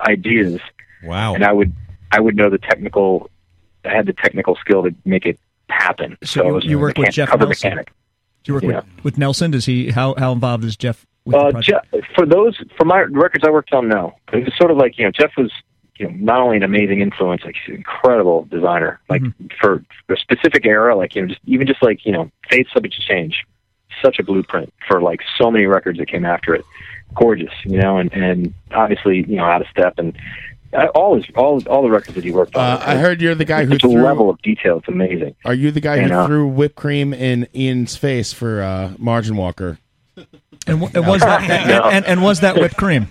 S18: ideas.
S17: Wow.
S18: And I would I would know the technical. I had the technical skill to make it happen. So,
S10: you-
S18: it was
S10: you
S18: a
S10: work with
S18: mechan-
S10: Jeff
S18: cover
S10: Nelson.
S18: mechanic.
S10: Do you work
S18: Yeah.
S10: with, with Nelson? Does he? How how involved is Jeff? With
S18: Uh, Jeff, for those for my records I worked on, no, it was sort of like you know Jeff was you know not only an amazing influence, like he's an incredible designer, like for, for a specific era, like you know just even just like you know Faith Subject to Change, such a blueprint for like so many records that came after it, gorgeous, you know, and and obviously you know out of step and. uh, All his, all all the records that he worked on.
S12: Uh, I heard you're the guy who
S18: It's a
S12: threw-
S18: level of detail. It's amazing.
S12: Are you the guy
S18: And,
S12: who
S18: uh,
S12: threw whipped cream in Ian's face for uh, Margin Walker?
S10: And, wa- and was that and,
S18: No.
S10: and, and was that whipped cream?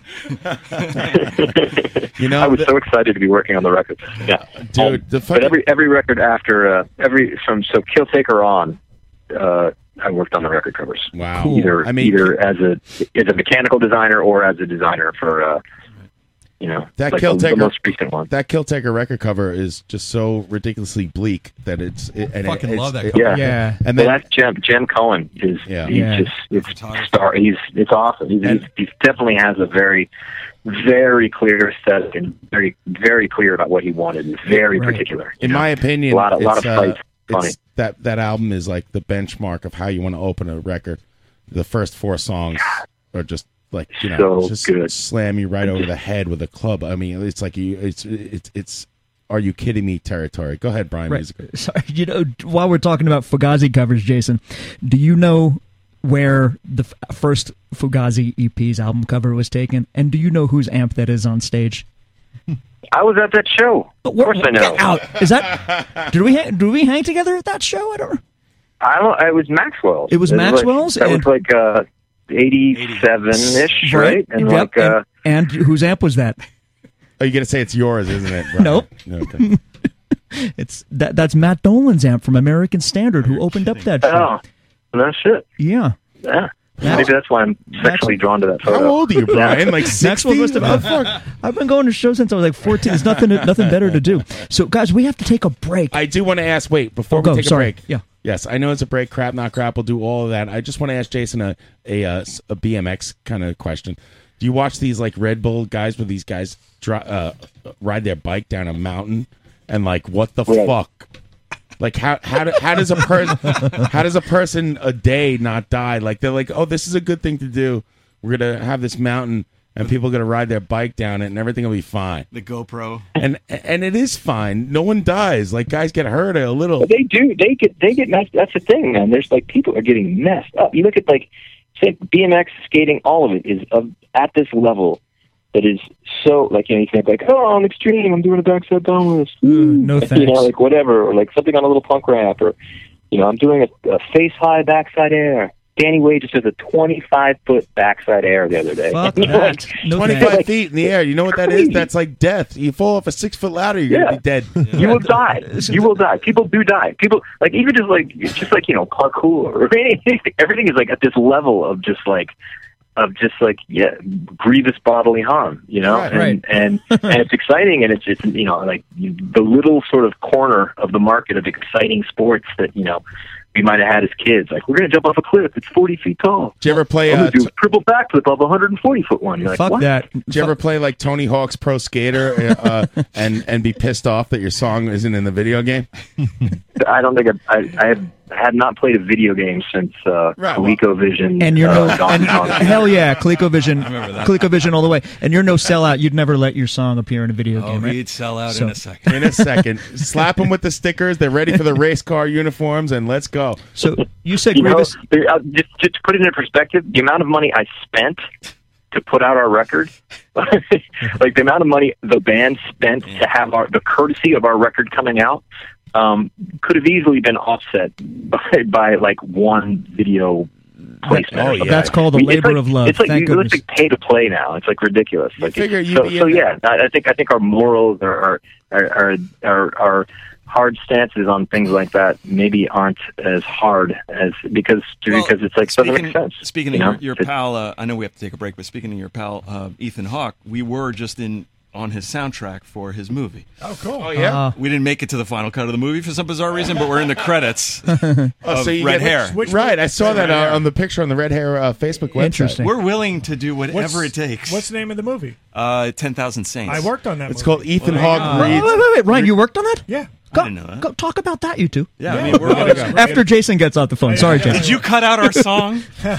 S12: you know,
S18: I was so excited to be working on the record. Yeah, Um,
S12: dude.
S18: but every every record after uh, every from so Kill Taker on, uh, I worked on the record covers.
S12: Wow.
S18: Either
S12: I mean-
S18: either as a as a mechanical designer or as a designer for uh, you know
S12: That
S18: like
S12: Kill
S18: the, the
S12: Taker-
S18: most recent one.
S12: That Kill Taker record cover is just so ridiculously bleak that it's. It, and
S18: fucking
S12: it,
S18: love that
S12: it's-
S18: cover. Yeah.
S12: It,
S18: Yeah.
S12: And
S18: well,
S12: then
S18: that's Jim. Jim Cohen is he's
S12: Yeah.
S18: just it's star. He's it's awesome. He's, he's, he definitely has a very, very clear aesthetic and very very clear about what he wanted. and Very
S12: Right.
S18: particular.
S12: in my opinion,
S18: a lot of lot of
S12: it's, uh,
S18: fights. Funny.
S12: it's- that that album is like the benchmark of how you want to open a record. The first four songs are just like you know,
S18: So
S12: just
S18: good.
S12: slam you right over the head with a club. I mean, it's like you, it's it's it's. Are you kidding me? Territory. Go ahead, Brian.
S10: Right.
S12: Music.
S10: Sorry, you know, while we're talking about Fugazi covers, Jason, do you know where the f- first Fugazi EP's album cover was taken? And do you know whose amp that is on stage?
S18: I was at that show. Of course, I know.
S10: Get out! Is that? did we ha- did we hang together at that show? I don't.
S18: I don't. It was Maxwell's.
S10: It was Maxwell's
S18: Like, that was like uh, eighty-seven ish, right? And
S10: Yep,
S18: like uh,
S10: and, and whose amp was that?
S12: Oh, you got to say it's yours, isn't it? Brian?
S10: Nope.
S12: Okay.
S10: it's that. That's Matt Dolan's amp from American Standard, who opened up that show.
S18: oh, no shit.
S10: Yeah.
S18: Yeah. Maybe that's why I'm sexually drawn to that photo.
S10: Maxwell must have- I've- I've been going to shows since I was like 14. There's nothing, nothing better to do. So, guys, we have to take a break.
S12: I do want to ask. Wait, before
S10: Oh,
S12: we
S10: go,
S12: take
S10: sorry.
S12: a break.
S10: Yeah.
S12: Yes, I know it's a break. Crap, not crap. We'll do all of that. I just want to ask Jason a a, uh, s- a BMX kind of question. Do you watch these like Red Bull guys where these guys dri uh, ride their bike down a mountain and like what the
S2: Right.
S12: fuck? Like how how do, how does a person how does a person a day not die? Like they're like, oh, this is a good thing to do. We're gonna have this mountain and people are gonna ride their bike down it and everything will be fine.
S16: The GoPro.
S12: And and it is fine. No one dies. Like guys get hurt a little.
S18: But they do. They get. They get messed. That's the thing, man. There's like people are getting messed up. You look at like, say BMX skating. All of it is of, at this level that is so like you know you think like oh I'm extreme. I'm doing a backside downwards.
S10: no
S18: You
S10: thanks.
S18: know like whatever or like something on a little punk ramp or you know I'm doing a, a face high backside air. Danny Way just did a 25 foot backside air the other day.
S12: Fuck
S18: You know,
S12: that.
S18: like,
S12: Twenty
S18: it's
S12: five
S18: like,
S12: feet in the air. You know what that is? That's like death. You fall off a six foot ladder, you're gonna be dead.
S18: You will die. You will die. People do die. People like even just like just like you know parkour or anything. Everything is like at this level of just like of just like yeah grievous bodily harm. You know,
S2: Right, right.
S18: and and and it's exciting and it's it's you know like you- the little sort of corner of the market of exciting sports that you know we might have had as kids. Like, we're going to jump off a cliff. It's 40 feet tall.
S12: Did you ever play
S18: I'm
S12: uh,
S18: going to do a triple backflip off a 140 foot one. You're like, what?
S12: Did you ever play like Tony Hawk's Pro Skater uh, uh, and and be pissed off that your song isn't in the video game?
S18: I don't think I, I, I have I have not played a video game since uh, ColecoVision.
S10: And you're
S18: uh,
S10: no
S18: Donkey
S10: and,
S18: Kong.
S10: hell yeah, ColecoVision,
S18: remember that.
S10: ColecoVision all the way. And you're no sellout. You'd never let your song appear in a video
S12: Oh,
S10: game. Right?
S16: he'd sell out
S10: So-
S16: in a second.
S12: In a second, slap them with the stickers. They're ready for the race car uniforms, and let's go.
S10: So you said
S18: You know, the- uh, just, just to put it into perspective, the amount of money I spent to put out our record, like the amount of money the band spent to have our the courtesy of our record coming out, um, could have easily been offset by, by like one video placement.
S10: Oh,
S18: or something.
S10: that's called a
S18: I mean, it's
S10: labor
S18: like-
S10: of love.
S18: It's like
S10: Thank
S18: you it's
S10: goodness.
S18: like pay to play now. It's like ridiculous. Like
S10: figure
S18: it's-
S10: you'd
S18: so,
S10: be
S18: so
S10: in
S18: yeah, I I think I think our morals are are are are, are hard stances on things like that maybe aren't as hard as because because it's like doesn't make sense.
S16: Speaking
S18: you
S16: of
S18: know?
S16: your, your pal, uh, I know we have to take a break, but speaking of your pal, uh, Ethan Hawke, we were just in on his soundtrack for his movie.
S12: Oh, cool. Oh,
S16: yeah. we didn't make it to the final cut of the movie for some bizarre reason, but we're in the credits.
S12: Oh,
S16: of red hair.
S12: right? I saw that
S16: Red hair.
S12: uh, on the picture on the red hair uh, Facebook website.
S16: We're willing to do whatever
S11: What's-
S16: it takes.
S11: What's the name of the movie?
S16: Uh, Ten Thousand Saints.
S11: I worked on that
S12: It's
S11: movie.
S12: called Ethan Hawke
S10: Wait, wait,
S12: reads.
S10: wait, wait, Ryan, you worked on that?
S11: Yeah.
S10: Go,
S16: I didn't know that.
S10: go talk about that, you two.
S16: Yeah, I mean, we're-
S10: after Jason gets off the phone. Sorry, Jason.
S16: Did you cut out our song?
S11: no, I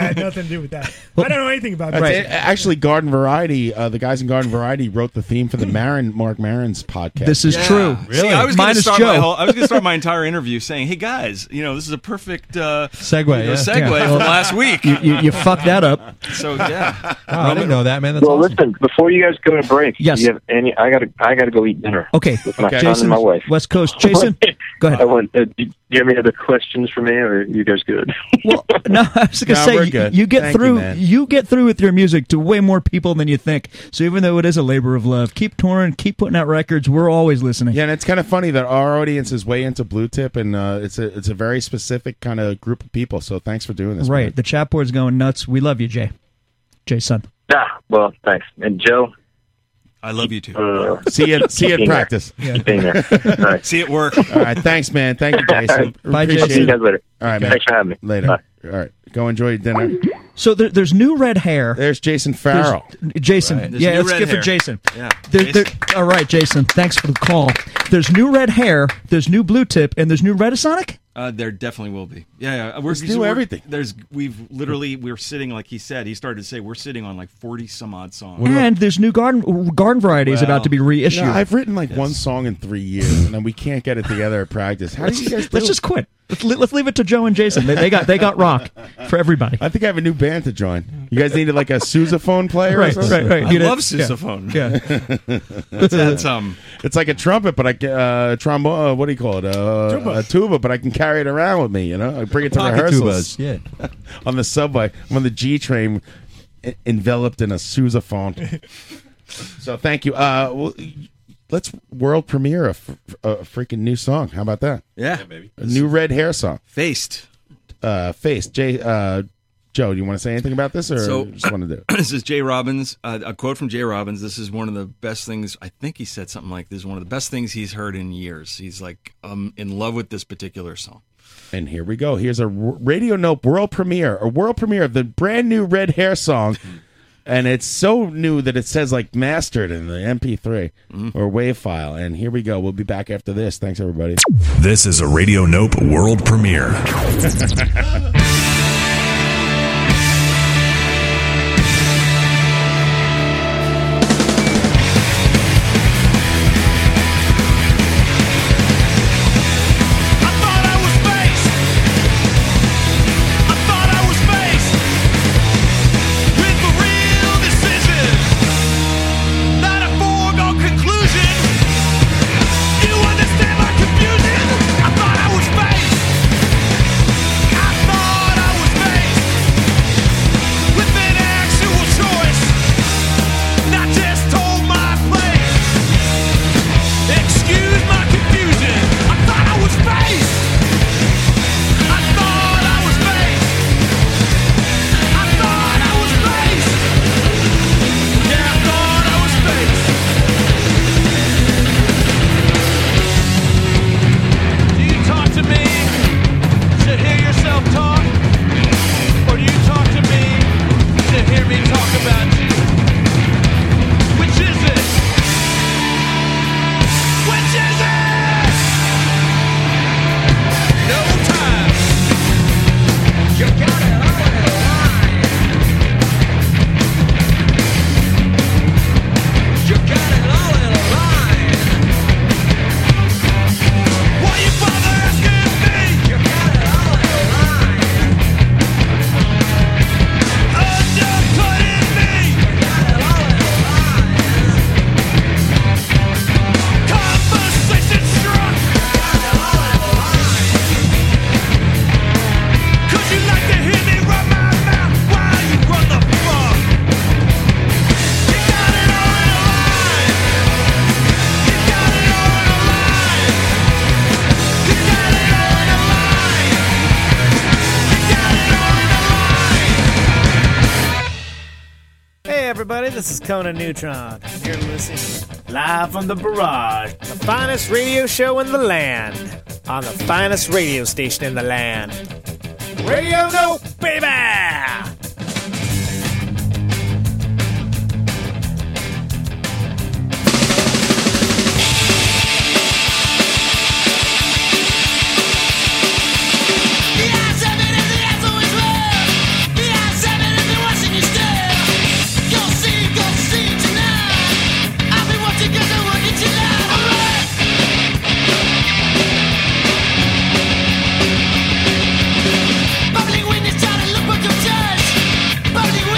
S11: had nothing to do with that. I don't know anything about
S12: That's it.
S11: that.
S12: Actually, Garden Variety, uh, the guys in Garden Variety wrote the theme for the Marin Mark Marin's podcast.
S10: This is
S16: Yeah.
S10: true.
S16: See, I was going
S10: Minus
S16: to start
S10: Joe.
S16: my whole, I was going to start my entire interview saying, "Hey guys, you know this is a perfect uh,
S17: Segue,
S16: you know,
S17: yeah.
S16: segue
S17: Yeah. Well,
S16: from last week."
S10: you- you- you fucked that up.
S16: So yeah,
S17: Wow, I didn't know that, man. That's
S18: well, listen. Before you guys go to break,
S10: Yes.
S18: you have any? I gotta, I gotta go eat dinner.
S10: Okay,
S18: with my son
S10: Jason,
S18: and my wife.
S10: West Coast. Jason, go ahead.
S18: I want. Uh, do you have any other questions for me, or are you guys good?
S10: No, I was
S18: No,
S10: gonna
S18: we're
S10: say you,
S18: good.
S10: you get
S18: Thank you,
S10: through.
S18: man.
S10: get through with your music to way more people than you think. So even though it is a labor of love, keep touring, keep putting out records. We're always listening.
S12: Yeah, and it's kind of funny that our audience is way into Blue Tip, and uh, it's a it's a very specific kind of group of people. So thanks for doing this.
S10: right. The chat board's going nuts. We love you, Jay. Jason.
S18: Ah, well, thanks. And Joe, Uh,
S16: I love you too.
S12: See you. See
S18: Keep being
S12: you at
S18: there.
S12: practice.
S18: Keep being there. All right.
S16: See you at work.
S12: All right. Thanks, man. Thank you, Jason.
S10: Bye,
S12: Appreciate
S10: Jason.
S12: it.
S10: See you guys later.
S12: All right, man.
S10: Thanks
S18: for having me.
S12: Later. All right. Go enjoy your dinner.
S10: So there, there's new red hair.
S12: There's Jason
S10: There's-
S12: Farrell.
S10: Jason.
S12: Right. There's
S10: Yeah,
S12: new
S10: let's
S12: red
S10: give
S12: hair.
S10: for Jason.
S12: Yeah.
S10: There- there- all right, Jason. Thanks for the call. There's new red hair. There's new blue tip, and there's new redisonic.
S16: Uh, there definitely will be. Yeah, yeah. We're,
S12: Let's do
S16: we're-
S12: everything.
S16: There's we've literally we're sitting like he said. He started to say we're sitting on like forty some odd songs.
S10: And there's new garden garden variety is about to be reissued.
S12: You know, I've written like one song in three years, and then we can't get it together at practice. How do
S10: let's,
S12: you guys? Do
S10: let's
S12: it?
S10: just quit. Let's, le- let's leave it to Joe and Jason. They, they got they got rock for everybody.
S12: I think I have a new band to join. You guys needed like a sousaphone player,
S10: Right,
S12: Or something?
S10: right, right. I You did- love yeah.
S16: sousaphone.
S12: Yeah,
S16: Let's add some.
S12: It's like a trumpet, but I ca- uh, trombone. Uh, what do you call it? Uh,
S16: Tuba.
S12: A tuba, but I can carry it around with me. You know, I bring it to
S17: Pocket
S12: rehearsals.
S17: tubas, yeah.
S12: on the subway, I'm on the G train, e- enveloped in a sousaphone. so thank you. Uh, well, let's world premiere a, f- a freaking new song. How about that?
S16: Yeah. Yeah, baby.
S12: A new red hair song.
S16: Faced.
S12: Uh, faced. Jay. Uh, Joe, do you want to say anything about this, or
S16: So-
S12: just want to do it?
S16: this is Jay Robbins. Uh, a quote from Jay Robbins. This is one of the best things. I think he said something like, "This is one of the best things he's heard in years." He's like, "I'm in love with this particular song."
S12: And here we go. Here's a r- Radio Nope world premiere, a world premiere of the brand new Red Hair song. And it's so new that it says like mastered in the MP3 or WAV file. And here we go. We'll be back after this. Thanks, everybody.
S19: This is a Radio Nope world premiere.
S20: I thought
S13: This is Conan Neutron. You're listening live from the barrage, the finest radio show in the land, on the finest radio station in the land. Radio No Baby!
S6: Public witness, try to look what you judge.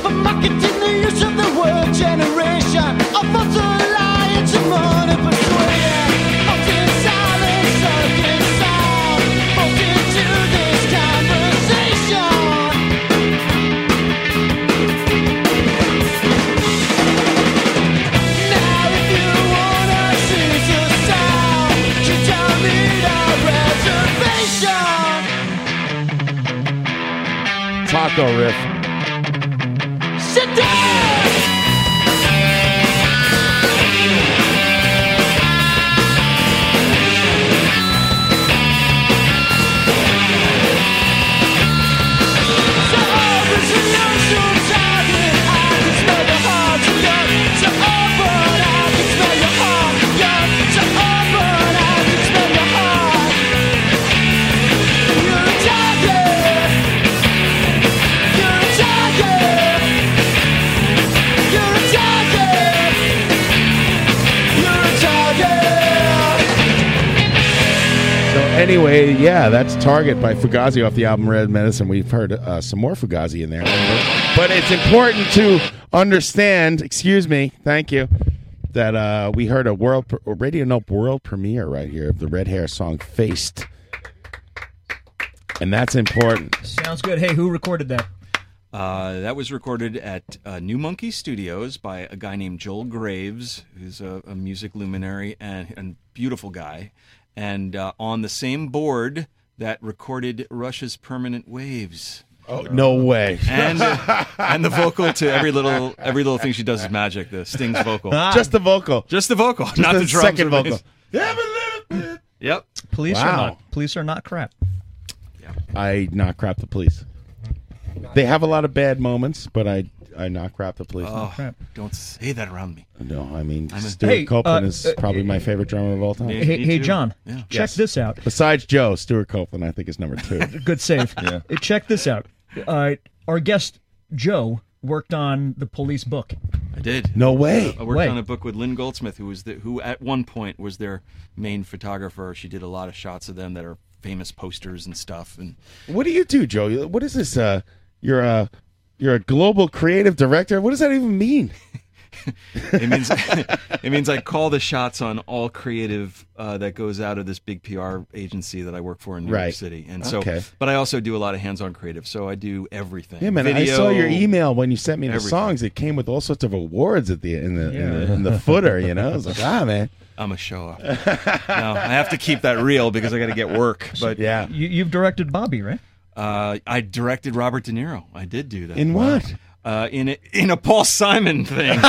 S21: use of the word generation. A false alliance and modern persuasion. Both in silence, both in sound. Both into this conversation. Now if you wanna choose yourself, you don't need a reservation.
S12: Taco riff.
S21: Sit down!
S12: So anyway, yeah, that's Target by Fugazi off the album Red Medicine. We've heard uh, some more Fugazi in there, but it's important to understand. Excuse me, thank you. That uh, we heard a world pr- a Radio Nope world premiere right here of the Red Hair song "Faced," and that's important.
S10: Sounds good. Hey, who recorded that?
S16: Uh, that was recorded at uh, New Monkey Studios by a guy named Joel Graves, who's a, a music luminary and, and beautiful guy. And uh, on the same board that recorded Russia's Permanent Waves.
S12: Oh, no way!
S16: And uh, and the vocal to every little every little thing she does is magic. The Sting's vocal,
S12: just the vocal,
S16: just the vocal,
S12: Ah. Just
S16: not the, drums
S12: second
S16: or
S12: vocal.
S16: bass. Yep.
S10: Police
S12: Wow.
S10: are not. Police are not crap.
S12: I not crap the police. They have a lot of bad moments, but I I not crap the police.
S16: Oh, don't say that around me.
S12: No, I mean
S16: I'm a-
S12: Stuart
S16: Hey,
S12: Copeland
S16: uh,
S12: is
S16: uh,
S12: probably my favorite drummer of all time.
S10: Hey, hey, John, check this out.
S12: Besides Joe, Stuart Copeland, I think is number two.
S10: Good save. Uh, Check this out. Uh, our guest Joe worked on the police book.
S16: I did.
S12: No way.
S16: I worked
S10: Way.
S16: on a book with Lynn Goldsmith, who was the, who at one point was their main photographer. She did a lot of shots of them that are famous posters and stuff. And
S12: what do you do, Joe? What is this? Uh, you're a you're a global creative director. What does that even mean?
S16: it means it means I call the shots on all creative uh, that goes out of this big PR agency that I work for in New
S12: Right.
S16: York City. And so,
S12: Okay.
S16: but I also do a lot of hands-on creative. So I do everything.
S12: Yeah, man. I
S16: Video,
S12: saw your email when you sent me the
S16: everything.
S12: songs. It came with all sorts of awards at the in the, in, the
S16: Yeah.
S12: in the footer. You know, I was like, ah, man.
S16: I'm a show off. no, I have to keep that real because I got to get work. But
S12: yeah,
S10: You, you've directed Bobby, right?
S16: uh, I directed Robert De Niro. I did do that.
S10: In what?
S16: Uh, in a, in a Paul Simon thing.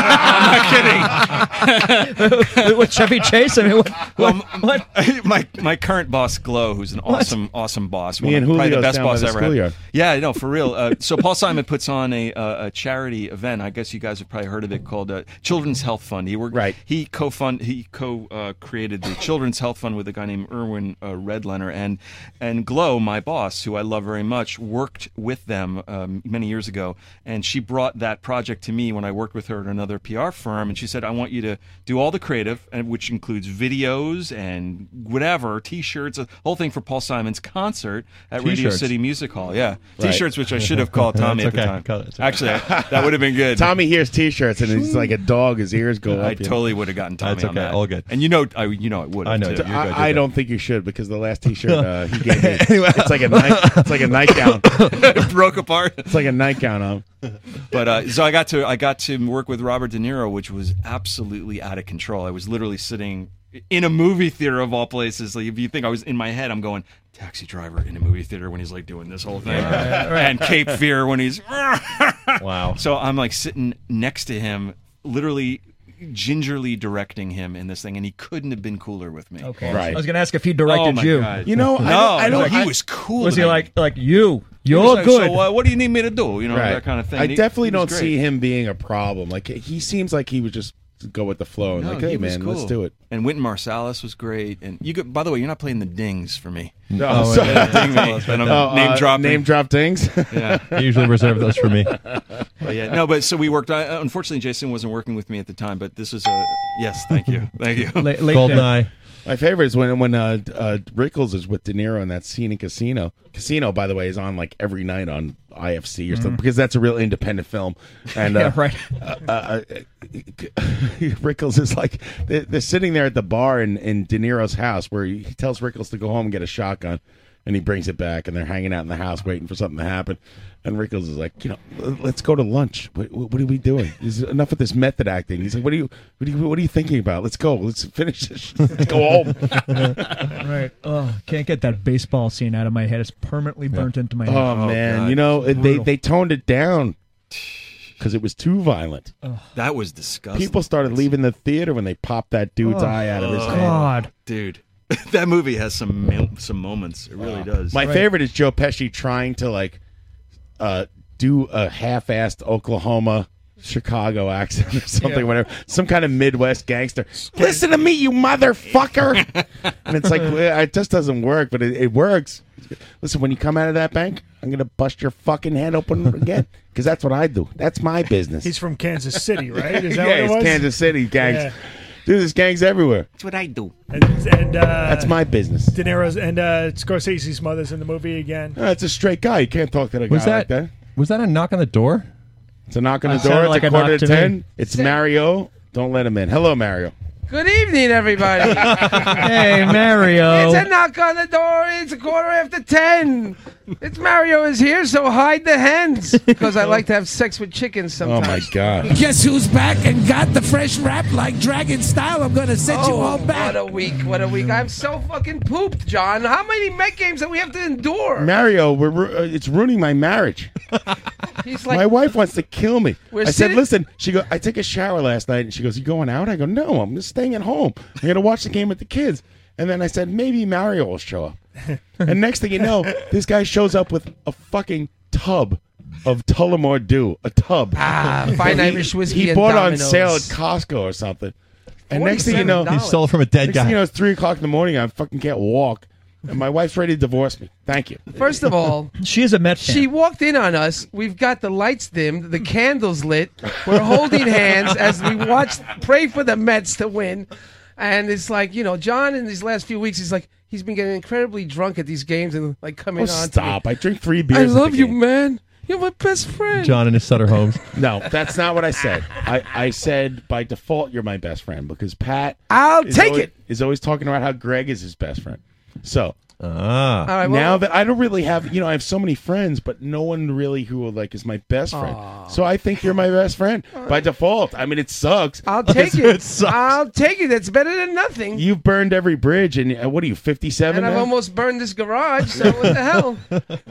S16: I'm not kidding.
S10: what Chevy Chase? I mean, what?
S16: Well, what? My my current boss, Glow, who's an awesome awesome boss.
S12: Me
S16: one
S12: and
S16: of- probably the
S12: Julio's
S16: best
S12: down by
S16: boss
S12: the
S16: I ever.
S12: schoolyard.
S16: Had. Yeah, no, for real. Uh, so Paul Simon puts on a uh, a charity event. I guess you guys have probably heard of it called uh, Children's Health Fund. He worked. Right. He co-fund. He co uh, created the Children's Health Fund with a guy named Irwin uh, Redlener and and Glow, my boss, who I love very much, worked with them um, many years ago, and she brought that project to me when I worked with her at another PR firm, and she said, "I want you to do all the creative, and which includes videos and whatever, T-shirts, a whole thing for Paul Simon's concert at Radio
S17: T-shirts.
S16: City Music Hall. Oh, Yeah,
S12: Right.
S16: T-shirts, which I should have called Tommy at
S17: That's
S16: the
S17: okay.
S16: time.
S17: Call it. It's okay.
S16: Actually, I- that would have been good.
S12: Tommy hears T-shirts and he's like a dog. His ears go up.
S16: I
S12: you know?
S16: totally would have gotten Tommy
S12: That's
S16: on
S12: okay.
S16: that.
S12: All good.
S16: And you know, I you know I would. have,
S12: I,
S16: Too. You're good, you're
S12: I
S16: good.
S12: don't think you should because the last T-shirt uh, he gave me, it's like a night, it's like a nightgown.
S16: it broke apart.
S12: It's like a nightgown. Um,
S16: but uh, so I got to I got to work with Robert De Niro, which was absolutely out of control. I was literally sitting in a movie theater of all places. Like if you think I was in my head, I'm going taxi driver in a movie theater when he's like doing this whole thing,
S17: Yeah, right.
S16: and Cape Fear when he's
S17: wow.
S16: So I'm like sitting next to him, literally gingerly directing him in this thing, and he couldn't have been cooler with me.
S10: Okay. I was going to ask if he directed
S16: Oh, my
S10: you.
S16: God. You know, I No, don't- I don't- he was cool
S10: Was he
S16: than
S10: like like you?
S16: He
S10: You're
S16: was like,
S10: good.
S16: So uh, what do you need me to do? You know that kind of thing.
S12: I
S16: He-
S12: definitely
S16: he was
S12: don't
S16: great.
S12: see him being a problem. Like he seems like he was just go with the flow and
S16: No,
S12: like, hey
S16: he was
S12: man,
S16: cool.
S12: let's do it.
S16: And Wynton Marsalis was great. And you, go, by the way, you're not playing the Dings for me.
S12: No,
S16: oh,
S12: sorry.
S16: ding me. And I'm
S12: Oh, uh,
S16: name dropping.
S12: name drop Dings?
S16: Yeah,
S12: I usually reserve those for me.
S16: But yeah, no, but so we worked. I, unfortunately, Jason wasn't working with me at the time. But this is a yes. Thank you. Thank you.
S12: My favorite is when when uh, uh, Rickles is with De Niro in that scene in Casino. Casino, by the way, is on like every night on IFC or
S10: Mm-hmm.
S12: something
S19: Mhm.
S12: because that's a real independent film. And
S19: Yeah,
S12: uh,
S19: right.
S12: uh, uh, uh, Rickles is like they're, they're sitting there at the bar in, in De Niro's house where he tells Rickles to go home and get a shotgun. And he brings it back, and they're hanging out in the house waiting for something to happen. And Rickles is like, you know, let's go to lunch. What, what what are we doing? There's enough of this method acting. He's like, what are you, what are you, what are you thinking about? Let's go. Let's finish this. Let's go home.
S10: right. Oh, can't get that baseball scene out of my head. It's permanently burnt into my head.
S12: Oh, man, you know it- they they toned it down because it was too violent.
S16: That was disgusting.
S12: People started leaving the theater when they popped that dude's
S16: Oh,
S12: eye out of his head.
S16: God. dude, that movie has some mo- some moments. It really does.
S12: My favorite is Joe Pesci trying to like uh, do a half-assed Oklahoma. Chicago accent or something,
S19: Yeah.
S12: whatever, some kind of Midwest gangster. Listen to me, you motherfucker! and it's like well, it just doesn't work, but it, it works. Listen, when you come out of that bank, I'm gonna bust your fucking head open again because that's what I do. That's my business.
S11: He's from Kansas City, right? Is that
S12: yeah,
S11: what it
S12: it's
S11: was?
S12: Kansas City gangs.
S11: Yeah.
S12: Dude, there's gangs everywhere.
S11: That's what I do. And, and, uh,
S12: That's my business.
S11: De Niro's and uh, Scorsese's mother's in the movie again.
S12: Uh, it's a straight guy. You can't talk to the guy
S17: Was that,
S12: like that.
S17: was that a knock on the door?
S12: It's a knock on the
S17: Uh,
S12: door.
S17: sounded
S12: It's
S17: like
S12: a
S17: a
S12: quarter
S17: knock
S12: to
S17: to me.
S12: ten. It's Mario. Don't let him in. Hello, Mario.
S1: Good evening, everybody.
S10: Hey, Mario.
S1: It's a knock on the door. It's a quarter after ten. It's Mario is here, so hide the hens because I like to have sex with chickens
S12: Oh
S1: sometimes.
S12: my god.
S1: Guess who's back and got the fresh wrap like dragon style? I'm gonna set you all back. Oh, What a week! What a week! I'm so fucking pooped, John. How many Met games that we have to endure?
S12: Mario, we're, ru- uh, it's ruining my marriage.
S1: He's
S12: my
S1: like,
S12: wife wants to kill me.
S1: We're
S12: I said,
S1: sitting-
S12: listen. She go. I take a shower last night, and she goes, "You going out?" I go, "No, I'm just staying at home. I'm gonna watch the game with the kids." And then I said, maybe Mario will show up. and next thing you know, this guy shows up with a fucking tub of Tullamore Dew, a tub.
S1: Ah, fine
S12: That he-
S1: Irish whiskey
S12: He
S1: and
S12: bought on
S1: Domino's.
S12: sale at Costco or something. And next thing you know,
S17: He stole it from a dead
S12: next
S17: guy.
S12: Thing you know, it's three o'clock in the morning. I fucking can't walk, and my wife's ready to divorce me. Thank you.
S1: first of all,
S10: she is a Met fan.
S1: She walked in on us. We've got the lights dimmed, the candles lit. We're holding hands as we watch, pray for the Mets to win. And it's like, you know, John in these last few weeks, he's like, he's been getting incredibly drunk at these games and like coming
S12: Oh,
S1: on. to me.
S12: stop! I drink three beers.
S1: I
S12: at the
S1: love you,
S12: game.
S1: man. You're my best friend.
S17: John and his Sutter Homes.
S12: No, that's not what I said. I, I said by default you're my best friend because Pat
S1: I'll
S12: is
S1: take
S12: always,
S1: it.
S12: is always talking about how Greg is his best friend. So
S17: Ah.
S1: All right, well-
S12: now that I don't really have you know I have so many friends but no one really who like is my best friend. So I think you're my best friend by default. I mean it sucks.
S1: I'll take it. I'll take it. That's better than nothing.
S12: You've burned every bridge and uh, what are you 57
S1: and I've
S12: now?
S1: almost burned this garage, so what the hell?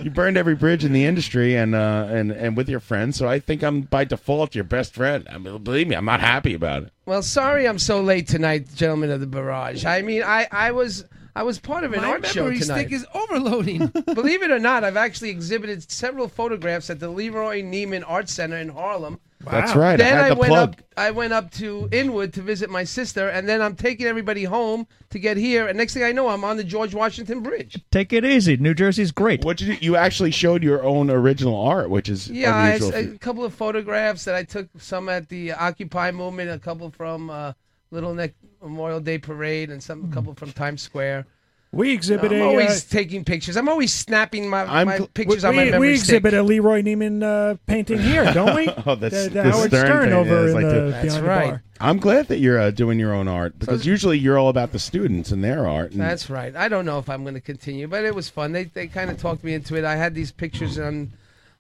S12: you burned every bridge in the industry and uh and and with your friends. So I think I'm by default your best friend. I mean, believe me, I'm not happy about it.
S1: Well, sorry I'm so late tonight, gentlemen of the barrage. I mean, I, I was I was part of an
S22: My
S1: art show
S22: memory
S1: tonight.
S22: stick is overloading.
S1: Believe it or not, I've actually exhibited several photographs at the Leroy Neiman Art Center in Harlem.
S12: That's right. I
S1: Then
S12: had
S1: I,
S12: the
S1: went
S12: plug.
S1: up. I went up to Inwood to visit my sister, and then I'm taking everybody home to get here. And next thing I know, I'm on the George Washington Bridge.
S10: Take it easy. New Jersey's great.
S12: What you you actually showed your own original art, which is
S1: Yeah, I,
S12: unusual. for
S1: a
S12: you.
S1: couple of photographs that I took. Some at the Occupy movement, a couple from uh, Little Neck Memorial Day Parade, and some a couple from Times Square.
S11: Hmm. We exhibit
S1: I'm
S11: a,
S1: always
S11: uh,
S1: taking pictures. I'm always snapping my,
S11: I'm
S1: my
S11: gl-
S1: pictures
S11: we,
S1: on my memory
S11: we
S1: stick.
S11: exhibit a Leroy Neiman uh, painting here, don't we?
S12: oh, that's
S11: the, the Howard Stern,
S12: thing, yeah,
S11: over
S12: it's
S11: in
S12: like
S11: the,
S12: the-
S11: behind the bar.
S12: I'm glad that you're uh, doing your own art because usually you're all about the students and their art. and-
S1: That's right. I don't know if I'm going to continue, but it was fun. They they kind of talked me into it. I had these pictures on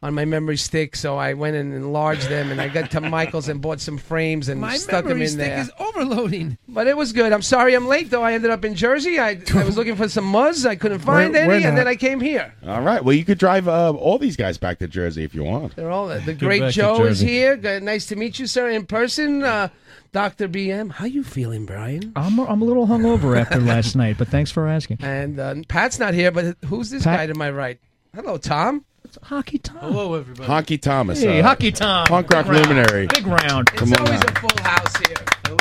S1: on my memory stick, so I went and enlarged them, and I got to Michaels and bought some frames and
S22: My
S1: stuck them
S22: memory
S1: in
S22: stick
S1: there.
S22: is overloading.
S1: but it was good. I'm sorry I'm late though. I ended up in Jersey. I, I was looking for some muzz. I couldn't find
S12: We're-
S1: any,
S12: we're
S1: and then
S12: not.
S1: I came here.
S12: all right. Well, you could drive uh, all these guys back to Jersey if you want.
S1: They're all there. The
S12: Get
S1: great
S12: back to
S1: Joe is
S12: Jersey.
S1: here. G- Nice to meet you, sir, in person. Uh, Doctor BM, how you feeling, Brian?
S10: I'm, I'm a little hungover after last night, but thanks for asking.
S1: And uh, Pat's not here, but who's this
S10: Pat-
S1: guy to my right? Hello, Tom.
S10: It's Hockey Tom.
S12: Hello, everybody. Honky Thomas.
S10: Hey,
S12: uh,
S10: Hockey Tom.
S12: Punk rock
S10: Big round.
S12: luminary.
S10: Big round.
S12: Come
S1: it's
S12: on
S1: always
S12: out.
S1: a full house here.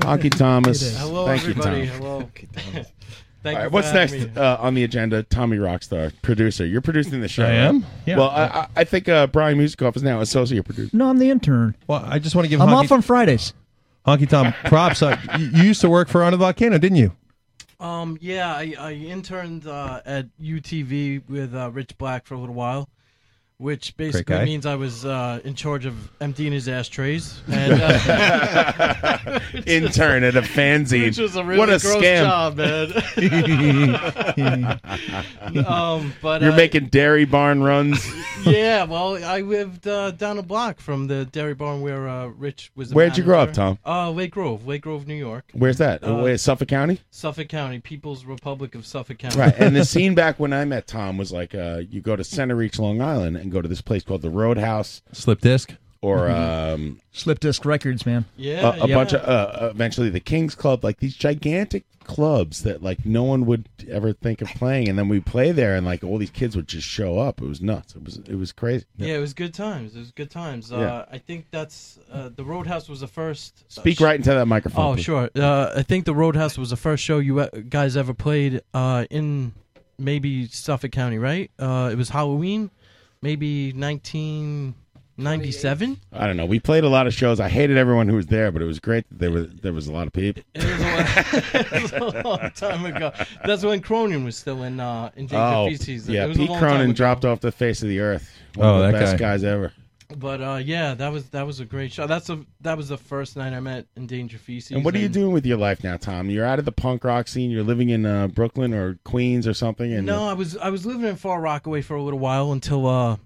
S12: Honky Thomas.
S4: Hello,
S12: Thank
S4: everybody.
S12: you, Tom.
S4: Hello. Thank
S12: All
S4: you
S12: right,
S4: for
S12: what's next
S4: having me.
S12: uh, on the agenda? Tommy Rockstar, producer. You're producing the show.
S10: I am?
S12: right?
S10: Yeah.
S12: Well, I, I- I think uh, Brian Musikoff is now associate producer.
S10: No, I'm the intern.
S17: Well, I just want to give.
S10: I'm
S17: Honky-
S10: off on Fridays.
S17: Honky Tom props. Uh, you you used to work for Under Volcano, didn't you?
S4: Um, yeah, I, I interned uh, at UTV with uh, Rich Black for a little while, which basically
S17: guy.
S4: means I was uh, in charge of emptying his ashtrays. And, uh,
S12: Intern at a fanzine.
S4: Which was a really
S12: What a
S4: gross
S12: scam.
S4: job, man. um, but
S12: You're
S4: uh,
S12: making dairy barn runs.
S4: yeah, well, I lived uh, down a block from the dairy barn where uh, Rich was. the
S12: Where'd you grow up,
S4: manager. Uh, Lake Grove, Lake Grove, New York.
S12: Where's that?
S4: Uh,
S12: Wait, Suffolk County.
S4: Suffolk County, People's Republic of Suffolk County.
S12: Right, and the scene back when I met Tom was like uh, you go to Center Reach, Long Island, and go to this place called the Roadhouse,
S17: Slip Disc, Mm-hmm.
S12: or
S10: Mhm.
S12: um,
S10: Slip Disc Records, man.
S12: a, a bunch of uh, eventually the Kings Club, like these gigantic clubs that like no one would ever think of playing, and then we play there, and like all these kids would just show up. It was nuts. It was it was crazy.
S4: Yeah, it was good times. It was good times. Uh,
S12: Yeah.
S4: I think that's uh, the Roadhouse was the first. uh,
S12: Speak right into that microphone.
S4: Oh,
S12: please.
S4: sure. Uh, I think the Roadhouse was the first show you uh, guys ever played uh, in maybe Suffolk County, right? Uh, it was Halloween, maybe 1997.
S12: I don't know. We played a lot of shows. I hated everyone who was there, but it was great. that There was there was a lot of people.
S4: it was a long time ago. That's when Cronin was still in uh, in
S12: Oh,
S4: feces.
S12: yeah.
S4: it was a
S12: Pete
S4: long
S12: Cronin
S4: time ago.
S12: dropped off the face of the earth. One of
S17: Oh,
S12: the
S17: that
S12: best
S17: guy.
S12: guys ever.
S4: But uh, yeah, that was that was a great show. That's a that was the first night I met Endangered Feces.
S12: And what are you doing with your life now, Tom? You're out of the punk rock scene. You're living in uh, Brooklyn or Queens or something. And
S4: No, I was I was living in Far Rockaway for a little while until uh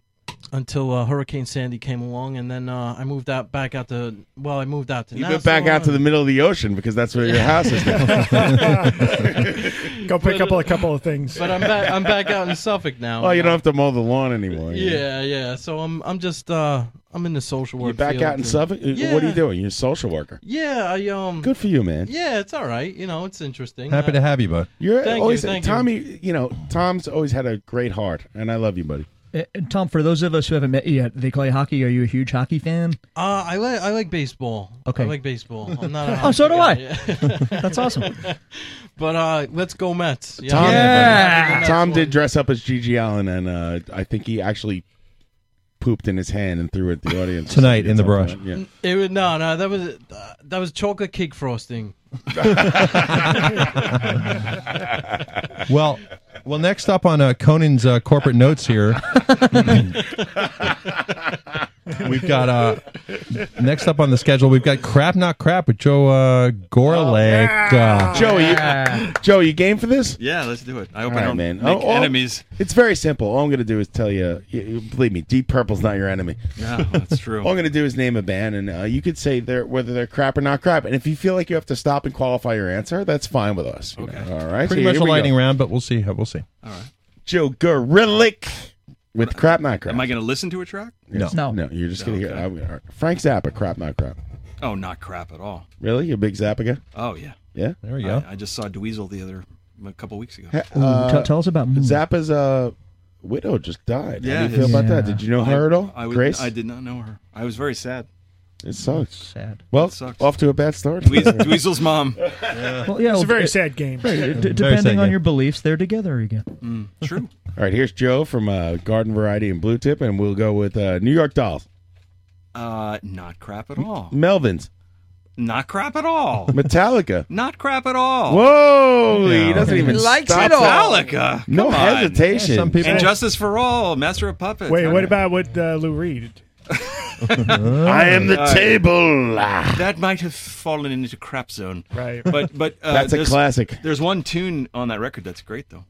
S4: until uh, Hurricane Sandy came along, and then uh, I moved out back out to well, I moved out to
S12: you went back out to the middle of the ocean because that's where your house is now.
S11: Go pick up a couple of things.
S4: uh, But I'm back I'm back out in Suffolk now. uh,
S12: well, Oh, you don't have to mow the lawn anymore. you know.
S4: Yeah, yeah. So I'm I'm just uh I'm in the social work.
S12: You're back
S4: field
S12: out in
S4: and-
S12: Suffolk. Uh,
S4: Yeah.
S12: What are you doing? You're a social worker.
S4: Yeah, I um.
S12: Good for you, man.
S4: Yeah, it's all right. You know, it's interesting. Uh,
S17: Happy to have you, bud.
S12: You're
S4: Thank you,
S12: always
S4: thank you.
S12: Tommy. You. know, Tom's always had a great heart, and I love you, buddy.
S10: Uh, And Tom, for those of us who haven't met you yet, they play hockey. Are you a huge hockey fan?
S4: Uh, I like I like baseball.
S10: Okay.
S4: I like baseball. I'm not. A
S10: Oh, so do
S4: hockey
S10: I.
S4: guy.
S10: That's awesome.
S4: But uh, let's go Mets. Yeah.
S12: Tom,
S4: That's
S12: Tom
S4: one.
S12: did dress up as Gigi Allen, and uh, I think he actually pooped in his hand and threw it at the audience
S17: Tonight in the brush.
S12: Yeah.
S4: It was no, no. That was uh, that was chocolate cake frosting.
S17: Well, well. Next up on uh, Conan's uh, corporate notes here, we've got uh, next up on the schedule we've got crap not crap with Joe uh,
S16: Oh,
S17: Gorlick. uh,
S12: Joey, you, Joey, you game for this?
S16: Yeah, let's do it. I hope
S12: All
S16: I
S12: right,
S16: don't
S12: man.
S16: make
S12: Oh, all-
S16: enemies.
S12: It's very simple. All I'm going to do is tell you, you- you- Believe me, Deep Purple's not your enemy.
S16: No, that's true.
S12: all I'm going to do is name a band, and uh, you could say they're, whether they're crap or not crap. And if you feel like you have to stop and qualify your answer, that's fine with us. you know. All right.
S17: pretty
S12: So
S17: much a
S12: here we go.
S17: lightning round, but we'll see. We'll see.
S12: Joe Gorelick with crap not crap.
S16: Am I going to listen to a track?
S12: Yes. Oh, no, You're just going to hear. I- all right. Frank Zappa, crap not crap.
S16: Oh, not crap at all.
S12: Really, you a big Zappa guy?
S16: Oh yeah.
S12: Yeah. uh,
S17: There we
S16: I, I just saw Dweezil the other a couple weeks ago.
S10: tell- tell us about Moon.
S12: Zappa's uh, widow just died. How do you feel
S16: his-
S12: about that? Did you know her
S16: I-
S12: at all,
S16: I, was-
S12: Grace?
S16: I did not know her. I was very sad.
S12: It sucks.
S10: Sad.
S12: Well,
S16: sucks.
S12: off to a bad start.
S16: Dweez, Dweezil's mom.
S10: Well, yeah,
S11: It's a very
S10: it-
S11: sad game.
S10: Right, d-
S12: Very
S10: depending
S12: sad
S10: on
S12: game.
S10: your beliefs, they're together again.
S12: Mm,
S16: True.
S12: All right, here's Joe from uh, Garden Variety and Blue Tip, and we'll go with uh, New York Dolls,
S16: Uh, not crap at all.
S12: Melvins,
S16: Not crap at all.
S12: Metallica.
S16: Not crap at all.
S12: Whoa! He doesn't even
S16: He likes
S12: stop
S16: it all. Metallica.
S12: No
S16: Come on.
S12: hesitation.
S16: Some people- Injustice for all. Master of Puppets.
S11: Wait,
S16: All
S11: what
S16: right.
S11: about what uh, Lou Reed?
S12: I am the
S16: All right.
S12: table.
S16: Uh, That might have fallen into crap zone.
S11: Right.
S16: But but uh,
S12: That's a
S16: there's-
S12: classic.
S16: There's one tune on that record that's great though.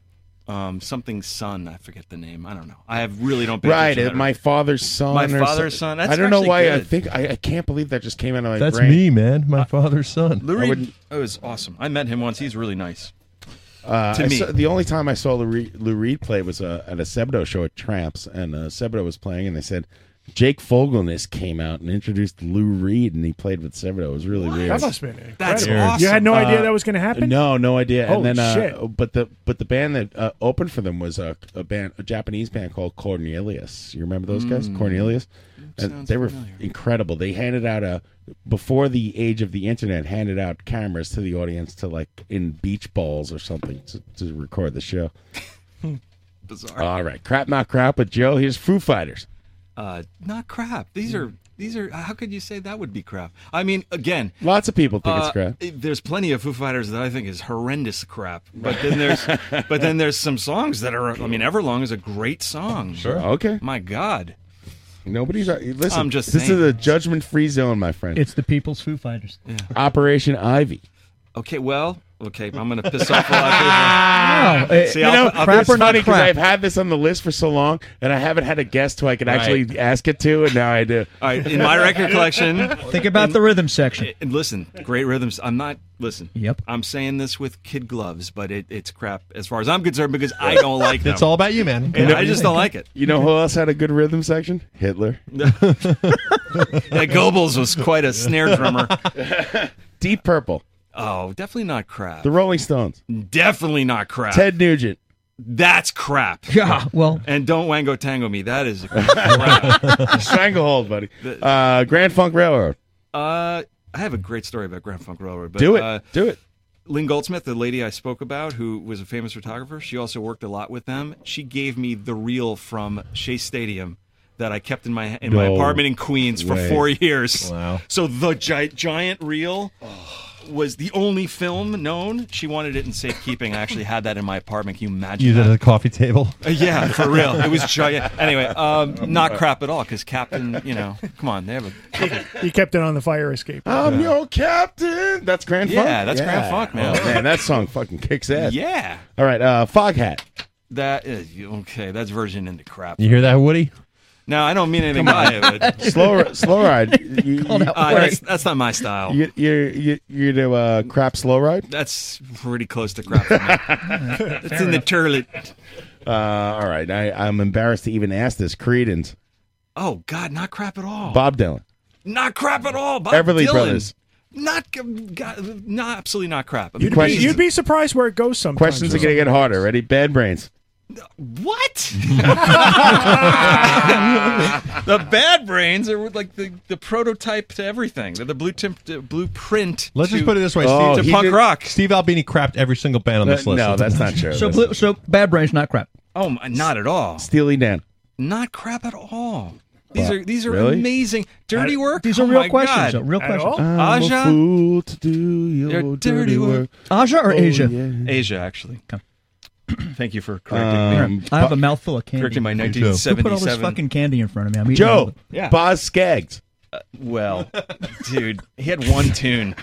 S16: Um, something son. I forget the name. I don't know. I have really don't. pay
S12: Right,
S16: attention to
S12: uh,
S16: that
S12: my
S16: record.
S12: father's son.
S16: My
S12: or
S16: father's
S12: some-
S16: son. That's
S12: I don't know
S16: actually
S12: why. I
S16: good.
S12: think I, I can't believe that just came out of my
S17: That's
S12: brain.
S17: me, man. My father's son.
S16: Uh, Lou Reed oh, was awesome. I met him once. He's really nice.
S12: Uh,
S16: To
S12: I
S16: me.
S12: saw- the only time I saw Lou Reed, Lou Reed play was uh, at a Sebdo show at Tramps, and uh, Sebdo was playing, and they said, Jake Fogelness came out and introduced Lou Reed, and he played with Sevedo. It was really weird. Uh,
S11: That must've been incredible. That's awesome. You had no idea that was gonna happen?
S12: No, no idea.
S11: Holy
S12: and then,
S11: shit.
S12: Uh, but the but the band that uh, opened for them was a, a band, a Japanese band called Cornelius. You remember those guys,
S11: Hmm.
S7: Mm.
S12: Cornelius? And they were incredible. They handed out a before the age of the internet, handed out cameras to the audience to like in beach balls or something to, to record the show.
S16: Bizarre.
S12: All right, crap not crap, but Joe, here's Foo Fighters.
S16: Uh, not crap. These
S12: Mm.
S16: are these are. How could you say that would be crap? I mean, again,
S12: Lots of people think it's
S16: uh,
S12: crap.
S16: it- There's plenty of Foo Fighters that I think is horrendous crap. But then there's but then there's some songs that are. I mean, Everlong is a great song.
S12: Sure. Okay.
S16: My God.
S12: Nobody's uh, listen.
S16: I'm just
S12: this
S16: saying.
S12: is a judgment-free zone, my friend.
S10: It's the people's Foo Fighters.
S12: Operation Ivy.
S16: Okay. Well. Okay. I'm gonna piss off a lot of
S10: eh,
S16: people. See,
S12: eh, you
S16: I'll-
S12: know,
S16: I'll-
S12: it's funny because I've had this on the list for so long, and I haven't had a guest who I could actually ask it to, and now I do.
S16: All right, in my record collection.
S10: Think about
S16: in-
S10: the rhythm section.
S16: And listen, great rhythms. I'm not listen.
S10: Yep.
S16: I'm saying this with kid gloves, but it, it's crap as far as I'm concerned because I don't like them.
S17: It's all about you, man.
S16: And I just don't like it.
S12: You know who else had a good rhythm section? Hitler.
S16: Yeah, Goebbels was quite a snare drummer.
S12: Deep Purple.
S16: Oh, definitely not crap.
S12: The Rolling Stones.
S16: Definitely not crap.
S12: Ted Nugent.
S16: That's crap.
S10: Yeah, well.
S16: And don't wango tango me. That is crap.
S12: Stranglehold, buddy. Uh, Grand Funk Railroad.
S16: Uh, I have a great story about Grand Funk Railroad. But,
S12: Do it.
S16: Uh,
S12: Do it.
S16: Lynn Goldsmith, the lady I spoke about, who was a famous photographer, she also worked a lot with them. She gave me the reel from Shea Stadium that I kept in my in my
S12: No
S16: apartment in Queens for
S12: way.
S16: four years. Wow! So the gi- giant reel was the only film known. She wanted it in safekeeping. I actually had that in my apartment. Can you imagine?
S17: You did
S16: that?
S17: it at the coffee table.
S16: Uh, yeah, for real. It was giant. Anyway, um, not crap at all because Captain, you know, come on, they have a
S11: You kept it on the fire escape.
S12: I'm your captain. That's Grand Funk.
S16: Yeah, that's Grand Funk, man.
S12: Oh, man, that song fucking kicks ass.
S16: Yeah.
S12: All right, uh, Foghat.
S16: That is okay. That's version into crap.
S17: You hear that, Woody?
S16: No, I don't mean anything
S12: Come on.
S16: by it. But
S12: Slow- slow ride. You- you- Called out
S16: Uh,
S12: Woody.
S16: that's, that's not my style.
S12: You you you you do uh, crap slow ride.
S16: That's pretty close to crap. For me. it's in the turlet.
S12: Uh, all right, I, I'm embarrassed to even ask this. Credence,
S16: Oh God, not crap at all.
S12: Bob Dylan,
S16: Not crap at all. Bob
S12: Everly
S16: Dylan.
S12: Brothers.
S16: Not, God, not absolutely not crap. I
S11: You'd, be,
S12: Questions-
S11: you'd be surprised where it goes sometimes.
S12: Questions are going to get harder. Ready? Bad brains.
S16: What? the bad brains are like the, the prototype to everything. They're the blueprint. blueprint.
S17: Let's just
S16: to-
S17: put it this way:
S16: to
S17: Steve,
S16: punk rock.
S17: Steve Albini crapped every single band on this
S12: Uh,
S17: list.
S12: Oh, no, that's not true.
S10: So, blue, so Bad Brains, not crap.
S16: Oh, my, not at all.
S12: Steely Dan.
S16: Not crap at all. These
S12: Wow.
S16: are these are
S12: Really?
S16: amazing. Dirty
S11: Uh,
S16: work.
S10: These are
S16: Oh
S10: real
S16: my
S10: questions,
S16: God.
S10: though, real questions.
S12: I'm a
S16: Aja.
S12: Uh, fool to do your dirty work.
S10: Aja or
S12: Oh,
S10: Asia?
S12: yeah.
S16: Asia, actually. Thank you for correcting
S10: Um,
S16: me.
S10: I have a mouthful of candy.
S16: Correcting my
S10: Me too. Who put all this
S16: 1977.
S10: fucking candy in front of me? I'm eating all
S12: Joe.
S10: of it.
S16: Yeah.
S12: Boz Skaggs.
S16: Uh, well, dude, he had one tune,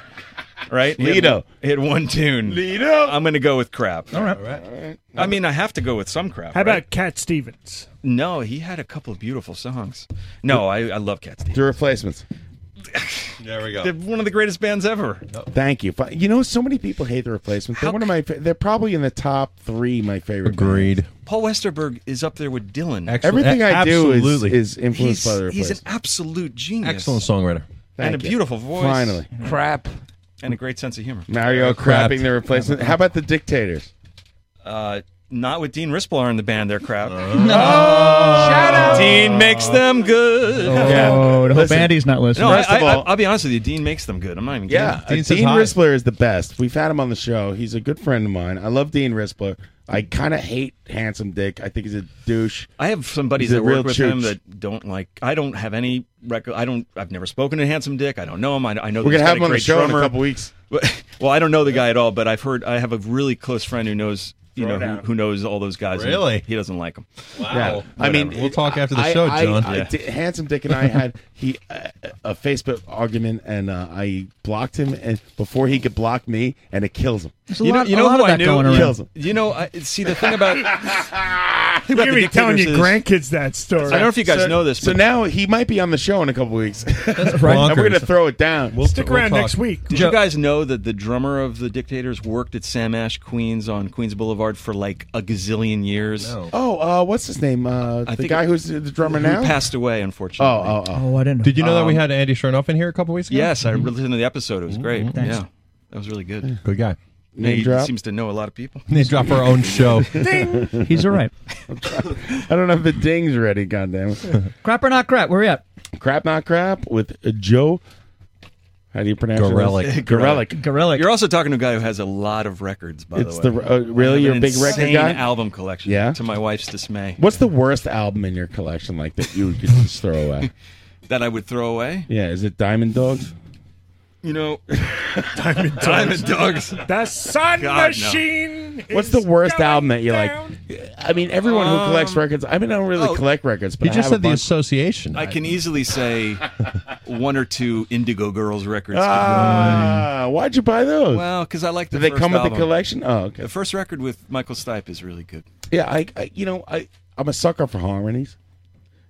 S16: right? He had-
S12: Lido.
S16: He had one tune.
S12: Lido.
S16: I'm going to go with crap.
S10: All right.
S16: I mean, I have to go with some crap.
S11: How
S16: right?
S11: about Cat Stevens?
S16: No, he had a couple of beautiful songs. No, I, I love Cat Stevens.
S12: The replacements.
S17: There we
S16: They're one of the greatest bands ever.
S12: Thank you. Fi- You know, so many people hate the replacements. They're one of my. fa- They're probably in the top three. My favorite.
S17: Agreed.
S16: Paul Westerberg is up there with Dylan.
S12: Everything I do is,
S17: Absolutely.
S12: is influenced by the
S16: He's, he's
S12: replacements.
S16: an absolute genius.
S17: Excellent songwriter.
S16: and a
S12: Thank you.
S16: beautiful voice.
S12: Finally.
S1: Crap.
S16: And a great sense of humor.
S12: Mario
S17: Crap.
S12: crapping the replacement. How about the dictators?
S16: Uh, not with Dean Risplar in the band, they're crap.
S17: Oh.
S16: Uh,
S1: Shout out.
S16: Dean makes them good.
S10: Oh, I hope Andy's not listening.
S16: No, I,
S12: First of all-
S16: will be honest with you. Dean makes them good. I'm not even kidding.
S12: Yeah,
S17: Dean
S12: Dean,
S17: says
S12: Dean
S17: hi.
S12: Rispler is the best. We've had him on the show. He's a good friend of mine. I love Dean Rispler. I kind of hate Handsome Dick. I think he's a douche.
S16: I have some buddies
S12: He's a
S16: that work
S12: real
S16: with
S12: chooch.
S16: him that don't like. I don't have any record. I don't. I've never spoken to Handsome Dick. I don't know him. I, I know
S12: We're gonna
S16: that he's
S12: have
S16: got
S12: him on the
S16: great
S12: show in
S16: drummer.
S12: a couple weeks.
S16: Well, I don't know the guy at all, but I've heard. I have a really close friend who knows. You
S12: Throw
S16: know
S12: down.
S16: who, who knows all those guys. and
S17: Really?
S16: he doesn't like them.
S12: Yeah. I mean,
S17: We'll talk after the
S12: I-
S17: show,
S12: I-
S17: John.
S12: I-
S17: Yeah.
S12: D- Handsome Dick and I had he uh, a Facebook argument, and uh, I blocked him, and before he could block me, and it kills him.
S10: There's a lot, a lot of that going around.
S12: Kills him.
S16: You know, I, see the thing about
S11: You're
S12: about
S11: gonna
S12: the
S11: be telling your
S12: dictators is-
S11: grandkids that story.
S12: So- so- So now he might be on the show in a couple weeks. That's
S11: right.
S12: And we're going to throw it down.
S11: We'll- Stick we'll around talk. next week.
S16: Did you guys know that the drummer of the Dictators worked at Sam Ash Queens on Queens Boulevard for like a gazillion years?
S12: Oh, uh, what's his name? Uh, the
S16: think-
S12: guy who's the drummer
S16: Who
S12: now?
S16: passed away, unfortunately.
S12: Oh, oh,
S16: oh. Oh, I didn't know.
S17: Did you know that we
S16: Um,
S17: had Andy Chernoff in here a couple weeks ago?
S16: Yes, I re- listened to the episode. It was great.
S17: Thanks.
S16: Yeah, that was really good.
S17: Mm-hmm. Good guy.
S16: Yeah,
S17: Name
S16: he
S17: drop.
S16: seems to know a lot of people.
S17: Name drop our own show.
S16: Ding!
S10: He's all right.
S12: I don't have the dings ready, goddamn.
S10: crap or not crap? Where we at?
S12: crap not crap with uh, Joe. How do you pronounce it? Gorelick.
S10: Gorelick.
S16: You're also talking to a guy who has a lot of records, by
S12: It's
S16: the
S12: the-
S16: way.
S12: uh, really?
S16: I have
S12: You're
S16: an
S12: a big record
S16: insane
S12: guy?
S16: album collection.
S12: Yeah?
S16: To my wife's dismay,
S12: What's the worst album in your collection like that you could just throw away?
S16: that I would throw away.
S12: Yeah, is it Diamond Dogs?
S16: You know,
S11: Diamond Dogs.
S16: Diamond Dogs.
S11: The Sun
S16: God, no.
S11: Machine.
S12: What's the worst album that you like? I mean, everyone who collects
S10: Um,
S12: records. I mean, I don't really
S16: oh.
S12: collect records, but
S17: He
S12: I
S17: just
S12: have a
S17: said the
S12: bunch.
S17: association.
S16: I can easily say one or two Indigo Girls records.
S12: Ah, why'd you buy those?
S16: Well, because I like the.
S12: Do they
S16: first
S12: come with the
S16: album.
S12: collection? Oh, okay.
S16: The first record with Michael Stipe is really good.
S12: Yeah, I, I you know, I I'm a sucker for harmonies.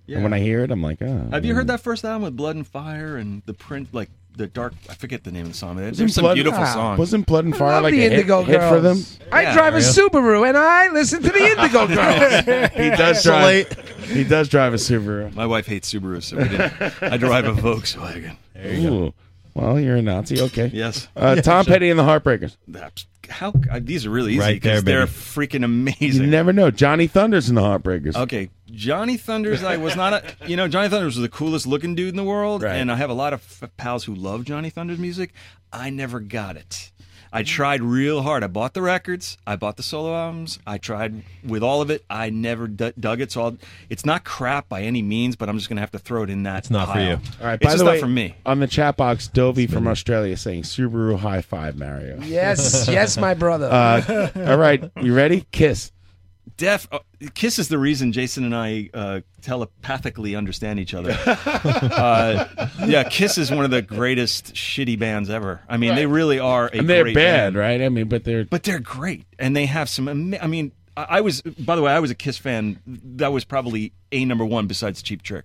S16: Yeah.
S12: And when I hear it, I'm like, oh.
S16: Have you heard that first album with Blood and Fire and the print like the dark? I forget the name of the song. There's
S12: Wasn't
S16: some
S12: Blood-
S16: beautiful
S12: ah,
S16: songs.
S12: wasn't Blood and I Fire love like the a hit-
S1: Indigo
S12: hit for
S1: Girls.
S12: them?
S1: I
S16: Yeah.
S1: drive a
S12: Yeah.
S1: Subaru and I listen to the Indigo Girls.
S12: He does drive. he does drive a Subaru.
S16: My wife hates Subarus, so we didn't. I drive a Volkswagen. There you go.
S12: Ooh. Well, you're a Nazi. Okay.
S16: Yes.
S12: Uh,
S16: Yeah,
S12: Tom
S16: sure.
S12: Petty and the Heartbreakers.
S16: That's- How uh, these are really easy
S12: Right
S16: because
S12: there,
S16: they're
S12: baby.
S16: freaking amazing.
S12: You never know. Johnny Thunders and the Heartbreakers.
S16: Okay, Johnny Thunders. I was not a, you know, Johnny Thunders was the coolest looking dude in the world, and I have a lot of f- pals who love Johnny Thunders music. I never got it. I tried real hard. I bought the records. I bought the solo albums. I tried with all of it. I never d- dug it. So I'll, it's not crap by any means, but I'm just gonna have to throw it in that. It's
S17: not for you.
S16: All
S12: All right.
S16: it's
S12: by
S16: just
S12: the way,
S16: not for me.
S12: on the chat box, Dovey from Australia saying Subaru high five, Mario.
S1: yes, yes, my brother.
S12: Uh, all right. You ready? Kiss.
S16: Def uh, Kiss is the reason Jason and I uh, telepathically understand each other. uh, yeah, Kiss is one of the greatest shitty bands ever. I mean, they really are. A
S12: And they're
S16: great
S12: bad,
S16: band.
S12: right? I mean, but they're
S16: but they're great, and they have some. ama- I mean, I I was by the way, I was a Kiss fan. That was probably a number one besides Cheap Trick.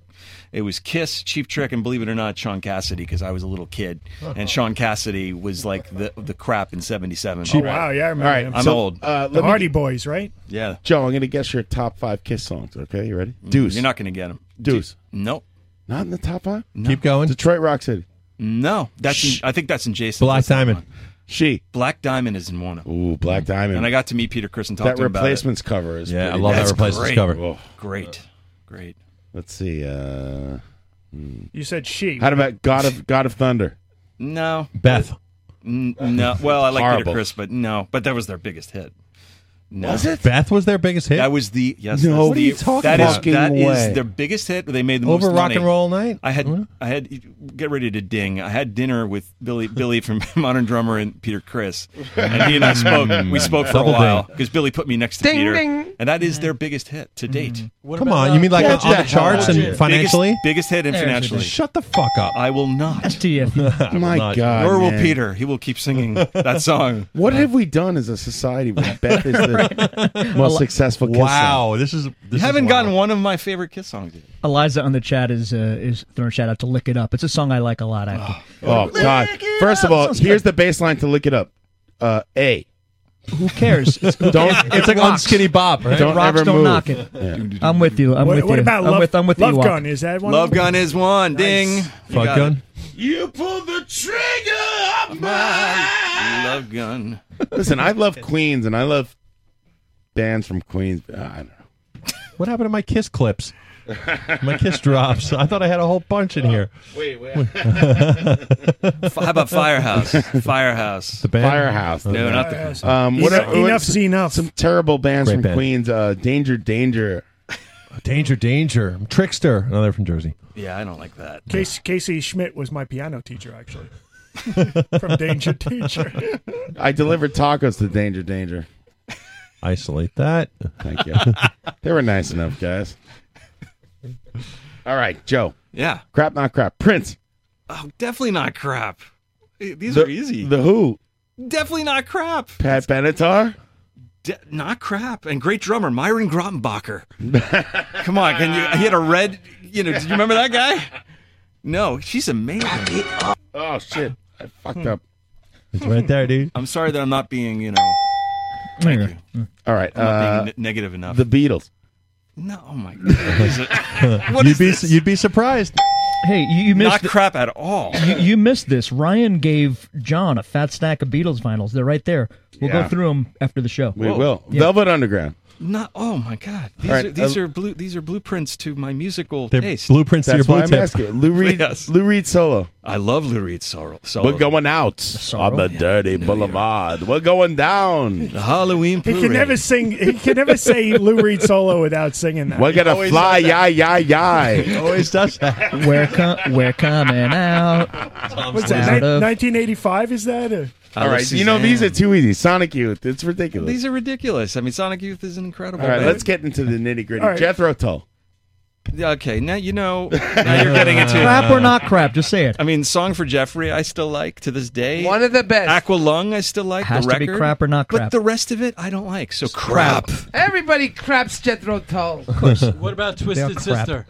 S16: It was Kiss, Cheap Trick, and believe it or not, Sean Cassidy because I was a little kid,
S11: Uh-huh.
S16: and Sean Cassidy was like the the crap in '77.
S11: Oh, wow, yeah, I remember.
S12: All right,
S11: him.
S16: I'm So, old. uh,
S11: the
S16: let me-
S11: Hardy Boys, right?
S16: Yeah.
S12: Joe, I'm going to guess your top five Kiss songs. Okay, you ready? Deuce.
S16: Mm, You're not going to get him.
S12: Deuce.
S16: Nope.
S12: Not in the top five.
S17: Keep going.
S12: Detroit Rock City.
S16: No, that's in, I think that's in Jason.
S17: Black Diamond.
S12: She.
S16: Black Diamond is in one of them.
S12: Ooh, Black Diamond.
S16: And I got to meet Peter Chris and talk
S12: that
S16: to him about it.
S12: replacements cover is.
S17: Yeah, I
S12: pretty
S17: love that
S12: nice.
S17: That's Replacements
S16: great.
S17: cover.
S12: Whoa.
S16: Great, great.
S12: Let's see. Uh, hmm.
S11: You said she.
S12: How about God of God of Thunder?
S16: No,
S17: Beth.
S16: N- no. Well, I like
S12: Horrible.
S16: Peter Chris, but no. But that was their biggest hit. No.
S17: Beth was their biggest hit.
S16: That was the yes.
S17: No,
S16: that's
S17: what
S16: the-
S17: are you talking
S16: that is-
S17: about?
S16: that is
S17: Fucking
S16: their
S17: way.
S16: biggest hit. They made the
S17: Over
S16: most
S17: Rock
S16: money.
S17: and Roll Night?
S16: I had I had get ready to ding. I had dinner with Billy Billy from Modern Drummer and Peter Chris, and he and I spoke. We spoke for a
S17: Double ding.
S16: while because Billy put me next to
S17: Ding,
S16: Peter,
S17: ding. Mm.
S16: and that is their biggest hit to date.
S17: Come on, you mean like on the charts and
S16: Biggest-
S17: financially?
S16: biggest, hit and
S17: There's your
S16: financially.
S17: thing. Shut the fuck up.
S16: I will not.
S17: To you.
S12: My God,
S16: Nor will
S12: man.
S16: Peter. He will keep singing that song.
S12: What have we done as a society? When Beth is the most successful Kiss song.
S17: this is
S16: you haven't gotten one of my favorite Kiss songs yet.
S7: Eliza on the chat is uh, is throwing a shout out to "Lick It Up." It's a song I like a lot. Actually.
S12: Oh God! First of all, here's the baseline to look it up. Uh, a.
S7: Who cares? It's,
S12: Don't- It's like
S7: rocks.
S12: Unskinny Bob, right?
S7: If it
S12: Don't
S7: rocks,
S12: ever
S7: don't
S12: move.
S7: knock it.
S12: Yeah.
S7: I'm with you. I'm
S12: What-
S7: with
S12: what
S7: you.
S12: about
S7: I'm
S12: Love-
S7: with, I'm with
S12: Love
S7: you, Walk.
S12: Gun? Is that one of
S16: Love
S12: them?
S16: Gun is one. Ding. You
S17: Fuck
S16: got
S17: gun.
S12: You pulled the trigger
S16: of my love gun.
S12: Listen, I love Queens and I love bands from Queens. but uh, I don't know.
S17: What happened to my kiss clips? My kiss drops. I thought I had a whole bunch in here.
S12: Uh, Wait, wait.
S16: F- How about Firehouse? Firehouse. The
S17: band?
S12: Firehouse.
S16: No, not the
S11: Firehouse.
S12: Um, what,
S11: Enough-
S12: what-
S11: enough's enough.
S12: Some terrible bands
S17: Great
S12: from
S17: band.
S12: Queens. Uh, Danger, Danger.
S17: Danger, danger. Trickster. Another from Jersey.
S16: Yeah, I don't like that.
S11: Casey, Casey Schmidt was my piano teacher, actually. From Danger Teacher.
S12: I delivered tacos to Danger, Danger.
S17: Isolate that.
S12: Thank you. they were nice enough, guys. All right, Joe.
S16: Yeah.
S12: Crap, not crap. Prince.
S16: Oh, definitely not crap. These
S12: The-
S16: are easy.
S12: The Who.
S16: Definitely not crap.
S12: Pat Benatar.
S16: D- not crap. And great drummer, Myron Grottenbacher. Come on, can you? He had a red. You know, did you remember that guy? No, she's amazing.
S12: Oh shit, I fucked up.
S16: It's
S17: right there, dude.
S16: I'm sorry that I'm not being, you know,
S12: All right,
S16: I'm not being
S12: uh,
S16: ne- negative enough.
S12: The Beatles.
S16: no. Oh my god. What
S17: you'd
S16: is
S17: be
S16: this?
S17: you'd be surprised.
S7: Hey, you, you missed
S16: Not
S7: the-
S16: crap at all.
S7: You, you missed this. Ryan gave John a fat stack of Beatles vinyls. They're right there. We'll
S12: Yeah.
S7: go through them after the show.
S12: We will. Velvet Underground.
S16: Not. Oh my god. These
S12: All right,
S16: are these
S12: uh,
S16: are blue. These are blueprints to my musical
S12: They're
S16: taste.
S17: blueprints
S12: That's why I'm asking. Lou Reed. Lou Reed solo.
S16: I love Lou Reed solo. solo.
S12: We're going out on the dirty boulevard. We're going down.
S16: The Halloween
S11: He can never sing. He can never say Lou Reed solo without singing that.
S12: We're gonna fly, yay, yay, yay.
S17: always does that.
S7: We're com- we're coming out.
S11: What's that?
S7: Out of-
S11: 1985 is that? Or?
S16: Uh,
S12: All right, you know these are too easy. Sonic Youth. It's ridiculous.
S16: These are ridiculous. I mean, Sonic Youth is an incredible.
S12: All right,
S16: band.
S12: let's get into the nitty gritty.
S16: All right.
S12: Jethro Tull.
S16: Okay, now you know. Now you're getting into
S7: crap or not crap. Just say it.
S16: I mean, "Song for Jeffrey" I still like to this day. One of the best. Aqua Lung I still like.
S7: Has
S16: the
S7: to be
S16: record.
S7: crap or not crap.
S16: But the rest of it I don't like. So crap.
S1: Everybody craps Jethro Tull.
S4: What about
S1: Uh, Twisted crap. Sister?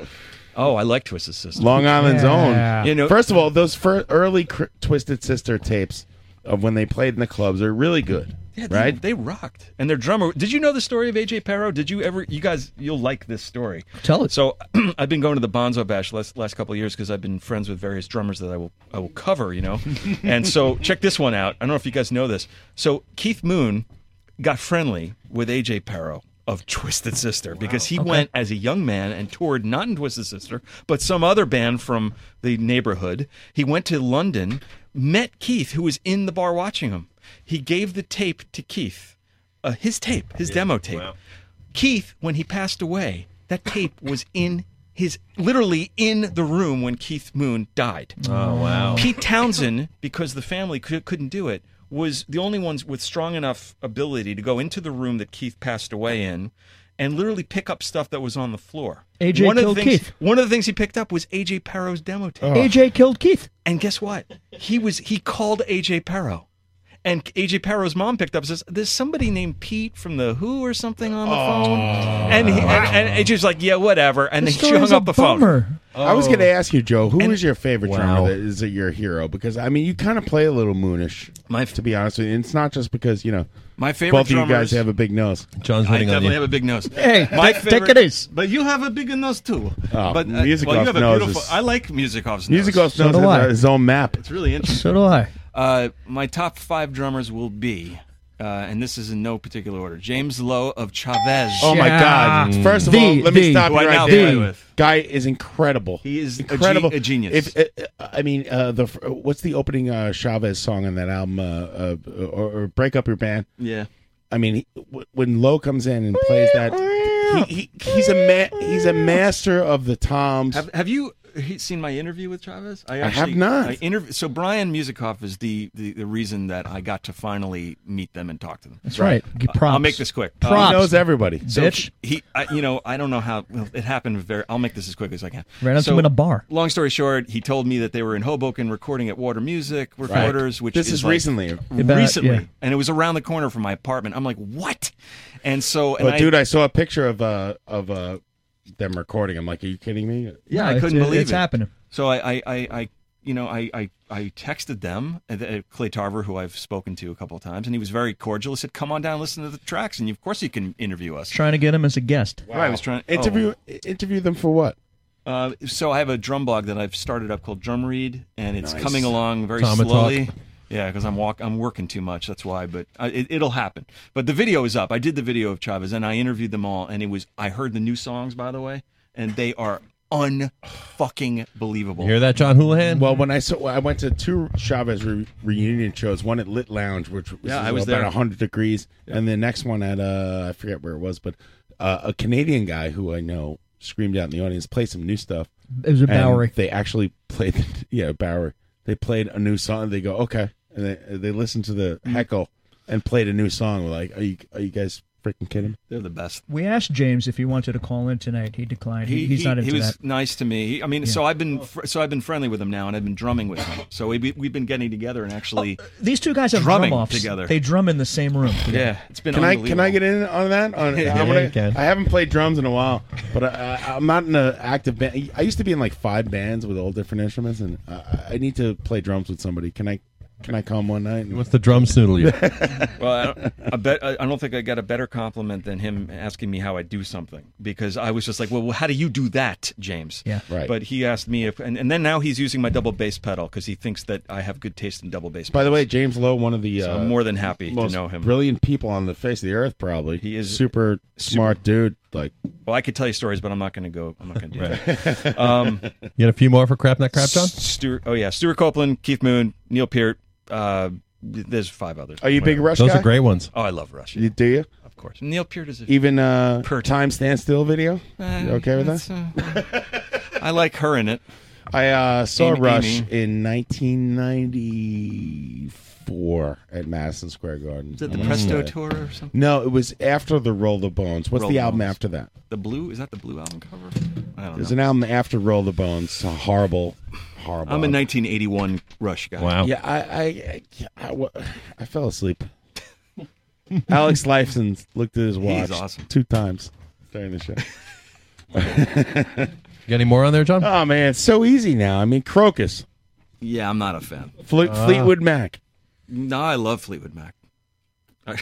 S16: Oh, I like Twisted Sister.
S12: Long Island's own.
S16: You know,
S12: first of all, those fir- early cr- Twisted Sister tapes of when they played in the clubs are really good.
S16: Yeah, they,
S12: right?
S16: They rocked, and their drummer. Did you know the story of AJ Perro? Did you ever? You guys, you'll like this story.
S7: Tell it.
S16: So, I've been going to the Bonzo Bash last last couple of years because I've been friends with various drummers that I will I will cover. You know, and so check this one out. I don't know if you guys know this. So Keith Moon got friendly with AJ Perro of Twisted Sister because he
S5: Okay.
S16: went as a young man and toured not in Twisted Sister, but some other band from the neighborhood. He went to London, met Keith, who was in the bar watching him. He gave the tape to Keith, uh, his tape, his demo tape. Keith, when he passed away, that tape was in his literally in the room when Keith Moon died.
S17: Oh, wow.
S16: Pete Townsend, because the family could, couldn't do it, was the only ones with strong enough ability to go into the room that Keith passed away in and literally pick up stuff that was on the floor.
S7: AJ
S16: one of
S7: killed
S16: the things,
S7: Keith.
S16: One of the things he picked up was AJ Perro's demo tape.
S7: AJ killed Keith.
S16: And guess what? He was he called AJ Perro. And AJ Perro's mom picked up and says, There's somebody named Pete from the Who or something on the phone.
S12: Oh.
S16: And, he, and, and AJ's like, Yeah, whatever. And
S12: This
S16: then she
S12: story's
S16: hung
S12: a
S16: up the phone. Oh.
S12: bummer. I was going to ask you, Joe, who is your favorite drummer that is your hero? Because I mean, you kind of play a little moonish. to be honest with you, and it's not just because you know
S16: My favorite
S12: Both of you guys
S16: drummers-
S12: have a big nose.
S17: John's
S16: I definitely have a big nose.
S12: Hey,
S16: My
S12: take- take
S16: favorite-
S12: it easy.
S16: But you have a bigger nose too.
S12: Oh,
S16: but uh,
S12: Musikov's
S16: well, you have a
S12: nose
S16: beautiful.
S12: is-
S16: I like Musikov's nose.
S12: Musikov's nose has a- his own map.
S16: It's really interesting.
S7: So do I.
S16: Uh, my top five drummers will be, uh, and this is in no particular order: James Lowe of Chavez.
S12: Oh my God! First of all, let me stop you
S16: Who I now
S12: right
S16: play
S12: there.
S16: with.
S12: Guy is incredible.
S16: He is a ge-
S12: incredible,
S16: a
S12: If
S16: genius.
S12: uh, uh, I mean, uh, the fr- what's the opening uh, Chavez song on that album? Uh, uh, or, or break up your band.
S16: Yeah.
S12: I mean, he, w- when Lowe comes in and plays that, he, he, he's a ma- he's a master of the toms.
S16: Have, have you he- seen my interview with Chavez?
S12: I have not.
S16: I interview, so Brian Musikoff is the, the, the reason that I got to finally meet them and talk to them.
S7: That's right. Give
S16: Uh, I'll
S7: props.
S16: make this quick.
S7: Props. He knows
S12: everybody.
S16: So
S7: Bitch.
S16: He, I, you know, I don't know how well, it happened. Very. I'll make this as quick as I can.
S7: Ran into him in a bar.
S16: Long story short, he told me that they were in Hoboken recording at Water Music Recorders, which
S12: This
S16: is,
S12: is
S16: like-
S12: recently.
S7: About-
S16: recently,
S7: yeah.
S16: and it was around the corner from my apartment. I'm like, what? And so, and
S12: But dude, I saw a picture of uh of uh them recording. I'm like, are you kidding me?
S16: Yeah, I couldn't believe
S7: it's
S16: it.
S7: happening.
S16: So I, I, I, I you know, I, I, I texted them, uh, uh, Clay Tarver, who I've spoken to a couple of times, and he was very cordial. He said, "Come on down, listen to the tracks, and you, of course you can interview us."
S7: Trying to get him as a guest.
S16: Right, I was trying oh.
S12: interview interview them for what?
S16: Uh, so I have a drum blog that I've started up called Drum Read, and it's
S12: Nice.
S16: coming along very
S17: Tama
S16: slowly.
S17: talk.
S16: Yeah, because I'm walk, I'm working too much. That's why. But I, it, it'll happen. But the video is up. I did the video of Chavez, and I interviewed them all, and it was. I heard the new songs, by the way, and they are unfucking believable.
S17: You hear that, John Houlihan?
S12: Well, when I saw, I went to two Chavez re- reunion shows. One at Lit Lounge, which was,
S16: Yeah, I was
S12: about
S16: there.
S12: hundred degrees, and the next one at uh, I forget where it was, but uh, a Canadian guy who I know screamed out in the audience, play some new stuff.
S7: It was at
S12: And
S7: Bowery.
S12: They actually played, yeah, Bowery. They played a new song. They
S16: Mm-hmm.
S12: go, okay, and they they listened to the heckle and played a new song. We're like, are you are you guys Freaking kidding me.
S16: They're the best.
S7: We asked James if he wanted to call in tonight. He declined. He,
S16: He,
S7: he's
S16: he-
S7: not
S16: he
S7: into
S16: was
S7: that.
S16: nice to me. He- I mean,
S7: Yeah.
S16: so I've been fr- so I've been friendly with him now, and I've been drumming with him. So we, we- we've been getting together and actually
S7: These two guys have
S16: drumming
S7: drum offs
S16: together.
S7: They drum in the same room.
S16: yeah, it's been
S12: Can I
S16: unbelievable.
S12: can I get in on that? On,
S16: Yeah,
S12: I'm gonna-
S16: you can.
S12: I haven't played drums in a while, but I, I, I'm not in an active band. I used to be in like five bands with all different instruments, and I, I need to play drums with somebody. Can I can I come one night?
S17: What's the drum snoodle you?
S16: well, I don't, I bet I I don't think I got a better compliment than him asking me how I do something because I was just like, well, well, how do you do that, James?
S7: Yeah.
S12: Right.
S16: But he asked me if, and, and then now he's using my double bass pedal because he thinks that I have good taste in double bass.
S12: By the way, James Lowe, one of the
S16: So
S12: uh,
S16: I'm more than happy to
S12: most
S16: know him.
S12: Brilliant people on the face of the earth, probably. He
S16: is
S12: super, smart dude. Like
S16: Well, I could tell you stories, but I'm not going to go. I'm not going to do that. Um,
S17: You got a few more for crap, not crap, John?
S16: Stuart, oh yeah, Stuart Copeland, Keith Moon, Neil Peart. Uh, there's five others.
S12: Are you a big Rush guy?
S16: Oh, I love Rush.
S12: You, do you?
S16: Of course. Neil Peart is a,
S12: Even uh, time stand still video.
S16: Uh,
S12: you okay with
S16: that's,
S12: that?
S16: I like her in it.
S12: I uh, saw
S16: Amy-
S12: Rush
S16: Amy.
S12: in 1994 at Madison Square Garden.
S16: Is that the
S12: I wanna
S16: Presto
S12: say.
S16: tour or something?
S12: No, it was after the Roll the Bones. What's
S16: Roll
S12: the
S16: the
S12: album
S16: Bones.
S12: after that?
S16: The blue is that the blue album cover? I don't
S12: There's
S16: know.
S12: an album after Roll the Bones. A horrible, horrible.
S16: I'm a
S12: album.
S16: 1981 Rush guy.
S12: Yeah, I I, I, I, wa- I fell asleep. Alex Lifeson looked at his watch
S16: awesome.
S12: two times during the show. Got
S17: any more on there, John?
S12: Oh man, it's so easy now. I mean, Crocus,
S16: Yeah, I'm not a fan.
S12: Fle-
S17: Uh.
S12: Fleetwood Mac,
S16: No, I love Fleetwood Mac. I-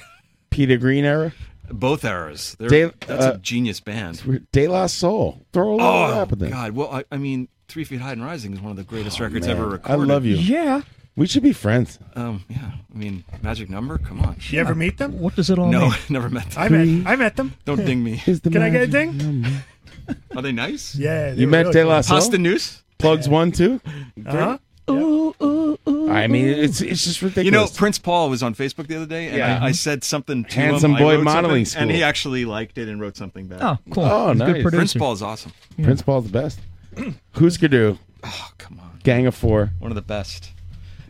S12: Peter Green era,
S16: Both eras. They're,
S12: Dave-
S16: that's
S12: uh,
S16: a genius band.
S12: De La Soul. Throw a little
S16: Oh
S12: rap in there.
S16: God! Well, I, I mean, Three Feet High and Rising is one of the greatest records
S12: Oh, Man,
S16: ever
S12: I
S16: recorded.
S12: love you. we should be friends.
S16: Um, yeah. I mean, Magic Number. Come on.
S11: You ever meet them?
S7: What does it
S16: No, never met them.
S11: I met. I met them.
S16: Don't ding me.
S11: Can I get a ding?
S16: Are they nice?
S11: Yeah.
S12: You met De La Soul.
S16: Pasta News.
S12: plugs one two.
S11: Uh-huh.
S12: I mean, it's it's just ridiculous.
S16: You know, Prince Paul was on Facebook the other day, and
S12: Yeah.
S16: I, I said something to
S12: Handsome
S16: him. I
S12: boy
S16: wrote
S12: modeling
S16: something, and
S12: school.
S16: he actually liked it and wrote something back.
S12: Oh, cool. Oh, He's a good nice. producer.
S16: Prince Paul's awesome.
S12: Prince Paul's the best. Who's Gadoo? Oh, come on. Gang of Four.
S16: One of the best.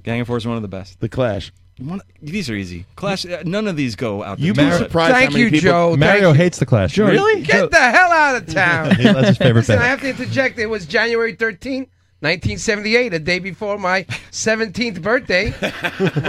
S16: Gang of Four is one of the best.
S12: The Clash.
S16: One, these are easy. Clash. uh, None of these go out.
S12: You'd
S16: the
S12: be
S16: door.
S12: surprised Thank how many you, people-
S16: Oh,
S12: Joe.
S17: Mario hates the Clash.
S16: Really?
S1: Get the hell out of town.
S17: Yeah, that's his favorite
S1: Listen,
S17: thing.
S1: I have to interject. It was January 13, 1978, a day before my 17th birthday.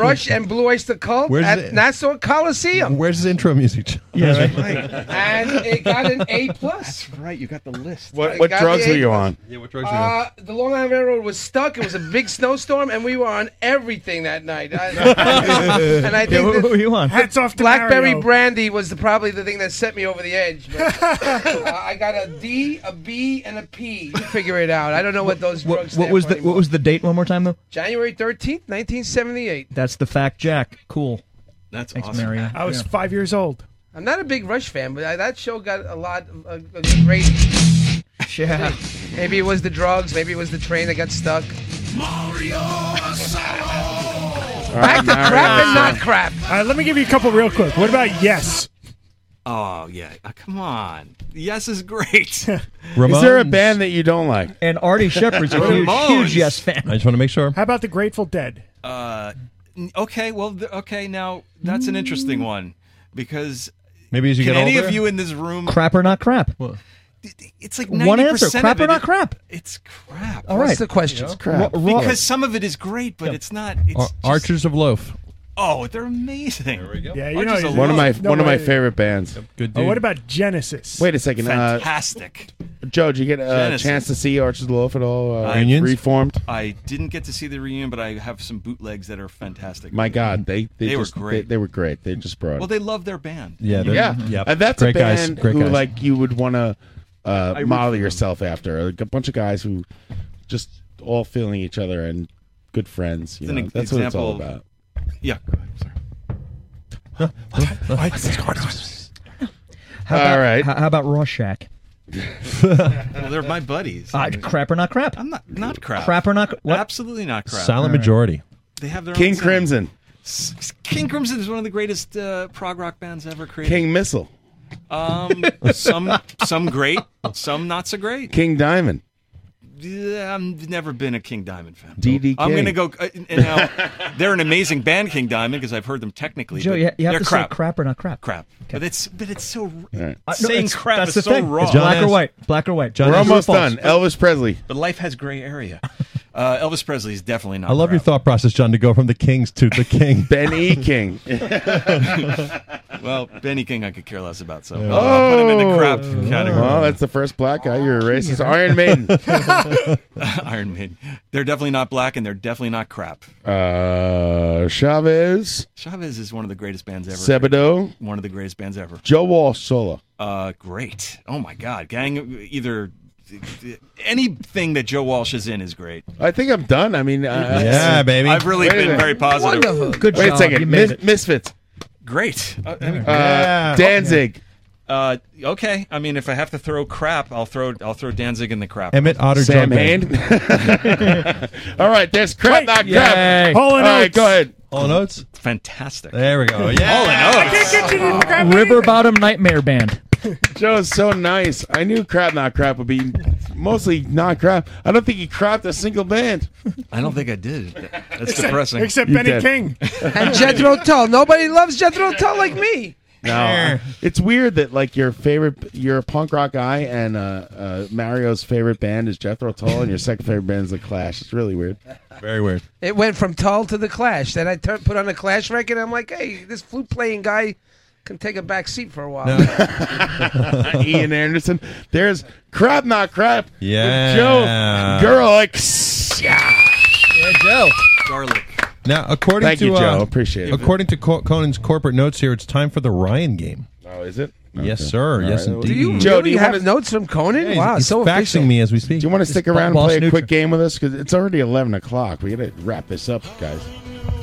S1: Rush and Blue Oyster Cult
S17: Where's
S1: at
S17: it-
S1: Nassau Coliseum.
S17: Where's his intro music? John?
S1: and it got an A plus.
S16: right, you got the list.
S12: What- what drugs were you on?
S17: Yeah,
S1: what
S17: drugs
S1: uh,
S17: were you on?
S1: The Long Island Railroad was stuck. It was a big snowstorm, and we were on everything that night. I, and I
S7: Yeah,
S1: think
S7: what
S1: that
S7: were you on? Hats off to
S1: Blackberry
S7: Mario.
S1: brandy was the, probably the thing that sent me over the edge. But, uh, I got a D, a B, and a P. You figure it out. I don't know what those drugs.
S7: What
S1: stand
S7: was
S1: for
S7: the
S1: anymore.
S7: What was the date? One more time though.
S1: January thirteenth, nineteen seventy-eight.
S7: That's the fact, Jack. Cool.
S16: That's
S7: Thanks,
S1: awesome.
S7: Mario.
S11: I was
S7: Yeah.
S11: five years old.
S1: I'm not a big Rush fan, but I, that show got a lot of a, a great.
S7: Yeah.
S1: Maybe it was the drugs. Maybe it was the train that got stuck. Mario Back to crap and not crap.
S11: All right, let me give you a couple real quick. What about yes?
S16: Oh yeah, Uh, come on. Yes is great.
S12: Is there a band that you don't like?
S7: And Artie
S16: Sheppard's a huge- Ramones. huge Yes fan.
S17: I just want to make sure.
S11: How about the Grateful Dead?
S16: Uh, n- okay, well, th- okay. Now that's an interesting one because
S17: Maybe as you
S16: can
S17: get
S16: any
S17: older.
S16: of you in this room,
S7: Crap or not crap?
S16: it's like
S7: One answer,
S16: 90%
S7: crap
S16: of
S7: or
S16: it
S7: not
S16: is-
S7: crap?
S16: It's crap.
S7: All What's right. the
S1: question?
S7: It's crap. Wha- wha-
S16: Because some of it is great, but it's not. It's
S17: Ar- Archers of Loaf.
S16: oh, they're amazing. There we go.
S11: Yeah, you know,
S12: One of my
S11: No
S12: one of my
S11: way.
S12: favorite bands.
S17: Good
S11: Oh, what about Genesis?
S12: Wait a second. uh,
S16: Fantastic.
S12: Joe, did you get a
S16: Genesis.
S12: chance to see Archers of the Loaf at all? Uh,
S16: I- Reunions?
S12: Reformed.
S16: I didn't get to see the reunion, but I have some bootlegs that are fantastic.
S12: My God, they they,
S16: They were
S12: just,
S16: great.
S12: They, they were great. They just brought.
S16: Well, they love their band.
S17: Yeah, they're-
S12: yeah,
S17: yep.
S12: And that's
S17: Great
S12: a
S17: guys,
S12: band
S17: great
S12: who
S17: guys.
S12: like you would want to uh,
S16: I root
S12: model yourself after. Like, a bunch of guys who just all feeling each other and good friends. You
S16: It's an
S12: know?
S16: ex-
S12: That's what it's all
S16: example of-
S12: about.
S16: Yeah.
S7: How
S12: All
S7: about,
S12: right.
S7: How, how about Rorschach?
S16: Well, they're my buddies.
S7: Uh, crap or not crap?
S16: I'm not not crap.
S7: Crap or not? What?
S16: Absolutely not crap.
S17: Silent majority.
S16: They have their
S12: King
S16: own sound.
S12: Crimson,
S16: S- s- King Crimson is one of the greatest uh, prog rock bands ever created.
S12: King Missile,
S16: Um, some some great, some not so great.
S12: King Diamond.
S16: I've never been a King Diamond fan.
S12: DDK.
S16: I'm gonna go. uh, and now they're an amazing band, King Diamond, because I've heard them technically.
S10: Joe,
S16: but
S10: you, you have
S16: they're
S10: to
S16: crap.
S10: say crap or not crap.
S16: Crap. But it's but it's so
S10: Uh, no,
S16: saying
S10: it's-
S16: crap
S10: that's
S16: is
S10: the
S16: so
S10: thing.
S16: wrong.
S10: It's black or white. Black or white. John
S12: We're
S10: is
S12: almost
S10: false.
S12: done. Elvis Presley.
S16: But life has gray area. Uh, Elvis Presley is definitely not.
S17: I love your thought process, John, to go from the Kings to the King.
S12: Ben E. King.
S16: well, Benny King, I could care less about. So
S12: Oh,
S16: uh, I'll put him in the crap category.
S12: Well, that's the first black guy.
S16: Oh,
S12: You're a racist. Iron Maiden.
S16: Iron Maiden. They're definitely not black, and they're definitely not crap.
S12: uh, Chavez.
S16: Chavez is one of the greatest bands ever.
S12: Sebado.
S16: One of the greatest bands ever.
S12: Joe Walsh solo.
S16: Uh, great. Oh my God, gang! Either anything that Joe Walsh is in is great.
S12: I think I'm done. I mean, uh,
S16: Yeah, baby. I've really been very positive. Wonderful. Good
S12: Wait
S16: job.
S12: a second.
S16: You made
S12: Mis-
S16: it.
S12: Misfits.
S16: Great. Uh, I mean-
S12: Uh, Danzig.
S16: Uh, okay. I mean, if I have to throw crap, I'll throw I'll throw Danzig in the crap.
S17: Emmett Otter
S12: Sam
S17: Drunk
S12: Hand. All right, there's crap, not
S17: Yay.
S12: crap.
S17: Hall and
S12: All right,
S17: Oates.
S12: go ahead.
S17: Hall and Oates.
S16: Fantastic.
S17: There we go. Yeah.
S16: Oh, I
S12: can't get you to
S10: River Bottom Nightmare Band.
S12: Joe's so nice. I knew crap, not crap would be mostly not crap. I don't think he crapped a single band.
S16: I don't think I did. That's
S1: Except- depressing. except
S12: You
S1: Benny
S12: did.
S1: King. and Jethro Tull. Nobody loves Jethro Tull like me.
S12: No, it's weird that like your favorite, your punk rock guy, and uh, uh, Mario's favorite band is Jethro Tull, and your second favorite band is The Clash. It's really weird.
S17: Very weird.
S1: It went from Tull to the Clash. Then I tur- put on a Clash record. I'm like, hey, this flute playing guy can take a back seat for a while.
S12: Ian Anderson. There's crap, not crap. with
S17: Yeah.
S12: Joe Gerlich. Yeah.
S10: Yeah, Joe.
S16: Garlic.
S17: Now, according
S12: Thank
S17: to
S12: you,
S17: uh,
S12: Joe. Appreciate it.
S17: According to Co- Conan's corporate notes here, it's time for the Ryan game.
S12: Oh, is it?
S17: Yes,
S12: Okay.
S17: sir.
S12: All
S17: yes,
S12: right.
S17: indeed.
S12: Do you Joe, do really you have wanna-
S1: notes from Conan?
S17: he's-
S1: wow,
S17: he's
S1: so
S17: faxing
S1: official.
S17: me as we speak.
S12: Do you want to stick
S17: Bo-
S12: around and
S17: Boss
S12: play a
S17: Neutral.
S12: quick game with us? Because it's already 11 o'clock. We got to wrap this up, guys.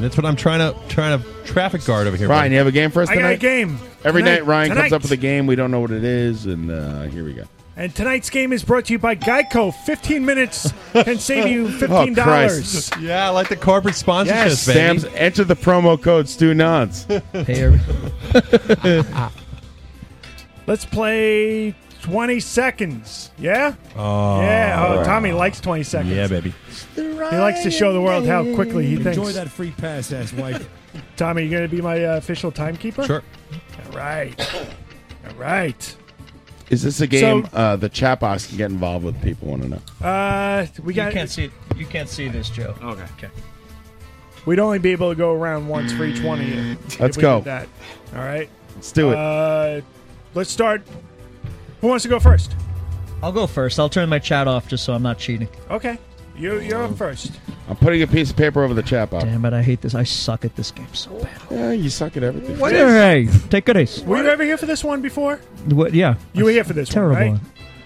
S17: That's what I'm trying to trying to traffic guard over here.
S12: Ryan,
S17: buddy.
S12: you have a game for us
S11: I
S12: tonight?
S11: got a game.
S12: Every
S11: Tonight-
S12: night, Ryan comes
S11: tonight.
S12: up with a game. We don't know what it is, and uh, here we go.
S11: And tonight's game is brought to you by Geico. 15 minutes can save you
S12: Oh,
S11: $15.
S12: Christ.
S17: yeah, I like the corporate sponsorship,
S12: Yes,
S17: baby.
S12: Sam's. Enter the promo code Stu Nods.
S11: Ah. Let's play 20 seconds. Yeah?
S17: Oh.
S11: yeah. Oh, Tommy likes 20 seconds.
S17: Yeah, baby.
S11: He likes to show the world how quickly he thinks.
S17: Enjoy that
S11: free pass, ass wife. Tommy, you going to be my uh, official timekeeper?
S17: Sure.
S11: All right. All right.
S12: Is this a game uh, the chat box can get involved with? People want to know.
S11: Uh, we got.
S10: You can't see. You can't see this, Joe. Okay. Okay.
S11: We'd only be able to go around once for each one of you. if
S12: Let's
S11: we
S12: go.
S11: did That. All right.
S12: Let's do it.
S11: Uh, let's start. Who wants to go first?
S10: I'll go first. I'll turn my chat off just so I'm not cheating.
S11: Okay. You, you're up first.
S12: I'm putting a piece of paper over the chat box.
S10: Damn it! I hate this. I suck at this game so bad.
S12: Yeah, you suck at everything.
S11: What
S10: All
S11: is-
S10: right, take a race.
S11: Were you ever here for this one before?
S10: What? Yeah.
S11: You were here for this
S10: Terrible.
S11: one, right?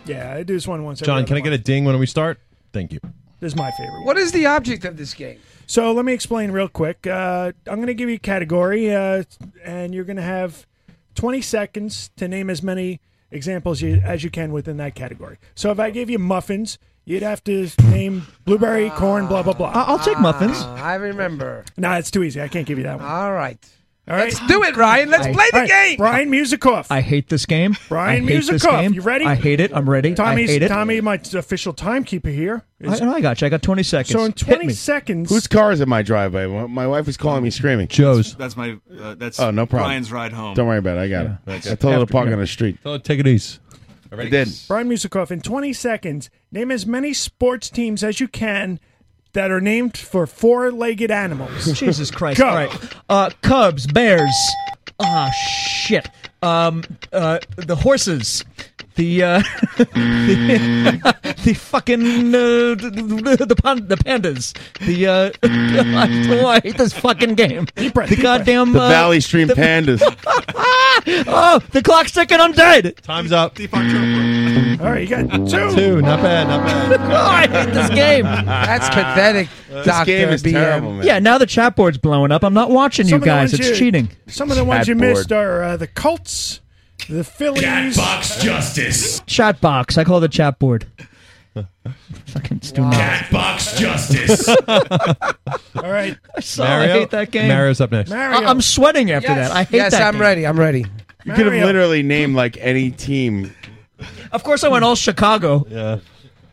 S11: Yeah, I do this one once. every
S17: John,
S11: other
S17: can I
S11: month.
S17: get a ding when we start? Thank you.
S11: This is my favorite one.
S1: What is the object of this game?
S11: So let me explain real quick. Uh, I'm going to give you a category, uh, and you're going to have 20 seconds to name as many examples you, as you can within that category. So if I gave you muffins, you'd have to name blueberry, corn, blah, blah, blah. I'll take muffins.
S1: Uh, I remember.
S11: No, it's too easy. I can't give you that one.
S1: All right.
S11: All right.
S1: Let's do it, Ryan. Let's play the
S11: All right.
S1: game.
S11: Brian Musikoff.
S10: I hate this game.
S11: Brian
S10: I hate this
S11: Musikoff,
S10: game.
S11: you ready?
S10: I hate it. I'm ready.
S11: Tommy's,
S10: I hate it.
S11: Tommy, my official timekeeper here.
S10: I,
S11: is-
S10: no, I got you. I got 20 seconds.
S11: so in
S10: Hit
S11: 20
S10: me.
S11: seconds.
S12: Whose car is in my driveway? Well, My wife is calling me screaming.
S17: Joe's.
S16: That's my. Uh, that's
S12: Oh, no problem.
S16: Brian's ride home.
S12: Don't worry about it. I got
S16: Yeah.
S12: it. I told her to park on the street.
S17: Oh, take it easy.
S12: I did.
S11: Brian Musikoff, in 20 seconds, name as many sports teams as you can that are named for four legged animals.
S10: Jesus Christ!
S11: Go.
S10: All right, uh, Cubs, Bears. Ah, shit. Um, uh, the horses. The uh, the, the fucking uh, the, the, pan- the pandas. The uh, oh, I hate this fucking game. the goddamn
S12: The
S10: uh,
S12: Valley Stream Pandas.
S10: Oh, the clock's ticking. I'm dead.
S17: Time's up.
S11: All right, you got two.
S17: Two. Not bad. Not bad.
S10: Oh, I hate this game.
S1: That's pathetic,
S12: This
S1: Dr.
S12: game is
S1: BM.
S12: terrible, man.
S10: Yeah, now the chat board's blowing up. I'm not watching
S11: Some of the
S10: you guys.
S11: ones
S10: It's
S11: you-
S10: cheating.
S11: Some of the ones you
S10: Chat board.
S11: missed are uh, the Colts, the Phillies.
S23: Box justice.
S10: Chat box. I call the chat board. Fucking stupid.
S23: Cat box justice.
S11: All right.
S10: I saw.
S17: Mario?
S10: I hate that game.
S17: Mario's up next.
S11: Mario.
S10: I- am sweating after that. I hate
S1: yes,
S10: that.
S1: I'm
S10: game.
S1: ready. I'm ready.
S12: You could
S10: Mario.
S12: have literally named like any team.
S10: Of course, I went all Chicago.
S17: Yeah.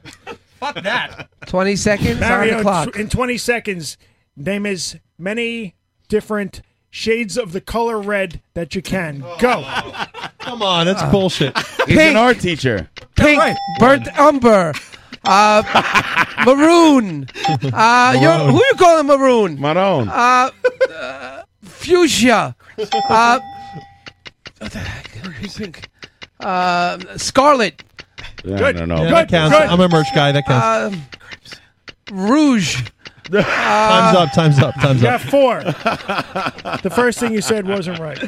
S7: Fuck that.
S1: 20 seconds on
S11: Mario,
S1: the clock.
S11: tw- in 20 seconds, name as many different shades of the color red that you can. Go.
S17: Come on, that's
S11: Uh,
S17: bullshit.
S12: He's an art teacher.
S1: Pink, burnt umber, uh, maroon. Uh, you're,
S12: Maroon.
S1: who you calling maroon?
S12: Maroon.
S1: Uh, uh, fuchsia. Uh, what the heck? Pink, pink. Uh, scarlet.
S12: Yeah, I don't know.
S17: Yeah, that counts. I'm a merch guy. That counts.
S1: Um, rouge. Uh,
S17: time's up. Time's up. Time's
S11: You
S17: up.
S11: got four. the first thing you said wasn't right.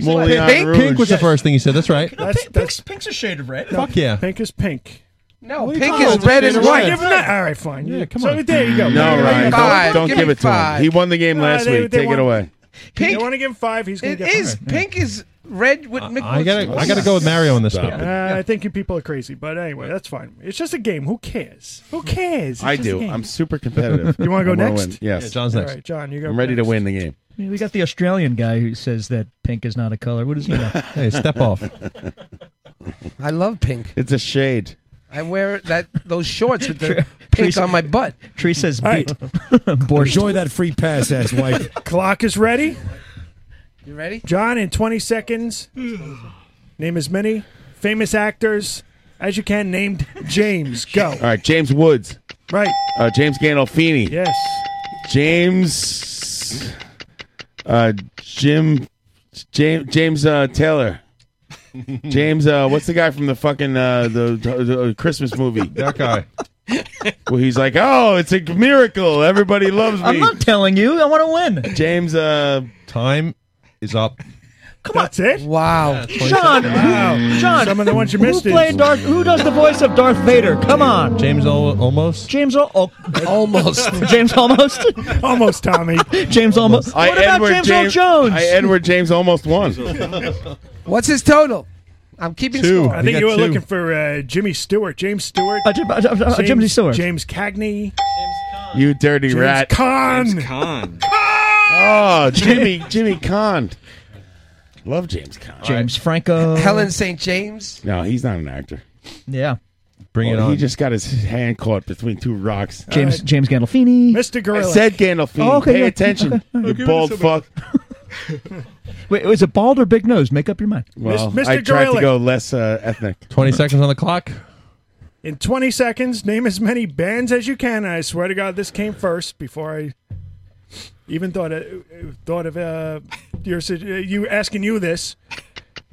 S17: Moulin pink, pink was the first thing you said. That's right.
S11: That's, that's,
S7: pink's a shade of red.
S17: Fuck yeah.
S11: Pink is pink.
S1: No,
S11: What are you
S1: pink
S11: talking
S1: is
S11: about?
S1: red and
S11: Well,
S1: white.
S11: give him that. All right, fine. Yeah,
S17: come
S11: so
S17: on.
S11: There you go.
S12: No,
S11: There you
S12: Ryan,
S11: go.
S12: don't, don't give, it to him. He won the game
S11: No,
S12: last
S11: they-
S12: week.
S11: they
S12: Take
S11: won.
S12: it away.
S11: Pink. They want to give him five. He's going
S1: It
S11: to get
S1: is. Pink is red with mixed.
S17: I gotta, I gotta go with Mario on this
S11: Uh,
S17: one.
S11: I think you people are crazy, but anyway, that's fine. It's just a game. Who cares? Who cares? It's
S12: I
S11: just a
S12: do.
S11: game.
S12: I'm super competitive.
S11: You wanna go
S12: I'm gonna
S11: next?
S12: win. Yes.
S11: Yeah, John's All next. right, John, you go
S12: I'm ready to win the game.
S7: I mean, we got the Australian guy who says that pink is not a color. What does he know?
S17: Hey, step off.
S1: I love pink.
S12: It's a shade.
S1: I wear that those shorts with the pink on my butt.
S7: Tree says
S1: All right.
S7: beat.
S5: Enjoy that free pass, ass wife.
S11: Clock is ready.
S1: You ready?
S11: John, in 20 seconds, name as many famous actors as you can named James. Go.
S12: All right, James Woods.
S11: Right.
S12: Uh, James Gandolfini.
S11: Yes.
S12: James. Uh, Jim. James James uh, Taylor. James, uh, what's the guy from the fucking uh, the, the Christmas movie? That
S17: guy.
S12: Well, he's like, oh, it's a miracle. Everybody loves me.
S7: I'm not telling you. I want to win.
S12: James. Uh,
S17: Time is up.
S11: That's it?
S1: Wow.
S7: John, who, John,
S11: Some of the ones you missed
S7: who
S11: is-
S7: played Darth? Who does the voice of Darth Vader? Come on,
S17: James Al- almost.
S7: James. Al- oh,
S1: almost.
S7: James almost.
S11: almost, Tommy.
S7: James almost.
S12: I
S7: what about
S12: Edward
S7: James,
S12: James-
S7: Earl Jones?
S12: I Edward James almost won.
S1: What's his total? I'm keeping
S12: Two.
S1: score.
S11: I think you were looking for uh, Jimmy Stewart, James Stewart,
S7: Uh, Jim- uh, uh, uh, Jimmy Stewart.
S11: James Cagney,
S12: You dirty
S11: James
S12: rat.
S11: Caan. James
S16: Con.
S12: Oh, Jimmy Jimmy Con. Love James Con.
S7: James Franco.
S1: Helen St. James.
S12: No, he's not an actor.
S7: Yeah.
S17: Bring it
S12: Well,
S17: on.
S12: He just got his hand caught between two rocks.
S7: James James Gandolfini.
S11: Mr.
S12: I
S11: Gorilla.
S12: said Gandolfini.
S7: Oh, okay,
S12: Pay
S7: yeah,
S12: attention,
S7: okay.
S12: you bald fuck.
S7: Wait, was it bald or big nose? Make up your mind.
S12: Well,
S11: Mis- Mr.
S12: I tried
S11: Gorilla.
S12: to go less uh, ethnic.
S17: 20 seconds on the clock.
S11: In 20 seconds, name as many bands as you can. I swear to God, this came first before I even thought of, thought of uh, your sit- uh, you asking you this.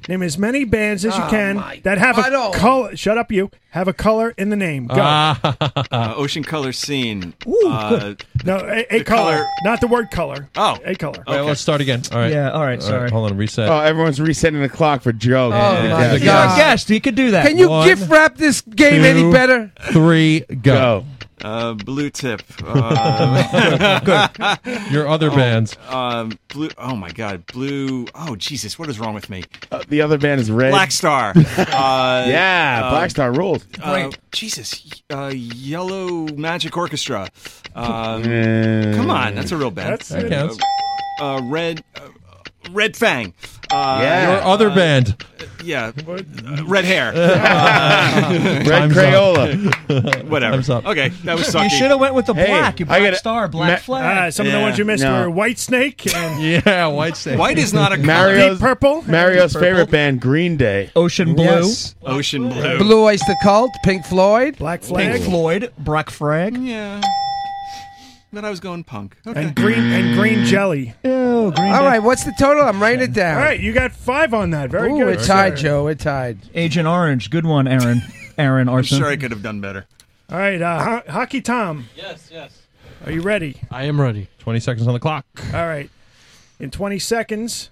S11: Name as many bands as you
S1: Oh,
S11: can
S1: my
S11: that have
S1: God.
S11: a color. Shut up, you have a color in the name. Go.
S16: Uh, ocean color scene.
S11: Ooh,
S16: Uh,
S11: good. No, a, a
S16: the
S11: color,
S16: color-
S11: not the word color.
S16: Oh.
S11: a color.
S17: All right, let's start again. All right.
S7: Yeah, all right, sorry.
S17: hold on, reset.
S12: Oh, everyone's resetting the clock for Joe.
S1: Oh, my
S17: Yeah.
S7: You're a
S1: God.
S7: guest. You could do that.
S1: Can you
S17: One,
S1: gift wrap this game any
S17: two.
S1: better?
S17: Three, go.
S16: uh, blue tip. Uh, Oh,
S17: Your other bands.
S16: um, blue. Oh my God. Blue. Oh Jesus. What is wrong with me?
S12: Uh, the other band is Red.
S16: Black Star. Uh,
S12: yeah,
S16: uh,
S12: Black Star rules.
S16: Uh, Jesus. Uh, Yellow Magic Orchestra. Um,
S12: Eh.
S16: Come on, that's a real band.
S11: That's-
S17: That counts.
S16: Uh, uh, red. Uh, Red Fang. Uh,
S12: Yeah.
S17: Your other band.
S16: Yeah. uh, red hair. Uh,
S12: Red
S17: Time's up.
S12: Crayola.
S16: whatever.
S17: Time's up.
S16: Okay, that was
S7: You
S16: sucky.
S7: should have went with the
S12: Hey,
S7: black. You
S12: I
S7: black
S12: gotta-
S7: star, black
S12: Ma-
S11: Ah,
S7: flag.
S11: some of the
S16: Yeah.
S11: ones you missed
S12: No.
S11: were White Snake and
S17: Yeah, White Snake.
S16: White is not a color.
S12: Mario's
S11: Purple.
S12: Mario's
S7: Purple.
S12: favorite band, Green Day.
S7: Ocean blue.
S1: Yes.
S16: Ocean blue.
S1: Blue Oyster Cult, Pink Floyd.
S11: Black Flag.
S7: Pink Floyd. Black frag.
S16: Yeah. Then I was going punk. Okay.
S11: and green and green jelly.
S7: Ew, green.
S1: All
S7: Day.
S1: right, what's the total? I'm writing it down.
S11: All right, you got five on that. Very
S1: Ooh,
S11: good.
S1: we're tied, Joe. We're tied.
S7: Agent Orange. Good one, Aaron. Aaron
S16: I'm
S7: Arson.
S16: sure I could have done better.
S11: All right, uh, Ho- Hockey Tom. Yes, yes. Are you ready?
S4: I am ready.
S17: 20 seconds on the clock.
S11: All right. In 20 seconds,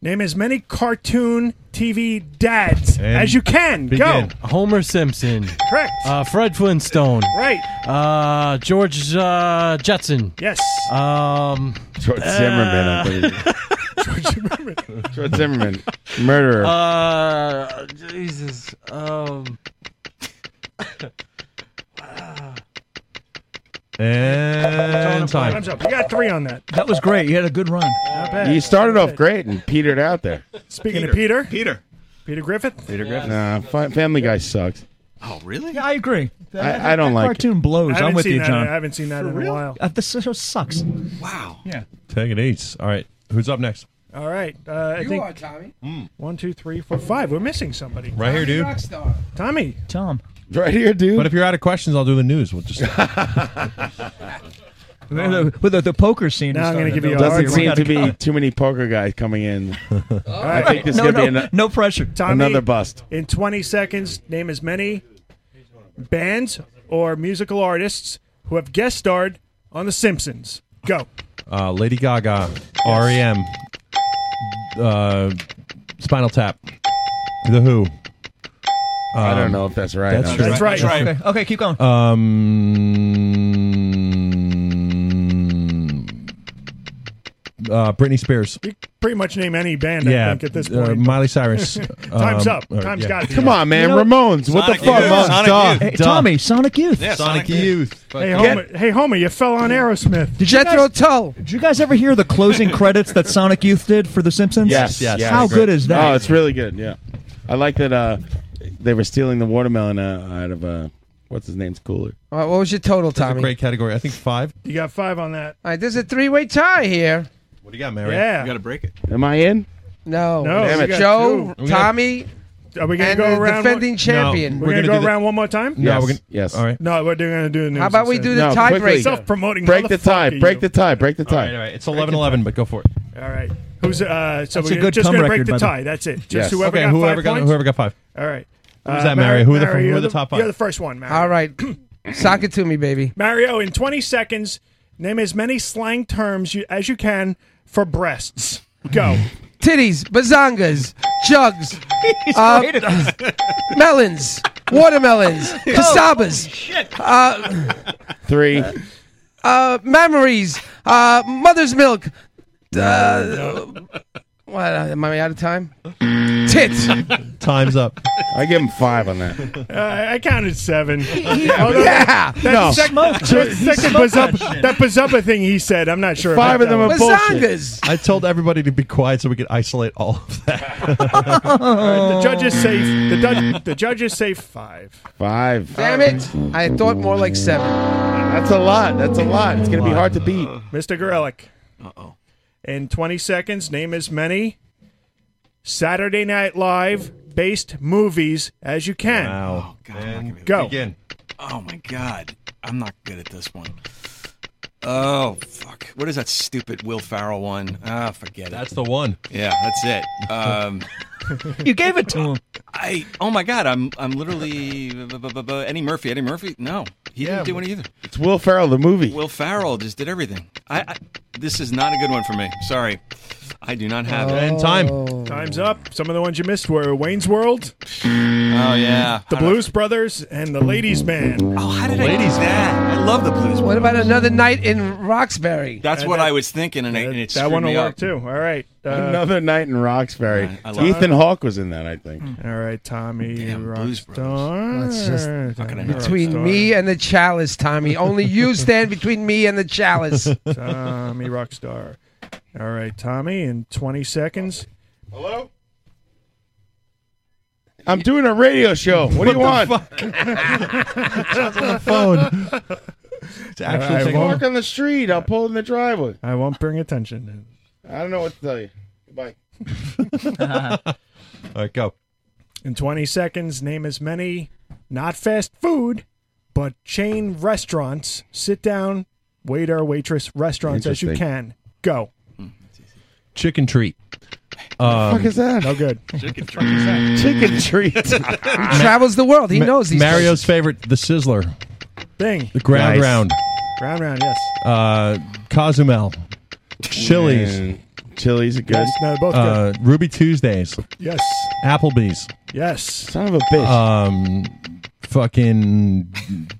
S11: name as many cartoon TV dads
S17: And
S11: as you can.
S17: begin.
S11: Go.
S4: Homer Simpson.
S11: Correct.
S4: Uh, Fred Flintstone.
S11: right.
S4: Uh, George uh, Jetson.
S11: Yes.
S4: Um,
S12: George Zimmerman. I believe. George Zimmerman, murderer.
S4: uh, Jesus. Um,
S17: And time.
S11: Time's up. You got three on that.
S7: That was great. You had a good run.
S11: Not bad.
S12: you started off great and petered out there.
S11: Speaking of Peter,
S16: Peter.
S11: Peter Griffith.
S12: Nah, fi- Family Guy sucks.
S16: Oh, really?
S7: Yeah, I agree. That-
S12: I don't
S7: that
S12: like it.
S7: cartoon blows.
S12: I
S7: I'm
S12: haven't
S7: with
S12: seen
S7: you,
S12: that-
S7: John.
S12: I haven't seen that
S7: For
S12: in a
S7: real?
S12: while.
S7: Uh, this show sucks. Wow. Yeah.
S17: Take it easy. All right. Who's up next?
S11: All right. Uh, I
S1: You
S11: think Hmm.
S1: are, Tommy.
S11: One, two, three, four, five. We're missing somebody.
S17: Right here, dude.
S1: Rockstar.
S11: Tommy.
S7: Tom.
S12: Right here, dude.
S17: But if you're out of questions, I'll do the news. We'll just.
S12: Um,
S7: The, the- the- the poker scene. is starting to build.
S12: Doesn't seem to
S7: Gotta
S12: be
S7: go.
S12: too many poker guys coming in. I
S11: right.
S12: think there's
S11: No,
S12: gonna be
S11: no,
S12: an-
S11: no pressure. Tommy.
S12: Another bust.
S11: In 20 seconds, name as many bands or musical artists who have guest starred on The Simpsons. Go.
S17: Uh, Lady Gaga, REM, uh, Spinal Tap, The Who. Um,
S12: I don't know if that's right.
S17: That's,
S12: That's right. That's right.
S7: Okay, okay, keep going.
S17: Um, uh, Britney Spears.
S11: Pretty much name any band, I
S17: yeah,
S11: think, at this
S17: uh,
S11: point.
S17: Miley Cyrus.
S11: Time's
S17: Um,
S11: up.
S17: or-
S11: Time's
S17: yeah.
S11: got to be
S12: Come
S11: up.
S12: on, man.
S11: You know-
S12: Ramones. What
S11: Sonic
S12: the fuck?
S11: Youth.
S12: Mom?
S11: Sonic
S12: Duh.
S11: Youth. Hey, Tommy,
S7: Sonic Youth. Yeah,
S17: Sonic Sonic Youth. Youth.
S11: Hey
S17: Fuck
S11: Homer, hey Homer, you fell on Aerosmith.
S7: Did you guys, Tull. Did you guys ever hear the closing credits that Sonic Youth did for The Simpsons?
S12: Yes, yes.
S7: How good is that?
S12: Oh, it's really good. Yeah, I like that. Uh, they were stealing the watermelon uh, out of uh, what's his name's cooler.
S1: All right, what was your total, Tommy?
S17: great category. I think five.
S11: You got five on that.
S1: All right, there's a three-way tie here.
S17: What do you got, Mary?
S1: Yeah.
S17: You got to break it.
S12: Am I in?
S1: No,
S11: No, Damn we it. got
S1: Oh, Joe,
S11: two. We got-
S1: Tommy.
S11: Are we going to
S1: and
S11: go
S1: the
S11: around?
S1: defending
S11: one-
S1: champion.
S11: We're, going to go around one more time?
S12: No, Yes, we're gonna- yes. all right.
S11: No, we're going to do the news.
S1: How about we
S11: instead.
S1: do the
S12: No,
S1: tiebreaker?
S12: quickly.
S11: Self-promoting
S12: Break the
S11: motherfucker,
S12: tie.
S11: you.
S12: Break the tie. Break the tie.
S17: All right, all right. It's 11 11, but go for it.
S11: All right. Who's uh? So
S17: That's a
S11: we're
S17: good
S11: just
S17: cum record,
S11: gonna break
S17: by
S11: the
S17: the way.
S11: tie. That's it. Just
S17: Yes.
S11: whoever
S17: Okay,
S11: got
S17: whoever
S11: five
S17: got-
S11: points?
S17: whoever got five.
S11: All right. Uh,
S17: Who's that, Mary? Who are the- who
S11: you're
S17: are the top five?
S11: You're the first one, Mario.
S1: All right, sock it to me, baby.
S11: Mario, in 20 seconds, name as many slang terms you, as you can for breasts. Go.
S1: Titties, bazongas, jugs, uh,
S11: rated
S1: melons, watermelons, cassabas, uh,
S12: Three.
S1: uh, memories, uh, mother's milk. Uh, what? uh, Am I out of time?
S11: Uh,
S1: Tit.
S17: Time's up.
S12: I give him five on that.
S11: Uh, I counted seven.
S12: Yeah.
S11: Although
S12: Yeah.
S11: That, that
S12: No.
S11: sec-
S12: Smoked.
S11: that
S12: He
S11: second
S12: smoked that
S11: bazooka- that bazooka thing he said, I'm not sure.
S17: Five
S11: about
S17: of them
S11: that
S17: are
S11: one.
S17: bullshit. I told everybody to be quiet so we could isolate all of that.
S11: All right, the judges say the, judge the judges say five.
S12: Five.
S1: Damn it! I thought more like seven.
S12: That's a lot. That's a lot. It's gonna be hard to beat.
S11: Mr. Gorelick. Uh oh. In 20 seconds, name as many Saturday Night Live based movies as you can.
S17: Wow. God.
S11: Oh, Go.
S17: Begin.
S16: Oh my god, I'm not good at this one. Oh fuck! What is that stupid Will Farrell one? Ah, forget it.
S17: That's the one.
S16: Yeah, that's it. Um,
S7: you gave it to him.
S16: I oh my god, I'm I'm literally bu- bu- bu- bu- Eddie Murphy. Eddie Murphy? No, he didn't do any either.
S12: It's Will Ferrell, the movie.
S16: Will Farrell just did everything. I, I this is not a good one for me. Sorry, I do not have it.
S12: Oh.
S11: Time's up. Some of the ones you missed were Wayne's World.
S16: Oh yeah,
S11: The Blues Brothers and the Ladies Band. Oh,
S16: how did Ladies I I love the blues.
S1: What about another night in Roxbury?
S16: That's what I was thinking, and, it, and it
S11: That one
S16: screwed
S11: will
S16: me
S11: work
S16: up.
S11: too. All right. Uh,
S12: Another night in Roxbury.
S16: I love
S12: Ethan
S11: it.
S12: Hawke was in that, I think.
S11: All right, Tommy. Rockstar.
S1: That's just
S11: How can I not
S1: between
S11: rockstar?
S1: me and the chalice, Tommy. Only you stand between me and the chalice.
S11: Tommy Rockstar. All right, Tommy, in 20 seconds.
S12: Hello? I'm doing a radio show. What, do you want?
S11: It's actually
S12: I
S11: I,
S12: walk
S11: won't,
S12: on the street. I'll pull in the driveway.
S11: I won't bring attention.
S12: I don't know what to tell you. Goodbye.
S17: All right, go.
S11: In 20 seconds, name as many not fast food, but chain restaurants, sit down, waiter, waitress, restaurants as you
S17: Interesting.
S11: can. Go.
S17: Chicken treat. Um,
S12: fuck is that?
S11: Um, No good.
S16: Chicken
S12: treat. Chicken treat.
S1: He travels the world. He knows these
S17: Mario's favorite, the Sizzler.
S11: Thing.
S17: The ground
S12: Nice.
S17: round.
S11: Round, round, yes.
S17: Uh, Cozumel. Chili's.
S12: Chili's are good.
S11: Yes, no, both good.
S17: Uh, Ruby Tuesdays.
S11: Yes.
S17: Applebee's.
S11: Yes.
S12: Son of a bitch.
S17: Um, fucking.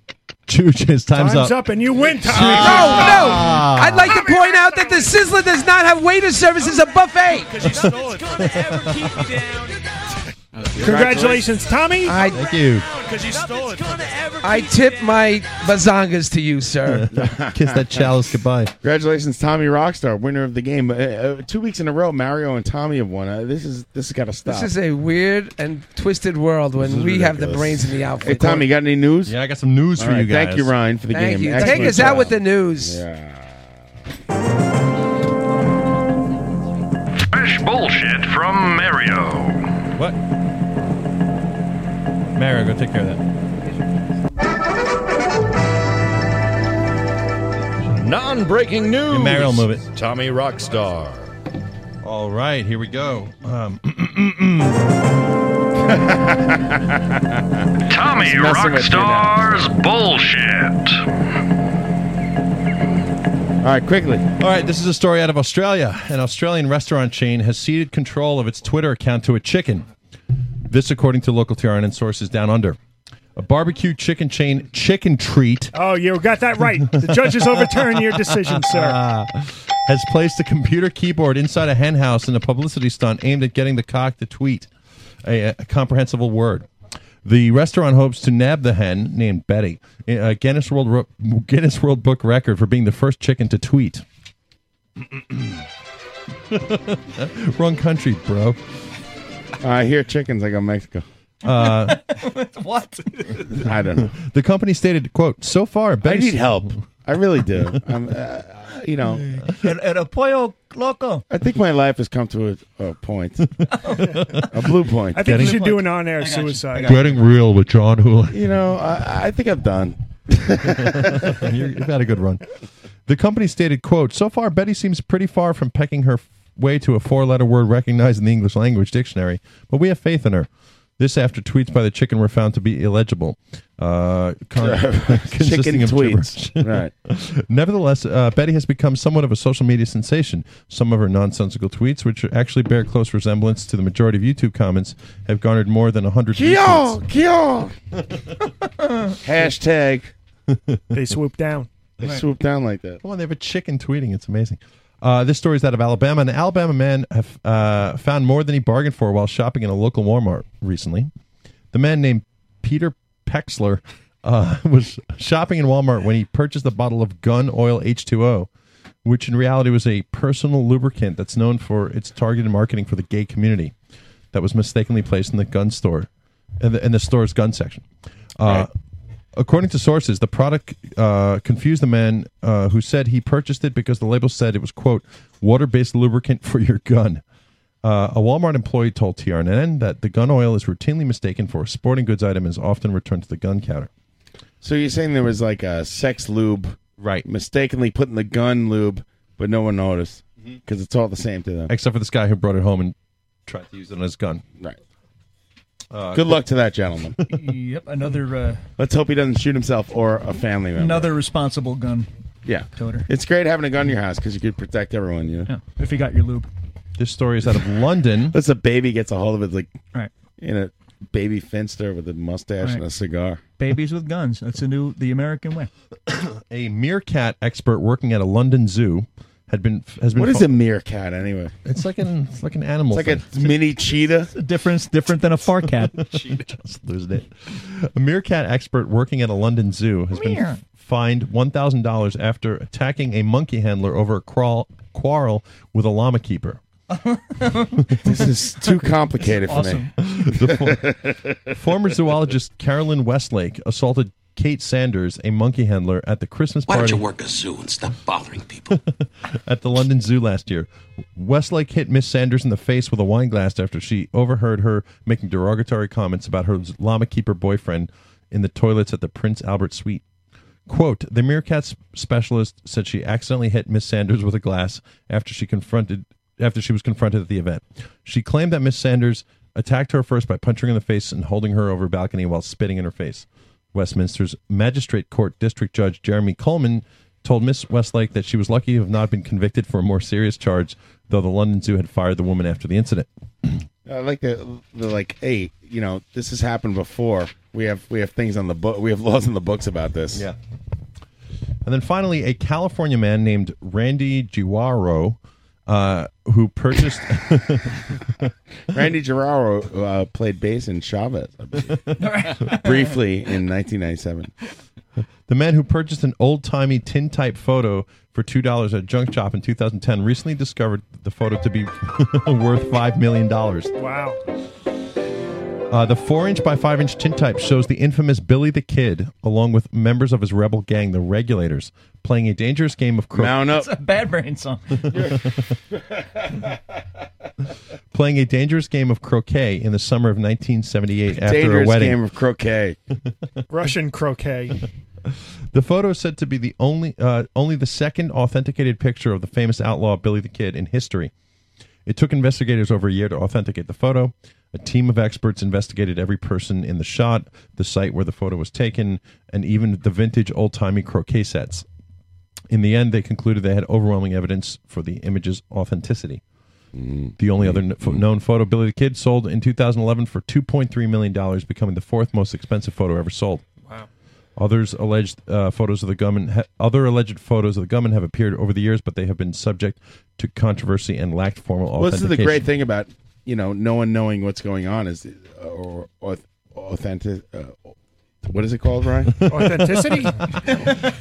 S17: Chooches. Time's,
S11: Time's up. and you win, Tommy.
S1: No, no.
S12: Ah.
S1: I'd like to point out that the Sizzler does not have waiter service; it's a buffet.
S11: Congratulations, Tommy.
S1: I,
S11: Thank
S12: you.
S11: Because you stole it.
S1: I tip my bazongas to you, sir.
S12: Kiss that chalice goodbye. Congratulations, Tommy Rockstar, winner of the game. Uh, uh, two weeks in a row, Mario and Tommy have won. Uh, this is this has got to stop.
S1: This is a weird and twisted world when
S12: is
S1: we have the
S12: ridiculous.
S1: brains in the
S12: Hey,
S1: outfit.
S12: Tommy, you got any news?
S17: Yeah, I got some news
S12: All
S17: for you
S12: right,
S17: guys.
S12: Thank you, Ryan, for the
S1: Thank
S12: game.
S1: you.
S12: Excellent
S1: Take us out
S12: job.
S1: with the news.
S19: Fresh bullshit from Mario.
S17: What? Mario, go take care of that.
S6: Non-breaking news.
S17: Hey, Meryl, move it.
S6: Tommy Rockstar.
S17: All right, here we go. Um,
S19: Tommy
S17: He's messing with you now.
S19: Rockstar's bullshit.
S12: All right, quickly.
S17: All right, this is a story out of Australia. An Australian restaurant chain has ceded control of its Twitter account to a chicken. This, according to local TRN sources down under. A barbecue chicken chain, Chicken Treat,
S11: Oh, you got that right. The judges overturn your decision, sir.
S17: Ah. has placed a computer keyboard inside a hen house in a publicity stunt aimed at getting the cock to tweet a, a comprehensible word. The restaurant hopes to nab the hen named Betty, a Guinness World Ro- Guinness World Book record for being the first chicken to tweet. Wrong country, bro.
S12: I hear chickens. I go Mexico.
S17: Uh,
S7: what?
S12: I don't know.
S17: The company stated, "quote So far, Betty
S12: I need help. I really do. I'm, uh, you know,
S7: El, el pollo loco.
S12: I think my life has come to a, a point, a blue point.
S11: I think you should do an on-air suicide.
S17: Getting real with John Hula.
S12: You know, I, I think I'm done.
S17: You're- You've had a good run. The company stated, "quote So far, Betty seems pretty far from pecking her f- way to a four-letter word recognized in the English language dictionary, but we have faith in her." This after tweets by the chicken were found to be illegible, uh, con- consisting
S12: Chicken
S17: of
S12: tweets.
S17: gibberish.
S12: Right.
S17: Nevertheless, uh, Betty has become somewhat of a social media sensation. Some of her nonsensical tweets, which actually bear close resemblance to the majority of YouTube comments, have garnered more than 100 retweets.
S12: Kyo, Kyo. Hashtag.
S11: They swoop down.
S12: They
S17: Right.
S12: swoop down like that.
S17: Come on, they have a chicken tweeting. It's amazing. Uh, this story is out of Alabama. An Alabama man have, uh, found more than he bargained for while shopping in a local Walmart recently. The man named Peter Pexler uh, was shopping in Walmart when he purchased a bottle of gun oil H2O, which in reality was a personal lubricant that's known for its targeted marketing for the gay community that was mistakenly placed in the gun store, in the, in the store's gun section. Uh, According to sources, the product uh, confused the man uh, who said he purchased it because the label said it was, quote, water based lubricant for your gun. Uh, a Walmart employee told TRNN that the gun oil is routinely mistaken for a sporting goods item and is often returned to the gun counter.
S12: So you're saying there was like a sex lube,
S17: right?
S12: Mistakenly put in the gun lube, but no one noticed
S17: Mm-hmm.
S12: because it's all the same to them.
S17: Except for this guy who brought it home and tried to use it on his gun.
S12: Right.
S17: Uh,
S12: Good luck to that gentleman.
S7: yep, another uh,
S12: Let's hope he doesn't shoot himself or a family member.
S7: another responsible gun.
S12: Yeah.
S7: Toter.
S12: It's great having a gun in your house because you could protect everyone. You know?
S7: If you got your lube.
S17: This story is out of London.
S12: That's a baby gets a hold of it like
S7: Right.
S12: in a baby finster with a mustache
S7: Right.
S12: and a cigar.
S7: Babies with guns. That's a new the American way.
S17: a meerkat expert working at a London zoo had been has been
S12: What is
S17: fo-
S12: a meerkat anyway?
S17: It's like an it's like an animal.
S12: It's like a mini cheetah.
S7: difference different than a far cat.
S17: Just losing it. A meerkat expert working at a London zoo has been
S7: Meow.
S17: f- fined one thousand dollars after attacking a monkey handler over a crawl, quarrel with a llama keeper.
S12: this is too complicated for me.
S17: the for- former zoologist Carolyn Westlake assaulted Kate Sanders, a monkey handler, at the Christmas
S14: Why
S17: party.
S14: don't you work a zoo and stop bothering people?
S17: at the London Zoo last year. Westlake hit Miss Sanders in the face with a wine glass after she overheard her making derogatory comments about her llama keeper boyfriend in the toilets at the Prince Albert Suite. Quote, the meerkat specialist said she accidentally hit Miss Sanders with a glass after she confronted after she was confronted at the event. She claimed that Miss Sanders attacked her first by punching her in the face and holding her over a balcony while spitting in her face. Westminster's Magistrate Court District Judge Jeremy Coleman told Miss Westlake that she was lucky to have not been convicted for a more serious charge, though the London Zoo had fired the woman after the incident.
S12: I like the, the like. Hey, you know this has happened before. We have we have things on the book. We have laws in the books about this. Yeah.
S17: And then finally, a California man named Randy Giuaro uh, who purchased
S12: Randy Geraro uh, played bass in Chavez I believe. briefly in 1997.
S17: The man who purchased an old timey tin type photo for two dollars at a junk shop in 2010 recently discovered the photo to be worth five million dollars.
S11: Wow.
S17: Uh, the four inch by five inch tin type shows the infamous Billy the Kid, along with members of his rebel gang, the Regulators, playing a dangerous game of crook.
S7: It's a bad brain song.
S17: playing a dangerous game of croquet in the summer of 1978 after
S12: Dangerous
S17: a wedding.
S12: game of croquet.
S11: Russian croquet.
S17: The photo is said to be the only uh, only the second authenticated picture of the famous outlaw Billy the Kid in history. It took investigators over a year to authenticate the photo. A team of experts investigated every person in the shot, the site where the photo was taken, and even the vintage old timey croquet sets. In the end, they concluded they had overwhelming evidence for the image's authenticity. The only other kn- pho- known photo, Billy the Kid, sold in 2011 for 2.3 million dollars, becoming the fourth most expensive photo ever sold.
S11: Wow.
S17: Others alleged uh, photos of the gunman, ha- other alleged photos of the gunman have appeared over the years, but they have been subject to controversy and lacked formal
S12: Well, this is
S17: authentication.
S12: the great thing about you know no one knowing what's going on is uh, or, or authentic. Uh, what is it called, Ryan?
S17: Authenticity?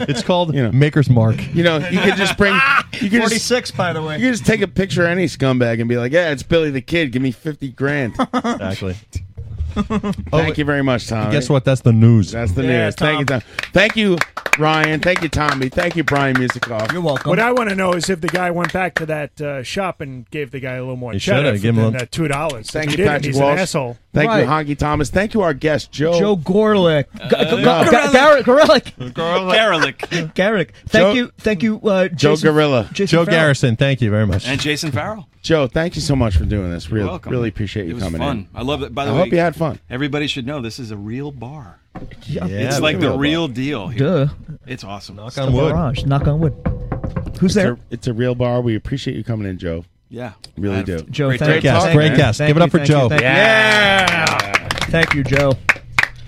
S17: it's called Maker's Mark.
S12: You know, you can just bring. You can
S7: 46, by the way.
S12: You can just take a picture of any scumbag and be like, "Yeah, it's Billy the Kid. Give me fifty grand."
S17: Exactly.
S12: Thank you very much, Tommy.
S17: Oh, Guess what? That's the news.
S12: That's the
S11: Yeah,
S12: news. Thank you, Tom. Thank you, Ryan. Thank you, Tommy. Thank you, Brian Musikoff. You're
S7: welcome.
S11: What I want to know is if the guy went back to that uh, shop and gave the guy a little more
S12: He
S11: cheddar
S12: shoulda, give him a
S11: than
S12: little-
S11: that two dollars.
S12: Thank you,
S11: didn't,
S12: Patrick
S11: he's
S12: Walsh.
S11: an asshole.
S12: Thank you, Honky Thomas. Thank you, our guest, Joe.
S7: Joe Gorlick.
S12: Uh,
S7: Gar- Gar- Gar- Gorlick.
S16: Garlic.
S7: Garrick.
S17: Joe-
S7: Thank you. Thank you, uh,
S12: Joe
S7: Jason-
S12: Gorilla.
S7: Jason
S17: Joe
S7: Farrell.
S17: Garrison, thank you very much.
S16: And Jason Farrell.
S12: Joe, thank you so much for doing this. Really,
S16: welcome.
S12: really appreciate you
S16: It was
S12: coming
S16: fun.
S12: in.
S16: I love it. By the
S12: I
S16: way,
S12: hope you had fun.
S16: Everybody should know this is a real bar.
S7: Yeah.
S16: it's like the real deal. Here.
S7: Duh.
S16: It's awesome.
S7: Knock on wood. Mirage. Knock on wood. Who's
S12: it's
S7: there?
S12: A, it's a real bar. We appreciate you coming in, Joe.
S16: Yeah.
S12: really
S16: I've-
S12: do.
S7: Joe, thank you.
S12: talk,
S7: Thank you, thank
S12: man.
S7: you, thank you, thank you. Thank you, Joe.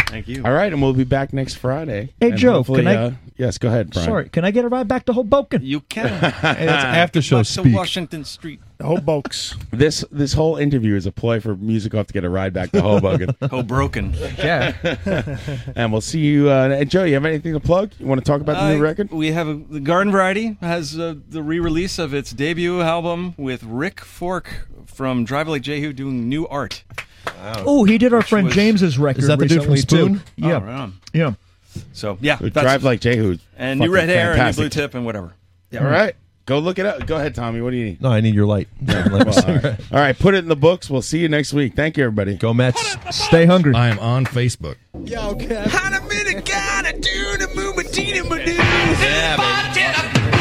S16: Thank you.
S12: All right, and we'll be back next Friday.
S7: Hey,
S12: And
S7: Joe,
S12: hopefully,
S7: can I-
S12: uh, yes, go ahead, Brian.
S7: Sorry, can I get a ride back to Hoboken?
S16: You can.
S12: That's after show
S16: Back to
S12: speak.
S16: Washington Street.
S11: Hobokes.
S12: This this whole interview is a ploy for music off to get a ride back to Hoboken.
S16: Hoboken.
S12: and we'll see you. Uh, and Joe, you have anything to plug? You want to talk about the new
S16: Uh,
S12: record?
S16: We have a, the Garden Variety has uh, the re-release of its debut album with Rick Fork from Drive Like Jehu doing new art. Wow.
S7: Oh, he did our friend James's record. recently, Too. Yeah.
S16: Oh, right on.
S7: Yeah.
S16: So yeah,
S12: Who Drive Like Jehu. is
S16: and new
S12: fucking
S16: red hair and new
S12: fantastic.
S16: blue tip and whatever.
S12: Yeah, all right. Go look it up. Go ahead, Tommy. What do you need?
S17: No, I need your light.
S12: Well, all, right. All right, put it in the books. We'll see you next week. Thank you, everybody.
S17: Go Mets.
S7: Stay hungry.
S17: I am on Facebook.
S21: Yo, Kev. How the minute gotta do the moo ma dee dee ma doo.
S6: Yeah,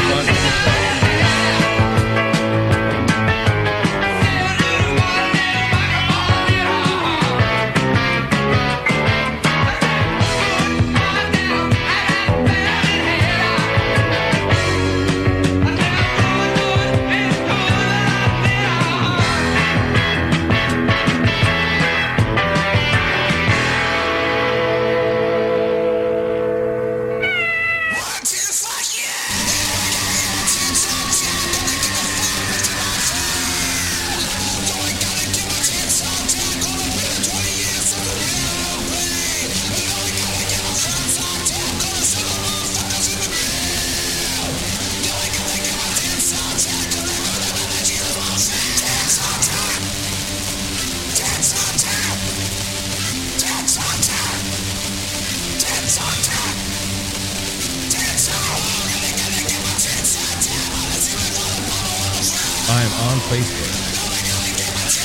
S6: I am on Facebook.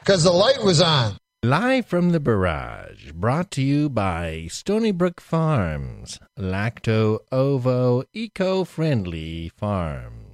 S9: Because the light was on.
S6: Live from the barrage, brought to you by Stony Brook Farms, lacto ovo eco friendly farms.